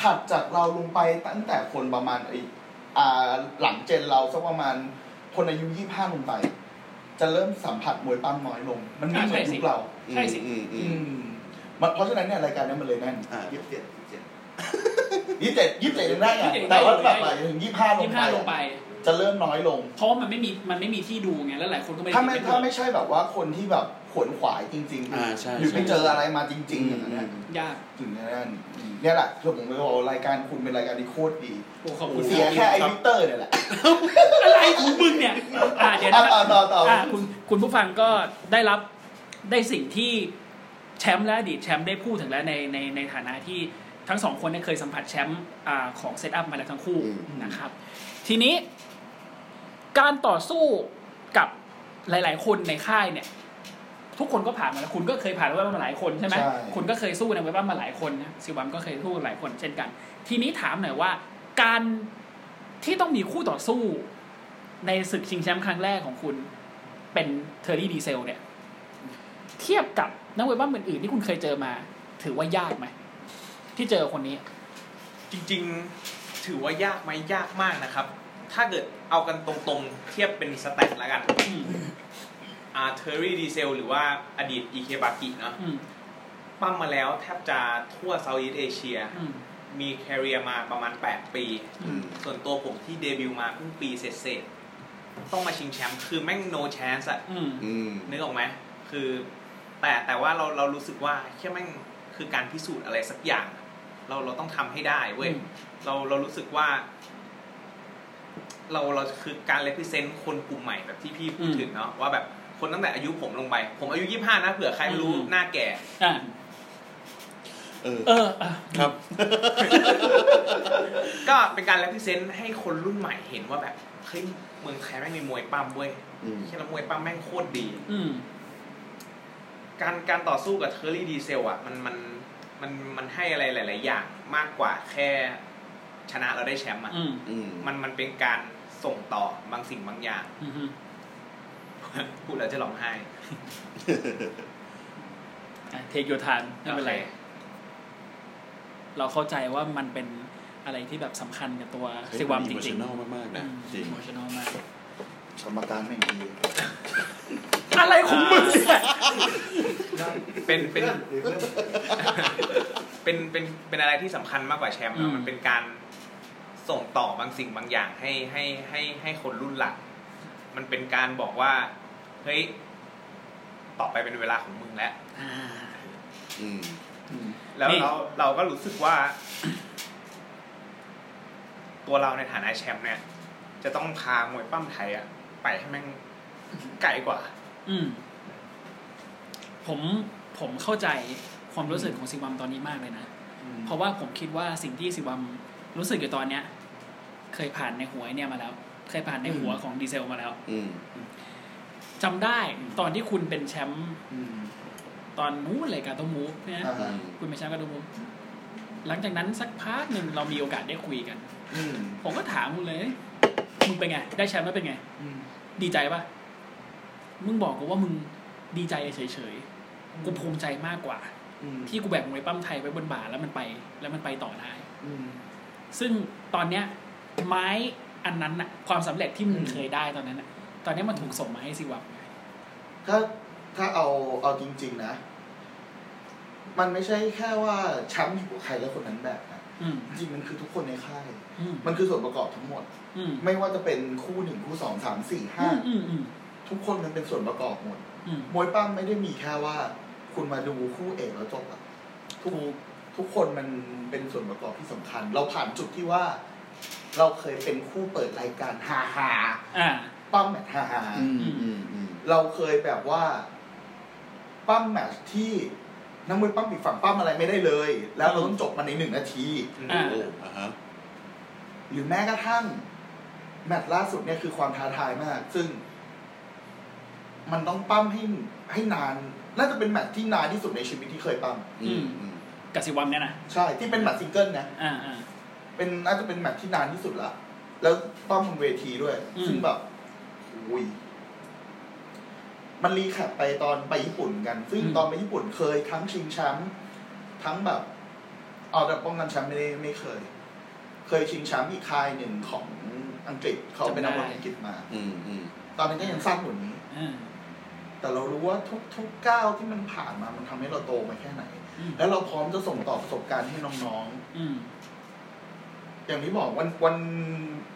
[SPEAKER 5] ถัดจากเราลงไปตั้งแต่คนประมาณไอ้อ่าหลังเจนเราสักประมาณคนอายุยี่ห้าลงไป จะเริ่มสัมผัสมวยปั้มน้อยลง มันไม่เหมือนยุคเรา
[SPEAKER 2] ใช่สิ
[SPEAKER 4] อืมอื
[SPEAKER 5] อื
[SPEAKER 4] ม
[SPEAKER 5] มมันเพราะฉะนั้นเนี่ยรายการนี้มันเลยแน่น
[SPEAKER 4] อ่า
[SPEAKER 5] ยี่สิบเจ็ดยี่สิบเจ็ดยี่สิบเจ็ดยังได้ไงแต่ว่าแบบไปถึงยี่ห้าล
[SPEAKER 2] ยี่
[SPEAKER 5] ง
[SPEAKER 2] สิบ
[SPEAKER 5] ไป
[SPEAKER 2] ห้าลงไป
[SPEAKER 5] จะเริ่มน้อยลง
[SPEAKER 2] เพราะว่ามันไม่มีมันไม่มีที่ดูไงแล้วหลายคนก็ไม่ด้
[SPEAKER 5] ถ้าไม่
[SPEAKER 2] ปดู
[SPEAKER 5] ถ้าไม่ใช่แบบว่าคนที่แบบขวนขวายจริง
[SPEAKER 4] อ่าใช่
[SPEAKER 5] ๆหรือไปเจออะไรมาจริง ๆ อย่างนั้น
[SPEAKER 4] อื
[SPEAKER 5] นะ
[SPEAKER 4] ม
[SPEAKER 2] ยาก
[SPEAKER 5] ถึงแนั่นเนี่ยแหละคือผมเลยบอกว่ารายการคุณเป็นรายการที่โคตรดี
[SPEAKER 2] โอ้ขอบคุณ
[SPEAKER 5] เสีย
[SPEAKER 2] รั
[SPEAKER 5] แค่
[SPEAKER 2] บ
[SPEAKER 5] ไอ้วิกเตอร์เนี่ยแหละ
[SPEAKER 2] อะไรของมึงเนี่ย อ่าเดี๋ยวนะค
[SPEAKER 5] ต่อ
[SPEAKER 2] รับ
[SPEAKER 5] ต่อต่อ
[SPEAKER 2] อ่าคุณคุณผู้ฟังก็ได้รับได้สิ่งที่แชมป์และอดีตแชมป์ได้พูดถึงแล้วในในในฐานะที่ทั้งสองคนเนี่ยเคยสัมผัสแชมป์อ่าของเซตอัพมาแล้วทั้งคู่
[SPEAKER 4] อืม
[SPEAKER 2] นะครับ ทีนี้การต่อสู้กับหลาย ๆ คนในค่ายเนี่ย ทุกคนก็ผ่านมาแล้วคุณก็เคยผ่านเว็บมาหลายคนใช่ไหมคุณก็เคยสู้ในเว็บมาหลายคนนะซิวัมก็เคยสู้หลายคนเช่นกัน ทีนี้ถามหน่อยว่า การที่ต้องมีคู่ต่อสู้ ในศึกชิงแชมป์ครั้งแรกของคุณเป็นเทอร์รี่ดีเซลเนี่ย เทียบกับนักเวทบ้าอื่นๆที่คุณเคยเจอมา ถือว่ายากไหม ที่เจอคนนี้
[SPEAKER 6] จริงๆ ถือว่ายากไหมยากมากนะครับ ถ้าเกิดเอากันตรงๆ เทียบเป็นสแตทแล้วกัน
[SPEAKER 2] อืม
[SPEAKER 6] อ่าเทอร์รี่ดีเซลหรือว่าอดีตอีเคบากิเนาะ
[SPEAKER 2] อืม
[SPEAKER 6] ปั้มมาแล้วแทบจะทั่วเซาท์อีสเอเชีย
[SPEAKER 2] อืม
[SPEAKER 6] มีแคเรียมาประมาณ 8 ปี
[SPEAKER 4] อืม
[SPEAKER 6] ส่วนตัวผมที่เดบิวต์มาเพิ่งปีเสร็จๆต้องมาชิงแชมป์คือแม่ง no chance อะ
[SPEAKER 2] อืม
[SPEAKER 4] อืม
[SPEAKER 6] นึกออกไหมคือ แต่แต่ว่าเราเรารู้สึกว่าแค่แม่งคือการพิสูจน์อะไรสักอย่าง เราเราต้องทำให้ได้เว้ย เราเรารู้สึกว่า เราเราคือการ represent คนกลุ่มใหม่แบบที่พี่พูดถึงเนาะว่าแบบคนตั้งแต่อายุผมลงไป ผมอายุยี่ห้านะเผื่อใครไม่รู้หน้าแก่
[SPEAKER 2] อ่า
[SPEAKER 4] เออ
[SPEAKER 2] เอออ่ะ
[SPEAKER 4] ครับ
[SPEAKER 6] ก็เป็นการ represent ให้คนรุ่นใหม่เห็นว่าแบบเฮ้ยเมืองไทยแม่งมีมวยปั้มเว้ย
[SPEAKER 4] อืม
[SPEAKER 6] แค่ละมวยปั้มแม่งโคตรดี
[SPEAKER 2] อืม
[SPEAKER 6] การการต่อสู้กับเทอร์รี่ดีเซลอ่ะมันมันมันมันให้อะไรหลาย ๆ อย่างมากกว่าแค่ชนะเราได้แชมป์อ่ะ
[SPEAKER 2] อืม
[SPEAKER 4] อืม
[SPEAKER 6] มันมันเป็นการส่งต่อบางสิ่งบางอย่าง
[SPEAKER 2] อืม
[SPEAKER 6] พูดแล้วจะร้องไห้
[SPEAKER 2] เทคโยทานไม่เป็นไร
[SPEAKER 6] โอค
[SPEAKER 2] เราเข้าใจว่ามันเป็นอะไรที่แบบสำคัญกับตัว
[SPEAKER 4] เฮ้ย
[SPEAKER 2] ซิวัมจ
[SPEAKER 4] น
[SPEAKER 2] ริง
[SPEAKER 4] อิโมชั่
[SPEAKER 2] ๆ
[SPEAKER 4] นอลมากๆนะจริง
[SPEAKER 2] โมชั่นอลมาก
[SPEAKER 5] กรรมการแม่งดี
[SPEAKER 2] อะไรของมึงเนี่ย
[SPEAKER 6] เป็นเป็น เป็นเป็นเป็นอะไรที่สำคัญมากกว่าแชมป์
[SPEAKER 2] อื
[SPEAKER 6] นะ
[SPEAKER 2] ม
[SPEAKER 6] มันเป็นการส่งต่อบางสิ่งบางอย่างให้ให้ให้ให้คนรุ่นหลัง มันเป็นการบอกว่า เฮ้ย ต่อไปเป็นเวลาของมึงแล้ว
[SPEAKER 2] อ่า
[SPEAKER 4] อืม
[SPEAKER 6] แล้ว
[SPEAKER 2] นี่
[SPEAKER 6] เราเราก็รู้สึกว่า ตัวเราในฐานะแชมป์เนี่ย จะต้องพามวยปั้มไทยอะไปให้แม่งไกลกว่า
[SPEAKER 2] อืม ผมผมเข้าใจความรู้สึกของซิวัมตอนนี้มากเลยนะ เพราะว่าผมคิดว่าสิ่งที่สิวัมรู้สึกอยู่ตอนเนี้ย เคยผ่านในหัวไอ้เนี่ยมาแล้ว เคยผ่านในหัวของดีเซลมาแล้ว
[SPEAKER 4] อืม
[SPEAKER 2] จำได้ตอนที่คุณเป็นแชมป์ตอนนู้นเลยการ์ตูนมูฟนะ
[SPEAKER 5] อ่า
[SPEAKER 4] อืม
[SPEAKER 2] คุณไม่ใช่ก็ดูผมหลังจากนั้นสักพักหนึ่งเรามีโอกาสได้คุยกัน
[SPEAKER 5] อืม
[SPEAKER 2] ผมก็ถามคุณเลย มึงเป็นไง ได้แชมป์แล้วเป็นไง
[SPEAKER 5] อืม
[SPEAKER 2] ดีใจปะมึงบอกกูว่ามึงดีใจเฉยๆ กูภูมิใจมากกว่า
[SPEAKER 5] อืม
[SPEAKER 2] ที่กูแบกมวยปั้มไทยไว้บนบ่าแล้วมันไป แล้วมันไปต่อได้
[SPEAKER 5] อืม
[SPEAKER 2] ซึ่งตอนเนี้ย ไม้อันนั้นน่ะ ความสำเร็จที่มึง
[SPEAKER 5] อืม
[SPEAKER 2] เคยได้ตอนนั้นน่ะ ตอนเนี้ยมันถูกส่งมาให้สิวับ
[SPEAKER 5] ถ้าถ้าเอาเอาจริง ๆ นะ มันไม่ใช่แค่ว่าแชมป์อยู่กับใครแล้วคนนั้นแบบนะ
[SPEAKER 2] อืม
[SPEAKER 5] จริงๆมันคือทุกคนในค่าย
[SPEAKER 2] อืม
[SPEAKER 5] มันคือส่วนประกอบทั้งหมด
[SPEAKER 2] อืม
[SPEAKER 5] ไม่ว่าจะเป็นคู่หนึ่งคู่สองสามสี่
[SPEAKER 2] อื
[SPEAKER 5] ห้าม
[SPEAKER 2] อืมอืม
[SPEAKER 5] ทุกคนมันเป็นส่วนประกอบหมด
[SPEAKER 2] อืม
[SPEAKER 5] มวยปั้มไม่ได้มีแค่ว่า คุณมาดูคู่เอกแล้วจบอะทุกทุกคนมันเป็นส่วนประกอบที่สำคัญ เราผ่านจุดที่ว่า เราเคยเป็นคู่เปิดรายการฮาฮา
[SPEAKER 2] อ่า
[SPEAKER 5] ๆปั้มแมทฮาฮาๆ
[SPEAKER 4] อืมอืมอืม
[SPEAKER 5] เราเคยแบบว่าปั้มแมตช์ที่นักมวยปั้มอีกฝั่งปั้มอะไรไม่ได้เลย แล้วเราต้องจบมันในหนึ่งนาที
[SPEAKER 2] อ่า
[SPEAKER 4] โอ้อ่าฮะ
[SPEAKER 5] หรือแม้กระทั่ง แมตช์ล่าสุดเนี่ยคือความท้าทายมาก ซึ่ง มันต้องปั้มให้ให้นาน น่าจะเป็นแมตช์ที่นานที่สุดในชีวิตที่เคยปั้ม
[SPEAKER 4] อืมอืม
[SPEAKER 2] กับสิวัมเนี่ยนะ
[SPEAKER 5] ใช่ ที่เป็นแมตช์ซิงเกิลนะ
[SPEAKER 2] อ่าอ่า
[SPEAKER 5] เป็นน่าจะเป็นแมตช์ที่นานที่สุดละแล้วปั้มบนเวทีด้วย
[SPEAKER 2] อืม
[SPEAKER 5] ซึ่งแบบอุ้ยมันรีแคปไปตอนไปญี่ปุ่นกัน ซึ่งตอนไปญี่ปุ่นเคยทั้งชิงแชมป์ทั้งแบบเอาแต่ป้องกันแชมป์ไม่ได้ไม่เคย เคยชิงแชมป์อีกค่ายหนึ่งของอังกฤษเขาเป็นนักบอลอังกฤษมา
[SPEAKER 4] อืมอืม
[SPEAKER 5] ตอนนั้นก็ยังสร้างหุ่นนี้
[SPEAKER 2] อ่า
[SPEAKER 5] แต่เรารู้ว่าทุกๆก้าวที่มันผ่านมามันทำให้เราโตมาแค่ไหน
[SPEAKER 2] อืม
[SPEAKER 5] แล้วเราพร้อมจะส่งต่อประสบการณ์ให้น้อง
[SPEAKER 2] อืม
[SPEAKER 5] ๆ อย่างที่บอกวันวัน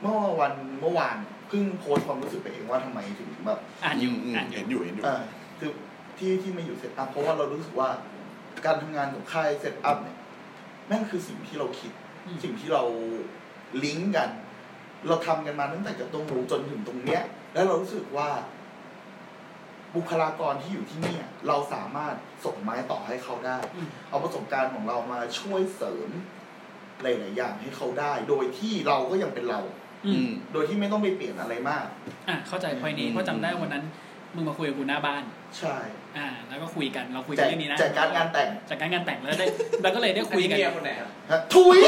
[SPEAKER 5] เมื่อวันเมื่อวานเพิ่งโพสต์ความรู้สึกไปเองว่าทำไมถึงแบบ
[SPEAKER 2] อ่านอยู่
[SPEAKER 4] ม
[SPEAKER 2] อ่านอ
[SPEAKER 4] เห็
[SPEAKER 2] ยู่
[SPEAKER 4] นอยู่เห็นอยู่
[SPEAKER 5] เอ่อคือที่ที่มาอยู่เซตอัพเพราะว่าเรารู้สึกว่าการทำงานกับค่ายเซตอัพเนี่ยแม่งคือสิ่งที่เราคิด
[SPEAKER 2] อืม
[SPEAKER 5] สิ่งที่เราลิงก์กัน เราทำกันมาตั้งแต่กับตรงหูจนถึงตรงเนี้ย แล้วเรารู้สึกว่า บุคลากรที่อยู่ที่เนี่ย เราสามารถส่งไม้ต่อให้เขาได้
[SPEAKER 2] อืม
[SPEAKER 5] เอาประสบการณ์ของเรามาช่วยเสริมหลายๆอย่างให้เขาได้ โดยที่เราก็ยังเป็นเรา
[SPEAKER 2] อื
[SPEAKER 4] อื
[SPEAKER 2] ม
[SPEAKER 4] ม
[SPEAKER 5] โดยที่ไม่ต้องไปเปลี่ยนอะไรมาก
[SPEAKER 2] อ่ะเข้าใจพอยนี้
[SPEAKER 4] อืม
[SPEAKER 2] เพราะจำได้วันนั้นมึงมาคุยกับกูหน้าบ้าน
[SPEAKER 5] ใช่
[SPEAKER 2] อ่า แล้วก็คุยกันเราคุยกั
[SPEAKER 5] แจ
[SPEAKER 2] น
[SPEAKER 5] ก
[SPEAKER 2] เรื่องนี้นะ
[SPEAKER 5] แจกการดงานแต่ง
[SPEAKER 2] จากการงานแต่งแล้วได้แล้วก็เลยได้
[SPEAKER 6] อัน
[SPEAKER 2] คุยกั
[SPEAKER 6] นี้
[SPEAKER 2] น
[SPEAKER 6] เมียคนไหนครับ
[SPEAKER 5] ฮะทุย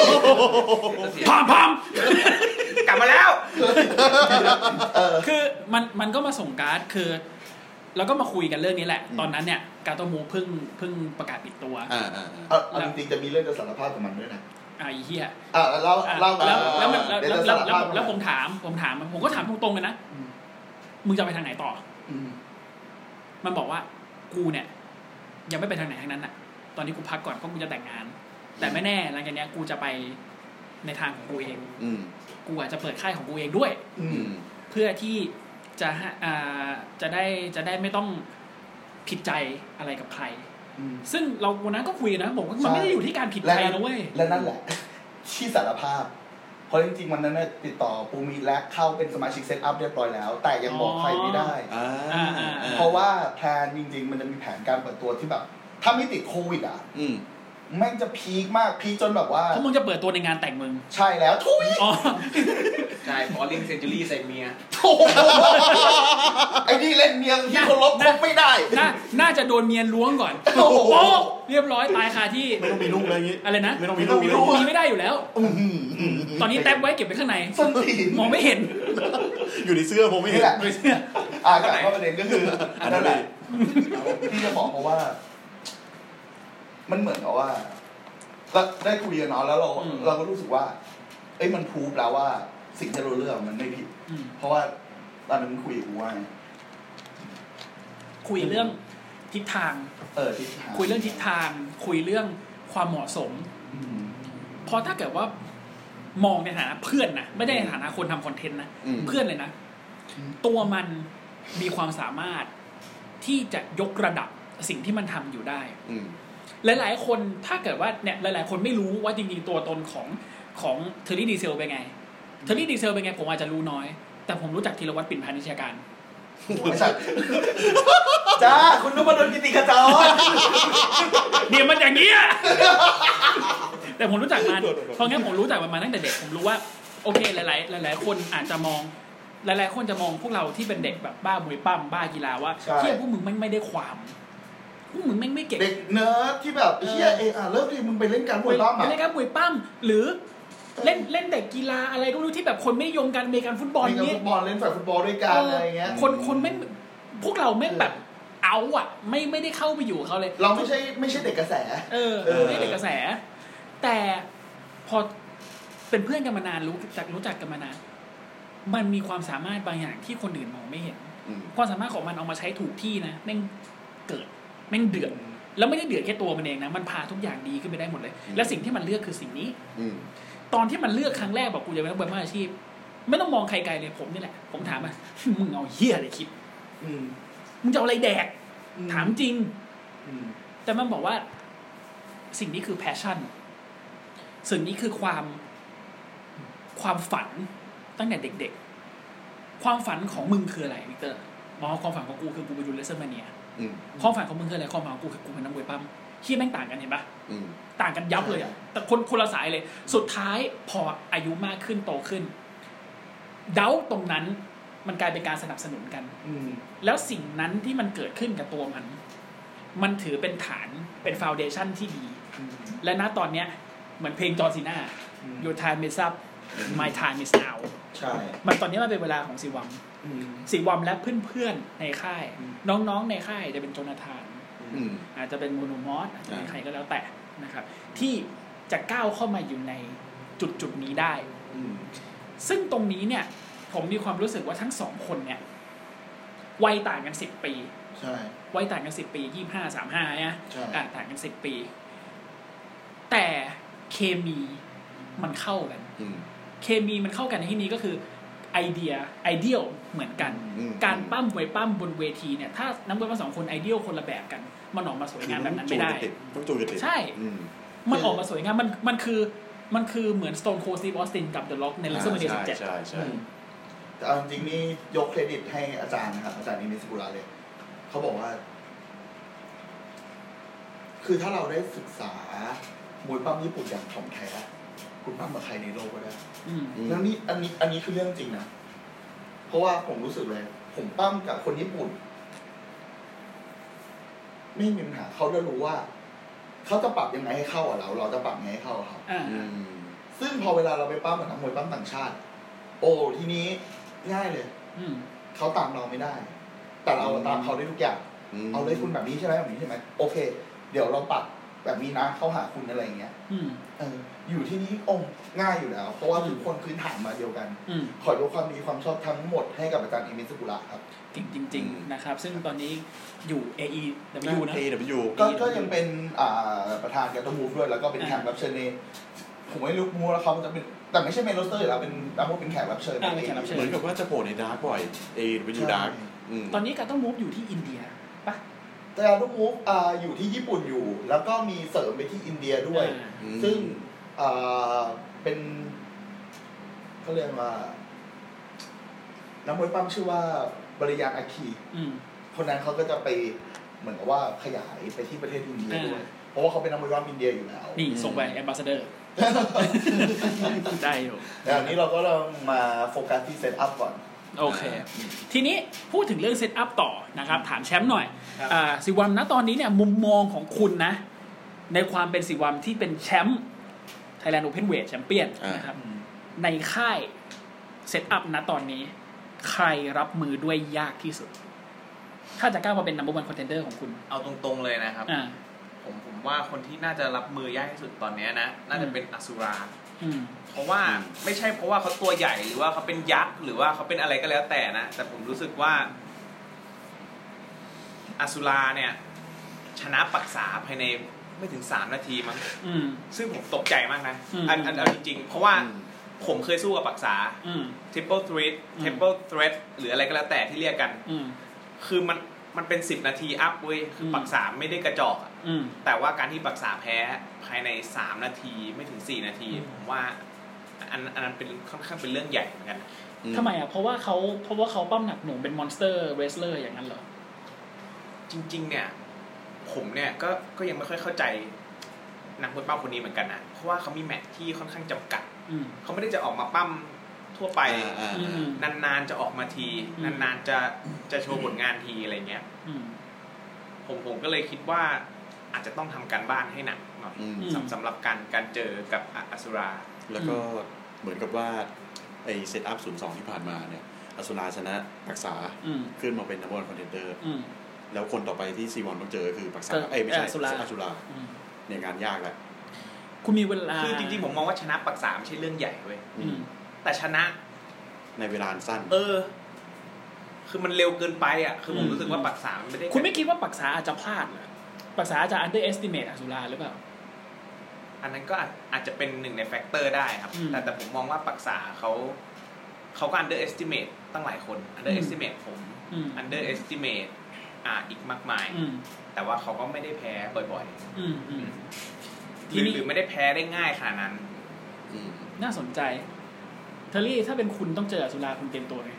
[SPEAKER 2] พามพาม
[SPEAKER 6] กลับมาแล้ว
[SPEAKER 2] คือมันมันก็มาส่งการ์ดคือเราก็มาคุยกันเรื่องนี้แหละ
[SPEAKER 4] อืม
[SPEAKER 2] ตอนนั้นเนี่ยการ์ตมูเพิ่งเพิ่งประกาศปิดตัว
[SPEAKER 4] อ่าอ่าอ่า
[SPEAKER 5] เอาเอาจริงๆจะมีเรื่องจะสารภาพกับมันด้วยนะ
[SPEAKER 2] อ่าไอ้เหี้ย
[SPEAKER 5] อ่ะเล่า
[SPEAKER 2] อ่ะ
[SPEAKER 5] เล่า
[SPEAKER 2] แล้วแล้วมันแล้ว
[SPEAKER 5] เดี๋ยว
[SPEAKER 2] แล้ว
[SPEAKER 5] จะ
[SPEAKER 2] แล้ว
[SPEAKER 5] สาร
[SPEAKER 2] แล้ว
[SPEAKER 5] ภาพ
[SPEAKER 2] แล้วผมถามผมถามมันผมก็ถามตรงๆเลยนะ
[SPEAKER 5] อืม
[SPEAKER 2] มึงจะไปทางไหนต่อ
[SPEAKER 5] อืม
[SPEAKER 2] มันบอกว่ากูเนี่ย ยังไม่ไปทางไหนทางนั้นอ่ะ ตอนนี้กูพักก่อนเพราะกูจะแต่งงาน แต่ไม่แน่หลังจากเนี้ยกูจะไปในทางของกูเอง
[SPEAKER 4] อืม
[SPEAKER 2] กูอาจจะเปิดค่ายของกูเองด้วย
[SPEAKER 5] อื
[SPEAKER 4] อื
[SPEAKER 5] ม
[SPEAKER 4] ม
[SPEAKER 2] เพื่อที่จะฮะอ่าจะได้จะได้ไม่ต้องผิดใจอะไรกับใคร
[SPEAKER 5] อืม
[SPEAKER 2] ซึ่งเราวันนั้นก็คุยนะบอกว่ามัน
[SPEAKER 5] ใช่
[SPEAKER 2] ไม่ได้อยู่ที่การผิดใจนะเว้ย
[SPEAKER 5] และนั่นแหละ ที่สารภาพเพราะจริงๆวันนั้นน่ะติดต่อปูมีและเข้าเป็นสมาชิกเซตอัพเรียบร้อยแล้ว แต่ยังบอกใครไม่ได้
[SPEAKER 4] อ่าอ่า
[SPEAKER 5] เพราะว่าแพลนจริง ๆ มันจะมีแผนการเปิดตัวที่แบบ ถ้าไม่ติดโควิดอ่ะ
[SPEAKER 4] อืม
[SPEAKER 5] แม่งจะพีคมากพีคจนแบบว่า
[SPEAKER 2] เพราะมึงจะเปิดตัวในงานแต่งมึง
[SPEAKER 5] ใช่แล้วทุย
[SPEAKER 2] อ๋อ
[SPEAKER 6] ใช่พอลิงเซนจูรี่ใส่เมีย
[SPEAKER 5] โอ้โหไอ้นี่เล่นเมียงที่เคารพคบไม่ได้
[SPEAKER 2] น่าน่าจะโดนเมียล้วงก่อน
[SPEAKER 5] โอ้โห
[SPEAKER 2] โอ้เรียบร้อยตายคาที่
[SPEAKER 4] ไม่ต้องมีลูกอะไรอย่างงี้
[SPEAKER 2] อะไรนะ
[SPEAKER 4] ไม่ต้องมีลูกเล
[SPEAKER 5] ไม่ต้
[SPEAKER 4] ย
[SPEAKER 5] อง
[SPEAKER 2] มีไม่ได้อยู่แล้ว
[SPEAKER 5] อื้อหือ
[SPEAKER 2] ตอนนี้แท็บไว้เก็บไว้ข้างใน
[SPEAKER 5] ส้นตีน
[SPEAKER 2] มองไม่เห็น
[SPEAKER 4] อยู่ในเสื้อผมไม่เห็น
[SPEAKER 5] นี่แหละ
[SPEAKER 2] เลยเนี่ย
[SPEAKER 5] อ่ากลับมาประเด็นก็คือ
[SPEAKER 4] อั
[SPEAKER 5] อั
[SPEAKER 4] น
[SPEAKER 5] น
[SPEAKER 4] นั้
[SPEAKER 5] นั้น น
[SPEAKER 4] แห
[SPEAKER 5] แห
[SPEAKER 4] ละ
[SPEAKER 5] ละที่จะบอกเพราะว่า มันเหมือนกับว่าเราได้คุยกันเนาะแล้วเรา เราก็รู้สึกว่า เอ้ยมันพูดแล้วว่า สิ่งที่เราเลือกมันไม่ผิด
[SPEAKER 2] อืม
[SPEAKER 5] เพราะว่าตอนนั้นคุยกับกูว่าไง
[SPEAKER 2] คุยเรื่องทิศทาง
[SPEAKER 5] เออทิศทาง
[SPEAKER 2] คุยเรื่องทิศทาง คุยเรื่องความเหมาะสม
[SPEAKER 5] อืม
[SPEAKER 2] เพราะถ้าเกิดว่ามองในฐานะเพื่อนนะไม่ได้ในฐานะคนทำคอนเทนต์นะ
[SPEAKER 4] อืม
[SPEAKER 2] เพื่อนเลยนะ ตัวมันมีความสามารถที่จะยกระดับสิ่งที่มันทำอยู่ได้
[SPEAKER 4] อืม
[SPEAKER 2] หลาย ๆ คนถ้าเกิดว่าเนี่ยหลาย ๆ คนไม่รู้ว่าจริง ๆ ตัวตนของของเทอร์รี่ดีเซลเป็นไงเทอร์รี่ดีเซลเป็นไงผมอาจจะรู้น้อย แต่ผมรู้จักธีรวัตรปิ่นพานิชยการ
[SPEAKER 5] ไม่ ใช่จ้าคุณนุมนนกิติขจร
[SPEAKER 2] เนี่ยมันอย่างเงี้ย แต่ผมรู้จักมัน
[SPEAKER 4] โดดโดดโดด
[SPEAKER 2] เพราะงั้นผมรู้จักมันมาตั้งแต่เด็กผมรู้ว่าโอเคหลาย ๆ หลาย ๆ คนอาจจะมอง หลาย ๆ คนจะมองพวกเราที่เป็นเด็กแบบบ้ามวยปั้มบ้ากีฬาว่า
[SPEAKER 5] ใช่
[SPEAKER 2] เฮียพวกมึงไม่งไม่ได้ความพวกมึงไม่งไม่เก่ง
[SPEAKER 5] เด็กเนิร์ดที่แบบเฮียเอออ่ะเลิกดิมึงไปเล่นการมวยบ้ามา
[SPEAKER 2] เล่นการมวยปั้มหรือเล่นเล่นแต่กีฬาอะไรก็ไม่รู้ที่แบบคนไม่นิยมกันอเมริกันฟุตบอล
[SPEAKER 5] เล่นกับ
[SPEAKER 2] เนี่ย
[SPEAKER 5] ฟุตบอลเล่นฝ่ายฟุตบอลด้วยกันอะไรเงี้ย
[SPEAKER 2] คนคนไม่พวกเราไม่ง
[SPEAKER 5] เออ
[SPEAKER 2] แบบเอาอ่ะ ไม่ไม่ได้เข้าไปอยู่กับเขาเลย
[SPEAKER 5] เราไม่ใช่ไม่ใช่เด็กกระแส
[SPEAKER 2] เออ
[SPEAKER 5] เออ
[SPEAKER 2] ไม่ได้กระแส แต่พอเป็นเพื่อนกันมานานรู้จักรู้จักกันมานานมันมีความสามารถบางอย่างที่คนอื่นมองไม่เห็น
[SPEAKER 4] อืม
[SPEAKER 2] ความสามารถของมันเอามาใช้ถูกที่นะแม่งเกิดแม่งเดือดแล้วไม่ได้เดือดแค่ตัวมันเองนะมันพาทุกอย่างดีขึ้นไปได้หมดเลย และสิ่งที่มันเลือกคือสิ่งนี้
[SPEAKER 4] อืม
[SPEAKER 2] ตอนที่มันเลือกครั้งแรกบอกกูจะเป็นนักบอลอาชีพ ไม่ต้องมองใครไกลเลยผมนี่แหละ ผมถาม มัน มึงเอาเฮียอะไรคิด
[SPEAKER 5] อืม
[SPEAKER 2] มึงจะเอาอะไรแดก ถามจริง
[SPEAKER 5] อืม
[SPEAKER 2] แต่มันบอกว่า สิ่งนี้คือแพชชั่น สิ่งนี้คือความความฝันตั้งแต่เด็กๆ ความฝันของมึงคืออะไรวิกเตอร์มองความฝันของกูคือกูไปดูเลสเซอร์มาเนีย
[SPEAKER 4] อืม
[SPEAKER 2] ความฝันของมึงคืออะไรความฝันของกูคือกูเป็นนักมวยปั้มเฮียแม่งต่างกันเห็นปะ
[SPEAKER 4] อืม
[SPEAKER 2] ต่างกันยับเลยอะแต่คนคนละสายเลย สุดท้ายพออายุมากขึ้นโตขึ้น เดาตรงนั้นมันกลายเป็นการสนับสนุนกัน
[SPEAKER 5] อืม
[SPEAKER 2] แล้วสิ่งนั้นที่มันเกิดขึ้นกับตัวมัน มันถือเป็นฐานเป็นฟาวเดชันที่ดี
[SPEAKER 5] อืม
[SPEAKER 2] และณตอนเนี้ยเหมือนเพลงจอร์ซีน่า
[SPEAKER 5] อืม
[SPEAKER 2] Your time is up My time is now
[SPEAKER 5] ใช่
[SPEAKER 2] มันตอนนี้มันเป็นเวลาของซีวัม
[SPEAKER 5] อืม
[SPEAKER 2] ซีวัมและเพื่อนๆในค่าย
[SPEAKER 5] อืม
[SPEAKER 2] น้องๆในค่ายจะเป็นโจนาธาน
[SPEAKER 4] อืม
[SPEAKER 2] อาจจะเป็นโมโนมอสอาจจะเป็น
[SPEAKER 4] อ่า
[SPEAKER 2] ใครก็แล้วแต่นะครับ ที่จะก้าวเข้ามาอยู่ในจุดจุดนี้ได้
[SPEAKER 5] อืม
[SPEAKER 2] ซึ่งตรงนี้เนี่ย ผมมีความรู้สึกว่าทั้งสองคนเนี่ยวัยต่างกันสิบปี
[SPEAKER 5] ใช่
[SPEAKER 2] วัยต่างกันสิบปียี่ห้าสามห้านะ
[SPEAKER 5] ใช่
[SPEAKER 2] อ่ะต่างกันสิบปี แต่เคมีมันเข้ากัน
[SPEAKER 4] อืม
[SPEAKER 2] เคมีมันเข้ากันในที่นี้ก็คือไอเดียไอเดียเหมือนกัน
[SPEAKER 4] อืม
[SPEAKER 2] การปั้มมวยปั้มบนเวทีเนี่ยถ้านักมวยปั้มสองคนไอเดียคนละแบบกันมันออกมาสวยงามแบบนั้นไม่ได้
[SPEAKER 4] จูนกันติต้องจูนกันติด
[SPEAKER 2] ใช่
[SPEAKER 4] อืม
[SPEAKER 2] มันออกมาสวยงาม มัน มันคือ มันคือเหมือน Stone Cold Steve Austin กับ The Rock ใน
[SPEAKER 4] อ่า
[SPEAKER 2] WrestleMania
[SPEAKER 4] ใช่
[SPEAKER 2] 17
[SPEAKER 4] ใช่ใช่
[SPEAKER 5] แต่เอาจริงๆนี่ยกเครดิตให้อาจารย์นะครับอาจารย์นิมิสกุระเลย เขาบอกว่า คือถ้าเราได้ศึกษามวยปั้มญี่ปุ่นอย่างถ่องแท้ คุณปั้มกับใครในโลกก็ได้
[SPEAKER 2] อืม
[SPEAKER 4] อืม
[SPEAKER 5] แล้วนี่อันนี้อันนี้คือเรื่องจริงนะ เพราะว่าผมรู้สึกเลย ผมปั้มกับคนญี่ปุ่น ไม่มีปัญหาเขาจะรู้ว่า เขาจะปรับยังไงให้เข้ากับเรา เราจะปรับยังไงให้เข้ากับเขา
[SPEAKER 2] อ่า
[SPEAKER 4] อืม
[SPEAKER 5] ซึ่งพอเวลาเราไปปั้มกับนักมวยปั้มต่างชาติ โอ้ทีนี้ง่ายเลย
[SPEAKER 2] อืม
[SPEAKER 5] เขาตามเราไม่ได้ แต่เราตามเขาได้ทุกอย่าง
[SPEAKER 4] ม
[SPEAKER 5] เอาเลยคุณแบบนี้ใช่ไหมแบบนี้ใช่ไหมโอเค เดี๋ยวเราปรับแบบนี้นะเข้าหาคุณอะไรอย่างเงี้ย
[SPEAKER 2] อืม
[SPEAKER 5] เอออยู่ที่นี่โอ้ง่ายอยู่แล้ว เพราะว่าทุกคนพื้นฐานมาเดียวกัน
[SPEAKER 2] อืม
[SPEAKER 5] ขอยกความดีความชอบทั้งหมดให้กับอาจารย์เอมิสกุระครับ
[SPEAKER 2] เก่งจริง ๆ นะครับ ซึ่งตอนนี้อยู่ AEW นะ
[SPEAKER 4] เอดับยู
[SPEAKER 5] ก็
[SPEAKER 2] ดี
[SPEAKER 5] ก็ยังเป็นอ่าประธานแกตมูฟด้วย แล้วก็เป็น
[SPEAKER 2] อ่า
[SPEAKER 5] แขกรับเชิญในผมไม่รู้มูแล้วเขาจะเป็นแต่ไม่ใช่เมนโรสเตอร์อยู่แล้วเป็นนักมวยเป็นแขกรับเชิญ
[SPEAKER 2] อ่าเป็นแขกรับชิญ
[SPEAKER 4] เหมือนกับว่าจะโผล่ในดาร์กบ่อย เอดับยูดาร์ก
[SPEAKER 2] ตอนนี้การต้องมูฟอยู่ที่อินเดียปะ
[SPEAKER 5] แต่ลูกมูฟอ่าอยู่ที่ญี่ปุ่นอยู่ แล้วก็มีเสริมไปที่อินเดียด้วย
[SPEAKER 2] อ่า
[SPEAKER 5] ซึ่งอ่าเป็นเขาเรียกว่านักมวยปั้มชื่อว่าบริยานอาคี
[SPEAKER 2] อืม
[SPEAKER 5] คนนั้นเขาก็จะไปเหมือนกับว่าขยายไปที่ประเทศอินเดียด้วย
[SPEAKER 2] อ่า
[SPEAKER 5] เพราะว่าเขาเป็นนักมวยปั้มอินเดียอยู่แล้ว
[SPEAKER 2] นี่ ส่งไปแอมบาสเดอร์ ได้อยู่
[SPEAKER 5] แต่อันนี้เราก็ลองมาโฟกัสที่เซตอัพก่อน
[SPEAKER 2] โอเค ทีนี้พูดถึงเรื่องเซตอัพต่อนะครับ ถามแชมป์หน่อยอ่าสิวัมนะตอนนี้เนี่ยมุมมองของคุณนะ ในความเป็นสิวัมที่เป็นแชมป์ไทยแลนด์โอเพนเวทแชมเปี้ยนนะครับ ในค่ายเซตอัพนะตอนนี้ ใครรับมือด้วยยากที่สุด ถ้าจะก้าวมาเป็นนัมเบอร์วันคอนเทนเดอร์ของคุณ
[SPEAKER 6] เอาตรงๆเลยนะครับ
[SPEAKER 2] อ่า
[SPEAKER 6] ผมผมว่าคนที่น่าจะรับมือยากที่สุดตอนเนี้ยนะ น่าจะเป็นอสุรา
[SPEAKER 2] อืม
[SPEAKER 6] เพราะว่าไม่ใช่เพราะว่าเขาตัวใหญ่หรือว่าเขาเป็นยักษ์หรือว่าเขาเป็นอะไรก็แล้วแต่นะ แต่ผมรู้สึกว่าอสุราเนี่ย ชนะปักษาภายในไม่ถึงสามนาทีมั้ง
[SPEAKER 2] อืม
[SPEAKER 6] ซึ่งผมตกใจมากนะ
[SPEAKER 2] อืม
[SPEAKER 6] อันอันเอาจริงๆ เพราะว่าผมเคยสู้กับปักษา
[SPEAKER 2] อืม
[SPEAKER 6] triple threat
[SPEAKER 2] อืม
[SPEAKER 6] triple threat หรืออะไรก็แล้วแต่ที่เรียกกัน
[SPEAKER 2] อืม
[SPEAKER 6] คือมันมันเป็นสิบนาทีอัพเว้ยคือ
[SPEAKER 2] ม
[SPEAKER 6] ปักษาไม่ได้กระจอกอะ
[SPEAKER 2] อืม
[SPEAKER 6] แต่ว่าการที่ปักษาแพ้ภายในสามนาทีไม่ถึงสี่นาที
[SPEAKER 2] อืม
[SPEAKER 6] ผมว่าอันอันนั้นเป็นค่อนข้างเป็นเรื่องใหญ่เหมือนกัน
[SPEAKER 2] ทำไมอ่ะเพราะว่าเขาเพราะว่าเขาปั้มหนักหน่วงเป็นมอนสเตอร์เรสเลอร์อย่างนั้นเหรอ
[SPEAKER 6] จริง ๆ เนี่ย ผมเนี่ยก็ก็ยังไม่ค่อยเข้าใจ นักมวยปั้มคนนี้เหมือนกันนะเพราะว่าเขามีแมตช์ที่ค่อนข้างจำกัด
[SPEAKER 8] อืม
[SPEAKER 6] เขาไม่ได้จะออกมาปั้มทั่วไป
[SPEAKER 4] อ่า
[SPEAKER 8] อืม
[SPEAKER 6] นานๆจะออกมาที
[SPEAKER 8] อืม
[SPEAKER 6] นานๆจะจะโชว์ผลงานทีอะไรเงี้ย
[SPEAKER 8] อืม
[SPEAKER 6] ผมผมก็เลยคิดว่าอาจจะต้องทำการบ้านให้หนักหน่อย
[SPEAKER 4] อืม
[SPEAKER 8] ม
[SPEAKER 6] สำสำหรับการการเจอกับออสุรา
[SPEAKER 4] แล้วก็เหมือนกับว่าไอเซตอัพศูนย์สองที่ผ่านมาเนี่ยอสุราชนะปักษา
[SPEAKER 8] อืม
[SPEAKER 4] ขึ้นมาเป็นนักบอลคอนเทนเตอร์
[SPEAKER 8] อืม
[SPEAKER 4] แล้วคนต่อไปที่ซีวอนต้องเจอคือปักษา
[SPEAKER 2] เออ
[SPEAKER 4] เอ้ยไม่ใช่
[SPEAKER 2] เออสุรา
[SPEAKER 4] อสุรา
[SPEAKER 8] อืม
[SPEAKER 4] เนี่ยงานยากแหละ
[SPEAKER 2] คุณมีเวลา
[SPEAKER 6] คือจริงๆผมมองว่าชนะปักษาไม่ใช่เรื่องใหญ่เว้ย
[SPEAKER 8] อืม
[SPEAKER 6] แต่ชนะ
[SPEAKER 4] ในเวลาอันสั้น
[SPEAKER 6] เออ คือมันเร็วเกินไปอ่ะ คือผม
[SPEAKER 8] อืม
[SPEAKER 6] รู้สึกว่าปักษามันไม่ได้
[SPEAKER 2] คุณไม่คิดว่าปรักษาอาจจะพลาดเหรอปรักษาอาจจะ underestimate อสุราหรือเปล่า
[SPEAKER 6] อันนั้นก็อาจอาจจะเป็นหนึ่งในแฟกเตอร์ได้ครับ
[SPEAKER 2] อืม
[SPEAKER 6] แต่แต่ผมมองว่าปักษาเขาเขาก็ underestimate ตั้งหลายคน underestimate ผม
[SPEAKER 2] อืม
[SPEAKER 6] underestimate อ่าอีกมากมาย
[SPEAKER 2] อืม
[SPEAKER 6] แต่ว่าเขาก็ไม่ได้แพ้บ่อย
[SPEAKER 2] อืมอืม
[SPEAKER 6] ๆ
[SPEAKER 2] ที
[SPEAKER 6] หรือ
[SPEAKER 2] นี้
[SPEAKER 6] หรือไม่ได้แพ้ได้ง่ายขนาดนั้น
[SPEAKER 4] อืม
[SPEAKER 2] น่าสนใจ เทอรี่ถ้าเป็นคุณต้องเจออสุราคุณเตรียมตัวไง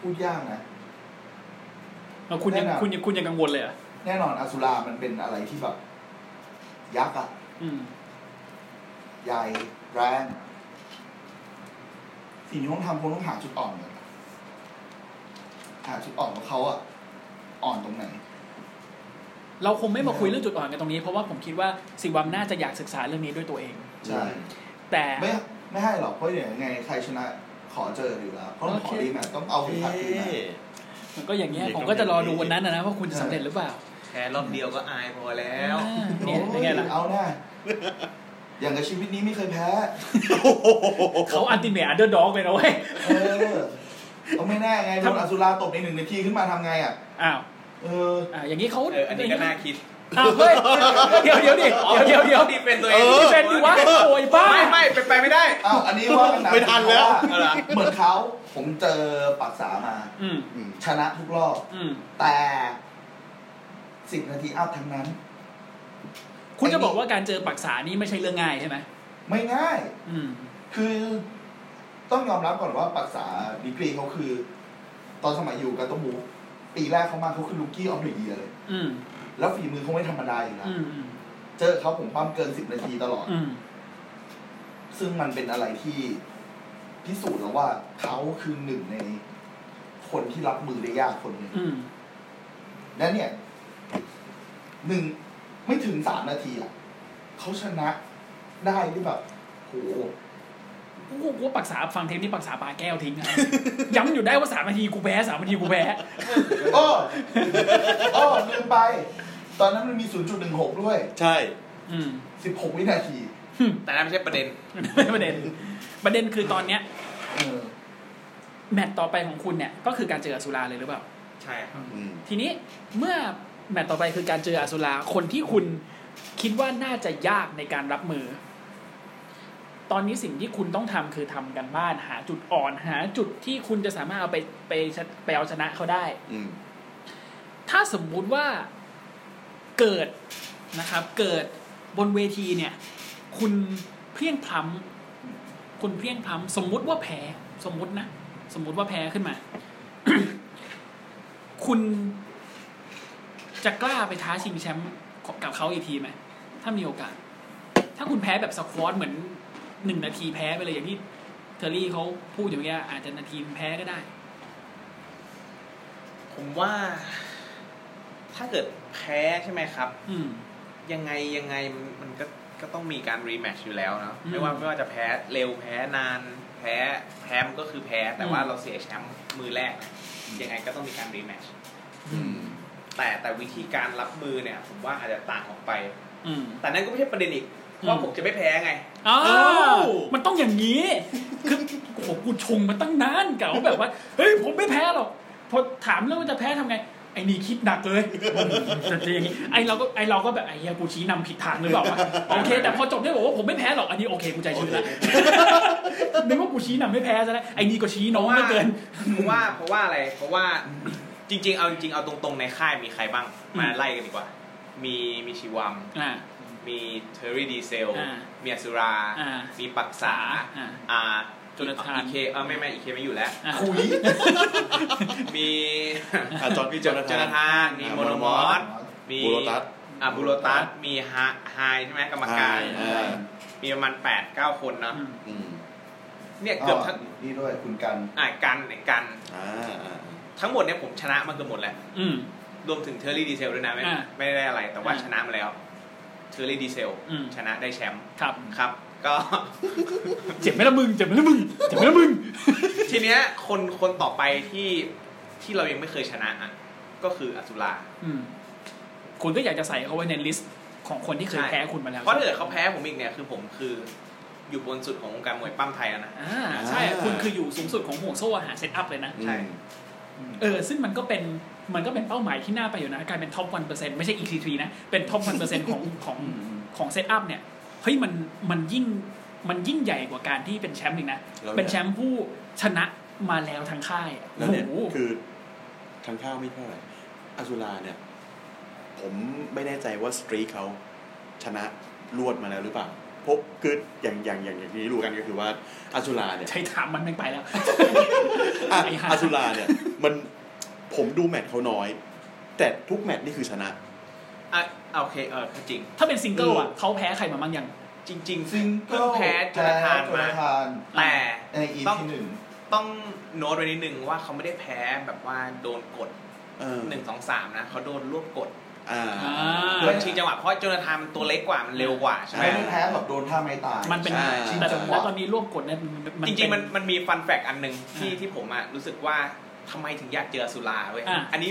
[SPEAKER 5] พูดยากนะ
[SPEAKER 2] แล้วคุณยัง
[SPEAKER 5] แน่นอน
[SPEAKER 2] คุณยังคุณยังกังวลเลยเหรอ่ะ
[SPEAKER 5] แน่นอนอสุรามันเป็นอะไรที่แบบยักษ์อะ
[SPEAKER 2] อืม
[SPEAKER 5] ใหญ่แรงสิ่งที่ต้องทำคงต้องหาจุดอ่อนเลยหาจุดอ่อนของเขาอะอ่อนตรงไหน
[SPEAKER 2] เราคงไม่มาคุยเรื่องจุดอ่อนกันตรงนี้เพราะว่าผมคิดว่าสิวัมน่าจะอยากศึกษาเรื่องนี้ด้วยตัวเอง
[SPEAKER 5] ใช่
[SPEAKER 2] แต่
[SPEAKER 5] ไม่ไม่ให้หรอกเพราะเดี๋ยวยังไงใครชนะขอเจออยู่แล้วเพราะขอดีแมตช์ต้องเอา
[SPEAKER 4] โอ
[SPEAKER 5] คืน
[SPEAKER 4] เค
[SPEAKER 5] ทัดดีแมตช์
[SPEAKER 2] มันก็อย่างเงี้ย
[SPEAKER 4] เด็ก
[SPEAKER 2] ผมก็จะรอดู
[SPEAKER 4] ต้องเรียน
[SPEAKER 2] วันนั้นนะนะว่าคุณจะสำเร็จหรือเปล่า
[SPEAKER 6] แพ้รอบเดียวก็อายพอแล้ว
[SPEAKER 2] อ่าเนี่ยเป็นไงล่ะ
[SPEAKER 5] โอ้ยเอาหน้าอย่างกับชีวิตนี้ไม่เคยแพ้
[SPEAKER 2] เขาอันติเม e อันเดอร์ด็อกเลยนะเว้ย
[SPEAKER 5] เออเอาไม่แน่ไงโดนอสุราตบในหนึ่งนาทีขึ้นมาทำไงอ่ะ
[SPEAKER 2] อ้าว
[SPEAKER 5] เอ อ
[SPEAKER 2] อ่าอย่างนี้เขา
[SPEAKER 6] เออ อันนี้ก็น่าคิด
[SPEAKER 2] อ้าวเฮ้ยเดี๋ยวเดี๋ยวดิเดี๋ยวเดี๋ยว
[SPEAKER 6] ดี
[SPEAKER 2] ดิ
[SPEAKER 6] เป็นตัวเอง
[SPEAKER 2] นี่เป็นดิวะโอยบ้า
[SPEAKER 6] ไม่ไม่เป็นไปไม่ได้
[SPEAKER 5] เอาอันนี้ว่ากัะ
[SPEAKER 4] ไม่ทันแล้ว
[SPEAKER 5] เพราะาเหมือนเขาผมเจอปักษามา
[SPEAKER 2] อืม
[SPEAKER 4] อืม
[SPEAKER 5] ชนะทุกรอบ
[SPEAKER 2] อืม
[SPEAKER 5] แต่สิบนาทีอัพทั้งนั้น
[SPEAKER 2] คุณจะบอกว่าการเจอปรักษานี่ไม่ใช่เรื่องง่ายใช่ไหม
[SPEAKER 5] ไม่ง่าย
[SPEAKER 2] อืม
[SPEAKER 5] คือต้องยอมรับก่อนว่าปักษาดีกรีเขาคือ ตอนสมัยอยู่กับตบูปีแรกเขามาเขาคือลูกี้ออฟเดอะเยียเลย
[SPEAKER 2] อืม
[SPEAKER 5] แล้วฝีมือเขาไม่ธรรมดาอยู่แล้ว
[SPEAKER 2] อืมอืม
[SPEAKER 5] เจอเขาผมปั้มเกินสิบนาทีตลอด
[SPEAKER 2] อืม
[SPEAKER 5] ซึ่งมันเป็นอะไรที่พิสูจน์แล้วว่าเขาคือหนึ่งในคนที่รับมือได้ยากคนหนึ่ง
[SPEAKER 2] อืม
[SPEAKER 5] และเนี่ยหนึ่งไม่ถึงสามนาทีอ่ะเขาชนะได้ที่แบบโห
[SPEAKER 2] กูกูว่าปรักษาฟังเทปนี้ปรักษาปลาแก้วทิ้งอะย้ำอยู่ได้ว่าสามนาทีกูแพ้สามนาทีกูแพ้
[SPEAKER 5] อ้ออ้อลืมไป ตอนนั้นมันมี 0.16 ด้วย
[SPEAKER 4] ใช่
[SPEAKER 2] อืม
[SPEAKER 5] 16 วินาที
[SPEAKER 6] แต่นั่นไม่ใช่ประเด็น
[SPEAKER 2] ไม่ประเด็น ประเด็นคือตอนเนี้ย
[SPEAKER 5] เออ
[SPEAKER 2] แมตต์ต่อไปของคุณเนี่ยก็คือการเจออสุราเลยหรือเปล่า
[SPEAKER 6] ใช่ครับ
[SPEAKER 4] อืม
[SPEAKER 2] ทีนี้เมื่อแมตต์ต่อไปคือการเจออสุราคนที่คุณคิดว่าน่าจะยากในการรับมือ ตอนนี้สิ่งที่คุณต้องทำคือทำกันบ้านหาจุดอ่อนหาจุดที่คุณจะสามารถเอาไปไปชนะไปเอาชนะเขาได้
[SPEAKER 4] อืม
[SPEAKER 2] ถ้าสมมุติว่าเกิดนะครับ เกิดบนเวทีเนี่ย คุณเพลียงพล้ำคุณเพลียงพล้ำสมมุติว่าแพ้สมมุตินะ สมมุติว่าแพ้ขึ้นมา คุณจะกล้าไปท้าชิงแชมป์กับเขาอีกทีไหมถ้ามีโอกาส ถ้าคุณแพ้แบบสควอตเหมือนหนึ่งนาทีแพ้ไปเลยอย่างที่เทอรี่เขาพูดอยู่เมื่อกี้อาจจะนาทีแพ้ก็ได้
[SPEAKER 6] ผมว่า ถ้าเกิดแพ้ใช่ไหมครับ
[SPEAKER 2] อืม
[SPEAKER 6] ยังไงยังไงมันมันก็ก็ต้องมีการรีแมตช์อยู่แล้วเนาะ
[SPEAKER 2] อืม
[SPEAKER 6] ไม่ว่าไม่ว่าจะแพ้เร็วแพ้นาน แพ้แพ้มันก็คือแพ้ แต่ว่า
[SPEAKER 2] อืม
[SPEAKER 6] เราเสียแชมป์มือแรกนะยังไงก็ต้องมีการรีแมตช์
[SPEAKER 4] อืม
[SPEAKER 6] แต่แต่วิธีการรับมือเนี่ย ผมว่าอาจจะต่างออกไป
[SPEAKER 2] อืม
[SPEAKER 6] แต่นั่นก็ไม่ใช่ประเด็นอีก
[SPEAKER 2] อืม
[SPEAKER 6] ว่าผมจะไม่แพ้ไง
[SPEAKER 2] อ้า
[SPEAKER 6] อ้าว ว
[SPEAKER 2] มันต้องอย่างนี้ คือโอ้โหกูชงมาตั้งนานเก่าแบบว่า เฮ้ย ผมไม่แพ้หรอก พอถามเรื่องว่าจะแพ้ทำไง ไอ้นี่คิดหนักเลยจะอย่างนี้ ไอ้เราก็ไอ้เราก็แบบไอ้เฮียกูชี้นำผิดทางหรือเปล่าวะโอเค แต่พอจบได้บอกว่าผมไม่แพ้หรอก อันนี้โอเคกูใจชื้นละนึกว่ากูชี้นำไม่แพ้ซะแล้วไอ้นี่ก็ชี้น้องเหลือเกิน
[SPEAKER 6] เพราะว่าเพราะว่าอะไรเพราะว่าจริง ๆ เอาจริงๆเอาตรงๆในค่ายมีใครบ้างมาไล่กันดีกว่า มีมีชิวัม
[SPEAKER 2] อ่า
[SPEAKER 6] มีเทอร์รี่ดีเซล
[SPEAKER 2] อ่า
[SPEAKER 6] มีอสุรา
[SPEAKER 2] อ่ามี
[SPEAKER 6] มีปักษา
[SPEAKER 2] อ่า
[SPEAKER 6] อ่า
[SPEAKER 2] จุลธาน
[SPEAKER 6] อีเคเออไม่ไม่อีเคไม่อยู่ แล้ว
[SPEAKER 2] อ่ะ
[SPEAKER 5] คุย
[SPEAKER 6] มี
[SPEAKER 4] อ่ะจอห์น
[SPEAKER 6] มี
[SPEAKER 4] พี่
[SPEAKER 6] จอนาธานมีโมโนมอสมี
[SPEAKER 4] บูโรตัส
[SPEAKER 6] อ่ะบูโรตัสมีฮาไฮใช่ไหมกรรมการ
[SPEAKER 4] ไฮอ่า
[SPEAKER 6] มีประมาณแปดเก้าคนเนาะ
[SPEAKER 2] อืม
[SPEAKER 4] อืม
[SPEAKER 6] เนี่ยเกือบทั้ง
[SPEAKER 5] นี่ด้วยคุณกัน
[SPEAKER 6] อ่ะกันเนี่ยกัน
[SPEAKER 4] อ่าอ่า
[SPEAKER 6] ทั้งหมดเนี่ยผมชนะมาเกือบหมดแล้ว
[SPEAKER 2] อืม
[SPEAKER 6] รวมถึงเทอร์รี่ดีเซลด้วยนะไม่
[SPEAKER 2] อ่า
[SPEAKER 6] ไม่ได้อะไร แต่ว่า
[SPEAKER 2] อ่า
[SPEAKER 6] ชนะมาแล้วเทอร์รี่ดีเซล
[SPEAKER 2] อืม
[SPEAKER 6] ชนะได้แชมป์
[SPEAKER 2] ครับ
[SPEAKER 6] ครับ ก็
[SPEAKER 2] เจ็บไหมล่ะมึง เจ็บไหมล่ะมึง เจ็บไหมล่ะมึง
[SPEAKER 6] ทีเนี้ยคนคนต่อไปที่ที่เรายังไม่เคยชนะอ่ะก็คืออสุรา
[SPEAKER 2] อืมคุณก็อยากจะใส่เขาไว้ในลิสต์ของคนที่เคย
[SPEAKER 6] ใช่
[SPEAKER 2] แพ้คุณมาแล้ว
[SPEAKER 6] เพราะถ้าเกิดเขาแพ้ผมอีกเนี่ยคือผมคืออยู่บนสุดของวงการมวยปั้มไทยแล้วนะ
[SPEAKER 2] อ่าใช่คุณคืออยู่สูงสุดของห่วงโซ่อาหารเซตอัพเลยนะ
[SPEAKER 4] อืม
[SPEAKER 6] ใช่
[SPEAKER 2] เออ ซึ่งมันก็เป็น มันก็เป็นเป้าหมายที่น่าไปอยู่นะ กลายเป็นท็อปวันเปอร์เซ็นต์ไม่ใช่ EC3 นะ เป็นท็อปวันเปอร์เซ็นต์ของของของเซตอัพเนี่ย เฮ้ย มัน มันยิ่ง มันยิ่งใหญ่กว่าการที่เป็นแชมป์อีกนะ
[SPEAKER 4] ล้ว
[SPEAKER 2] เป็นแช
[SPEAKER 4] ย
[SPEAKER 2] มป์ผู้ชนะมาแล้วทั้งค่ายอะ
[SPEAKER 4] แล้วเนี่ย
[SPEAKER 2] โอ้โห
[SPEAKER 4] คือทางข้าวไม่เท่าไหร่อาซูลาเนี่ย ผมไม่แน่ใจว่าสตรีเขาชนะรวดมาแล้วหรือเปล่าเพบคืออย่างอย่างอย่างอย่างที่รู้กันก็คือว่าอาซูลาเนี่ย
[SPEAKER 2] ใช้ถามมันไม่งไปแล้ว
[SPEAKER 4] อะ
[SPEAKER 2] ไอ้ห่า
[SPEAKER 4] อาซูลาเนี่ย มันผมดูแมตช์เขาน้อย แต่ทุกแมตช์นี่คือชนะ
[SPEAKER 6] อ่ะโอเคเออก็จริง
[SPEAKER 2] ถ้าเป็นซิงเกิลอ่ะเขาแพ้ใครมาบ้างยัง
[SPEAKER 6] จริง ๆ
[SPEAKER 5] ซิง
[SPEAKER 6] เพิ่
[SPEAKER 5] เกิ
[SPEAKER 6] ง
[SPEAKER 5] ล
[SPEAKER 6] แพ้จุลธานมา
[SPEAKER 5] จุลธาน
[SPEAKER 6] แต่
[SPEAKER 5] ในอี
[SPEAKER 6] ต้อง
[SPEAKER 5] ที่หนึ่ง
[SPEAKER 6] ต้องโน้ตไว้นิดนึงว่าเขาไม่ได้แพ้แบบว่าโดนกด
[SPEAKER 4] เออ
[SPEAKER 6] หนึ่งสองสามนะเขาโดนรวบกด
[SPEAKER 4] อ่า
[SPEAKER 2] อ่า
[SPEAKER 6] โดนชิงจังหวะเพราะโจนาธานมันตัวเล็กกว่ามันเร็วกว่าใช่ไหม
[SPEAKER 5] ไม่ได้แพ้แบบโดนท่าไม่ตาย
[SPEAKER 2] มันเป็น
[SPEAKER 4] ใช่
[SPEAKER 2] แต่
[SPEAKER 5] จังหวะ
[SPEAKER 2] แล้วตอนนี้ร่วมกดเนี่ยมัน
[SPEAKER 6] จ
[SPEAKER 2] เป็
[SPEAKER 6] ริงๆมันมันมีฟันแฟกอันหนึ่งที่
[SPEAKER 2] อ่า
[SPEAKER 6] ที่ผมอะรู้สึกว่าทำไมถึงอยากเจออสุราเว้ย
[SPEAKER 2] อ่า
[SPEAKER 6] อันนี้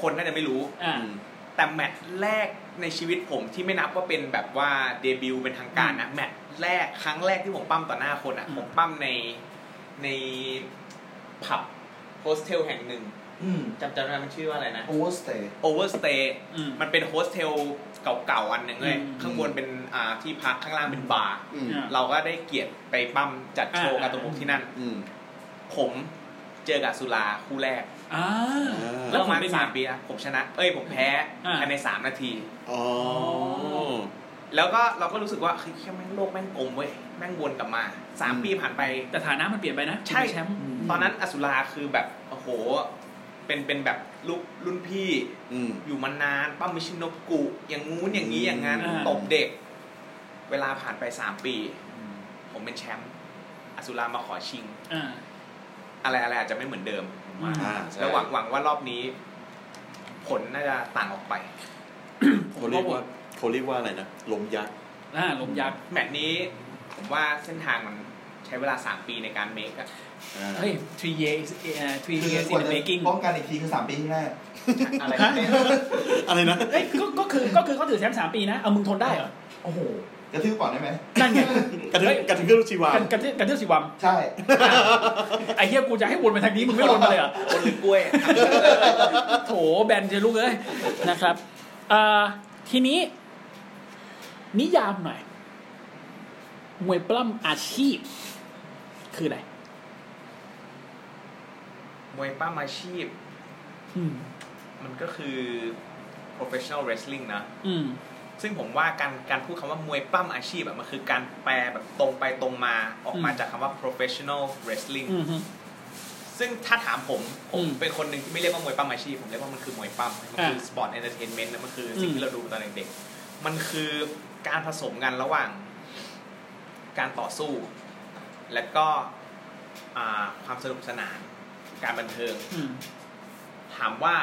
[SPEAKER 6] คนน่าจะไม่รู้
[SPEAKER 2] อ่า
[SPEAKER 4] อืม
[SPEAKER 6] แต่แมตช์แรกในชีวิตผมที่ไม่นับว่าเป็นแบบว่าเดบิวต์เป็นทางการนะแมตช์แรกครั้งแรกที่ผมปั้มต่อหน้าคนอะ
[SPEAKER 2] อืม
[SPEAKER 6] ผมปั้มในในผับโฮสเทลแห่งหนึ่ง
[SPEAKER 5] อืม
[SPEAKER 6] จำจำได้ไหมมันชื่อว่าอะไรนะ
[SPEAKER 5] โอเวอร์สเตย์
[SPEAKER 6] โอเวอร์สเตย์
[SPEAKER 2] อืม
[SPEAKER 6] มันเป็นโฮสเทลเก่าๆอันหนึ่งเลย
[SPEAKER 2] อืม
[SPEAKER 6] ข้างบนเป็นอ่าที่พักข้างล่างเป็นบาร์
[SPEAKER 4] อืม
[SPEAKER 2] อ่า
[SPEAKER 6] เราก็ได้เกียรติไปปั้มจัดโชว์การตมุกที่นั่น
[SPEAKER 4] อืม
[SPEAKER 6] ผมเจอกับสุราคู่แรก
[SPEAKER 2] อ่า แล้
[SPEAKER 6] ป
[SPEAKER 2] ว
[SPEAKER 6] ระมาณ
[SPEAKER 2] คุณเป็นไง
[SPEAKER 6] สามปีนะผมชนะ เอ้ยผมแพ้
[SPEAKER 2] อ่า
[SPEAKER 6] ภายในสามนาที
[SPEAKER 4] อ๋อ
[SPEAKER 6] แล้วก็เราก็รู้สึกว่าเฮ้ยแค่แม่งโลกแม่งกลมเว้ยแม่งวนกลับมาสาม
[SPEAKER 4] อืม
[SPEAKER 6] ปีผ่านไป
[SPEAKER 2] แต่ฐานะมันเปลี่ยนไปนะ
[SPEAKER 6] ใช่
[SPEAKER 2] แชมป์
[SPEAKER 6] ตอนนั้นอสุราคือแบบโอ้โห เป็นเป็นแบบลูกรุ่นพี่
[SPEAKER 4] อืม
[SPEAKER 6] อยู่มานานป้ามิชินโนกุอย่างงู้นอย่างนี้อย่างงั้น
[SPEAKER 4] อ่า
[SPEAKER 6] ตบเด็ก เวลาผ่านไปสามปี ผมเป็นแชมป์อสุรามาขอชิง
[SPEAKER 2] อ่า
[SPEAKER 6] อะไรอะไรอาจจะไม่เหมือนเดิมผมว่า
[SPEAKER 2] อืม
[SPEAKER 4] อ่าใช่
[SPEAKER 6] แล้วหวังหวังว่ารอบนี้ ผลน่าจะต่างออกไป
[SPEAKER 4] เขาเรียกว่าเขาเรียกว่าอะไรนะลมยักษ์
[SPEAKER 2] อ่าลมยักษ์
[SPEAKER 6] แมตช์นี้ผมว่าเส้นทางมันใช้เวลา 3 ปีในการเมคอะ
[SPEAKER 4] อ่า
[SPEAKER 2] เฮ้ย three years เอ่อ three
[SPEAKER 5] คือ
[SPEAKER 2] years
[SPEAKER 5] ควร
[SPEAKER 2] in
[SPEAKER 5] จะ
[SPEAKER 2] making
[SPEAKER 5] ป้องกันอีกทีคือสามปีข้างหน้า
[SPEAKER 6] อะไร
[SPEAKER 4] อะไรนะ
[SPEAKER 2] เอ้ยก็ก็คือก็คือเขาถือแชมป์สามปีนะ เอามึงทนได้เหรอ
[SPEAKER 5] โอ้โหกระทืบก่อนได้ไหม
[SPEAKER 2] นั่นไง
[SPEAKER 4] กระทึ
[SPEAKER 2] เฮ้
[SPEAKER 4] ง
[SPEAKER 2] ย
[SPEAKER 4] กระทึงเครื่องลูกชีวา
[SPEAKER 2] กันกันเที่ยวกันเที่ยวสิวัม
[SPEAKER 5] ใช่
[SPEAKER 2] ไอ้เหี้ยกูจะให้วนไปทางนี้มึงไม่วนมาเลยเหรอ
[SPEAKER 6] คนหรือกล้วยอะ
[SPEAKER 2] โถแบนเจอลูกเอ้ย นะครับอ่าทีนี้ นิยามหน่อย มวยปล้ำอาชีพ คืออะไร
[SPEAKER 6] มวยป้ามอาชีพ
[SPEAKER 2] อืม
[SPEAKER 6] มันก็คือ professional wrestling นะ
[SPEAKER 2] อืม
[SPEAKER 6] ซึ่งผมว่าการการพูดคำว่ามวยปั้มอาชีพอะมันคือการแปลแบบตรงไปตรงมาออกมา
[SPEAKER 2] อืม
[SPEAKER 6] จากคำว่า professional wrestling
[SPEAKER 2] อืมฮึ
[SPEAKER 6] ซึ่งถ้าถามผมผม
[SPEAKER 2] อืม
[SPEAKER 6] เป็นคนหนึ่งที่ไม่เรียกว่ามวยปั้มอาชีพ ผมเรียกว่ามันคือมวยปั้มมันคือ
[SPEAKER 2] อ่า
[SPEAKER 6] สปอร์ตเอนเตอร์เทนเมนต์นะมันคือสิ่ง
[SPEAKER 2] อืม
[SPEAKER 6] ที่เราดูตอนเด็กๆมันคือการผสมกันระหว่างการต่อสู้ และก็อ่าความสนุกสนาน การบันเทิง
[SPEAKER 2] อืม
[SPEAKER 6] ถามว่า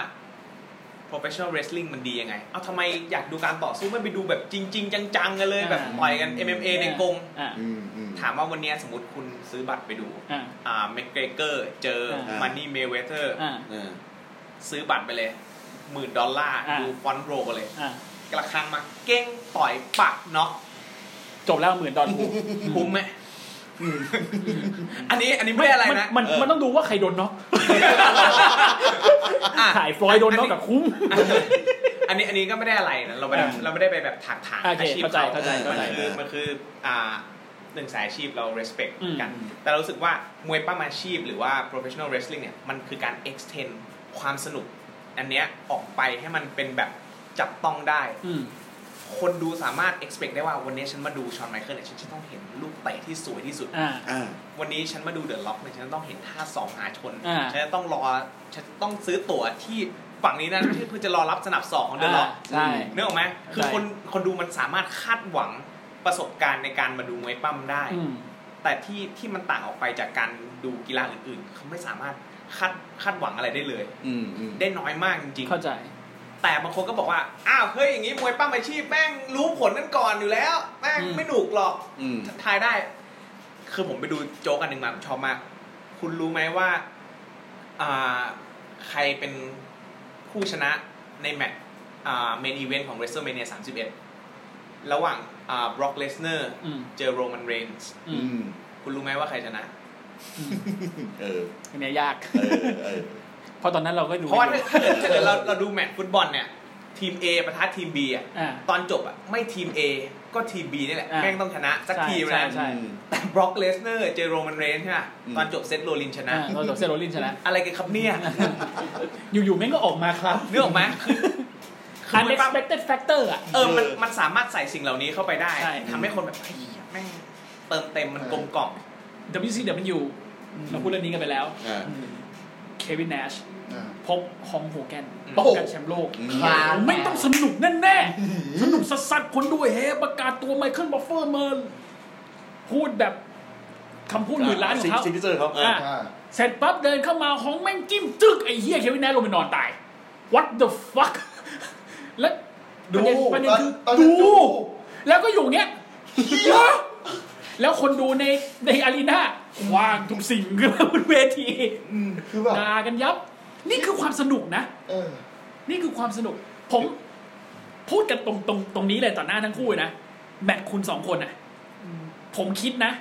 [SPEAKER 6] professional wrestling มันดียังไง เอาทำไมอยากดูการต่อสู้ไม่ไปดูแบบจริง ๆ จังๆกันเลย
[SPEAKER 2] อ่า
[SPEAKER 6] แบบต่อยกัน MMA ในกรง
[SPEAKER 2] อ่า
[SPEAKER 4] อืมอืม
[SPEAKER 6] ถามว่าวันเนี้ยสมมติคุณซื้อบัตรไปดู
[SPEAKER 2] อ่า
[SPEAKER 6] อ่าเมกเกรเกอร์เจอ
[SPEAKER 4] อ่าม
[SPEAKER 6] มันนี่เมเวเตอร์
[SPEAKER 2] อ่า
[SPEAKER 4] อ่า
[SPEAKER 6] ซื้อบัตรไปเลยหมื่นดอลลาร์
[SPEAKER 2] อ่า
[SPEAKER 6] ดูฟอนต์โรกันเลย
[SPEAKER 2] อ่า
[SPEAKER 6] กระครังมาเก้งต่อยปักเนาะ
[SPEAKER 2] จบแล้วหมื่นดอลกู
[SPEAKER 6] คุ้มไหมอันนี้อันนี้ไม่อะไรนะ
[SPEAKER 2] มันมันต้องดูว่าใครโดนน็อก
[SPEAKER 6] อ่ะ
[SPEAKER 2] ถ่ายฟลอยด์โดนน็อกกับคุ้ม
[SPEAKER 6] อันนี้อันนี้ก็ไม่ได้อะไรนะเราไม่ได้
[SPEAKER 2] อ่า
[SPEAKER 6] เราไม่ได้ไปแบบถักถาง
[SPEAKER 2] โอเค
[SPEAKER 6] อาชีพ
[SPEAKER 2] เข้าใจเข้าใจ
[SPEAKER 6] มัน
[SPEAKER 2] เข้าใจ
[SPEAKER 6] คือมันคืออ่าหนึ่งสายอาชีพเรา respect
[SPEAKER 2] อืม
[SPEAKER 6] กัน แต่เรารู้สึกว่ามวยปั้มอาชีพหรือว่า professional wrestling เนี่ยมันคือการ extend ความสนุก อันเนี้ยออกไปให้มันเป็นแบบจับต้องได้
[SPEAKER 2] อืม
[SPEAKER 6] คนดูสามารถ expect ได้ว่าวันนี้ฉันมาดูชอนไมเคิลเนี่ยฉันจะต้องเห็นลูกเตะที่สวยที่สุด
[SPEAKER 2] อ่า
[SPEAKER 4] อ่า
[SPEAKER 6] วันนี้ฉันมาดูเดอะล็อกเนี่ยฉันต้องเห็นท่าสองหาชน
[SPEAKER 2] อ่า
[SPEAKER 6] ฉันจะต้องรอฉันต้องซื้อตั๋วที่ฝั่งนี้นะ เพื่อเพื่อจะรอรับสนับสองของเดอะล็อก
[SPEAKER 2] อ่าใช่
[SPEAKER 6] เนื้ออกไหมคือ
[SPEAKER 2] ใช่
[SPEAKER 6] คนคนดูมันสามารถคาดหวังประสบการณ์ในการมาดูมวยปั้มได้
[SPEAKER 2] อืม
[SPEAKER 6] แต่ที่ที่มันต่างออกไปจากการดูกีฬาอื่นๆ เขาไม่สามารถคาดคาดหวังอะไรได้เลย
[SPEAKER 4] อืมอืม
[SPEAKER 6] ได้น้อยมากจริงๆ
[SPEAKER 2] เข้าใจ
[SPEAKER 6] แต่บางคนก็บอกว่า อ้าวเฮ้ยอย่างนี้มวยปั้มอาชีพแม่งรู้ผลกันก่อนอยู่แล้ว แม่ง
[SPEAKER 2] อืม
[SPEAKER 6] ไม่หนุกหรอก
[SPEAKER 4] อืม
[SPEAKER 6] ทายได้ คือผมไปดูโจ๊กอันหนึ่งมาผมชอบมาก คุณรู้ไหมว่าอ่าใครเป็นผู้ชนะในแมตช์เมนอีเวนต์ของ WrestleMania 31 ระหว่างบร็อกเลสเนอร์
[SPEAKER 2] อืม
[SPEAKER 6] เจอโรมันเรนส์
[SPEAKER 2] อื
[SPEAKER 4] อื
[SPEAKER 2] ม
[SPEAKER 4] ม
[SPEAKER 6] คุณรู้ไหมว่าใครชนะ
[SPEAKER 4] เออ
[SPEAKER 2] อันเนี้ยยาก
[SPEAKER 4] เออเออ
[SPEAKER 2] เพราะตอนนั้นเราก็ดู
[SPEAKER 6] เพราะว่า
[SPEAKER 2] อยู่
[SPEAKER 6] ถ้าเกิดถ้าเกิดเราเราดูแมตช์ฟุตบอลเนี่ย ทีม A ประทะทีม B อ่ะ
[SPEAKER 2] อ่า
[SPEAKER 6] ตอนจบอ่ะ ไม่ทีม A ก็ทีม B นี่แหละ
[SPEAKER 2] อ่ะ
[SPEAKER 6] แม่งต้องชนะ สัก
[SPEAKER 2] ใช่
[SPEAKER 6] ทีม
[SPEAKER 2] ใช่
[SPEAKER 6] นะ
[SPEAKER 2] ใช่
[SPEAKER 6] แต่บล็อกเลสเนอร์เจอโรมันเรนส์ใช่ไหม
[SPEAKER 4] อืม
[SPEAKER 6] ตอนจบเซตโรลินชนะ
[SPEAKER 2] อ่าเราจบเซโรลินชนะ
[SPEAKER 6] อะไรกันครับเนี่ย
[SPEAKER 2] อยู่ๆแม่งก็ออกมาครับ
[SPEAKER 6] เนื้อออกไหมคือคือมันปั๊บ
[SPEAKER 2] unexpected factor อ่ะ
[SPEAKER 6] เออมันมันสามารถใส่สิ่งเหล่านี้เข้าไปได้
[SPEAKER 2] ใช่
[SPEAKER 6] ทำให้คนแบบเฮ้ยแม่งเติมเต็มมันกลมกล่อม
[SPEAKER 2] WCW เราพูดเรื่องนี้กันไปแล้ว
[SPEAKER 4] อ่า
[SPEAKER 2] เควินแนช
[SPEAKER 5] อ่า
[SPEAKER 2] พบฮองโฮแกน
[SPEAKER 6] อืม
[SPEAKER 2] ป้องกันแชมป์โลก
[SPEAKER 4] อืม
[SPEAKER 5] คลาง
[SPEAKER 2] ไม่ต้องสนุกแน่แน่ๆสนุกสัสๆคนด้วยเฮประกาศตัวไมเคิลบัฟเฟอร์เมินพูดแบบคำพูดหมื่นล้านของเขา
[SPEAKER 4] ซิงเจอร์เขา
[SPEAKER 2] อ่ะ
[SPEAKER 4] อ่า
[SPEAKER 5] อ่า
[SPEAKER 2] เสร็จปั๊บเดินเข้ามาห้องแม่งจิ้มจึกไอ้เหี้ยเควินแนชลงไปนอนตาย what the fuck และ
[SPEAKER 5] ดู
[SPEAKER 2] ประเด็นประเด็นคือ
[SPEAKER 5] ตอนตอ
[SPEAKER 2] ดู
[SPEAKER 5] นนั้นดู
[SPEAKER 2] แล้วก็อยู่เงี้ย เหี้ยแล้วคนดูในในอารีนาว่างทุกสิ่ง ขึ้นมาบนเวที
[SPEAKER 5] อืมคือแบบ
[SPEAKER 2] ด่ากันยับ นี่คือความสนุกนะ
[SPEAKER 5] เออ
[SPEAKER 2] นี่คือความสนุก ผมพูดกันตรงตรงตรงนี้เลยต่อหน้าทั้งคู่เลยนะแมตช์คุณสองคนอ่ะ ผมคิดนะ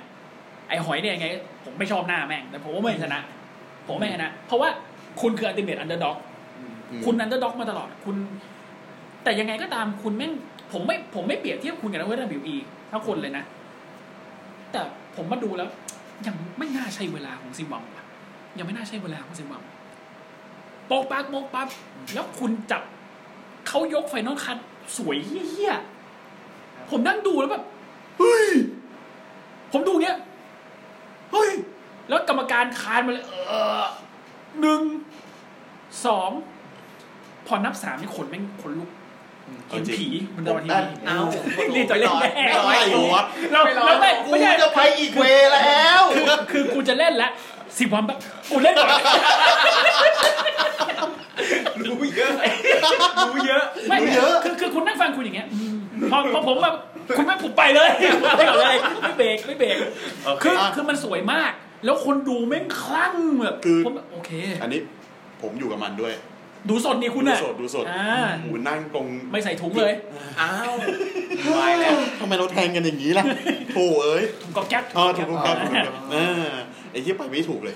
[SPEAKER 2] ไอ้หอยเนี่ยยังไง ผมไม่ชอบหน้าแม่ง แต่ผมว่าไม่ชนะ ผมไม่ชนะ เพราะว่าคุณคืออัลติเม e อันเดอร์ด็อก คุณอันเดอร์ด็อกมาตลอดคุณ แต่ยังไงก็ตามคุณแม่ง ผมไม่ผมไม่เปรียบเทียบคุณกับนักเวทบิวอีทั้งคนเลยนะ แต่ผมมาดูแล้ว ยังไม่น่าใช่เวลาของซิมบังว่ะยังไม่น่าใช่เวลาของซิมบังโปกปักโปกปักแล้วคุณจับเขายกไฟนอลคัทสวยเฮี้ยๆผมนั่งดูแล้วแบบเฮ้ย ผมดูเงี้ยเฮ้ย แล้วกรรมการคานมาเลย เออหนึ่งสองพอนับสามนี่ขนแม่งขนลุกเห็นผีมันดาวทีวี
[SPEAKER 5] เอ้า
[SPEAKER 2] รีบจอยเล่นแน่
[SPEAKER 6] ไม่ร้อยโอ๊ต
[SPEAKER 2] เราเราไม่
[SPEAKER 5] กู
[SPEAKER 2] ไม่ใช่
[SPEAKER 5] จะไปอีกเวย์แล้ว
[SPEAKER 2] คือคือกูจะเล่นละสิบวันแบบกูเล่นก่อน
[SPEAKER 6] รู้เยอะ รู้เยอะ
[SPEAKER 2] ไม่คือคือคุณนั่งฟังคุณอย่างเงี้ยพอพอผมแบบคุณไม่ผมไปเลยผมไปก่อนเลยไม่เบรกไม่เบรกคือคือมันสวยมาก แล้วคนดูแม่งคลั่งแบบ
[SPEAKER 4] คือ
[SPEAKER 2] ผมแบบโอเค
[SPEAKER 4] อันนี้ผมอยู่กับมันด้วย
[SPEAKER 2] ดูสดนี่คุณ
[SPEAKER 4] ดู
[SPEAKER 2] อ่ะ
[SPEAKER 4] สดดูสด
[SPEAKER 2] อ่า
[SPEAKER 4] หมูนั่งตรง
[SPEAKER 2] ไม่ใส่ถุงเลย
[SPEAKER 6] อ้าววายแล้ว
[SPEAKER 4] ทำไมเราแทงกันอย่างนี้ล่ะโถเอ้ย
[SPEAKER 2] ถุงกอบแก๊ป
[SPEAKER 4] อ๋อถูกต้องครับถูกต้องครับอ่าไอ้ที่ไปไม่ถูกเลย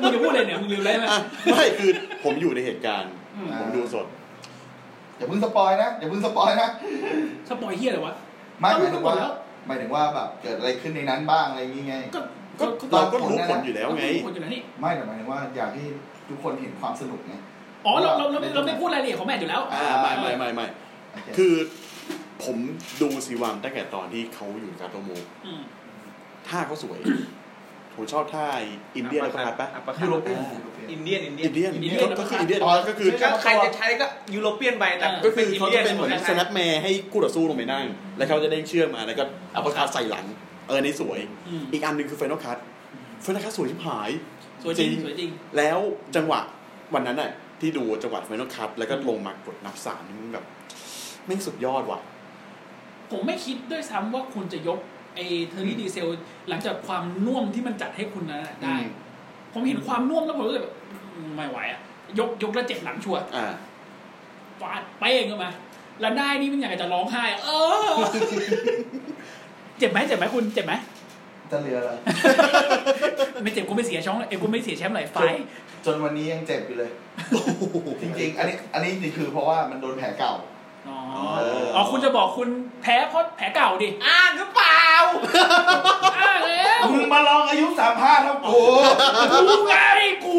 [SPEAKER 2] มึงจะพูดอะไรเนี่ยมึงลืมแล้วใช่ไหม
[SPEAKER 4] อ่ะไม่คือผมอยู่ในเหตุการณ์ ผมดูสด
[SPEAKER 5] อย่าเพิ่งสปอยนะอย่าเพิ่งสปอยนะ
[SPEAKER 2] สปอยเฮียเลยวะ
[SPEAKER 5] ไม่ห
[SPEAKER 2] ต้
[SPEAKER 5] มายถึ
[SPEAKER 2] อง
[SPEAKER 5] ง
[SPEAKER 2] หมด
[SPEAKER 5] ว่า
[SPEAKER 2] แล้ว
[SPEAKER 5] หมายถึงว่าแบบเกิดอะไรขึ้นในนั้นบ้างอะไรอย่างเงี้ย
[SPEAKER 2] ก็
[SPEAKER 4] ก็
[SPEAKER 5] ตอ
[SPEAKER 4] เรา
[SPEAKER 5] น
[SPEAKER 4] ก็รู้ผลอยู่แล้วไง
[SPEAKER 2] คนอยู่แล้วนี่
[SPEAKER 5] ไม่แต่หมายถึงว่าอยากให้ทุกคนเห็นความสนุกไง
[SPEAKER 2] อ๋อเราเราเราเราไม่พูดรายละเอียดของแมทอยู่แล้ว
[SPEAKER 4] อ่าไม่ไม่ไม่ไม่
[SPEAKER 5] โอเค
[SPEAKER 4] คือผมดูซีวันตั้งแต่ตอนที่เขาอยู่กาโตโม
[SPEAKER 2] อืม
[SPEAKER 4] ท่าเขาสวย ผมชอบท่าอินเดียนอัปเปอร์คัทปะ
[SPEAKER 5] ยุโรปเนี่ย
[SPEAKER 6] อินเดียนอินเดียน
[SPEAKER 4] อินเดียน
[SPEAKER 2] อินเดียน
[SPEAKER 4] ก็คืออินเดียนก็คือ
[SPEAKER 6] ก็ใครจะใช้ก็ยูโรเปียนไปแต่
[SPEAKER 4] ก็คือเขาจะ
[SPEAKER 6] ย
[SPEAKER 4] เป็นเหมือนสแนปแมร์ให้คู่ต่อสู้ลงไปนั่ง แล้วเขาจะเด้งเชือกมาแล้วก็อัปเปอร์คัทใส่หลัง เออนี่สวย
[SPEAKER 2] อืม
[SPEAKER 4] อีกอันหนึ่งคือไฟนอลคัทไฟนอลคัทสวยชิบหาย
[SPEAKER 2] สวยจริงสวยจริง
[SPEAKER 4] แล้วจังหวะวันนั้นน่ะที่ดูจังหวะไฟนอลคัทแล้วก็ลงมากดนับสามนี่มันแบบแม่งสุดยอดว่ะ
[SPEAKER 2] ผมไม่คิดด้วยซ้ำว่าคุณจะยกไอ้เทอร์รี่ดีเซล หลังจากความน่วมที่มันจัดให้คุณนะได้
[SPEAKER 4] อืม
[SPEAKER 2] ผมเห็นความน่วมแล้วผมรู้สึกแบบอืมไม่ไหวอะยกยกแล้วเจ็บหลังชัวร์
[SPEAKER 4] อ่า
[SPEAKER 2] ฟาดเป้งเข้ามา แล้วได้นี่มันอยากจะร้องไห้อะเออ เจ็บไหมเจ็บไหมคุณเจ็บไหม
[SPEAKER 5] จะเหลืออะไร
[SPEAKER 2] ไม่เจ็บกูไม่เสียช่องเลยเอ้ยกูไม่เสียแชมป์เลยไฟท์
[SPEAKER 5] จนวันนี้ยังเจ็บอยู่เลย จริงๆ อันนี้อันนี้นี่คือเพราะว่ามันโดนแผลเก่า
[SPEAKER 2] อ๋อ
[SPEAKER 4] เอออ๋
[SPEAKER 2] อ๋อคุณจะบอกคุณแพ้เพราะแผลเก่าดิ
[SPEAKER 6] อ้างหรือเปล่า
[SPEAKER 2] อ้าวแล้ว
[SPEAKER 5] มึงมาลองอายุสามห้าเท่ากู
[SPEAKER 2] กูไงกู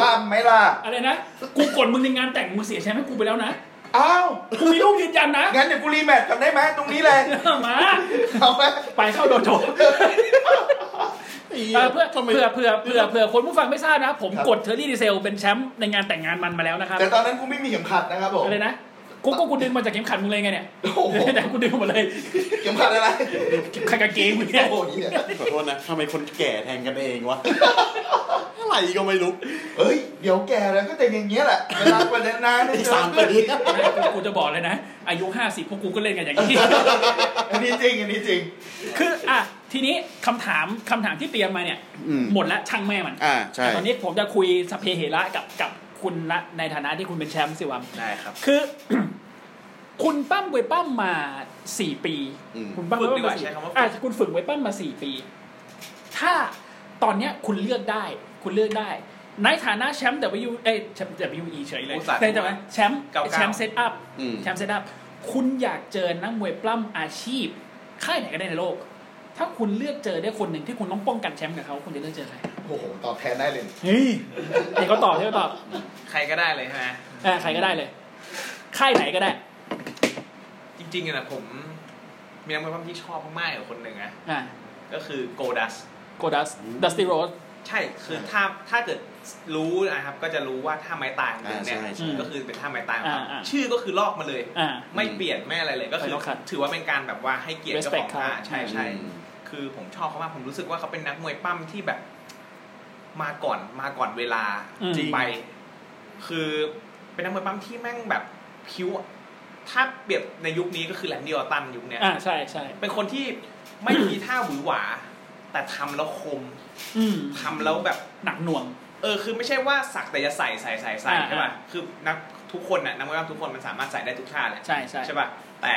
[SPEAKER 5] ป้ามไหมล่ะ
[SPEAKER 2] อะไรนะ กูกดมึงในงานแต่งมึงเสียแชมป์ให้กูไปแล้วนะ
[SPEAKER 5] อ้าว
[SPEAKER 2] กูมีรูปยืนยันนะ
[SPEAKER 5] งั้นเดี๋ยวกูรีแมทกันได้ไหมตรงนี้เลย
[SPEAKER 2] มา
[SPEAKER 5] เอาไหม
[SPEAKER 2] ไปเข้าโดโจ เอ่อเพื่อเพื่อเพื่อเพื่อเพื่อคนผู้ฟังไม่ทราบนะครับผมกดเทอร์รี่ดีเซลเป็นแชมป์ในงานแต่งงานมันมาแล้วนะครับ
[SPEAKER 5] แต่ตอนนั้นกูไม่มีเข็มขัดนะครับผม
[SPEAKER 2] อะไรนะกูก็กูดึงมาจากเข็มขัดมึงเลยไงเนี่ย
[SPEAKER 5] โอ้โห
[SPEAKER 2] แต่กูดึงหมดเลย
[SPEAKER 5] เข็มขัดอะไร
[SPEAKER 2] เข็มขัดกางเกงมึงเนี่ย
[SPEAKER 5] โอ้โหเหี้ย
[SPEAKER 4] ขอโทษนะทำไมคนแก่แทงกันเองวะ อะไรก็ไม่รู้
[SPEAKER 5] เอ้ยเดี๋ยวแกแล้วก็แต่งอย่างเงี้ยแหละเวลากว่านั้นนะ
[SPEAKER 4] อีกสามปี
[SPEAKER 2] กูจะบอกเลยนะ อายุ 50พวกกูก็เล่นกัน อย่างนี้
[SPEAKER 5] อันนี้จริงอันนี้จริง
[SPEAKER 2] คืออ่ะทีนี้คำถามคำถามที่เตรียมมาเนี่ย
[SPEAKER 4] อืม
[SPEAKER 2] หมดละช่างแม่มัน
[SPEAKER 4] อ่าใช่
[SPEAKER 2] ตอนนี้ผมจะคุยสพเพเหระกับกับคุณละในฐานะที่คุณเป็นแชมป์สิวัม
[SPEAKER 6] ได้ครับ
[SPEAKER 2] คือ คุณปั้มเวยปั้มมาสี่ปี
[SPEAKER 4] อืม
[SPEAKER 2] คุณปั้ม
[SPEAKER 6] ฝึกดีกว่า
[SPEAKER 2] เยปั้ม
[SPEAKER 6] ใช้คำว่าฝึก
[SPEAKER 2] อ่ะคุณฝึกเวยปั้มมาสี่ปี ถ้าตอนเนี้ยคุณเลือกได้ คุณเลือกได้ ในฐานะแชมป์ W เอ้ยแชมป์ WE เฉยเลย
[SPEAKER 6] อุตส่าห์
[SPEAKER 2] ในฐานะแชมป์
[SPEAKER 6] เก่าๆ
[SPEAKER 2] แชมป์เซตอัพ
[SPEAKER 4] อืม
[SPEAKER 2] แชมป์เซตอัพคุณอยากเจอนักมวยปล้ำอาชีพค่ายไหนก็ได้ในโลก ถ้าคุณเลือกเจอได้คนหนึ่งที่คุณต้องป้องกันแชมป์กับเขาคุณจะเลือกเจอใคร
[SPEAKER 5] โอ้โห ตอบแทนได้เลย
[SPEAKER 2] เฮ้ยเด็กเขาตอบเด็กเขาตอบ
[SPEAKER 6] ใครก็ได้เลยใช่ไหม
[SPEAKER 2] อ่ะใครก็ได้เลยค่ายไหนก็ได้
[SPEAKER 6] จริงๆอะนะผมมีนักมวยปล้ำที่ชอบมากๆอยู่คนหนึ่งอะ
[SPEAKER 2] อ่ะ
[SPEAKER 6] ก็คือโกดัส
[SPEAKER 2] โกดัสดัสตี้โรส
[SPEAKER 6] ใช่ คือถ้าถ้าเกิดรู้นะครับ ก็จะรู้ว่าท่าไม้ตายของ
[SPEAKER 4] อ่า
[SPEAKER 6] ผมเนี่
[SPEAKER 4] ใช่
[SPEAKER 6] ย
[SPEAKER 4] ใช่
[SPEAKER 6] ก็คือเป็นท่าไม้ตายของเขา
[SPEAKER 2] อ่าอ่า
[SPEAKER 6] ชื่อก็คือลอกมาเลย
[SPEAKER 2] อ่า
[SPEAKER 6] ไม่เปลี่ยนไม่อะไรเลย ก็คือ
[SPEAKER 2] ไม่ลอกคัด
[SPEAKER 6] ถือว่าเป็นการแบบว่าให้เกียรติเจ้าของ
[SPEAKER 2] Respect
[SPEAKER 6] ท่า
[SPEAKER 2] เขา
[SPEAKER 6] ใช่ใช่
[SPEAKER 4] อืม
[SPEAKER 6] คือผมชอบเขามาก ผมรู้สึกว่าเขาเป็นนักมวยปั้มที่แบบ มาก่อนมาก่อนเวลา
[SPEAKER 2] อืม
[SPEAKER 6] จริงไป คือเป็นนักมวยปั้มที่แม่งแบบพิ้ว ถ้าเปรียบในยุคนี้ก็คือแลนดี้ออตตันยุคเนี้ย
[SPEAKER 2] อ่าใช่ใช่
[SPEAKER 6] เป็นคนที่ไม่มีท่าหวือหวา แต่ทำแล้วคม
[SPEAKER 2] อืม
[SPEAKER 6] ทำแล้วแบบ
[SPEAKER 2] หนักหน่วง
[SPEAKER 6] เออคือไม่ใช่ว่าสักแต่จะใส่ใส่ใส่ใส่
[SPEAKER 2] อ่า
[SPEAKER 6] ใช่ป่ะ
[SPEAKER 2] อ่า
[SPEAKER 6] คือนักทุกคนน่ะนักมวยปล้ำทุกคนมันสามารถใส่ได้ทุกท่าแหละ
[SPEAKER 2] ใช่ใช่
[SPEAKER 6] ใช่ป่ะแต่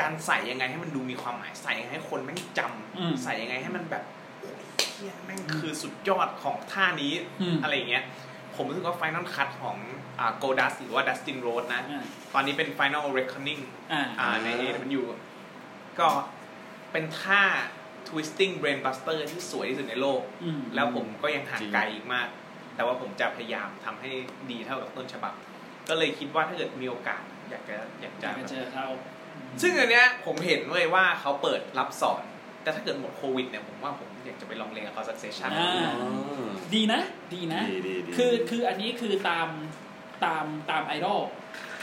[SPEAKER 6] การใส่ยังไงให้มันดูมีความหมายใส่ยังไงให้คนแม่งจำ
[SPEAKER 2] อืม
[SPEAKER 6] ใส่ยังไงให้มันแบบโอ้ยเฮียแม่งคือสุดยอดของท่านี้
[SPEAKER 2] อืม
[SPEAKER 6] อะไรอย่างเงี้ยผมรู้สึกว่าไฟนอลคั t ของอ่าโกดัสหรือว่าดัสตินโรสนะ
[SPEAKER 2] อ่า
[SPEAKER 6] ตอนนี้เป็นไฟนอลเรคคอนนิ่ง
[SPEAKER 2] อ่า
[SPEAKER 6] อ่าใน AW ก็เป็นท่า twisting brain buster ที่สวยที่สุดในโลก
[SPEAKER 2] อืม
[SPEAKER 6] แล้วผมก็ยังห่าง
[SPEAKER 4] จริง
[SPEAKER 6] ไกลอีกมาก แต่ว่าผมจะพยายามทำให้ดีเท่ากับต้นฉบับ ก็เลยคิดว่าถ้าเกิดมีโอกาส อยากจะอยาก
[SPEAKER 2] จะ
[SPEAKER 6] จะ
[SPEAKER 2] ไปเจอเขา
[SPEAKER 6] ซึ่งอันเนี้ยผมเห็นเว้ยว่าเขาเปิดรับสอน แต่ถ้าเกิดหมดโควิดเนี่ยผมว่าผมอยากจะไปลองเรียนกับเขาสักเซสชั่น
[SPEAKER 2] อ่า
[SPEAKER 4] อ๋อ
[SPEAKER 2] ดีนะ ดีนะ
[SPEAKER 4] ดีดีดี
[SPEAKER 2] คือคืออันนี้คือตามตามตามไอดอล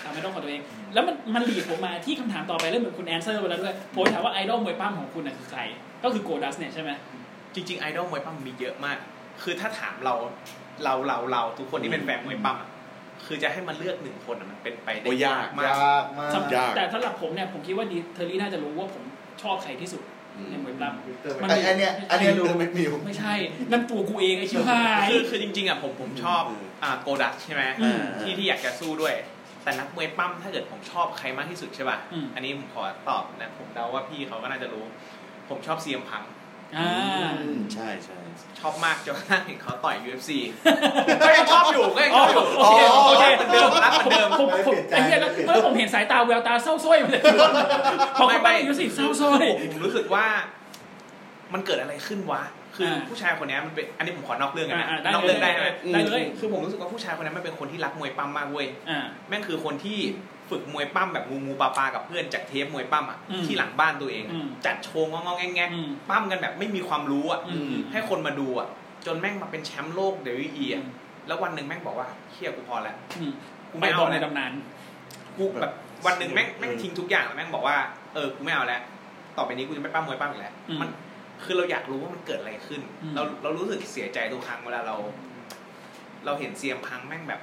[SPEAKER 2] ตามไอดอลของตัวเอง แล้วมันมันหลีดผมมาที่คำถามต่อไปแล้วเหมือนคุณแอนเซอร์ไปแล้วด้วยผมถามว่าไอดอลมวยปั้มของคุณน่ะคือใคร ก็คือโกดัสเนี่ยใช่ไหม
[SPEAKER 6] จริงๆไอดอลมวยปั้มมีเยอะมาก คือถ้าถามเราเราเราเราทุกคนที่เป็นแฟนมวยปั้มอะคือจะให้มันเลือกหนึ่งคนอะมันเป็นไปได้
[SPEAKER 4] โอ้ยาก
[SPEAKER 6] มาก
[SPEAKER 5] ยากมาก
[SPEAKER 2] สำหรับ
[SPEAKER 4] ยาก
[SPEAKER 2] แต่สำหรับผมเนี่ยผมคิดว่าดีเทอร์รี่น่าจะรู้ว่าผมชอบใครที่สุด
[SPEAKER 4] อืม
[SPEAKER 2] ในมวยปล้ำ มัน
[SPEAKER 5] ไอ้ไอันเนี้ยอันเนี้ยรู้
[SPEAKER 4] ไม่มี
[SPEAKER 2] ไม่ใช่ นั่นตัวกูเองไอ้ชิบหาย
[SPEAKER 6] คือคือจริงๆอ่ะผมผมชอบ
[SPEAKER 4] อืม
[SPEAKER 6] อ่าโกดักใช่ไหม
[SPEAKER 2] อืม
[SPEAKER 6] ที่ที่อยากจะสู้ด้วย แต่นักมวยปั้มถ้าเกิดผมชอบใครมากที่สุดใช่ป่ะ
[SPEAKER 2] อืม
[SPEAKER 6] อันนี้ผมขอตอบนะ ผมเดาว่าพี่เขาก็น่าจะรู้ ผมชอบเซียมพัง
[SPEAKER 2] อ่า
[SPEAKER 4] ืมใช่ใช่
[SPEAKER 6] ชอบมากจนกระทั่งเห็นเขาต่อย UFC ก็ยังชอบอยู่ก็ยังชอบอยู่
[SPEAKER 2] อ๋อโอเค
[SPEAKER 6] รักเหมือนเดิมรักเหมือนเดิม
[SPEAKER 2] ผมผมไอ้เหี้ยแล้วเมื่อผมเห็นสายตาแววตาเศร้าสร้อยมาเลยพอเขา
[SPEAKER 6] ไม่ไม่
[SPEAKER 2] ไปอายุสิเศร้าสร้อย
[SPEAKER 6] ผมผมรู้สึกว่ามันเกิดอะไรขึ้นวะ คืออา ผู้ชายคนเนี้ยมันเป็นอันนี้ผมขอนอกเรื่องกันนะ
[SPEAKER 2] อ่าอ่าน
[SPEAKER 6] อกเรื่อง
[SPEAKER 2] ได้
[SPEAKER 6] ได้
[SPEAKER 2] เลย
[SPEAKER 6] ใช่ไหม
[SPEAKER 2] ได้เลย
[SPEAKER 6] คือผมรู้สึกว่าผู้ชายคนนั้นมันเป็นคนที่รักมวยปั้มมากเว้ย
[SPEAKER 2] อ่า
[SPEAKER 6] แม่งคือคนที่ฝึกมวยปั้มแบบงูงูปลาปลากับเพื่อนจากเทปมวยปั้มอ่ะ
[SPEAKER 2] อืม
[SPEAKER 6] ที่หลังบ้านตัวเองอะ
[SPEAKER 2] อืม
[SPEAKER 6] จัดโชว์งองๆแงง
[SPEAKER 2] อืม
[SPEAKER 6] ๆปั้มกันแบบไม่มีความรู้อ่ะ
[SPEAKER 2] อืม
[SPEAKER 6] ให้คนมาดูอ่ะจนแม่งมาเป็นแชมป์โลกเดวิอีอ่ะแล้ววันหนึ่งแม่งบอกว่าเฮียกูพอแล้ว
[SPEAKER 2] อืม
[SPEAKER 6] กู
[SPEAKER 2] ไม่
[SPEAKER 6] ไม่
[SPEAKER 2] บอก
[SPEAKER 6] เอา
[SPEAKER 2] ใน
[SPEAKER 6] แล้ว
[SPEAKER 2] ตำนาน
[SPEAKER 6] กูแบบวันหนึ่งแม่งแม่งทิ้งทุกอย่างแล้วแม่งบอกว่าเออกูไม่เอาแล้วต่อไปนี้กูจะไม่ปั้มมวยปั้มอีกแล้ว
[SPEAKER 2] อืม
[SPEAKER 6] มันคือเราอยากรู้ว่ามันเกิดอะไรขึ้น
[SPEAKER 2] อืม
[SPEAKER 6] เราเรารู้สึกเสียใจทุกครั้งเวลาเรา เราเห็นเซียมพังแม่งแบบ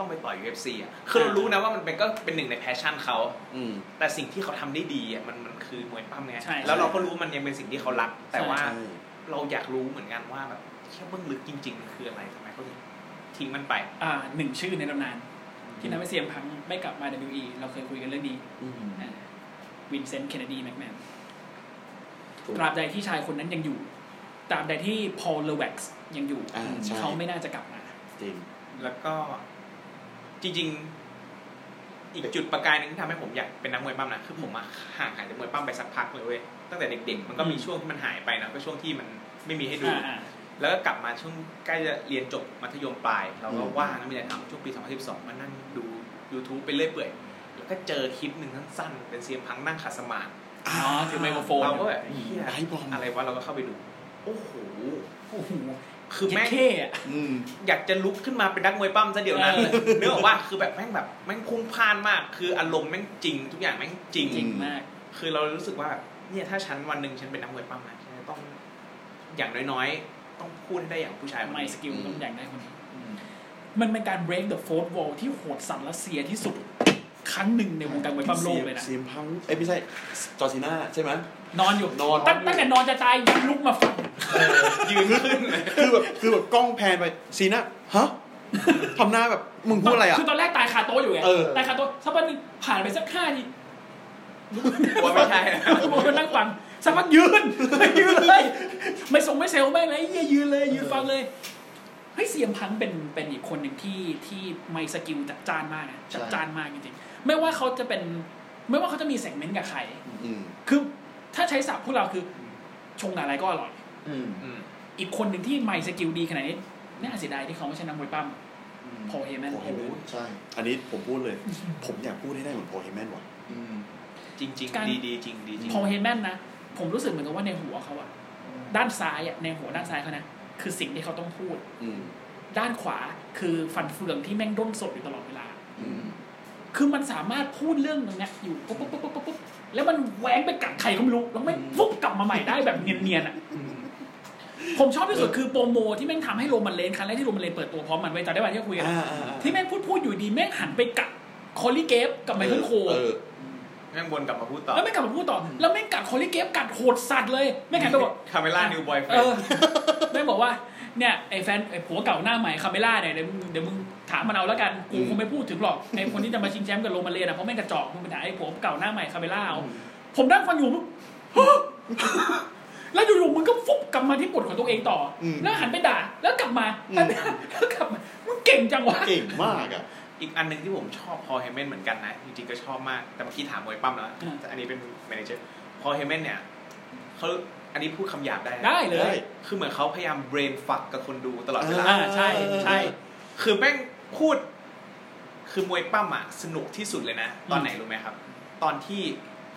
[SPEAKER 6] ต้องไปต่อย UFC อ่ะคือเรารู้นะว่ามันเป็นก็เป็นหนึ่งในแพชชั่นเขา
[SPEAKER 4] อืม
[SPEAKER 6] แต่สิ่งที่เขาทำได้ดีอ่ะมันมันคือมวยปั้มไง
[SPEAKER 2] ใช่
[SPEAKER 6] แล้วเราก็รู้มันยังเป็นสิ่งที่เขารัก แต่
[SPEAKER 2] ใช่
[SPEAKER 6] ว่าเราอยากรู้เหมือนกันว่าแบบแค่เบื้องลึกจริงๆมันคืออะไรทำไมเขาถึงทิ้งมันไป
[SPEAKER 2] อ่าหนึ่งชื่อในตำนาน ที่ทำให้เซียมพังไม่กลับมา WE เราเคยคุยกันเรื่องนี้อ่าวินเซนต์เคนเนดีแม็กแมน
[SPEAKER 4] ถูก
[SPEAKER 2] ตราบใดที่ชายคนนั้นยังอยู่ตราบใดที่พอลเลอแว็กซ์ยังอยู่
[SPEAKER 4] อ่าใช่
[SPEAKER 2] เขาไม่น่าจะกลับมา
[SPEAKER 4] จริง
[SPEAKER 6] แล้วก็จริง ๆ อีกจุดประกายหนึ่งที่ทำให้ผมอยากเป็นนักมวยปั้มนะคือผมมาห่างหายจากมวยปั้มไปสักพักเลยเว้ยตั้งแต่เด็ก ๆ มันก็มี
[SPEAKER 2] อืม
[SPEAKER 6] ช่วงที่มันหายไปนะก็ช่วงที่มันไม่มีให้ดู
[SPEAKER 2] อ่าอ่า
[SPEAKER 6] แล้วก็กลับมาช่วงใกล้จะเรียนจบมัธยมปลาย เราก็
[SPEAKER 4] อืม
[SPEAKER 6] ว่างนะไม่ได้ทำช่วงปี 2012 มานั่งดู YouTube ไปเรื่อยเปื่อย ก็เจอคลิปหนึ่งสั้นๆเป็นเซียมพังนั่งขัดสมาธิ
[SPEAKER 2] อ๋อถือไมโครโฟน
[SPEAKER 6] เราก็แบบเฮีย
[SPEAKER 4] ไอ้บอม
[SPEAKER 6] อะไรวะเราก็เข้าไปดู โอ้โห
[SPEAKER 2] โอ้โห
[SPEAKER 6] คือแม่ง
[SPEAKER 2] เท่อะ
[SPEAKER 4] อืม
[SPEAKER 6] อยากจะลุกขึ้นมาเป็นนักมวยปั้มซะเดี๋ยวนั้นเลยเนื้อออกว่าคือแบบแม่งแบบแม่งพุ่งพล่านมาก คืออารมณ์แม่งจริง ทุกอย่างแม่งจริง
[SPEAKER 2] จริงมาก
[SPEAKER 6] คือเรารู้สึกว่าเนี่ยถ้าฉันวันหนึ่งฉันเป็นนักมวยปั้มนะฉันจะต้องอย่างน้อยๆ ต้องพูดให้ได้อย่างผู้ชายคน
[SPEAKER 2] ไม่
[SPEAKER 6] นี้
[SPEAKER 2] สกิล
[SPEAKER 4] อืม
[SPEAKER 2] ต้องอย่างได้คนนี้ มันเป็นการ break the fourth wall ที่โหดสัตว์รัสเซียที่สุด ครั้งหนึ่งในวงการมวยปั้มโลกเลยนะ
[SPEAKER 4] เสียงพังเอ้ยไม่ใช่ จอร์จิน่าใช่ไหม
[SPEAKER 2] นอนอยู่
[SPEAKER 4] นอน
[SPEAKER 2] ตั้งตั้งแต่นอนจะตายยังลุกมาฟัง
[SPEAKER 6] ยืนขึ้นเลย
[SPEAKER 4] คือแบบคือแบบกล้องแพนไปซีน่าฮะทำหน้าแบบมึงพูดอะไรอ่ะ
[SPEAKER 2] คือตอนแรกตายคาโต๊ะอยู่ไง
[SPEAKER 4] เออ
[SPEAKER 2] ตายคาโต๊ะสักพักหนึงผ่านไปสักห้าที
[SPEAKER 6] ว่าไม่ใช่
[SPEAKER 2] ผมก็นั่งฟังสักพักยืนยืนเลยไม่ส่งไม่เซลไม่อะไรเหี้ยยืนเลยยืนฟังเลยเฮ้ยเสียมพังเป็นเป็นอีกคนหนึ่งที่ที่ไม่สกิลจัดจ้านมากนะจัดจ้านมากจริงๆไม่ว่าเขาจะเป็นไม่ว่าเขาจะมีเซกเมนต์กับใคร
[SPEAKER 4] อืม
[SPEAKER 2] คือถ้าใช้ศัพท์พวกเราคือชงอะไรก็อร่อย
[SPEAKER 4] อืม
[SPEAKER 6] อืม
[SPEAKER 2] อีกคนหนึ่งที่ไม่สกิลดีขนาดนี้น่าเสียดายที่เขาไม่ใช่นักมวยปั้มพอเฮมัน
[SPEAKER 4] โพเฮแมน
[SPEAKER 5] ใช่
[SPEAKER 4] อันนี้ผมพูดเลย ผมอยากพูดให้ได้เหมือนโพเฮแมนว่ะ
[SPEAKER 5] อืม
[SPEAKER 6] จริง ๆ ดีๆจริงดีจริง
[SPEAKER 2] พอเฮมันนะ ผมรู้สึกเหมือนกับว่าในหัวเขาอะด้านซ้ายอะในหัวด้านซ้ายเขานะ คือสิ่งที่เขาต้องพูด
[SPEAKER 4] อืม
[SPEAKER 2] ด้านขวาคือฟันเฟืองที่แม่งด้นสดอยู่ตลอดเวลา
[SPEAKER 4] อืม
[SPEAKER 2] คือมันสามารถพูดเรื่องนึงเนี้ยอยู่ปุ๊บปุ๊บปุ๊บปุ๊บปุ๊บแล้วมันแหวงไปกัดใครก็ไม่รู้แล้วไม่งฟุบกลับมาใหม่ได้แบบเนียนๆอะผมชอบที่สุดคือโปรโมที่แม่งทำให้โรมันเลนส์ครั้งแรกที่โรมันเลนส์เปิดตัวพร้อมมันไว้จำได้ป่ะที่เราคุยกัน
[SPEAKER 4] อ่า
[SPEAKER 2] อะ
[SPEAKER 4] อ่าอ่า
[SPEAKER 2] ที่แม่งพูดพูดอยู่ดีแม่งหันไปกัดคอลลี่เกฟกับไมเคิลโค
[SPEAKER 4] เออ
[SPEAKER 6] แม่งวนกลับมาพูดต่อ
[SPEAKER 2] แล้วแม่งกลับมาพูดต่อ แล้วแม่งกัดคอลลี่เกฟกัดโหดสัตว์เลยแม่งหันไปบอก
[SPEAKER 6] คาเมล่านิวบอยเฟ
[SPEAKER 2] เอ
[SPEAKER 6] ร
[SPEAKER 2] อแม่งบอกว่าเนี่ยไอ้แฟนไอ้ผัวเก่าหน้าใหม่คาเมล่าเนี่ยเดี๋ยวมึงเดี๋ยวมึงถามมันเอาแล้วกันกู
[SPEAKER 4] อืม
[SPEAKER 2] คงไม่พูดถึงหรอกไอ้คนที่จะมาชิงแชมป์กับโรมาเลนอ่ะเพราะแม่งกระจอกมึงไปถามไอ้ผัวเก่าหน้าใหม่คาเมล่าเอาผมนั่งฟังอยู่ มึง แล้วอยู่ๆมึงก็ฟุบกลับมาที่บทของตัวเองต่ออ
[SPEAKER 4] ม
[SPEAKER 2] แล้วหันไปด่าแล้วกลับมา
[SPEAKER 4] อืม
[SPEAKER 2] หันไปด่า แล้วกลับมามึงเก่งจังวะ
[SPEAKER 4] เก่งมากอ่ะ
[SPEAKER 6] อีกอันหนึ่งที่ผมชอบพอเฮเมนเหมือนกันนะ จริงๆก็ชอบมากแต่เมื่อกี้ถามมวยปั้มแล้วแต่อันนี้เป็นแมเนเจอร์พอเฮเมนเนี่ยเขาอันนี้พูดคำหยาบได้นะ
[SPEAKER 2] ได้เลย
[SPEAKER 6] คือเหมือนเขาพยายามเบรนฟักกับคนดูตลอดเวลา
[SPEAKER 2] อ่าใช่ใช่
[SPEAKER 6] คือแม่งพูด คือมวยปั้มอะสนุกที่สุดเลยนะ ตอนไหนรู้ไหมครับ ตอนที่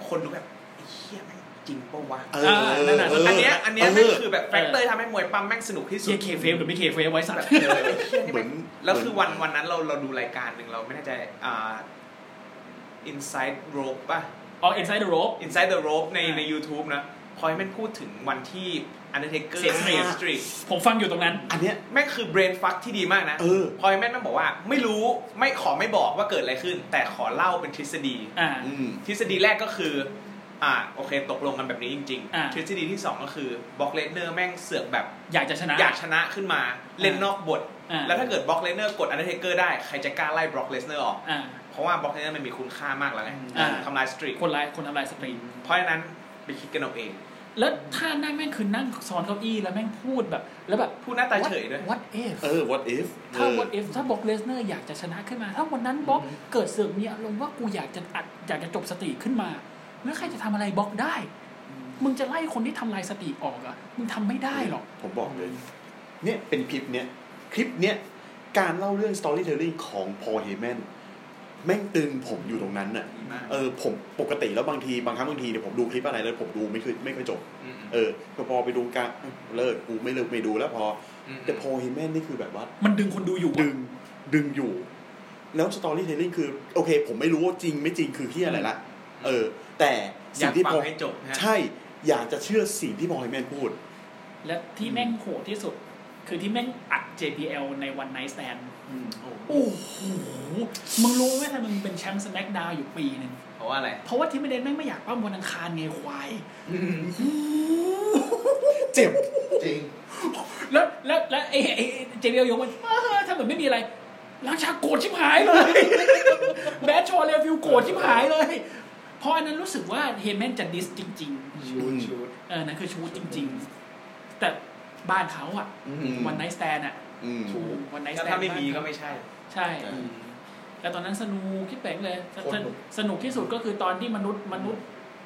[SPEAKER 6] คนดูแบบไอ้เฮียแม่งจริงปะวะ
[SPEAKER 4] เอ
[SPEAKER 2] เอ
[SPEAKER 4] อ
[SPEAKER 2] อ
[SPEAKER 4] เ
[SPEAKER 2] นั่นน่ะ
[SPEAKER 4] เ
[SPEAKER 6] อันเนี้ยอันเนี้ย
[SPEAKER 4] เ
[SPEAKER 6] แม่งคือแบบแฟกเตอร์ทำให้มวยปั้มแม่งสนุกที่สุ
[SPEAKER 2] เฮี
[SPEAKER 6] ด
[SPEAKER 2] ยเคเฟฟหรือไม่เคเฟฟไว้สัต
[SPEAKER 6] แบ
[SPEAKER 2] ว์
[SPEAKER 6] บเออไอ้เหี้ยนี่
[SPEAKER 4] เหมื
[SPEAKER 6] แม่
[SPEAKER 4] อน
[SPEAKER 6] งแล้วคือวันวันนั้นเราเราดูรายการหนึ่งเราไม่แน่ใจอ่า inside rope ป่ะ
[SPEAKER 2] ออกเอ็นไซด์เดอะโรบ
[SPEAKER 6] inside the rope ใน
[SPEAKER 2] อ่า
[SPEAKER 6] ใน YouTube นะพอยแม่งพูดถึงวันที่ undertaker
[SPEAKER 2] เสียชีวิต
[SPEAKER 6] สตรีท
[SPEAKER 2] ผมฟังอยู่ตรงนั้น
[SPEAKER 4] อันเนี้ย
[SPEAKER 6] แม่งคือเบรนฟักที่ดีมากนะ
[SPEAKER 4] เออ
[SPEAKER 6] พอยแม่นแม่งบอกว่าไม่รู้ไม่ขอไม่บอกว่าเกิดอะไรขึ้น แต่ขอเล่าเป็นทฤษฎี
[SPEAKER 2] อ่า
[SPEAKER 4] อืม
[SPEAKER 6] ทฤษฎีแรกก็คืออ่าโอเคตกลงกันแบบนี้จริง
[SPEAKER 2] อ่า
[SPEAKER 6] ๆ ทฤษฎีที่สองก็คือบล็อกเลนเนอร์แม่งเสือกแบบ
[SPEAKER 2] อยากจะชนะ
[SPEAKER 6] อยากชนะขึ้นมาเล่นนอกบท
[SPEAKER 2] อ่า
[SPEAKER 6] แล้วถ้าเกิดบล็อกเลนเนอร์กดอันเดอร์เทเกอร์ได้ใครจะกล้าไล่บล็อกเลนเนอร์ออก
[SPEAKER 2] อ่า
[SPEAKER 6] เพราะว่าบล็อกเลนเนอร์มันมีคุณค่ามากแล้วไง
[SPEAKER 2] อ่า
[SPEAKER 6] ทำลายสตรีท
[SPEAKER 2] คนร้ายคนทำลายสตรีม
[SPEAKER 6] เพราะฉะนั้นไปคิดกันเอาเอง
[SPEAKER 2] แล้วท่านั่งแม่งคือนั่งซ้อนเก้าอี้แล้วแม่งพูดแบบ แล้วแบบ
[SPEAKER 6] พูดหน้าตาเฉยด้วย
[SPEAKER 2] what if
[SPEAKER 4] เออ what if
[SPEAKER 2] ถ้า
[SPEAKER 4] เออ
[SPEAKER 2] what if ถ้าบล็อกเลสเนอร์อยากจะชนะขึ้นมา ถ้าวันนั้นบล็อกเกิดเสื่อมมีอารมณ์ว่ากูอยากจะอัดอยากจะจบสติขึ้นมา แล้วใครจะทำอะไรบล็อกได้ มึงจะไล่คนที่ทำลายสติออกเหรอ่ะมึงทำไม่ได้หรอก
[SPEAKER 4] ผมบอกเลย เนี่ยเป็นคลิปเนี้ย คลิปเนี้ย การเล่าเรื่อง storytelling ของ Paul Heyman แม่งตึงผมอยู่ตรงนั้นน่ะ
[SPEAKER 6] ดีมาก
[SPEAKER 4] เออ ผมปกติแล้วบางทีบางครั้งบางทีเนี่ยผมดูคลิปอะไรแล้วผมดูไม่เคยไม่เคยจบ
[SPEAKER 6] ม
[SPEAKER 4] เออแต่พอไปดูการเลิกกูไม่เลิกไม่ดูแล้วพอ
[SPEAKER 6] อืม
[SPEAKER 4] แต่ Paul Heyman นี่คือแบบว่า
[SPEAKER 2] มันดึงคนดูอยู่
[SPEAKER 4] ดึ
[SPEAKER 2] อะ
[SPEAKER 4] งดึงอยู่ แล้ว storytelling คือ โอเค ผมไม่รู้ว่าจริงไม่จริงคือที่อะไรละ เออ แต่
[SPEAKER 6] อ
[SPEAKER 4] สิ่
[SPEAKER 6] ยาง ก
[SPEAKER 4] ที่
[SPEAKER 6] ฟัง
[SPEAKER 4] พอ
[SPEAKER 6] ให้จบนะฮะ
[SPEAKER 4] ใช่ อยากจะเชื่อสิ่งที่ Paul Heyman พูด
[SPEAKER 2] และที่แม่งโหดที่สุด คือที่แม่งอัด JBL ในวันไนท์แตน โอ้โห มึงรู้ไหมทำไมมึงเป็นแชมป์สแ c k ดาวอยู่ปีหนึ่ง
[SPEAKER 6] เพราะว่าอะไร
[SPEAKER 2] เพราะว่าทีมเดนแม่งไม่อยากปั้มวันอังคารไงควาย
[SPEAKER 4] เจ็บ
[SPEAKER 5] จริง
[SPEAKER 2] แล้วแล้วแล้วไอ้ไอ้เจเบลยกมันเออถ้าเหมือนไม่มีอะไรล้างชากโกรธชิบหายเลย แบดชอเลฟิลโกรธชิบหายเลย เพราะอันนั้นรู้สึกว่าเฮเมนจะดิสจริง
[SPEAKER 5] ชูดชูด
[SPEAKER 2] ๆ เออนั่นคือชูตจริง ๆ แต่บ้านเขาอะ
[SPEAKER 4] อืม
[SPEAKER 2] วันไนท์สแตนอะ
[SPEAKER 4] อืม
[SPEAKER 2] วันไนท์ส
[SPEAKER 6] ถ้า
[SPEAKER 2] แตน
[SPEAKER 6] ถ้าไม่มีก็ไม่ใช่
[SPEAKER 2] ใช่ แต่ตอนนั้นสนุกคิดแปลงเลยส
[SPEAKER 5] โคตรสนุก
[SPEAKER 2] สนุกที่สุดก็คือตอนที่มนุษย์มนุษย์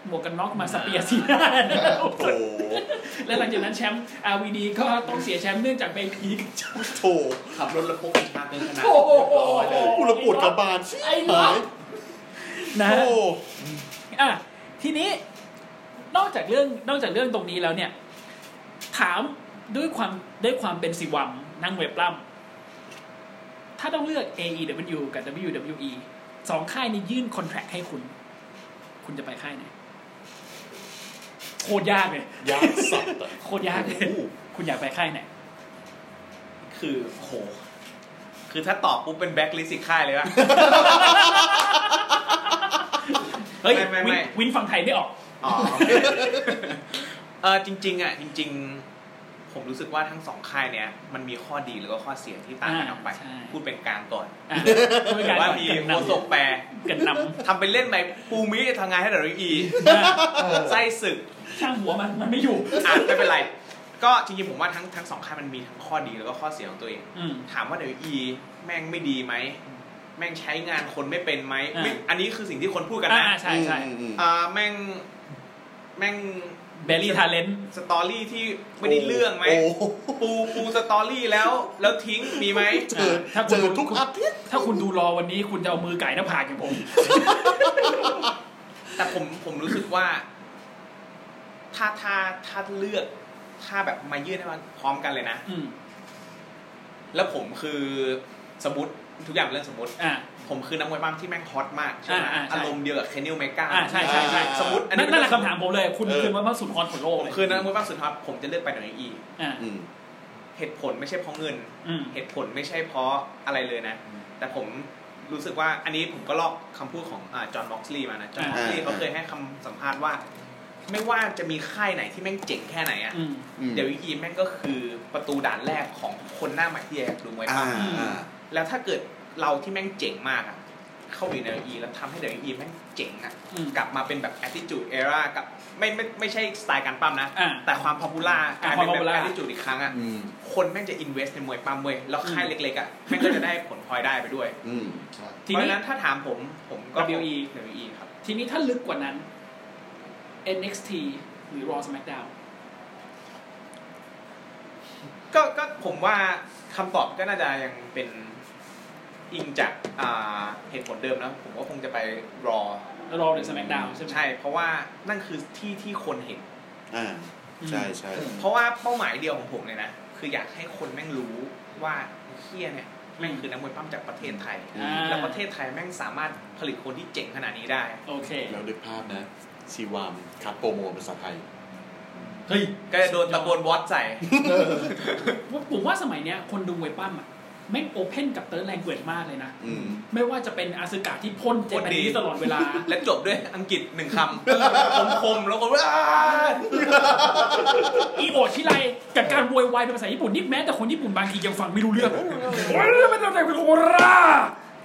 [SPEAKER 2] หมวกกันน็อกมาสเปียร์ซีหน่า
[SPEAKER 4] โถ
[SPEAKER 2] และหลังจากนั้นแชมป์อาวีดีก็ต้องเสียแชมป์เนื่องจากไปพีกับเจ้า
[SPEAKER 4] โถ
[SPEAKER 6] ขับรถแล้วพกอีกชาเกินขนาด
[SPEAKER 2] โอ้โห
[SPEAKER 6] ร้อยเลย
[SPEAKER 4] กูระปวดกระบาลชิบ
[SPEAKER 2] ไอ้ล็อ
[SPEAKER 4] หาก ย
[SPEAKER 2] นะฮะ
[SPEAKER 4] โอ้
[SPEAKER 2] อ่ะทีนี้นอกจากเรื่องนอกจากเรื่องตรงนี้แล้วเนี่ย ถามด้วยความด้วยความเป็นสิวัมนั่งเว็บปล้ำถ้าต้องเลือก AEW กับ WWE สองค่ายนี้ยื่นคอนแทรคให้คุณ คุณจะไปค่ายไหนโคตรยากเลย
[SPEAKER 4] ยากสัตว์อะ
[SPEAKER 2] โคตรยากเลย
[SPEAKER 4] โอ้โห
[SPEAKER 2] คุณอยากไปค่ายไหน
[SPEAKER 6] คือโห คือถ้าตอบปุ๊บเป็นแบ็คลิสต์อีกค่ายเลย ว่ะ
[SPEAKER 2] เฮ้ย
[SPEAKER 6] ไม่
[SPEAKER 2] วิน
[SPEAKER 6] ไม่ไม่
[SPEAKER 2] วินฝั่งไทยไม่ออก
[SPEAKER 6] อ๋อโอเคเออจริง ๆ อ่ะ จริง ๆ ผมรู้สึกว่าทั้งสองค่ายเนี้ยมันมีข้อดีหรือก็ข้อเสียที่ต่างกันออกไป
[SPEAKER 2] อ่าใช่
[SPEAKER 6] พูดเป็นกลางก่อน
[SPEAKER 2] อ่ะ
[SPEAKER 6] หรือว่ามีโคศกแปร
[SPEAKER 2] กันน
[SPEAKER 6] ทำไปเล่นไปปูมิทำงานให้ WWE
[SPEAKER 2] ำอ่ะ
[SPEAKER 6] ไส้ศึก
[SPEAKER 2] ช่างหัวมันมันไม่อยู่
[SPEAKER 6] อ่ะไม่เป็นไร ก็จริงๆผมว่าทั้งทั้งสองค่ายมันมีทั้งข้อดีแล้วก็ข้อเสียของตัวเอง
[SPEAKER 2] อืม
[SPEAKER 6] ถามว่า WWE แม่งไม่ดีไหม แม่งใช้งานคนไม่เป็นไหม
[SPEAKER 2] อ่า
[SPEAKER 6] ไม่อันนี้คือสิ่งที่คนพูดกัน
[SPEAKER 2] อ่า
[SPEAKER 6] นะ
[SPEAKER 2] ใช่ใช่
[SPEAKER 4] อืมอืมอืม
[SPEAKER 6] อ่าแม่งแม่ง
[SPEAKER 2] เบลลี่ทาเลน
[SPEAKER 6] สตอรี่ที่ไม่ได้เรื่องไหม
[SPEAKER 4] โอ้โห
[SPEAKER 6] ปูปูสตอรี่แล้วแล้วทิ้งมีไหม
[SPEAKER 4] เจอ
[SPEAKER 2] ถ้าคุณ
[SPEAKER 4] เจอทุกอาทิตย์
[SPEAKER 2] ถ้าคุณดูรอวันนี้คุณจะเอามือไก่หน้าผากอย่างผม
[SPEAKER 6] แต่ผมผมรู้สึกว่า ถ้าถ้าถ้าเลือก ถ้าแบบมายื่นให้มันพร้อมกันเลยนะ
[SPEAKER 2] อืม
[SPEAKER 6] แล้วผมคือสมมติทุกอย่างเป็นเรื่องสมมติ
[SPEAKER 2] อ่า
[SPEAKER 6] ผมคือนักมวยบ้างที่แม่งฮอตมากใช่ไหม
[SPEAKER 2] อ่าอ่าใช่
[SPEAKER 6] อารมณ์เดียวกับเคนนิลเมกา
[SPEAKER 2] อ่าใช่ใช่ใช่
[SPEAKER 6] สมมติอัน
[SPEAKER 2] นั่
[SPEAKER 6] นี้
[SPEAKER 2] นนั่นแหละ
[SPEAKER 6] เป็
[SPEAKER 2] คำถามผมเลย คุณคือว่าพระสุดคอนของโลก
[SPEAKER 6] ผมคือนักมวยบ้างสุดฮอตผมจะเลือกไปหน่อยอี
[SPEAKER 2] อ่า
[SPEAKER 4] อืม
[SPEAKER 6] เหตุผลไม่ใช่เพราะเงิน
[SPEAKER 2] อืม
[SPEAKER 6] เหตุผลไม่ใช่เพราะอะไรเลยนะ แต่ผมรู้สึกว่าอันนี้ผมก็ลอกคำพูดของจอห์นบ็อกซ์ลีมานะจอห์นบ็อกซ์ลี
[SPEAKER 4] อ่า
[SPEAKER 6] เขาเคยให้คำสัมภาษณ์ว่า ไม่ว่าจะมีค่ายไหนที่แม่งเจ๋งแค่ไหนอ่ะ
[SPEAKER 2] อืม
[SPEAKER 4] อืม
[SPEAKER 6] เดี๋ยวอีแม่งก็คือประตูด่านแรกของคนหน้าใหม่ที่อยากดูมวย
[SPEAKER 4] อ่า
[SPEAKER 6] ปั้ม
[SPEAKER 4] อ่า
[SPEAKER 6] แล้วถ้าเกิดเราที่แม่งเจ๋งมากอ่ะเข้าไปในอีแล้วทำให้เดี๋ยวอีแม่งเจ๋งอ่ะ
[SPEAKER 2] อืม
[SPEAKER 6] กลับมาเป็นแบบ attitude era กับไม่ไม่ไม่ใช่สไตล์การปั้มนะ
[SPEAKER 2] อ่า
[SPEAKER 6] แต่ความ popular กลายเป็น
[SPEAKER 2] ความ
[SPEAKER 6] แบบ
[SPEAKER 2] popular
[SPEAKER 6] attitude อีกครั้งอ่ะ
[SPEAKER 4] อืม
[SPEAKER 6] คนแม่งจะอินเวสในมวยปั้มเว้ยแล้วค่ายเล็กๆอ่ะแม่งก็จะได้ผลพลอยได้ไปด้วย
[SPEAKER 4] อืม
[SPEAKER 6] เพ
[SPEAKER 2] ที
[SPEAKER 6] ราะ
[SPEAKER 2] นี้
[SPEAKER 6] ฉะนั้นถ้าถามผมผมก็
[SPEAKER 2] WWE
[SPEAKER 6] WWE ครับ
[SPEAKER 2] ทีนี้ถ้าลึกกว่านั้น NXT หรือ Raw SmackDown
[SPEAKER 6] ก็ก็ผมว่าคำตอบก็น่าจะยังเป็นอิงจากอ่าเหตุผลเดิมนะ ผมก็คงจะไปรอ
[SPEAKER 2] Raw หรือ SmackDown ใช่ไหม
[SPEAKER 6] ใช่ เพราะว่านั่นคือที่ที่คนเห็น
[SPEAKER 4] อ่าใช่ใช่
[SPEAKER 6] เพราะว่าเป้าหมายเดียวของผมเลยนะ คืออยากให้คนแม่งรู้ว่าเคียเนี่ยแม่งคือนักมวยปั้มจากประเทศไทย
[SPEAKER 4] อื
[SPEAKER 2] อ่า
[SPEAKER 6] แล้วประเทศไทยแม่งสามารถผลิตคนที่เจ๋งขนาดนี้ได้
[SPEAKER 2] โอเค
[SPEAKER 4] แล้วดึกภาพนะซีวามคัดโปรโมทภาษาไทย
[SPEAKER 2] เฮ้ย
[SPEAKER 6] ก็จะโดนตะโกนวอตใส่
[SPEAKER 2] ผมว่าสมัยเนี้ยคนดูมวยปั้มอ่ะแม่งโอเพนกับเติร์นแลงเกวดมากเลยนะ
[SPEAKER 4] อืม
[SPEAKER 2] ไม่ว่าจะเป็นอาซึกะที่พ่นเจแปนนี้ตลอดเวลา
[SPEAKER 6] และจบด้วยอังกฤษหนึ่งคำคมๆแล้วก็ว้า
[SPEAKER 2] อีโอชิไรกับการโวยวายเป็นภาษาญี่ปุ่นนี่แม้แต่คนญี่ปุ่นบางทียังฟังไม่รู้เรื่องโอ้ยมันต้องแต่เป็นโครา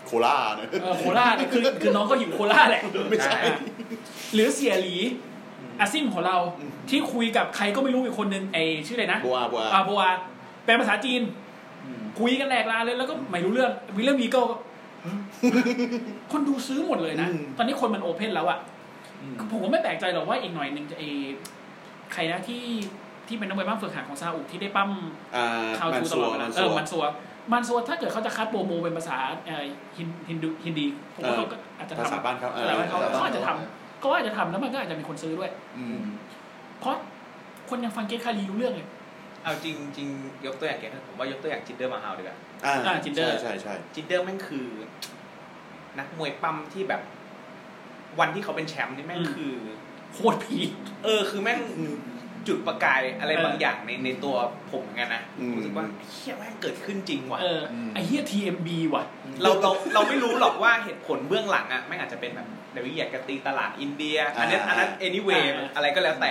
[SPEAKER 4] โคล่าเนอะ
[SPEAKER 2] เออโคราเนี่ยคือคือน้องก็อยู่โคราแหละ
[SPEAKER 4] ไม่ใช่
[SPEAKER 2] หรือเสียหลีอาซิมของเราที่คุยกับใครก็ไม่รู้อีกคนนึงไอชื่ออะไรนะ
[SPEAKER 4] บัวบัว
[SPEAKER 2] อาบัวเป็นภาษาจีน คุยกันแหลกลาเลยแล้วก็ไม่รู้เรื่องวิลเลมวี เกิลก็ คนดูซื้อหมดเลยนะ
[SPEAKER 4] อืม
[SPEAKER 2] ตอนนี้คนมันโอเพนแล้วอะผมก็ไม่แปลกใจหรอกว่าอีกหน่อยหนึ่งจะไอใครนะที่ที่เป็นนักมวยบ้างฝึกหัดของซาอุที่ได้ปั้ม
[SPEAKER 4] อ่า
[SPEAKER 2] เข้า
[SPEAKER 4] มัน
[SPEAKER 2] ทูต
[SPEAKER 4] ซั
[SPEAKER 2] ล
[SPEAKER 4] ว
[SPEAKER 2] อดเวลา
[SPEAKER 4] มัน
[SPEAKER 2] เอ
[SPEAKER 4] ซั
[SPEAKER 2] อ
[SPEAKER 4] ว
[SPEAKER 2] มันซัวมันซัวถ้าเกิดเขาจะคัดโปรโมเป็นภาษาเอ่อฮินฮินดูฮินดีผมว่า
[SPEAKER 4] เออ
[SPEAKER 2] เขาก็อาจจะ
[SPEAKER 4] ภาษา
[SPEAKER 2] ทำ
[SPEAKER 4] บ้านเขาเออ
[SPEAKER 2] แต่ว่าเขา
[SPEAKER 5] ภษบ้
[SPEAKER 2] เขาอาจ
[SPEAKER 5] น
[SPEAKER 2] จะทำเขาอาจจะทำแล้วมันก็อาจจะมีคนซื้อด้วย
[SPEAKER 4] อืม
[SPEAKER 2] เพราะคนยังฟังเกตคารีรู้เรื่องเลย
[SPEAKER 6] เอาจริงจริงๆยกตัวอย่างแกนะผมว่ายกตัวอย่างจินเดอร์มาฮาวดีกว่า
[SPEAKER 4] อ่า
[SPEAKER 2] อ่า Tinder
[SPEAKER 4] ใช่ใช่
[SPEAKER 6] จินเดอร์แม่งคือ นักมวยปั้มที่แบบ วันที่เขาเป็นแชมป์นี่แม่ง
[SPEAKER 2] อืม
[SPEAKER 6] คือ
[SPEAKER 2] โคตรผี
[SPEAKER 6] เออ คือแม่งจุดประกายอะไรบางอย่างในในตัวผมเหมือนกันนะรู้สึกว่าเฮียแม่งเกิดขึ้นจริงว่ะ
[SPEAKER 2] เออไอเฮีย TMB ว่ะ
[SPEAKER 6] เราเราเราไม่รู้หรอกว่าเหตุผลเบื้องหลังอ่ะแม่งอาจจะเป็นแบบเดวิดอยากจะตีตลาดอินเดีย อันนั้นอันนั้น anyway
[SPEAKER 2] อ่า
[SPEAKER 6] อะไรก็แล้วแต่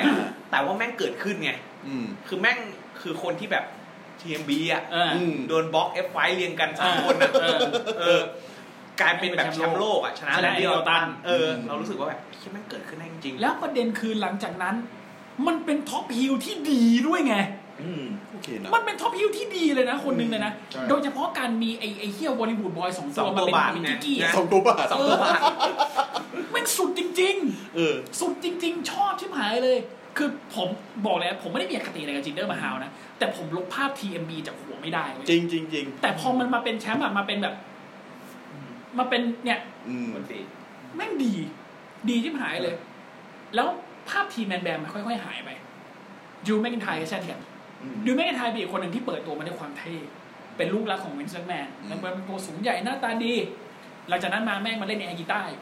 [SPEAKER 6] แต่ว่าแม่งเกิดขึ้นไง
[SPEAKER 4] อืม
[SPEAKER 6] คือแม่งคือคนที่แบบ TMB อ่ะ
[SPEAKER 2] เออ
[SPEAKER 4] อืม
[SPEAKER 6] โดนบล็อกเอฟไฟเรียงกันสาม
[SPEAKER 2] อ่า
[SPEAKER 6] คนอ่ะ
[SPEAKER 2] เออ
[SPEAKER 6] เออกลายเป็นแบบแชมป์โลกอ่ะชนะ
[SPEAKER 2] ชนะ
[SPEAKER 6] แลนดี้ออตัน
[SPEAKER 2] Elton
[SPEAKER 6] เออ เรารู้สึกว่าแบบที่แม่งเกิดขึ้นได้จริงๆ
[SPEAKER 2] แล้วประเด็นคือหลังจากนั้น มันเป็นท็อปฮิลที่ดีด้วยไง
[SPEAKER 4] อืมโอเคนะ
[SPEAKER 2] มันเป็นท็อปฮิลที่ดีเลยนะคนหนึงเลยนะ
[SPEAKER 5] ใช่
[SPEAKER 2] โดยเฉพาะการมีไอไอเฮียวอลลีวูดบอยสอง
[SPEAKER 6] ส
[SPEAKER 2] ตั
[SPEAKER 6] อ
[SPEAKER 2] ว
[SPEAKER 6] ง
[SPEAKER 2] มา
[SPEAKER 6] ตัว
[SPEAKER 2] เป็น
[SPEAKER 6] บาท
[SPEAKER 2] มิน
[SPEAKER 6] เนี่
[SPEAKER 2] ติ
[SPEAKER 6] ย
[SPEAKER 2] กี้
[SPEAKER 6] นะ
[SPEAKER 4] สองตัวบาท
[SPEAKER 6] สองตัวบาท
[SPEAKER 2] แม่งสุดจริง
[SPEAKER 4] เออ
[SPEAKER 2] ๆ สุดจริง ๆ ชอบชิบหายเลย คือผมบอกเลยนะผมไม่ได้มีอคติอะไรกับจินเดอร์มาฮาวนะ แต่ผมลบภาพ TMB จากหัวไม่ได้เว้ย
[SPEAKER 4] จริงจริงจริง
[SPEAKER 2] แต่พอมันมาเป็นแชมป์อะมาเป็นแบบ มาเป็นเนี่ย
[SPEAKER 4] อืม
[SPEAKER 6] คนตี
[SPEAKER 2] แม่งดี ดีที่หายเลย แล้วภาพทีมแมนแบมมันค่อยๆ หายไปดิวแมกกินไทยกับแชนแทนดิวแมกกินไทยเป็นอีกคนหนึ่งที่เปิดตัวมาด้วยความเท่เป็นลูกรักของวินเซนต์แมน
[SPEAKER 4] อืม
[SPEAKER 2] มันเป็นตัวสูงใหญ่หน้าตาดี หลังจากนั้นมาแม่งมาเล่นในแอร์กีต้าร์อยู่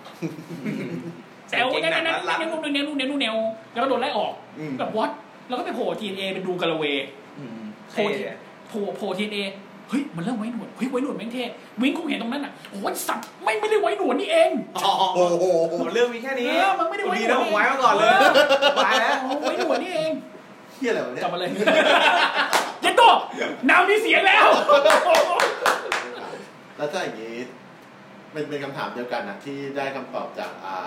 [SPEAKER 2] แซว
[SPEAKER 6] เก่ง
[SPEAKER 2] แน่น
[SPEAKER 6] หนั
[SPEAKER 2] แน่นแน่น
[SPEAKER 6] กรัด
[SPEAKER 2] แน่นแน่นแน่นแน่นแล้วก็โดนไล่ออก แบบวอตแล้วก็ไปโผล่ทีเอเป็นดูกาละเว โผล่ที่
[SPEAKER 6] เท่อะ
[SPEAKER 2] โผล่โผล่ทีเอเฮ้ย มันเริ่มไว้หนวดเฮ้ยไว้หนวดแม่งเท่วิ้งคงเห็นตรงนั้นอ่ะโอ้ยสัตว์ไม่ไม่ได้ไว้หนวดนี่เอง
[SPEAKER 6] อ๋ออ๋อ
[SPEAKER 4] โอ้โห
[SPEAKER 6] อ๋อเรื่องมีแค่นี้
[SPEAKER 2] เออมันไม่ได้ไว้หนวด
[SPEAKER 6] ดีนะผมไว้มาก่อนเลยตายแล้ว
[SPEAKER 2] โอ้ไว้หนวดนี่เอง
[SPEAKER 5] เฮียอะไรวะเนี่ย
[SPEAKER 2] กลับมาเลยยัดตัวน้ำมีเสียงแล้ว
[SPEAKER 7] แล้วถ้าอย่างนี้มันเป็นคำถามเดียวกันนะที่ได้คำตอบจากอ่า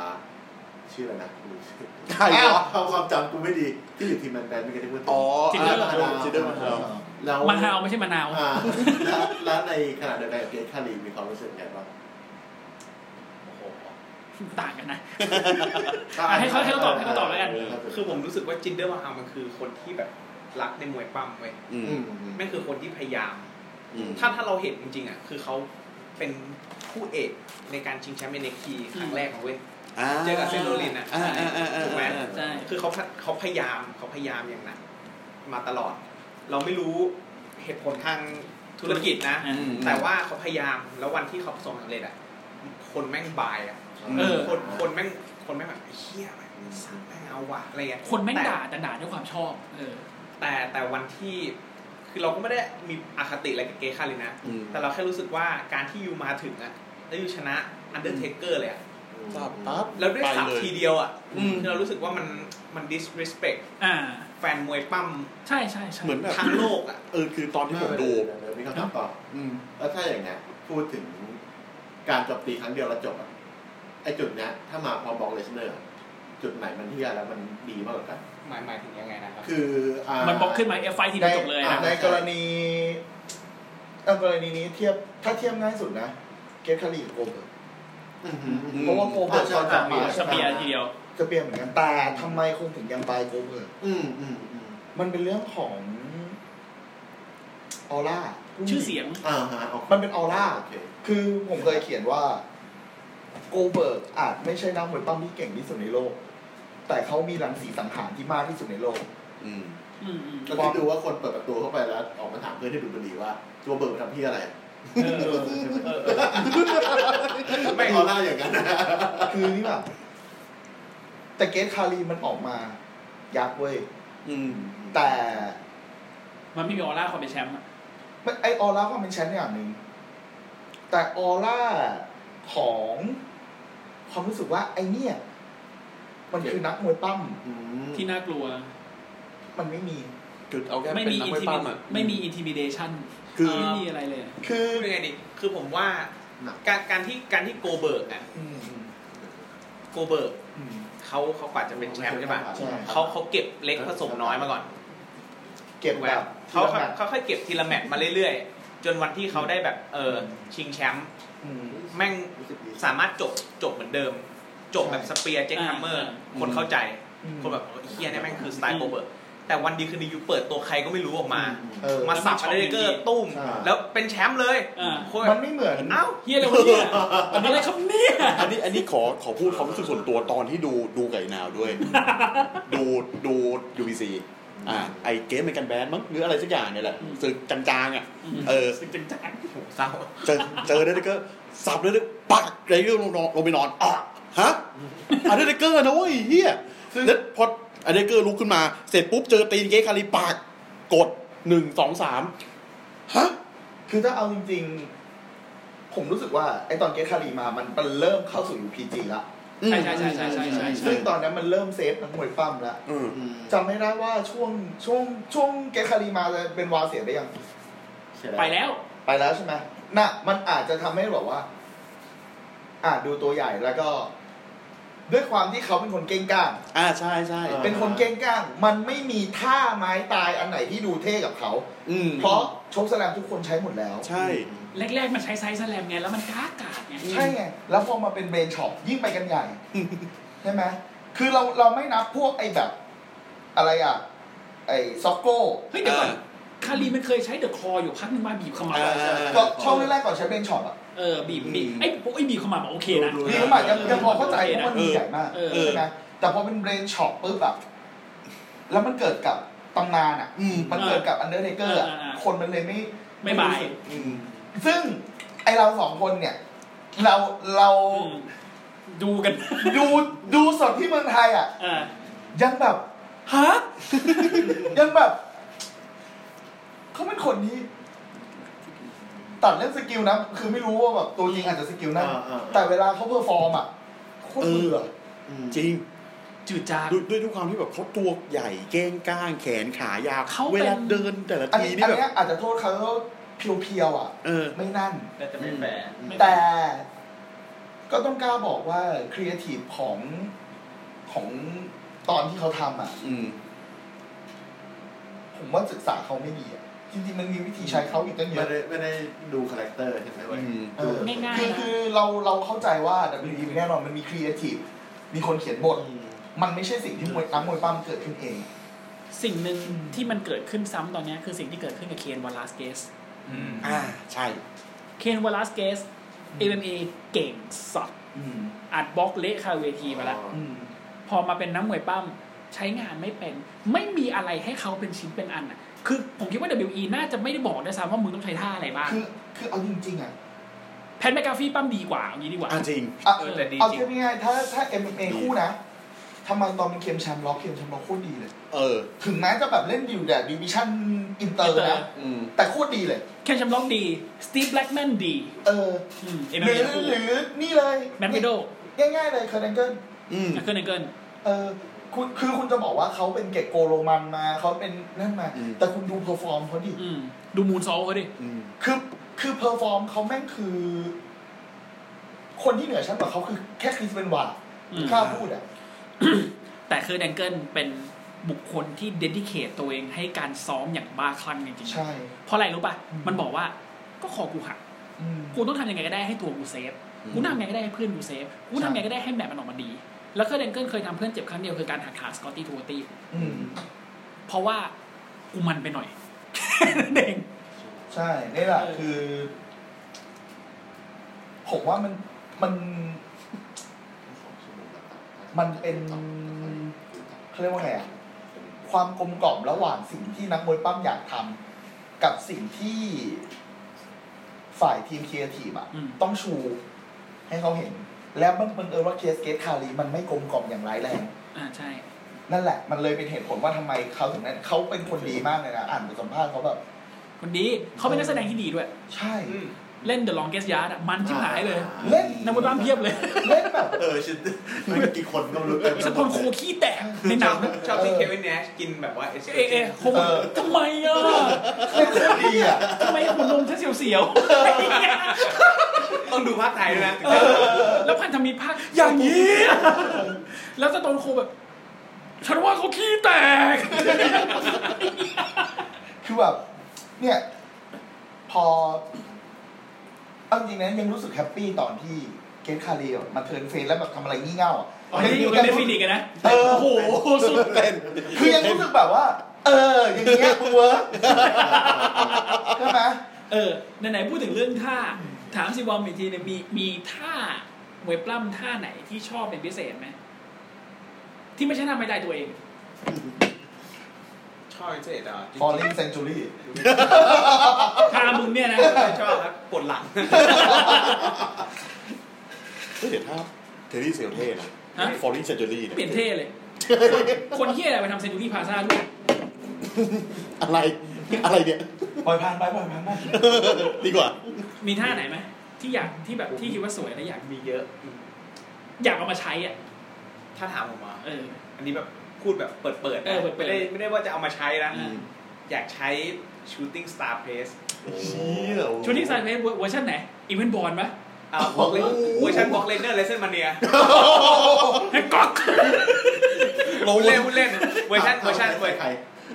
[SPEAKER 7] ชื่ออะไรนะกูชื่อ
[SPEAKER 4] ใครวะ
[SPEAKER 7] อ้าวเอาความจำกูไม่ดีที่อยู่ทีมแมนแบนไม่เคยได้พูดถึง
[SPEAKER 4] อ๋อ
[SPEAKER 7] จินเดอร์มาฮาว
[SPEAKER 4] จินเดอร์มาฮาว
[SPEAKER 7] แล้ว
[SPEAKER 2] มะนาวไม่ใช่มะนาว
[SPEAKER 7] อ่าแล้วแล้วในขณะเดียวกันเกรทคารีมีความรู้สึกไงบ้าง
[SPEAKER 2] ต่างกันนะ อ่ะให้เขาให้เขาตอบให้เขาตอบแล้วกัน
[SPEAKER 6] คือผมรู้สึกว่าจินเดอร์วาฮามันคือคนที่แบบรักในมวยปั้มเว้ย
[SPEAKER 4] อื
[SPEAKER 7] อื
[SPEAKER 4] ม
[SPEAKER 7] ม
[SPEAKER 6] แม่งคือคนที่พยายาม
[SPEAKER 4] อืม
[SPEAKER 6] ถ้าถ้าเราเห็นจริงๆอ่ะคือเขาเป็นผู้เอกในการชิงแชมป์เอเนคีครั้งแรกของเว้ย เจอกับเซนโรลินน่ะ
[SPEAKER 4] อ่าอ่าอ่าอ่า
[SPEAKER 6] ถูกไหม
[SPEAKER 2] ใช่
[SPEAKER 6] คือเขาเขาพยายามเขาพยายามอย่างหนักมาตลอด เราไม่รู้เหตุผลทางธุรกิจนะ
[SPEAKER 2] อ่ะ
[SPEAKER 4] อืม
[SPEAKER 6] แต่ว่าเขาพยายามแล้ววันที่เขาประสบความสำเร็จอ่ะคนแม่งบายอ่ะ
[SPEAKER 2] เออ
[SPEAKER 6] คนคนแม่งคนแม่งแบบเฮียแบบสั่งแม่งเอาว่ะอะไรเงี้ย
[SPEAKER 2] คนแม่งด่าแต่ด่าด้วยความชอบ เออ
[SPEAKER 6] แต่แต่วันที่คือเราก็ไม่ได้มีอคติอะไรกับเกคาเลยนะ
[SPEAKER 4] อืม
[SPEAKER 6] แต่เราแค่รู้สึกว่าการที่ยูมาถึงอะแล้วยูชนะอันเดอร์เทเกอร์เลยอะ
[SPEAKER 4] สับปั๊บ
[SPEAKER 6] แล้วด้วยสับ
[SPEAKER 4] ไปเลย
[SPEAKER 6] ทีเดียวอะ
[SPEAKER 4] อืม
[SPEAKER 6] คือเรารู้สึกว่ามันมัน disrespect
[SPEAKER 2] อ่า
[SPEAKER 6] แฟนมวยปั้ม
[SPEAKER 2] ใช่ใช่ใช่
[SPEAKER 4] เหมือนแบบ
[SPEAKER 6] ทั้งโลกอะ
[SPEAKER 4] เออคือตอนที่ผมดู
[SPEAKER 7] เยวมีคำถามต่อ
[SPEAKER 4] อืม
[SPEAKER 7] แล้วถ้าอย่างเงี้ยพูดถึงการจบตีครั้งเดียวแล้วจบอะไอจุดเนี้ยถ้ามาพร้อมบอกเลสเนอร์จุดไหนมันเที่ยแล้วมันดีมากกว่ากัน
[SPEAKER 6] หมายหมายถึงยังไงนะครับ
[SPEAKER 7] คืออ่า
[SPEAKER 2] มันบล็อกขึ้นมาเอฟไฟทีเดียวจบเลย
[SPEAKER 7] า
[SPEAKER 2] นะ
[SPEAKER 5] ในกรณีอ่ะกรณีนี้เทียบถ้าเทียบง่ายสุดนะ เกตคารีกับโกเบิร์ตเพราะว่าโกเบิร์ต
[SPEAKER 7] อ่ะใช่
[SPEAKER 5] ตอนจับมา
[SPEAKER 2] สเปียร์ทีเดียว
[SPEAKER 5] จะเปลี่ยนเหมือนกันแต่ทำไมคงถึงยังไปโกเบิร์ต
[SPEAKER 7] อืมอืมอืม
[SPEAKER 5] มันเป็นเรื่องของออร่า
[SPEAKER 2] ชื่อเสียง
[SPEAKER 7] อ่าฮะโอเค
[SPEAKER 5] มันเป็นออร่า
[SPEAKER 7] โอเค
[SPEAKER 5] คือผมเคยเขียนว่าโกเบิร์กอาจไม่ใช่นักมวยปั้มที่เก่งที่สุดในโลก แต่เขามีรังสีสังหารที่มากที่สุดในโลก
[SPEAKER 4] อืม
[SPEAKER 2] อืมอืม
[SPEAKER 7] แล้วคิดดูว่าคนเปิดประตูเข้าไปแล้วออกมาถามเพื่อนที่ดูดบุหรี่ว่า ตัวเบิร์กทำที่อะไร
[SPEAKER 2] เออเออเออเออ
[SPEAKER 7] ไม่ออร่าอย่างนั้นนะ
[SPEAKER 5] คือนี่แบบแต่เกตคารีมันออกมา ยักษ์เว้ย
[SPEAKER 4] อืม
[SPEAKER 5] แต่
[SPEAKER 2] มันไม่มีออร่าความเป็นแชมป์อะ
[SPEAKER 5] มันไอออร่าความเป็นแชมป์อย่างหนึ่งแต่ออร่าของความรู้สึกว่า ไอเนี่ย มันคือนักมวยปั้ม
[SPEAKER 7] อืม
[SPEAKER 2] ที่น่ากลัว
[SPEAKER 5] มันไม่มี
[SPEAKER 4] คือเอาแค่
[SPEAKER 2] ไม่
[SPEAKER 4] เป็น
[SPEAKER 2] มี
[SPEAKER 4] นัก
[SPEAKER 2] อิน
[SPEAKER 4] มวย
[SPEAKER 2] ทิ
[SPEAKER 4] ปั้มอ่ะ
[SPEAKER 2] ไม่มีอินทิมิเดชัน
[SPEAKER 4] คือ
[SPEAKER 2] ไม่มีอะไรเลยอะ
[SPEAKER 5] คือ
[SPEAKER 6] คือยังไงดิคือผมว่าการการที่การที่โกเบิร์กอะ
[SPEAKER 5] อืม
[SPEAKER 6] โกเบิร์ก
[SPEAKER 5] อืม
[SPEAKER 6] เขาเขากว่าจะเป็นแชมป์ใช่ปะ
[SPEAKER 5] ใช่
[SPEAKER 6] เขาเขาเก็บเล็กผสมน้อยมาก่อน
[SPEAKER 5] เก็บ
[SPEAKER 6] ถูก
[SPEAKER 5] แบ
[SPEAKER 6] ไหม
[SPEAKER 5] บ
[SPEAKER 6] เขา
[SPEAKER 5] แบบ
[SPEAKER 6] เขาค่อยเก็บทีละแมตช์มาเรื่อยๆ จนวันที่เขาได้แบบเออชิงแชมป์
[SPEAKER 5] อืม
[SPEAKER 6] แม่ง
[SPEAKER 7] รู้สึกดี
[SPEAKER 6] สามารถจบจบเหมือนเดิม จบแบบสเปียร์เจ็คแฮมเมอร์ คนเข้าใจ
[SPEAKER 5] อืม
[SPEAKER 6] คนแบบเออไอ้เฮียเนี่ยแม่งคือสไตล์โกเบิร์ตแต่วันดีคืนดีอยู่เปิดตัวใครก็ไม่รู้ออกมา
[SPEAKER 5] เออ
[SPEAKER 6] มาสับอะไรเกอร์ตุ้ม
[SPEAKER 7] ใช่
[SPEAKER 6] แล้วเป็นแชมป์เลย
[SPEAKER 2] อ่า
[SPEAKER 6] คน
[SPEAKER 5] มันไม่เหมือน
[SPEAKER 6] เอ้า
[SPEAKER 2] เฮียอะไรวะเนี่ยอะไรครับเนี่ย
[SPEAKER 4] อันนี้อันนี้ขอขอพูดความรู้สึกส่วนตัวตอนที่ดูดูไก่นาว ด้วย ดูดูยูบีซีอ่าไอเกมเป็นกันแบนมั้งหรืออะไรสักอย่างเนี่ยแหละสึกจางๆอ่ะเออ
[SPEAKER 2] จริงจัง
[SPEAKER 6] โหเศร้า
[SPEAKER 4] เจอเจอเดนเกอร์สับเดนปักเดนเกอร์ลงนอนลงไปนอนอ่ะฮะอันเดนเกอร์นะเว้ยเฮียแล้วพออันเดนเกอร์ลุกขึ้นมาเสร็จปุ๊บเจอตีนเกคาริปากกดหนึ่งสองสามฮะ
[SPEAKER 5] คือถ้าเอาจริงๆ ผมรู้สึกว่าไอตอนเกตคารีมามันมันเริ่มเข้าสู่ UPG ละ
[SPEAKER 2] ใช่ใช่ใช่ใช่ใช่ใช่
[SPEAKER 5] ซึ่
[SPEAKER 2] ใช่
[SPEAKER 5] งตอนนั้นมันเริ่มเซฟนักมวยปั้มละ
[SPEAKER 4] อืม
[SPEAKER 7] อืม
[SPEAKER 5] จำไม่ได้ว่าช่วงช่วงช่วงเกตคารีมาจะเป็นวาเสียได้ยัง
[SPEAKER 7] เสียดาย
[SPEAKER 2] ไปแล้ว
[SPEAKER 5] ไปแล้วใช่ไหมน่ะ มันอาจจะทำให้แบบว่า อ่าดูตัวใหญ่แล้วก็ ด้วยความที่เขาเป็นคนเก่งกล้าง
[SPEAKER 4] อ่าใช่ใช่
[SPEAKER 7] อ่า
[SPEAKER 5] เป็นคนเก่งกล้าง มันไม่มีท่าไม้ตายอันไหนที่ดูเท่กับเขา
[SPEAKER 4] อืม
[SPEAKER 5] เพราะชกสแลมทุกคนใช้หมดแล้ว
[SPEAKER 4] ใช่
[SPEAKER 2] แรกๆมันใช้ไซส์แสแลมไงแล้วมันก้ากาดไง
[SPEAKER 5] ใช่ไง แล้วพอมาเป็นเบรนช็อปยิ่งไปกันใหญ่ ใช่ไหม คือเราเราไม่นับพวกไอ้แบบ อะไรอ่ะ ไอ้ซ็อกโก้
[SPEAKER 2] เฮ้ยเดี๋ยวก่อน คารีมันเคยใช้เดอะคลออยู่พักหนึ่งมาบีบขมับ
[SPEAKER 4] อ่า
[SPEAKER 5] ก็ช่องแรกๆก่อนใช้เบนช็อตอ่ะ
[SPEAKER 2] เออบีบบีบไอ้พวกไอ้บีบขมับอะโอเคนะ
[SPEAKER 4] ดู
[SPEAKER 5] ดีมากยังยังพอเข้าใจเพราะมันใหญ่มาก
[SPEAKER 2] เออ
[SPEAKER 5] ใช่ไหมแต่พอเป็นเบนช็อตปุ๊บแบบแล้วมันเกิดกับตำนานอ่ะ
[SPEAKER 4] อืม
[SPEAKER 5] มันเกิดกับอันเดอร์เทเกอร์คนมันเลยไม่
[SPEAKER 2] ไม่บาย
[SPEAKER 4] อืม
[SPEAKER 5] ซึ่งไอเราสองคนเนี่ย เราเรา
[SPEAKER 2] ดูกัน
[SPEAKER 5] ดูดูสดที่เมืองไทยอ่ะ
[SPEAKER 2] เออ
[SPEAKER 5] ยังแบบ
[SPEAKER 2] ฮะ
[SPEAKER 5] ยังแบบ เขาเป็นคนที่ตัดเรื่องสกิลนะ คือไม่รู้ว่าแบบตัวจริงอาจจะสกิลนะ
[SPEAKER 7] อ่าอ่า
[SPEAKER 5] แต่เวลาเขาเพอร์ฟอร์มอ่ะโคตรเบื่อ
[SPEAKER 7] อืม
[SPEAKER 4] จริง
[SPEAKER 2] จืดจาง
[SPEAKER 4] ด้วยด้วยด้วยความที่แบบเขาตัวใหญ่เก้งก้างแขนขายาว
[SPEAKER 2] เขาเป็น
[SPEAKER 4] เวลาเดินแต่ละ
[SPEAKER 5] อัน
[SPEAKER 4] ที
[SPEAKER 5] นี้
[SPEAKER 4] นี่
[SPEAKER 5] อัน
[SPEAKER 4] แบบ
[SPEAKER 5] เนี้ยอาจจะโทษเขาว่าเพียวๆอ่ะ
[SPEAKER 4] เออ
[SPEAKER 5] ไม่นั่น
[SPEAKER 6] แต่จะไม่แฟร์
[SPEAKER 2] ไม่
[SPEAKER 5] แต่ ก็ต้องกล้าบอกว่าครีเอทีฟของของตอนที่เขาทำอ่ะ
[SPEAKER 4] อืม
[SPEAKER 5] ผมว่าศึกษาเขาไม่ดีอ่ะ จริงๆมันมีวิธีใช้เขาอีกตั้งเย
[SPEAKER 7] ไม่
[SPEAKER 5] อะ
[SPEAKER 7] ได้ไม่ได้ดูคาแรคเตอร์เห็นไหมเว้ย
[SPEAKER 4] อืม
[SPEAKER 7] เออ
[SPEAKER 2] ง่าย
[SPEAKER 5] คือ
[SPEAKER 2] ๆ
[SPEAKER 5] คื
[SPEAKER 2] นะ
[SPEAKER 5] อเราเราเข้าใจว่า WWE แน่นอนมันมีครีเอทีฟมีคนเขียนบท มันไม่ใช่สิ่งที่มวยน้ำมวยปั้มเกิดขึ้นเอง
[SPEAKER 2] สิ่งหนึ่งที่มันเกิดขึ้นซ้ำตอนเนี้ยคือสิ่งที่เกิดขึ้นกับเคนวอลลาสเกส
[SPEAKER 4] อ่า ใช่
[SPEAKER 2] เคนวอลลาสเกส MMA เก่งสัก
[SPEAKER 5] อืม
[SPEAKER 2] อัดบล็อกเละคาเวทีมาแล้ว
[SPEAKER 5] อืม
[SPEAKER 2] พอมาเป็นน้ำมวยปั้มใช้งานไม่เป็น ไม่มีอะไรให้เขาเป็นชิ้นเป็นอันอ่ะ คือผมคิดว่า WE น่าจะไม่ได้บอกด้วยซ้ำว่ามึงต้องใช้ท่าอะไรบ้าง
[SPEAKER 5] คือคือเอาจริงๆอ่ะ
[SPEAKER 2] แพทแมกกาฟี่ปั้มดีกว่าเอางี้ดีกว่า
[SPEAKER 4] อ่าจริง
[SPEAKER 5] อ่ะ
[SPEAKER 6] เออแต่ดี
[SPEAKER 5] เอา
[SPEAKER 6] จริง
[SPEAKER 5] เทียบง่ายๆถ้าถ้า MMA
[SPEAKER 4] ดี
[SPEAKER 5] คู่นะทำไมตอนเป็นเกมแชมป์ล็อกเกมแชมป์ล็อกโคตรดีเลย
[SPEAKER 4] เออ
[SPEAKER 5] ถึงแม้จะแบบเล่นดิวแต่ดิวิชั่นอินเตอร์นะ
[SPEAKER 4] อืม
[SPEAKER 5] แต่โคตรดีเลย
[SPEAKER 2] แคนชัมล็อกดี สตีฟแบล็กแมนดี
[SPEAKER 5] เออ
[SPEAKER 2] อืม
[SPEAKER 5] หรือ
[SPEAKER 2] MMA คู่
[SPEAKER 5] หรือนี่เลย
[SPEAKER 2] แมนวิโด
[SPEAKER 5] ง่ายๆเลยเคอร์เดนเกิล
[SPEAKER 4] อืม
[SPEAKER 2] เกินเกิน
[SPEAKER 5] เออคุณคือคุณจะบอกว่าเขาเป็นเกกโกโรมันมาเขาเป็นนั่นมา
[SPEAKER 4] อืม
[SPEAKER 5] แต่คุณดูเพอร์ฟอร์มเขาดิ
[SPEAKER 2] อืมดูมูนซอลเขาดิ
[SPEAKER 4] อืม
[SPEAKER 5] คือคือเพอร์ฟอร์มเขาแม่งคือ คนที่เหนือชั้นกว่าเขาคือแค่คริสเบนวาร์ด
[SPEAKER 2] อืม
[SPEAKER 5] กล้าพูดอ่ะ
[SPEAKER 2] แต่คือแดงเกิลเป็นบุคคลที่เดดิเคทตัวเองให้การซ้อมอย่างบ้าคลั่งจริงๆ
[SPEAKER 5] ใช่
[SPEAKER 2] เพราะอะไรรู้ป่ะ มันบอกว่าก็คอกูหัก
[SPEAKER 5] อืม
[SPEAKER 2] กูต้องทำยังไงก็ได้ให้ตัวกูเซฟ
[SPEAKER 4] อืม
[SPEAKER 2] กูทำยังไงก็ได้ให้เพื่อนกูเซฟ กูทำยังไงก็ได้ให้แมปมันออกมาดี แล้วเคอร์เดนเกิลเคยทำเพื่อนเจ็บครั้งเดียวคือการหักขาสกอตตี้ทูตี้
[SPEAKER 5] อืม
[SPEAKER 2] เพราะว่ากูมันไป หน่อย นั่นเอง
[SPEAKER 5] ใช่นี่แหละ
[SPEAKER 2] เออ
[SPEAKER 5] คือ ผมว่ามันมันมันเป็นเขาเรียกว่าไงอ่ะ ความกลมกล่อมระหว่างสิ่งที่นักมวยปั้มอยากทำกับสิ่งที่ฝ่ายทีมครีเอทีฟอะ
[SPEAKER 2] อืม
[SPEAKER 5] ต้องชูให้เขาเห็น แล้วมันบังเอิญว่าเคสเกตคารีมันไม่กลมกล่อมอย่างร้ายแรง
[SPEAKER 2] อ่าใช่
[SPEAKER 5] นั่นแหละ มันเลยเป็นเหตุผลว่าทำไมเขาถึงนั้นเขาเป็นคนดีมากเลยนะ อ่านบทสัมภาษณ์เขาแบบ
[SPEAKER 2] คนดีเขาเป็นนักแสดงที่ดีด้วย
[SPEAKER 5] ใช่
[SPEAKER 6] อืม
[SPEAKER 2] เล่นเดอะลองเกสยาร์ดมันชิบหายเลย
[SPEAKER 5] เล่น
[SPEAKER 2] นักมวยบ้านเพียบเลย
[SPEAKER 5] เล่นแบบ
[SPEAKER 7] เออฉันมันกี่คนก็ไม่รู้เต็มไปหมด
[SPEAKER 2] สะพนโคขี้แตกในหนัง
[SPEAKER 6] ชอบที่เควินแนชกินแบบว่า
[SPEAKER 2] เอเอ
[SPEAKER 6] estrogen
[SPEAKER 2] ผมทำไมอ่ะ
[SPEAKER 5] เล่นคนดีอ่ะ
[SPEAKER 2] ทำไมหัวนมฉันเสียว
[SPEAKER 6] ต้องดูภาคไทยด้วยนะ
[SPEAKER 2] ๆ แล้วพันธมิตรภาคอย่างนี้ แล้วสะตนโคแบบ ฉันว่าเขาขี้แตก
[SPEAKER 5] คือแบบเนี่ย พอเอาจริงๆนะยังรู้สึกแฮปปี้ตอนที่เกตคารีแบบมาเทิร์นเฟซแล้วแบบทำอะไรงี่เง่าอ่ะ
[SPEAKER 2] อ๋อนี่อยู่กันในฟินิกส์อะนะ
[SPEAKER 5] เออ
[SPEAKER 2] โอ้โหสุด
[SPEAKER 4] เป็น
[SPEAKER 5] คือยังรู้สึกแบบว่า เออ อย่างเงี้ยมึงเวิร์กใช่ไหม
[SPEAKER 2] เออไหนๆพูดถึงเรื่องท่า ถามสิวอมอีกทีเนี่ยมีมีท่ามวยปล้ำท่าไหนที่ชอบเป็นพิเศษไหมที่ไม่ใช่ท่าไม่ได้ตัวเอง
[SPEAKER 6] ชอบพิเศษอ่ะจริง
[SPEAKER 5] ฟอลลิ่งเซนจูรี่
[SPEAKER 2] ท่ามึงเนี่ยนะ
[SPEAKER 6] ๆชอบครับปวดหลัง
[SPEAKER 4] เฮ้ยเดี๋ยวถ้าเทอรี่เซลเท่นะ
[SPEAKER 2] ฮะ
[SPEAKER 4] ฟอร์ริงเซนจูรี่เนี่ย
[SPEAKER 2] เปลี่ยนเท่เลย คนเฮียอะไรไปทำเซนตูรี่พาซาด้วย
[SPEAKER 4] อะไร อะไรเนี่ย
[SPEAKER 5] ปล่อยผ่านไปปล่อยผ่านไป
[SPEAKER 4] ดีกว่า
[SPEAKER 2] มีท่าไหนไหมที่อยากที่แบบที่คิดว่าสวยและอยาก
[SPEAKER 6] มีเยอะ
[SPEAKER 2] อยากเอามาใช้อ่ะ
[SPEAKER 6] ถ้าถามผมอ่ะ
[SPEAKER 2] เออ
[SPEAKER 6] อันนี้แบบพูดแบบเปิดๆ
[SPEAKER 2] เอ
[SPEAKER 6] นะ
[SPEAKER 2] อเปิดๆ
[SPEAKER 6] ไม่ได้ไม่ได้ว่าจะเอามาใช้นะ
[SPEAKER 4] อืม
[SPEAKER 6] อยากใช้ shooting star place
[SPEAKER 4] เชี่
[SPEAKER 7] เชี่
[SPEAKER 4] ย
[SPEAKER 7] ย
[SPEAKER 2] ชุดที่ใส่เพจเวอร์ชันไหนอีเวนต์บอลปะ
[SPEAKER 6] อ่าบอกเลยเวอร์ชันบอกเลนเนอร์เลเซนมาเนีย
[SPEAKER 2] แฮกก๊อก
[SPEAKER 6] พูดเล่นพูดเล่นเวอร์ชันเวอร์ชันเวอ
[SPEAKER 7] ใส่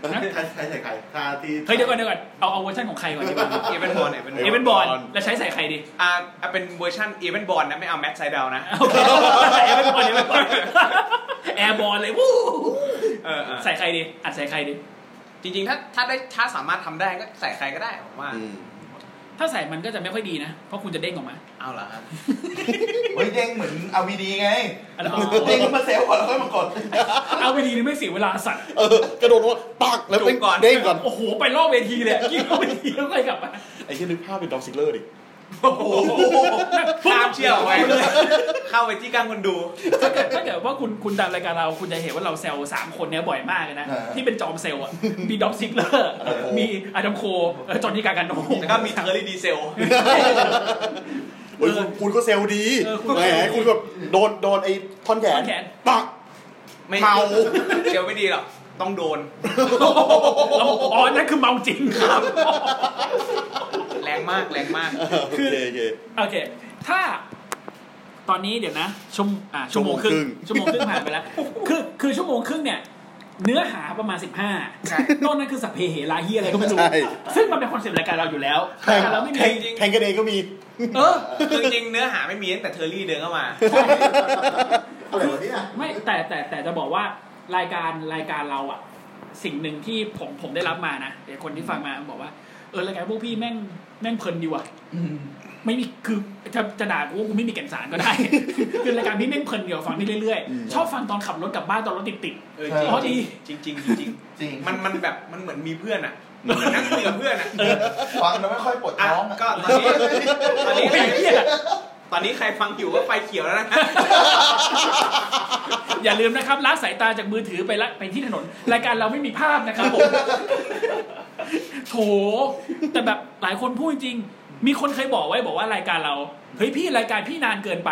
[SPEAKER 6] ร์ชั
[SPEAKER 7] ไข่
[SPEAKER 6] น
[SPEAKER 7] ใส่ใส่ไข่ท่าที่
[SPEAKER 2] เฮ้ยเดี๋ยวก่อนเดี๋ยวก่อนเอาเอาเวอร์ชันของใครก่อนดีกว่า
[SPEAKER 6] เอเวนบอลเนี่ยเป็น
[SPEAKER 2] อีเวนต์บอลแล้วใช้ใส่ใครดี
[SPEAKER 6] อ่าเอาเป็นเวอร์ชันเอเวนบอลนะไม่เอาแมทไซดาวนะ
[SPEAKER 2] โอเคแอร์บอลแอร์บอลแอร์บอลเลยวู้
[SPEAKER 6] เออเออ
[SPEAKER 2] ใส่ใครดีอัดใส่ใครดี
[SPEAKER 6] จริงๆ ถ้าถ้าได้ถ้าสามารถทำได้ก็ใส่ใครก็ได้ผมว่า
[SPEAKER 4] อืม
[SPEAKER 2] ถ้าใส่มันก็จะไม่ค่อยดีนะ เพราะคุณจะเด้งออกมา
[SPEAKER 6] เอาเหรอครับ
[SPEAKER 5] เฮ้ยเด้งเหมือนเอาวีดีไง
[SPEAKER 2] อันนั้น
[SPEAKER 5] เด้งขึ้นมาเซลลก่อนแล้วค่อยมากด
[SPEAKER 2] เอาไปดีนี่ไม่เสียเวลาสัตว์
[SPEAKER 4] เออกระโดดลงมาปักแล้ว
[SPEAKER 6] จูบก่อน
[SPEAKER 4] เด้งก่อน
[SPEAKER 2] โอ้โหไปรอบเวทีเลยกินเข้าเวทีแล้วค่อยกลับมา
[SPEAKER 4] ไอ้ที่นึกภาพเป็นดอมซิลเลอร์ดิ
[SPEAKER 6] ข้ามเชี่ยวไว้เข้าไปที่กลางคนดู
[SPEAKER 2] ถ้าเกิดถ้าเกิดว่าคุณคุณตามรายการเราคุณจะเห็นว่าเราเซลสามคนเนี้ยบ่อยมากเลยนะที่เป็นจอมเซลล์อะมีดอมซิกเลอร์มีอดัมโคเอ่อจอห์นนี่กาการโน
[SPEAKER 6] แล้วก็มีเทอร์รี่ดีเซล
[SPEAKER 4] โอ้ยคุณคุณก็เซลล์ดี
[SPEAKER 2] เออคุณก็
[SPEAKER 4] แหม
[SPEAKER 2] เซลล์ดี
[SPEAKER 4] คุณแบบโดนโดนไอ้ท่อนแข
[SPEAKER 2] ท่
[SPEAKER 4] น
[SPEAKER 2] อนแขน
[SPEAKER 4] ปัก
[SPEAKER 6] ไม่
[SPEAKER 4] เมา
[SPEAKER 6] เซลไม่ดีหรอก ต้องโดน
[SPEAKER 2] เราอ๋อนั่นคือเมาจริงครับ
[SPEAKER 6] แรงมากแรงมาก
[SPEAKER 2] คือ
[SPEAKER 4] โอเคโอเค
[SPEAKER 2] โอเค ถ้าตอนนี้เดี๋ยวนะชั่วโมงอ่ะชั่วโมงครึ่ง
[SPEAKER 4] ชั่
[SPEAKER 2] ชั่ว
[SPEAKER 4] ว
[SPEAKER 2] โม
[SPEAKER 4] โม
[SPEAKER 2] งครึ่ง
[SPEAKER 4] งครึ่ง
[SPEAKER 2] ผ่านไปแล้ว คือคือชั่วโมงครึ่งเนี่ย เนื้อหาประมาณ
[SPEAKER 6] ใช่
[SPEAKER 2] 15นอกนั้นคือสัพเพเหราเฮียอะไรก็ไม่รู้
[SPEAKER 4] ใช่
[SPEAKER 2] ซึ่งมันเป็นคอนเซ็ปต์รายการเราอยู่แล้ว
[SPEAKER 4] แทง
[SPEAKER 2] แต่เราไม่มี
[SPEAKER 4] แทงแทงกันเองก็มี
[SPEAKER 2] เออ
[SPEAKER 6] คือจริงๆเนื้อหาไม่มีตั้งแต่เทอร์รี่เดินเข้ามา
[SPEAKER 7] อะไรวะเนี่ย
[SPEAKER 2] ไม่แต่แต่แต่จะบอกว่ารายการรายการเราอะสิ่งหนึ่งที่ผมผมได้รับมานะเดี๋ยวคนที่ฟังมาบอกว่าเออรายการพวกพี่แม่งแม่งเพลินดีว่ะไม่มีคือจะจะด่ากูว่ากูไม่มีแก่นสาร ก็ได้ คือรายการพี่แม่งเพลินเดียวฟังได้เรื่อยๆ ชอบฟังตอนขับรถกลับบ้านตอนรถติดติด
[SPEAKER 6] เออ
[SPEAKER 2] พอดี
[SPEAKER 6] จริงจริงๆจริงๆจริง
[SPEAKER 5] จริง
[SPEAKER 6] ๆมันมันแบบมันเหมือนมีเพื่อนอ่ะเหมือนนั่งคุยกับเพื่อนอ่ะ
[SPEAKER 5] ฟังแล้วไม่ค่อยปวด
[SPEAKER 6] อ่ะ
[SPEAKER 5] ท้อง
[SPEAKER 6] ก็ตอนนี้ตอนนี้ใครตอนนี้ใครฟังอยู่ก็ไฟเขียวแล้วนะ
[SPEAKER 2] อย่าลืมนะครับละสายตาจากมือถือไปละไปที่ถนน รายการเราไม่มีภาพนะครับ ผมโถแต่แบบหลายคนพูดจริง มีคนเคยบอกไว้บอกว่ารายการเราเฮ้ยพี่รายการพี่นานเกินไป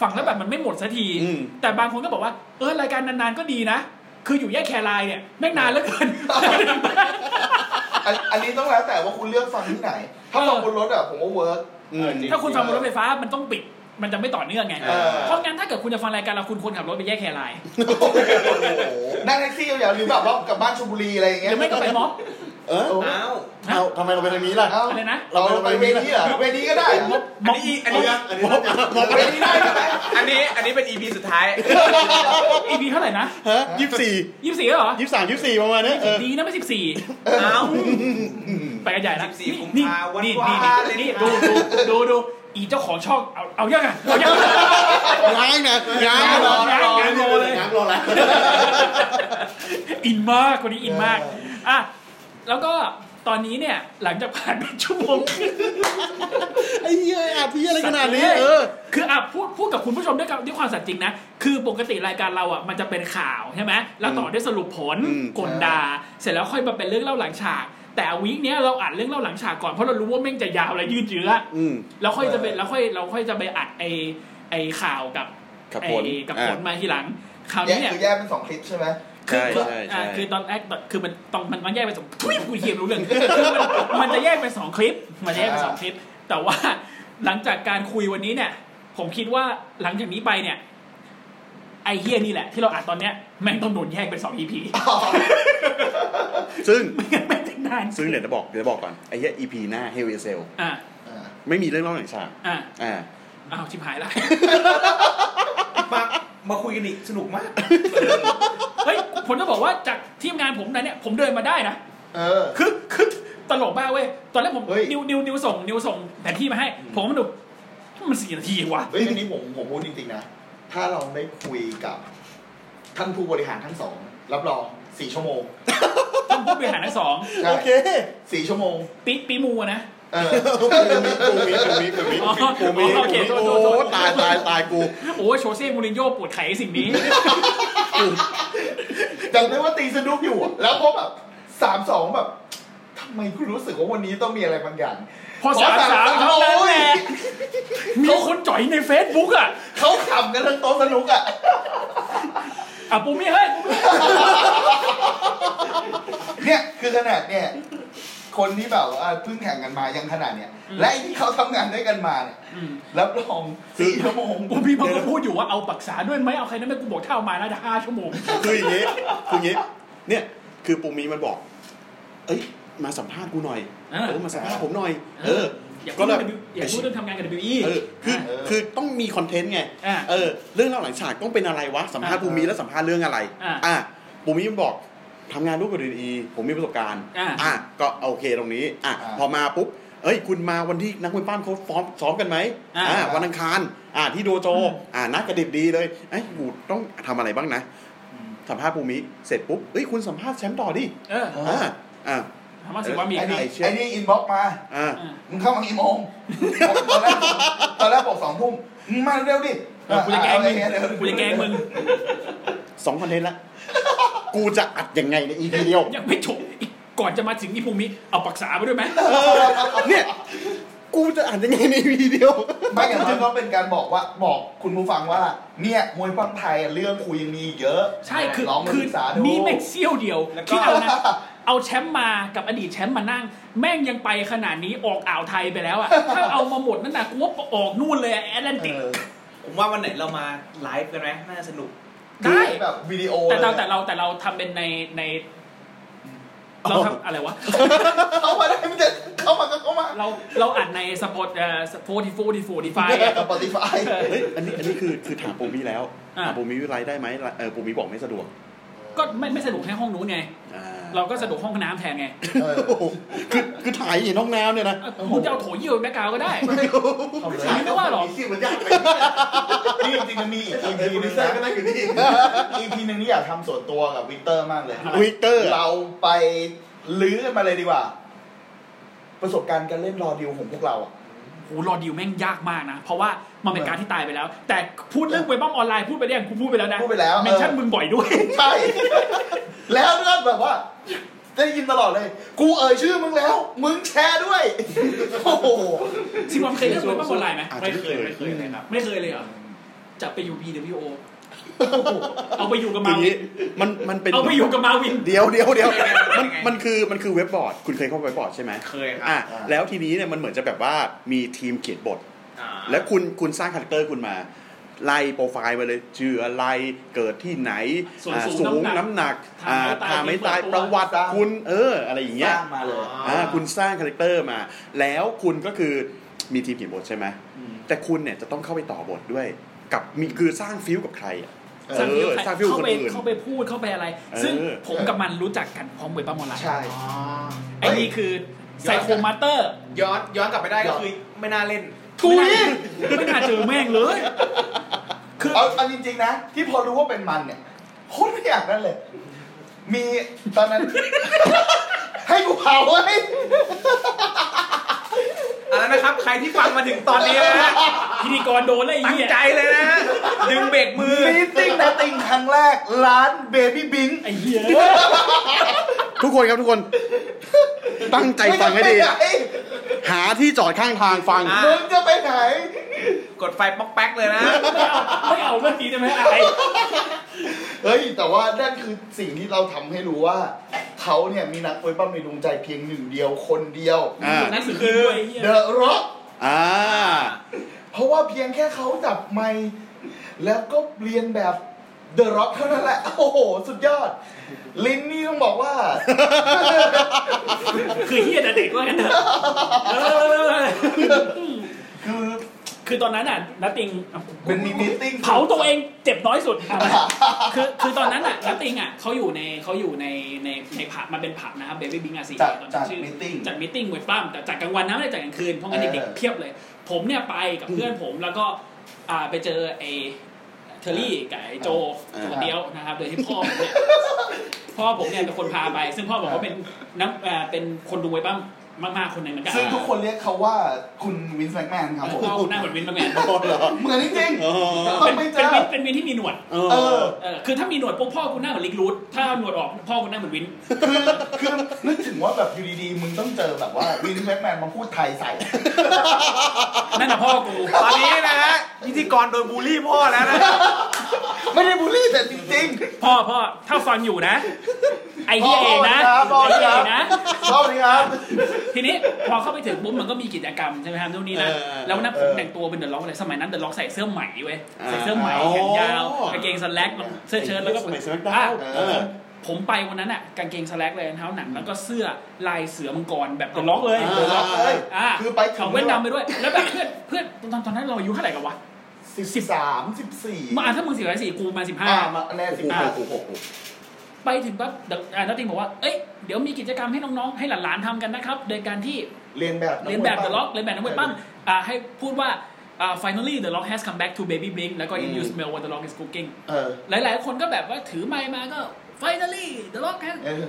[SPEAKER 2] ฟังแล้วแบบมันไม่หมดสักที
[SPEAKER 4] อืม
[SPEAKER 2] แต่บางคนก็บอกว่าเออรายการนานๆก็ดีนะ คืออยู่แยกแครายเนี่ยแม่งนานเหลือเกิน
[SPEAKER 5] อันอันนี้ต้องแล้วแต่ว่าคุณเลือกฟังที่ไหน ถ้าฟังบนรถอะผมว่าเวิร์ก
[SPEAKER 4] อืม
[SPEAKER 2] ถ้าคุณฟังบนรถไฟฟ้ามันต้องปิด มันจะไม่ต่อเนื่องไง
[SPEAKER 5] เออ
[SPEAKER 2] เพราะงั้นถ้าเกิดคุณจะฟังรายการเราคุณควรขับรถไปแยกแคราย
[SPEAKER 5] นั่งแท็กซี่ยาวๆหรือแบบว่ากลับบ้านชลบุรีอะไรอย่าง
[SPEAKER 2] ห
[SPEAKER 5] เงี้ย
[SPEAKER 2] รือไม่ก็ไปม็อบ
[SPEAKER 4] เออ
[SPEAKER 6] อ้าว
[SPEAKER 4] เอาทำไมเราไปทางนี้ล่ะ
[SPEAKER 5] เอ้า
[SPEAKER 2] อะไรนะ
[SPEAKER 5] เราไปเวทีเหรอเวทีก็ได้เหรอ
[SPEAKER 6] อันนี้อันนี้
[SPEAKER 7] อันนี้เราจะ
[SPEAKER 5] บอกเวทีได้ใช่ไหม
[SPEAKER 6] อันนี้อันนี้เป็น EP สุดท้าย
[SPEAKER 2] อีพีเท่าไหร่นะ
[SPEAKER 4] ฮะยี่สิบสี่
[SPEAKER 2] ยี่สิบสี่เหรอ
[SPEAKER 4] ยี่สิบสามยี่สิบสี่ประมาณเนี้ยเออ
[SPEAKER 2] ดีนะไม่สิบสี่
[SPEAKER 6] เอ้า
[SPEAKER 2] ไปกันใหญ่นะ
[SPEAKER 6] 14กุมภาพันธ์
[SPEAKER 2] นี่
[SPEAKER 6] วัน
[SPEAKER 2] นี่
[SPEAKER 6] วาเล
[SPEAKER 2] นี่
[SPEAKER 6] นไทน์
[SPEAKER 2] นี่ดูดูดูดูอีเจ้าของช่องเอาเอายังไงเอา ยังไง
[SPEAKER 4] ง้างนะง้าง
[SPEAKER 2] ยัง
[SPEAKER 4] นะ
[SPEAKER 2] ยังยังโมเลย
[SPEAKER 7] ง้างรอแล้ว
[SPEAKER 2] อินมากคนนี้อินมากอ่ะแล้วก็ตอนนี้เนี่ยหลังจากผ่านไปชั่วโมง
[SPEAKER 4] ไอ้เหี้ยอาบเหี้ยอะไรขนาดนี้เออ
[SPEAKER 2] คืออ่ะพูดพูดกับคุณผู้ชมด้วยกับด้วยความสัตย์จริงนะคือปกติรายการเราอ่ะมันจะเป็นข่าวใช่ไหมแล้วต่อด้วยสรุปผล
[SPEAKER 4] อืม
[SPEAKER 2] กลดาเสร็จแล้วค่อยมาเป็นเรื่องเล่าหลังฉาก แต่วีคเนี้ยเราอ่านเรื่องเล่าหลังฉากก่อนเพราะเรารู้ว่าแม่งจะยาวและยืดเยื้อ
[SPEAKER 4] อืม
[SPEAKER 2] แล้วค่อยจะเป็นแล้วค่อยเราค่อยจะไปอัดไอไอข่าวกับ
[SPEAKER 4] กับ
[SPEAKER 2] ไอ
[SPEAKER 4] ผล
[SPEAKER 2] กับ
[SPEAKER 4] อ่ะ
[SPEAKER 2] ผลมาทีหลังคราว
[SPEAKER 5] แย
[SPEAKER 2] นี้
[SPEAKER 5] ก
[SPEAKER 2] เนี่ย
[SPEAKER 5] คือแยกเป็นสองคลิปใช่ไหม
[SPEAKER 4] ใช่
[SPEAKER 2] คือ
[SPEAKER 4] ใช่ใช่
[SPEAKER 2] อ่ะคือตอนแรกตอนคือมันต้องมันมันแยกเป็นสองทุยกูเทียมรู้เรื่อง คือมันมันจะแยกเป็นสองคลิป มันจะแยกเป็นสองคลิป แต่ว่าหลังจากการคุยวันนี้เนี่ย ผมคิดว่าหลังจากนี้ไปเนี่ย ไอเฮียนี่แหละ ที่เราอัดตอนเนี้ยแม่งต้องโดนแยกเป็นสองอีพี
[SPEAKER 4] ซึ่ง
[SPEAKER 2] ไม่งั้นแม่งจะนาน
[SPEAKER 4] ซึ่งเดี๋ยวจะบอกเดี๋ยวจะบอกก่อนไอ้เหี้ย EP หน้า Hell in a Cell
[SPEAKER 2] อ่ะ
[SPEAKER 4] ไม่มีเรื่องเล่าหนังฉาก
[SPEAKER 2] อ่ะ
[SPEAKER 4] อ่า
[SPEAKER 2] อ้าวชิบหายละ
[SPEAKER 6] มามาคุยกันอีกสนุกมาก
[SPEAKER 2] เฮ้ยผมจะบอกว่าจากทีมงานผมนะเนี่ยผมเดินมาได้นะ
[SPEAKER 5] เออ
[SPEAKER 2] คือคือตลกมากเว้ย ตอนแรกผม
[SPEAKER 5] เฮ้ย
[SPEAKER 2] นิวนิวนิวส่งนิวส่งแผนที่มาให้ ผมก็มาดูมันสี่นาทีเองวะ
[SPEAKER 5] เฮ้ยอันนี้ผมผมพูดจริงๆนะ ถ้าเราได้คุยกับท่านผู้บริหารทั้งสอง รับรองสี่ชั่วโมง
[SPEAKER 2] ต้องพูดบริหารทั้งสอง
[SPEAKER 5] ใช่
[SPEAKER 4] โอเค
[SPEAKER 5] สี่ชั่วโมง
[SPEAKER 2] ปีปีมูอะนะ
[SPEAKER 5] เออ
[SPEAKER 4] กูมีกูมีกูมี
[SPEAKER 2] อ๋อ
[SPEAKER 4] กูมี
[SPEAKER 2] โอเคโทษโทษโทษ
[SPEAKER 4] โอ้ตายตายตายกู
[SPEAKER 2] โอ้ยโชเซ่มูรินโญ่ปวดไขสิ่งนี้
[SPEAKER 5] จำได้ว่าตีสนุกอยู่อะแล้วก็แบบสามสองแบบทำไมคุณรู้สึกว่าวันนี้ต้องมีอะไรบางอย่าง
[SPEAKER 2] พอสามสามเท่านั้นแหละ มีคนจ่อยในเฟซบุ๊กอ่ะ
[SPEAKER 5] เขาขำกันทั้งโต๊ะสนุกอ่ะ
[SPEAKER 2] อ่ะปูมี่เฮ้ยปูมี่
[SPEAKER 5] เนี่ยคือขนาดเนี่ย คนที่แบบว่าเพิ่งแข่งกันมายังขนาดเนี่ย และไอ้ที่เขาทำงานด้วยกันมาเนี่ยรับรองสี่ชั่วโมง
[SPEAKER 2] ปูมี่มันก็พูดอยู่ว่าเอาปรักษาด้วยไหมเอาใครนั้นไหมกูบอกถ้าเอามาน่าจะห้าชั่วโมง
[SPEAKER 4] คืออย่างงี้คืออย่างงี้ เนี่ย คือปูมีมันบอก เอ้ย มาสัมภาษณ์กูหน่อย
[SPEAKER 2] อ่า
[SPEAKER 4] เออ มาสัมภาษณ์ผมหน่อย เออ
[SPEAKER 2] อย่าพู
[SPEAKER 4] ก็
[SPEAKER 2] ด
[SPEAKER 4] แบ
[SPEAKER 2] เรื่อบ ง W- อย่าพูดเรื่องทำงานกับ WE
[SPEAKER 4] เออ คือ คือต้องมีคอนเทนต์ไง
[SPEAKER 2] อ่า
[SPEAKER 4] เออ เรื่องเล่าหลังฉากต้องเป็นอะไรวะ สัมภาษณ์
[SPEAKER 2] อ่า
[SPEAKER 4] ปูมีแล้วสัมภาษณ์เรื่องอะไร
[SPEAKER 2] อ่า
[SPEAKER 4] อ่ะปูมีมันบอก ทำงานร่วมกับดีผมมีประสบการณ์
[SPEAKER 2] อ่า
[SPEAKER 4] อ่ะก็โอเคตรงนี้อ่ะ
[SPEAKER 5] อ่า
[SPEAKER 4] พอมาปุ๊บเอ้ย คุณมาวันที่นักมวยปั้มเขาซ้อมซ้อมกันไหม
[SPEAKER 2] อ่า
[SPEAKER 4] อ่าวันอังคารอ่าที่โดโจอ่านัดกระดิบดีเลยเอ้ยกูต้องทำอะไรบ้างนะ
[SPEAKER 5] อืม
[SPEAKER 4] สัมภาษณ์ภูมิเสร็จปุ๊บเอ้ยคุณสัมภาษณ์แชมป์ต่อดิ
[SPEAKER 2] เออ
[SPEAKER 4] อ่าอ่า
[SPEAKER 2] ถามว่าสิว่ามี
[SPEAKER 5] ไอ้
[SPEAKER 2] ไหม
[SPEAKER 5] นี่
[SPEAKER 4] ไอ้เชี่ย
[SPEAKER 5] ไอ้นี่อินบ็อกมา
[SPEAKER 4] อ่า
[SPEAKER 2] อ่า
[SPEAKER 5] มึงเข้ามากี่โมงตอนแรกตอนแรกบอกสองทุ่มมึงมาเร็วดิ
[SPEAKER 2] เออกูจะแกล้งมึง
[SPEAKER 5] เอาอะไรเยเร็ว
[SPEAKER 2] กูจะแกล้งมึง
[SPEAKER 4] สองคอนเทนต์ละ กูจะอัดยังไงใน EP เดียว
[SPEAKER 2] ยังไม่จบอีกก่อนจะมาถึงอีภูมิเอาปรักษาไปด้วยไหม
[SPEAKER 4] เนี่ย กูจะอัดยังไงใน EP เดียว
[SPEAKER 5] ไม่อย่างน้อยก็เป็นการบอกว่าบอกคุณผู้ฟังว่า เนี่ยมวยปั้มไทยอะเรื่องคุยยังมีอีกเยอะ
[SPEAKER 2] ใช่คือ
[SPEAKER 5] ลองมา
[SPEAKER 2] คื
[SPEAKER 5] ศึกษาดู
[SPEAKER 2] นี่แม่งเซี่ยวเดียว
[SPEAKER 6] แล้วก็
[SPEAKER 2] คิดเอานะ เอาแชมป์มากับอดีตแชมป์มานั่ง แม่งยังไปขนาดนี้ออกอ่าวไทยไปแล้วอ่ะ ถ้าเอามาหมดนั่นนะกูว่าออกนู่นเลยแอตแลนติก
[SPEAKER 5] เออ
[SPEAKER 6] ผมว่าวันไหนเรามาไลฟ์กันไหมน่าสนุก
[SPEAKER 2] ได้
[SPEAKER 5] แบบวิดีโอ
[SPEAKER 2] แต่เรา
[SPEAKER 5] ลย
[SPEAKER 2] แต่เราแต่เราทำเป็นในใน เราทำอะไรวะ
[SPEAKER 5] เข้ามาได้ไม่ได้เข้ามาก็เข้ามา
[SPEAKER 2] เราเราอัดในสปอตเอ่อโฟร์ทีโฟร์ทีโฟร์ทีไฟ
[SPEAKER 5] กับปฏิฟาย
[SPEAKER 4] เฮ้ย อันนี้ อันนี้คือ คือถามปูมี่แล้ว
[SPEAKER 2] อ่ะ
[SPEAKER 4] ถามปูมี่วิไลได้ไหมเออปูมี่บอกไม่สะดวก
[SPEAKER 2] ก็ไม่ไม่สะดวกแค่ห้องนู้นไง
[SPEAKER 4] อ่า
[SPEAKER 2] เราก็สะดวกห้องน้ำแทนไง
[SPEAKER 5] เออ
[SPEAKER 4] โอ้โหคือ คือถ่ายอยู่ในห้องน้ำเนี่ยนะ
[SPEAKER 2] เอ้าคุณจะเอาโถยี่ห้อแบ็กกราวก็ได้
[SPEAKER 5] เอาเลย
[SPEAKER 2] ไม่ว่าหรอก
[SPEAKER 7] ที่มันยากไป
[SPEAKER 5] นี่จริงๆมันมีอีก
[SPEAKER 7] อี
[SPEAKER 5] EP
[SPEAKER 7] พี
[SPEAKER 5] หนึ
[SPEAKER 7] นี้
[SPEAKER 5] ง
[SPEAKER 7] ใส่
[SPEAKER 5] นะ
[SPEAKER 7] ก็นั่งอยู่นี่
[SPEAKER 5] EP หนึงนี่อยากทำส่วนตัวกับวิกเตอร์มากเลย
[SPEAKER 4] วิกเตอร์
[SPEAKER 5] เราไปลื้อกันมาเลยดีกว่า ประสบการณ์การเล่นรอดิวของพวกเราอะ
[SPEAKER 2] โหรอดิวแม่งยากมากนะ เพราะว่ามันเป็นการที่ตายไปแล้ว แต่พูดเรื่องเว็บบ้อมออนไลน์พูดไปได้ยังกูพูดไปแล้วนะ
[SPEAKER 5] พูดไปแล้ว
[SPEAKER 2] เม
[SPEAKER 5] เอน อ
[SPEAKER 2] ชั่นมึงบ่อยด้วย
[SPEAKER 5] ใช่ แล้วก็แบบว่า ได้ยินตลอดเลย กูเอ่ยชื่อมึงแล้ว มึงแชร์ด้วย โอ้โห
[SPEAKER 2] ซิมวอนเคยเล่นเว็บบ้อมออนไลน์ไหม
[SPEAKER 4] อาจ
[SPEAKER 6] ไม่
[SPEAKER 4] จะไม่
[SPEAKER 6] เค
[SPEAKER 4] เค
[SPEAKER 6] ยไม่เค
[SPEAKER 4] ย
[SPEAKER 6] ยเลยครับ
[SPEAKER 2] ไม่เคยเลยเหรอจะไปอยู่ BWO เอาไปอยู่กับมา
[SPEAKER 4] คืออย่าง
[SPEAKER 2] วิ
[SPEAKER 4] นี้
[SPEAKER 2] น
[SPEAKER 4] มัน มันเป็น
[SPEAKER 2] เอาไปอยู่กับมาวิน
[SPEAKER 4] เดี๋ยวเดี๋ยวเดี๋ ยวมัน
[SPEAKER 6] ยังไง
[SPEAKER 4] มันคือ มันคือเว็บบอร์ด คุณเคยเข้าเว็บบอร์ดใช่ไหม
[SPEAKER 6] เคยครั
[SPEAKER 4] อ่ะ
[SPEAKER 6] บ
[SPEAKER 4] แล้วทีนี้เนี่ย มันเหมือนจะแบบว่า มีทีมเขียนบท
[SPEAKER 6] อ่า
[SPEAKER 4] แล้วคุณ คุณสร้างคาแรคเตอร์คุณมา ไล่โปรไฟล์ไปเลย ชื่ออะไร เกิดที่ไหน
[SPEAKER 2] ส่วน
[SPEAKER 4] อ่า
[SPEAKER 2] สูง
[SPEAKER 4] สูง
[SPEAKER 2] น้ำหนัก
[SPEAKER 4] น้ำหนัก
[SPEAKER 2] ทางไม่ตาย
[SPEAKER 4] ทางไม่ตาย
[SPEAKER 2] เปิดตั
[SPEAKER 4] ป
[SPEAKER 2] ว
[SPEAKER 4] ระวัติ
[SPEAKER 5] สร้าง
[SPEAKER 4] คุณ เออ อะไรอย่าง
[SPEAKER 5] ส
[SPEAKER 4] เงี้ย
[SPEAKER 5] ร้างมาเลย
[SPEAKER 4] อ่าคุณสร้างคาแรคเตอร์มา แล้วคุณก็คือมีทีมเขียนบทใช่ไหมแต่คุณเนี่ยจะต้องเข้าไปต่อบทด้วย กับมีคือสร้างฟิลกับใครอ่ะเอ
[SPEAKER 2] สร้างฟิล
[SPEAKER 4] อสร้างฟิลกับ
[SPEAKER 2] เข้า
[SPEAKER 4] คน
[SPEAKER 2] ไป
[SPEAKER 4] อื่น
[SPEAKER 2] เข้าไปพูดเข้าไปอะไร
[SPEAKER 4] เออ
[SPEAKER 2] ซึ่งผมกับมันรู้จักกันพร้อมเว็บบ้อมออนไลน์
[SPEAKER 5] ใช่
[SPEAKER 6] อ๋อ
[SPEAKER 2] ไอ้นี่คือไซโคมาเตอร์
[SPEAKER 6] ย้อนย้อนกลับไปได้ก็คือไม่น่าเล่น
[SPEAKER 2] ทุยไม่น่าเจอแม่งเลย คือ
[SPEAKER 5] เอาเอาจริงๆนะ ที่พอรู้ว่าเป็นมันเนี่ยโคตรไม่อยากนั่นเลย มีตอนนั้น ให้กูเผาไว้
[SPEAKER 6] อะไรนะครับ ใครที่ฟังมาถึงตอนนี้นะฮะ
[SPEAKER 2] พิธีกรโดนแล้วไอ้
[SPEAKER 6] ตั้ง
[SPEAKER 2] เหี้ย
[SPEAKER 6] ใจเลยนะ ดึงเบรกมือ
[SPEAKER 5] มีติ้งนาติงครั้งแรก ร้านเบบี้บิง
[SPEAKER 2] ไอ้เหี้ย
[SPEAKER 4] ทุกคนครับทุก คน ตั้งใจฟังให้ดี หาที่จอดข้างทางฟัง
[SPEAKER 6] อ่ะ
[SPEAKER 5] มึงจะไปไหน
[SPEAKER 6] กดไฟป๊อกแป๊กเลยนะ
[SPEAKER 2] ไม่เอาไม่เอาเมื่อกี้ได้ไหมอะไร
[SPEAKER 5] เฮ้ย แต่ว่านั่นคือสิ่งที่เราทำให้รู้ว่า เขาเนี่ยมีนักมวยปั้มในดวงใจเพียงหนึ่งเดียวคนเดียว
[SPEAKER 4] อ่า
[SPEAKER 2] หนั่นสือพิมพ์ด้วยไอ้เหี้ย
[SPEAKER 5] เดอะร็อก
[SPEAKER 4] อ่า
[SPEAKER 5] เพราะว่าเพียงแค่เขาจับไมค์แล้วก็เรียนแบบเดอะร็อกเท่านั้นแหละ โอ้โห สุดยอด ลิ้นนี่ต้องบอก ว่า
[SPEAKER 2] คือเหี้ยแต่เด็กว่ากันเถอะเออ
[SPEAKER 5] คือ
[SPEAKER 2] คือตอนนั้นอ่ะนัตติง
[SPEAKER 5] เป็นมีติ้ง
[SPEAKER 2] เผาตัวเองเจ็บน้อยสุดอ่ะคือคือตอนนั้นอ่ะนัตติงอ่ะเขาอยู่ในเขาอยู่ในในในผับมันเป็นผับนะครับเบบี้บิงอาซี
[SPEAKER 5] จัด
[SPEAKER 2] ตอน
[SPEAKER 5] จั
[SPEAKER 2] นั้
[SPEAKER 5] ด
[SPEAKER 2] นชื่อ
[SPEAKER 5] meeting
[SPEAKER 2] จัดมิทติ้งเวทปั้มแต่จัดกลางวันนะไม่ได้จัดกลางคืนเพราะงั้น
[SPEAKER 5] เออ
[SPEAKER 2] เด็กๆเพียบเลย ผมเนี่ยไปกับเพื่อนผมแล้วก็อ่าไปเจอไอ้เทอรี่กับไอ้โจ
[SPEAKER 4] อ่า
[SPEAKER 2] ตัวเดียวนะครับโดยที่พ่อผม เนี่ย พ่อผมเนี่ยเป็นคนพาไป ซึ่งพ่อผมก็เป็นนักเอ่อเป็นคนดูไว้บ้างมาก ๆ คนหนึ่งเหมือนกัน
[SPEAKER 5] ซึ่งทุกคนเรียกเขาว่าคุณวินส์แมกแมนครับผม
[SPEAKER 2] พ่อหน้าเหมือนวินแมน
[SPEAKER 4] โอ้เหรอ
[SPEAKER 5] เหมือนจริง
[SPEAKER 4] เออ
[SPEAKER 5] ๆต้อง
[SPEAKER 2] เป็
[SPEAKER 5] ไม่
[SPEAKER 2] น
[SPEAKER 5] เจ
[SPEAKER 2] เป็นวิน
[SPEAKER 5] อ
[SPEAKER 2] เป็นวินที่มีหนวด
[SPEAKER 4] เอ
[SPEAKER 5] เอ
[SPEAKER 4] อ
[SPEAKER 5] อ
[SPEAKER 2] เออคือถ้ามีหนวดปุ๊บพ่อกูหน้าเหมือนลิกรูทถ้าเอาหนวดออกพ่อกูหน้าเหมือนวิน
[SPEAKER 5] คือคือนึกถึงว่าแบบอยู่ดีๆ มึงต้องเจอแบบว่าวินแม็กแมนมาพูดไทยใส่
[SPEAKER 2] นั่นน่ะพ่อกู
[SPEAKER 6] ตอนนี้นะฮะพิธีกรโดนบูลลี่พ่อแล้วนะ
[SPEAKER 5] ไม่ได้บูลลี่แต่จริง
[SPEAKER 2] พ่อพ่อถ้าฟังอยู่นะ ไอ้เหี้ยเองนะ
[SPEAKER 5] พ่อ
[SPEAKER 2] ไอ้
[SPEAKER 5] ครับพ่อ
[SPEAKER 2] เหี้
[SPEAKER 5] ค
[SPEAKER 2] ยเอ
[SPEAKER 5] รับ
[SPEAKER 2] งนะ
[SPEAKER 5] ๆรอบนี้ครับ
[SPEAKER 2] ทีนี้พอเข้าไปถึงปุ๊บมันก็มีกิจกรรมใช่ไหมครับนู่นนี่นั่น
[SPEAKER 4] เออเออ
[SPEAKER 2] แล้ววันนั้นผม
[SPEAKER 5] เออ
[SPEAKER 2] แต่งตัวเป็นเดอะล็อกเลยสมัยนั้นเดอะล็อกใส่เสื้อไหมเว้ย
[SPEAKER 4] อ่า
[SPEAKER 2] ใส่เสื้อไหม
[SPEAKER 4] อ๋อ
[SPEAKER 2] แขนยาวกางเกงสแล็กเสื้อเชิ้ตแล้วก็
[SPEAKER 4] สมัย Smackdown
[SPEAKER 2] อ่ะ
[SPEAKER 4] เออ
[SPEAKER 2] ผมไปวันนั้นอ่ะกางเกงสแล็กเลยรองเท้าหนังแล้วก็เสื้อลายเสือมังกรแบบเดอะล็อกเลย
[SPEAKER 4] อ่า
[SPEAKER 5] เดี๋ยวล็อกเลย
[SPEAKER 2] อ่า
[SPEAKER 5] คือไปถึ
[SPEAKER 2] ขางเวียดนามไปด้วย แล้วแบบเพื่อนเพื่อนตอนตอนนั้นเราอายุเท่าไหร่กันวะ
[SPEAKER 5] สิบสามสิบสี่
[SPEAKER 2] มาถ้ามึงสี่ร้อยสี่กูมาสิบห้า
[SPEAKER 5] อ่ามาแน่สิบ
[SPEAKER 4] โอ้
[SPEAKER 5] ห้า
[SPEAKER 4] โหโอ้โหโอ้โห
[SPEAKER 2] ไป ไปถึงปั๊บเดี๋ยวอ่านัตติงบอกว่า เอ้ย เดี๋ยวมีกิจกรรมให้น้องๆ ให้หลานๆทำกันนะครับ โดยการที่
[SPEAKER 5] เรียนแบบ
[SPEAKER 2] เรียนแบบ The Rock เรียนแบบนักมวยปั้มอ่าให้พูดว่าอ่า finally The Rock has come back to Baby Blink แล้วก็ if you smell what The Rock is cooking
[SPEAKER 5] เออ
[SPEAKER 2] หลายๆ คนก็แบบว่าถือไมค์มาก็ finally The Rock has
[SPEAKER 5] เออ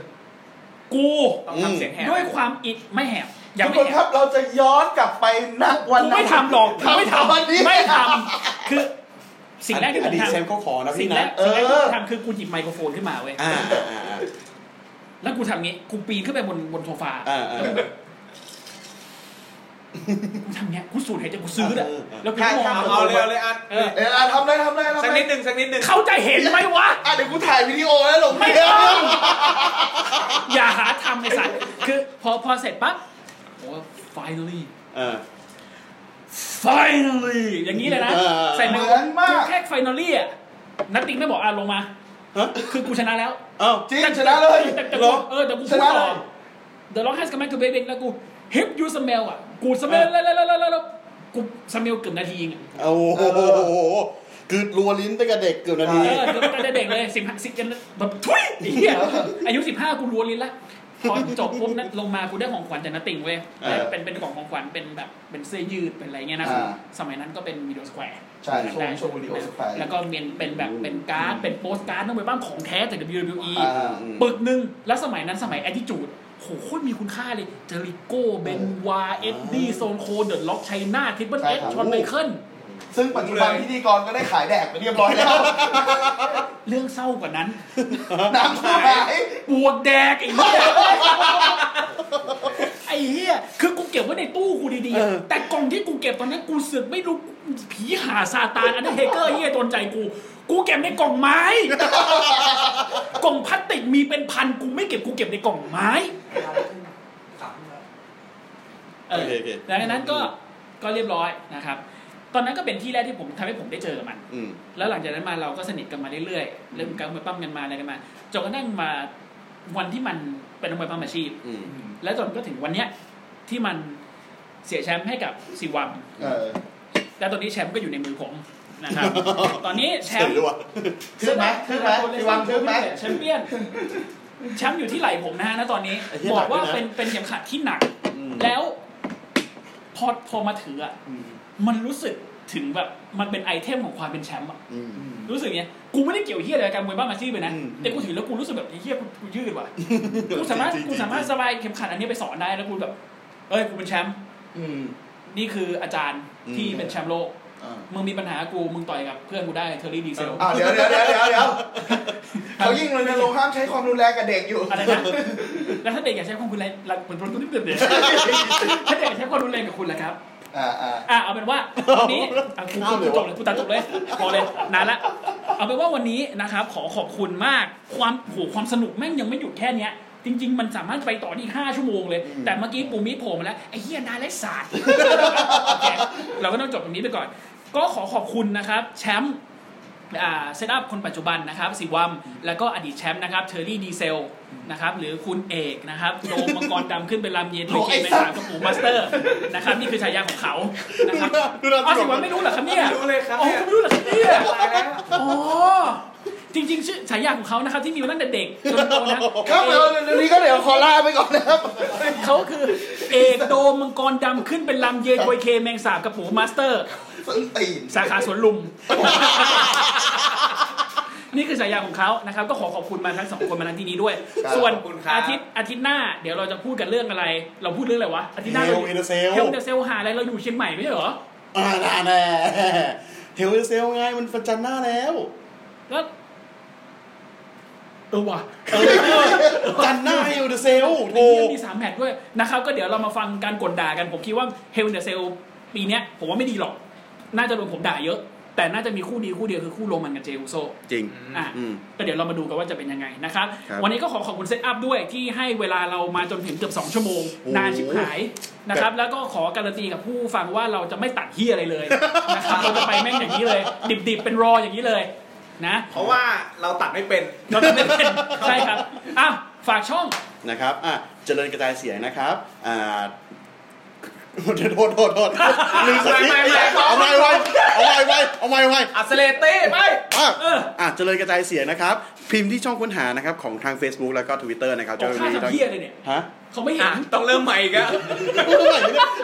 [SPEAKER 2] กู
[SPEAKER 6] ต้องทำเสียงแหบ
[SPEAKER 2] ด้วยความอิดไม่แหบอย่า
[SPEAKER 5] ทุก
[SPEAKER 2] ไม่
[SPEAKER 5] คน
[SPEAKER 2] แห
[SPEAKER 5] ครับ บเราจะย้อนกลับไปนักวัน
[SPEAKER 2] กู
[SPEAKER 5] นั้น
[SPEAKER 2] ไม่ทำหรอกกูไม่ทำ
[SPEAKER 5] วันนี้
[SPEAKER 2] ไม่ทำคือสิ่งแรกที่ผ
[SPEAKER 4] อ
[SPEAKER 2] ม
[SPEAKER 4] ดีต
[SPEAKER 2] ทำ
[SPEAKER 4] แชมป์เขาขอนะ
[SPEAKER 2] สิ่
[SPEAKER 4] พี่
[SPEAKER 2] งแร
[SPEAKER 4] นะ
[SPEAKER 2] กสิ่งแรกที่ผ
[SPEAKER 5] เออ
[SPEAKER 2] มทำคือกูหยิบไมโครโฟนขึ้นมาเว้ย
[SPEAKER 4] อ่าอ่าอ่า
[SPEAKER 2] แล้วกูทำงี้กูปีนขึ้นไปบนบนโซฟา
[SPEAKER 4] อ่าอ่า
[SPEAKER 2] กูทำเงี้ยกูสูดหายใจกูซื้อเลย
[SPEAKER 4] เออเออ
[SPEAKER 2] แล้วกู
[SPEAKER 5] ใช่
[SPEAKER 2] มอง
[SPEAKER 5] ครับ
[SPEAKER 6] เอาเอาเร็วเลยอ่ะ
[SPEAKER 2] เออ
[SPEAKER 5] เอออ่ะทำเลยทำเลยทำ
[SPEAKER 6] สัก
[SPEAKER 5] เล
[SPEAKER 6] นิ
[SPEAKER 5] ย
[SPEAKER 6] ดหนึ่งสักนิดหนึ่ง
[SPEAKER 2] เขาจะเห็นไหมวะ
[SPEAKER 5] อ่ะเดี๋ยวกูถ่ายวิดีโอแล้วลง
[SPEAKER 2] ไม่
[SPEAKER 5] เดี๋ยว
[SPEAKER 2] เอา อย่าหาทำไอ้สัตว์คือพอพอเสร็จปั๊บโอ้ finally
[SPEAKER 4] เออ
[SPEAKER 2] finally อย่างนี้เลยนะ
[SPEAKER 4] เออเออ
[SPEAKER 2] ใส่
[SPEAKER 5] เห
[SPEAKER 2] มือ
[SPEAKER 5] มือนมาก
[SPEAKER 2] แค่ finally อ่ะนัตติงไม่บอกอ่ะลงมา
[SPEAKER 4] ฮะ
[SPEAKER 2] คือกูชนะแล้ว
[SPEAKER 4] เอ้า
[SPEAKER 5] จริงชนะเลย
[SPEAKER 2] แต่แต่
[SPEAKER 4] เหร
[SPEAKER 2] กู
[SPEAKER 4] อ
[SPEAKER 2] เออแต่กู
[SPEAKER 5] ช
[SPEAKER 2] พูด
[SPEAKER 5] นะเล
[SPEAKER 2] ต่อย เดอะล็อกแฮสกับแม็กทูเบเบงแล้วกู hip you smell อ่ะ กูสเมลแล้วแล้วแล้วแล้วแล้วกูสเมลเกือบนาทีเองอะ
[SPEAKER 4] โอ้โหคือรัวลิ้นตั้งแต่เด็กเกือบนาที
[SPEAKER 2] เออเกือบตั้งแต่เด็กเลยสิบห้าสิบแบบทุยไอ้เหี้ยอายุสิบห้ากูรัวลิ้นละพอจบปุ๊บนะลงมากูได้ของขวัญจากนัตติงเว้ย
[SPEAKER 5] เออ
[SPEAKER 2] เป็นเป็นกล่องของขวัญเป็นแบบเป็นเสื้อยืดเป็นอะไรเงี้ยนะ
[SPEAKER 5] อ่า
[SPEAKER 2] สมัยนั้นก็เป็นวิดีโอสแควร์
[SPEAKER 5] ใช่ชมชมวิดีโอสไปร์
[SPEAKER 2] แล้วก็เป็นเป็นแบบเป็นการ์ดเป็นโปสการ์ดต้องไปบ้างของแท้จาก WWE
[SPEAKER 5] อ่า
[SPEAKER 2] ปึกหนึ่งแล้วสมัยนั้นสมัย attitude โหโคตรมีคุณค่าเลยเจริโก้เบนวาเอ็ดดี้โซนโคเดอะล็อกไชน่าทิปเปิล
[SPEAKER 5] ใช่
[SPEAKER 2] เอ็ก
[SPEAKER 5] ครับ
[SPEAKER 2] ชอนไมเคิล
[SPEAKER 5] ซึ่งปัจจุบันพิธีกรก็ได้ขายแดกไปเรียบร้อย แล้ว
[SPEAKER 2] เรื่องเศร้ากว่านั้น
[SPEAKER 5] น้ำท่วมหาย
[SPEAKER 2] ปวดแดกไอ้เหี้ยไอ้เหี้ยคือกูเก็บไว้ในตู้กูดีๆอะแต่กล่องที่กูเก็บตอนนั้นกูเสือกไม่รู้ผีหาซาตานอันนั้นเฮเกอร์เหี้ยโดนใจกู กูเก็บในกล่องไม้ กล่องพลาสติกมีเป็นพันกูไม่เก็บกูเก็บในกล่องไม้เออ
[SPEAKER 4] โอเคโอเค
[SPEAKER 2] หลังจากนั้นก็ก็เรียบร้อยนะครับ ตอนนั้นก็เป็นที่แรกที่ผมทำให้ผมได้เจอกับมัน
[SPEAKER 4] อืม
[SPEAKER 2] แล้วหลังจากนั้นมาเราก็สนิทกันมาเรื่อยๆ เริ่มกันมาปั้มกันมาอะไรกันมาจนกระทั่งมาวันที่มันเป็นนักมวยปั้มอาชีพ
[SPEAKER 4] อืม
[SPEAKER 2] และจนก็ถึงวันเนี้ยที่มันเสียแชมป์ให้กับสิวัม
[SPEAKER 5] เออ
[SPEAKER 2] และตอนนี้แชมป์ก็อยู่ในมือผมนะครับ ตอนนี้แช
[SPEAKER 4] เฉ
[SPEAKER 2] ม
[SPEAKER 4] ย
[SPEAKER 2] ป์
[SPEAKER 4] ด้วยว่ะ
[SPEAKER 5] ทึกไหมทึกไหมพี่วังทึกไหม
[SPEAKER 2] แชมเปี้ยนแชมป์อยู่ที่ไหล่ผมนะฮะณตอนนี้บอกว่าเป็นเป็นเข็มขัดที่หนัก แล้วพอพอมาถืออ่ะมันรู้สึกถึงแบบมันเป็นไอเทมของความเป็นแชมป์อะ
[SPEAKER 4] อืม
[SPEAKER 2] รู้สึกไงกูไม่ได้เกี่ยวเฮียอะไรกับการมวยบ้านอาชีพเลยนะ
[SPEAKER 4] อืม
[SPEAKER 2] แต่กูถือแล้วกูรู้สึกแบบเฮียกูกูยืด ว่ะ กูสามารถ
[SPEAKER 4] จริงๆ
[SPEAKER 2] กูสามารถสบายเข็มขัดอันนี้ไปสอนได้แล้วกูแบบ เอ้ยกูเป็นแชมป์
[SPEAKER 5] อืม
[SPEAKER 2] นี่คืออาจารย์
[SPEAKER 4] อืม
[SPEAKER 2] ที่เป็นแชมป์โลก
[SPEAKER 5] อ่า
[SPEAKER 2] มึงมีปัญหากู มึงต่อยกับเพื่อนกูได้เทอร์รี่ดีเซล
[SPEAKER 5] อ่าเดี๋ยวเดี๋ยวเดี๋ยวเดี๋ยวเดี๋ยวเขายิ่งรณรงค์ห้ามใช้ความรุนแรงกับเด็กอยู่
[SPEAKER 2] อะไรนะ แล้วถ้าเด็กอยากใช้ความรุนแรงเราเหมือนรุนที่เด็ก ถ้าเด็กอยากใช้ความรุนแรงกับคุณล่ะครับ
[SPEAKER 5] อ่าอ่า
[SPEAKER 2] อ่ะเอาเป็นว่าวันนี้อ่ะกูกูกูจบเลยกูตัดจบเลยพอเลยนานละเอาเป็นว่าวันนี้นะครับ ขอขอบคุณมากความโหความสนุกแม่งยังไม่หยุดแค่เนี้ย จริง ๆ มันสามารถไปต่อที่5ชั่วโมงเลย แต่เมื่อกี้ปูมิโผล่มาแล้วไอ้เหี้ยนายไรศา สตร์โอเคเราก็ต้องจบตรงนี้ไปก่อน ก็ขอขอบคุณนะครับแชมป์เซตอัพคนปัจจุบันนะครับสิวัมแล้วก็อดีตแชมป์นะครับเทอร์รี่ดีเซลนะครับหรือคุณเอกนะครับโดมมังกรดำขึ้นเป็นลำเย็นไปเกมไปสามกับปูมาสเตอร์นะครับนี่คือฉายาของเขานะครับ
[SPEAKER 4] ดูนะ
[SPEAKER 2] อ๋อสิ
[SPEAKER 4] ดูนะ
[SPEAKER 2] วันไม่รู้เหรอครับเนี่ย
[SPEAKER 6] รู้เลยครับ
[SPEAKER 2] อ๋อ
[SPEAKER 6] เนี่ย
[SPEAKER 2] ไม่รู้เหรอครับเนี่ย
[SPEAKER 6] ตายแล้ว
[SPEAKER 2] อ๋อจริง ๆ ชื่อฉายาของเขานะครับที่มีมาตั้งแต่เด็กจนโตนะครับ
[SPEAKER 5] เดี๋ยวเดี๋ยวนี้ก็เดี๋ยวขอลาไปก่อนนะครับ
[SPEAKER 2] เขาคือเอกโดมมังกรดำขึ้นเป็นลำเยโวยเคแมงสาบกับหมูมาสเตอร์
[SPEAKER 5] ส้นตีน
[SPEAKER 2] สาขาสวนลุม นี่คือฉายาของเขานะครับ ก็ขอขอบคุณมาทั้งสองคนมาทั้งที่นี้ด้วย
[SPEAKER 5] ครับ
[SPEAKER 2] ส่วน
[SPEAKER 6] ขอบคุณครับ
[SPEAKER 2] อาทิตย์อาทิตย์หน้าเดี๋ยวเราจะพูดกันเรื่องอะไร เราพูดเรื่องอะไรวะอาทิตย์หน้า
[SPEAKER 4] เฮ
[SPEAKER 2] เรา
[SPEAKER 4] ลอินเซล
[SPEAKER 2] เฮลเดอร์เซลหาอะไรเราอยู่เชียงใหม่ไม่ใช่เหรอ
[SPEAKER 4] อ่าน่าแน่เฮลอินเซลไงมันประจันหน้าแล้ว
[SPEAKER 2] แล้วเออว่ะ
[SPEAKER 4] เออจันหน้าเฮลอินเซล
[SPEAKER 2] โอ้
[SPEAKER 4] โอ้
[SPEAKER 2] มีสามแมตช์ด้วยนะครับก็เดี๋ยวเรามาฟังการกดด่ากันผมคิดว่าเฮลเดอร์เซลปีเนี้ยผมว่าไม่ดีหรอก น่าจะโดนผมด่าเยอะ แต่น่าจะมีคู่ดีคู่เดียวคือคู่โรมันกับเจอุโซ
[SPEAKER 4] จริง
[SPEAKER 2] อ่ะ
[SPEAKER 4] อืม
[SPEAKER 2] ก็เดี๋ยวเรามาดูกันว่าจะเป็นยังไงนะครับ
[SPEAKER 4] ครับ
[SPEAKER 2] วันนี้ก็ขอขอบคุณเซตอัพด้วยที่ให้เวลาเรามาจนถึงเกือบ 2 ชั่วโมง
[SPEAKER 4] โอ้โห
[SPEAKER 2] นานชิบหายนะครับแล้วก็ขอการันตีกับผู้ฟังว่าเราจะไม่ตัดเฮียอะไรเลยนะครับ เราจะไปแม่งอย่างนี้เลย ดิบๆเป็นรออย่างนี้เลย นะ
[SPEAKER 6] เพราะว่าเราตัดไม่เป็น
[SPEAKER 2] เราจะไม่เป็นใช่ครับอ้าวฝากช่อง
[SPEAKER 4] นะครับ อ่ะ เจริญกระจายเสียงนะครับ อ่า โทษโทษโทษลืมสติ
[SPEAKER 6] ไม่ไม่ไม่
[SPEAKER 4] เอาไม่ไว้เอาไม่ไว้เอาไม่ไว้
[SPEAKER 6] อัสเลเต้ไป
[SPEAKER 4] อ่ะ
[SPEAKER 6] เออ
[SPEAKER 4] อ่ะเจริญกระจายเสียงนะครับ พิมพ์ที่ช่องค้นหานะครับ ของทาง Facebook แล้วก็ Twitter นะครับ
[SPEAKER 2] บอกค่า
[SPEAKER 4] มี
[SPEAKER 2] สับ
[SPEAKER 4] ทั้ง
[SPEAKER 2] เพี้ยเลยเนี่ย
[SPEAKER 4] ฮะ
[SPEAKER 2] เขาไม่เห็
[SPEAKER 6] อ่ะ
[SPEAKER 2] น
[SPEAKER 6] ต้องเริ่มใหม่อีก็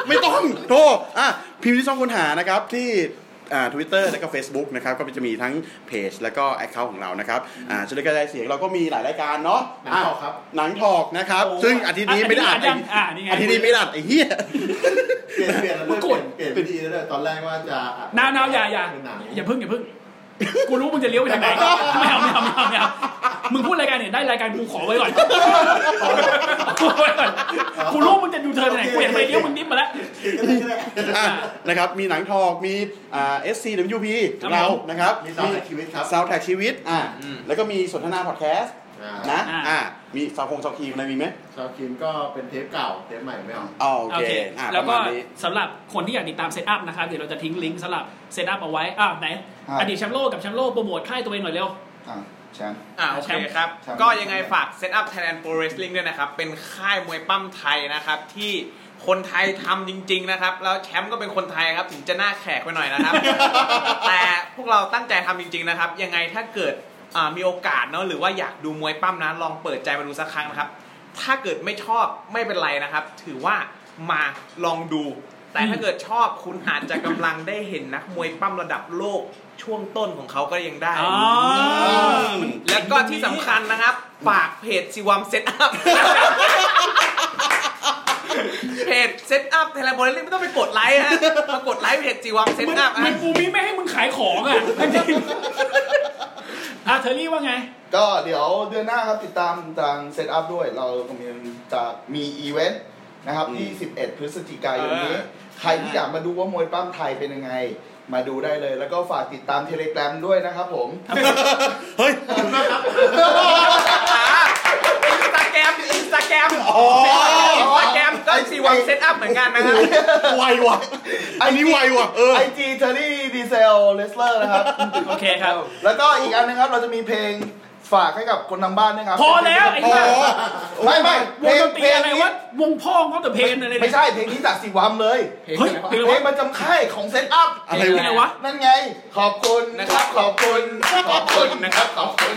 [SPEAKER 4] ไม่ต้องโทรอ่ะพิมพ์ที่ช่องค้นหานะครับที่อ่าทวิตเตอร์แล้วก็ Facebook นะครับก็จะมีทั้งเพจแล้วก็แอคเคาท์ของเรานะครับอ่าเจริญกระจายเสียงเราก็มีหลายรายการเนาะ
[SPEAKER 7] หนังต่อครับ
[SPEAKER 4] หนังถอกนะครับ
[SPEAKER 2] โอ้
[SPEAKER 4] ซึ่งอาทิตย์นี้ไม่ได้อัด
[SPEAKER 2] อันนี้อัดยังอ่ะนี่ไง
[SPEAKER 4] อาทิตย์นี้ไม่ได้อัดไอ้เหี้ย
[SPEAKER 7] เปลี่ยนเปลี่ยนแล้วด้วยเปลี่ยนเปลี่ยนวิธีแล้วด้วยตอนแรกว่าจะอ่ะ
[SPEAKER 2] นาวนาอย่าอย่า
[SPEAKER 7] เป็นหนัง
[SPEAKER 2] อย่าพึ่งอย่าพึ่งกูรู้มึงจะเลี้ยวไปทางไหน ไม่เอาไม่เอาไม่เอาไม่เอามึงพูดรายการเนี่ยได้รายการกูขอไว้ก่อนกูไว้ก่อนกูรู้มึงจะยูเทิร์นไปไหนกูเห็นไปเลี้ยวมึงดิ้มมาแล้ว
[SPEAKER 4] อ่ะนะครับมีหนังทอกมีอ่า SCWP ของเรานะครับ
[SPEAKER 7] มีสาวในชีวิตครับ
[SPEAKER 4] ซาวแท็กชีวิตอ่ะ
[SPEAKER 6] อืม
[SPEAKER 4] แล้วก็มีสนทนาพอดแคสต์
[SPEAKER 7] นะ
[SPEAKER 4] นะ
[SPEAKER 2] อ่า
[SPEAKER 4] อ่า มีซาวคงซาวคีมอะไรมีไหม
[SPEAKER 7] ชาวคิมก็เป็นเทปเก่าเทปใหม่ไม่เอา
[SPEAKER 4] อ๋อโอ
[SPEAKER 2] โอ
[SPEAKER 4] เค
[SPEAKER 2] เค
[SPEAKER 4] อ่าป
[SPEAKER 2] แล้ว
[SPEAKER 4] ระ
[SPEAKER 2] ก็
[SPEAKER 4] มาณนี้
[SPEAKER 2] สำหรับคนที่อยากติดตามเซตอัพนะครับเดี๋ยวเราจะทิ้งลิงก์สำหรับเซตอัพเอาไว้อ่ะไหน
[SPEAKER 5] ครับ
[SPEAKER 2] อดีตแชมป์โลกกับแชมป์โลกโปรโมทค่ายตัวเองหน่อยเร็ว
[SPEAKER 5] อ่ะแชมป์
[SPEAKER 6] อ่าโอเคครับ
[SPEAKER 5] ครับ
[SPEAKER 6] ก็ยังไงฝาก Set Up Thailand Pro Wrestling ด้วยนะครับ เป็นค่ายมวยปั้มไทยนะครับ ที่คนไทยทำจริง ๆ นะครับ แล้วแชมป์ก็เป็นคนไทยครับ ถึงจะหน้าแขกไปหน่อย นะครับ แต่พวกเราตั้งใจทำจริง ๆ นะครับ ยังไงถ้าเกิดอ่ามีโอกาสเนาะหรือว่าอยากดูมวยปั้มนะ ลองเปิดใจมาดูสักครั้งนะครับ ถ้าเกิดไม่ชอบไม่เป็นไรนะครับ ถือว่ามาลองดู แต่ถ้าเกิดชอบคุณอาจจะกำลังได้เห็นนักมวยปั้มระดับโลกช่วงต้นของเขาก็ยังได้
[SPEAKER 2] อ๋อ
[SPEAKER 6] แล้วก็ที่สำคัญนะครับฝากเพจซีวัมเซตอัพ เพจเซตอัพเทเลโบลิ่ไม่ต้องไปกดไลค์ฮะมากดไลค์เพจซีวัมเซต
[SPEAKER 2] มึง
[SPEAKER 6] อัพ
[SPEAKER 2] มึ
[SPEAKER 6] ฮะ
[SPEAKER 2] งกูมิไม่ให้มึงขายของอ่ะ อ่ะเทอรี่ว่าไง
[SPEAKER 5] ก็เดี๋ยวเดือนหน้าครับติดตามทางเซตอัพด้วย เรากำลังจะมีอีเวนต์นะครับที่ 11 พฤศจิกายนนี้ ใครที่อยากมาดูว่ามวยปั้มไทยเป็นยังไง มาดูได้เลย แล้วก็ฝากติดตามเทเลกราด้วยนะครับผม
[SPEAKER 4] เฮ้ย
[SPEAKER 6] อินสตาแกรมอินสตาแกรม
[SPEAKER 4] อ๋อ
[SPEAKER 6] อินสตาแกรมก็ซีวัมเซตอัพเหมือนกันนะครับ
[SPEAKER 4] ไวว่ะ อันนี้ไวว่ะ เออ
[SPEAKER 5] ไอจีเทอรี่ดีเซลเลสเลอร์นะครับ
[SPEAKER 2] โอเคครับ
[SPEAKER 5] แล้วก็อีกอันนึงครับ เราจะมีเพลงฝากให้กับคนทางบ้านด้วยครับ
[SPEAKER 2] พอแล้วไอ้
[SPEAKER 4] อ๋อ
[SPEAKER 2] บ้า
[SPEAKER 5] ไม่ไม่
[SPEAKER 2] วงดนต
[SPEAKER 5] เพลง
[SPEAKER 2] รี
[SPEAKER 5] เพลง
[SPEAKER 2] อะไร
[SPEAKER 5] นี้
[SPEAKER 2] วะวงพ่อเขาแต่เพนอะไร
[SPEAKER 5] ไม่
[SPEAKER 2] เนี่ย
[SPEAKER 5] ใช่เพลงนี้จากสีวามเลย
[SPEAKER 2] เฮ้ยเพลงอะไร
[SPEAKER 5] เพล
[SPEAKER 2] วะ
[SPEAKER 5] งประจำค่ายของเซตอัพ
[SPEAKER 4] อะไร
[SPEAKER 2] เพลงอะ
[SPEAKER 4] วะ
[SPEAKER 2] ไรวะ
[SPEAKER 5] นั่นไง ขอบคุณนะครับ ขอบคุณ ขอบคุณนะครับ ขอบคุณ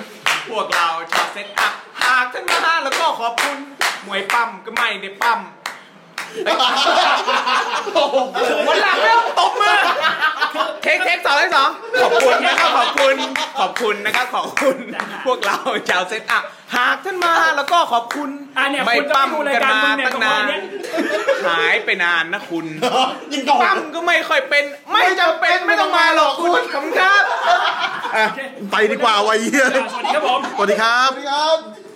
[SPEAKER 6] พวกเราชาวเซตอัพหากท่านมาแล้วก็ขอบคุณมวยปั้มก็ไม่ได้ปั้มวันหลังไม่ต้องตบมือเทคเทคสองเทคสองขอบคุณนะครับขอบคุณขอบคุณนะครับขอบคุณ พวกเราชาวเซตอัพหากท่านมาแล้วก็ขอบคุณ
[SPEAKER 2] อ่ะเนี่ย
[SPEAKER 6] ไม่
[SPEAKER 2] คุณจะ
[SPEAKER 6] ปั้ม
[SPEAKER 2] ไม่ดูราย
[SPEAKER 6] กัน
[SPEAKER 2] การ
[SPEAKER 6] มา
[SPEAKER 2] คุณเนี่ยข
[SPEAKER 6] ตั้งนาน
[SPEAKER 2] องวันเนี้ย
[SPEAKER 6] หายไปนานนะคุณ
[SPEAKER 4] ยิงก่อน
[SPEAKER 6] ปั้มก็ไม่ค่อยเป็น ไม่จำเป็นไม่ต้องมาหรอกคุณขอบคุณครับ
[SPEAKER 4] อ่ะไปดีกว่าไวะเหี้ย
[SPEAKER 2] อ่ะสวัสดีครับผม
[SPEAKER 4] สวัสดีครับ
[SPEAKER 5] สวัสดีครับ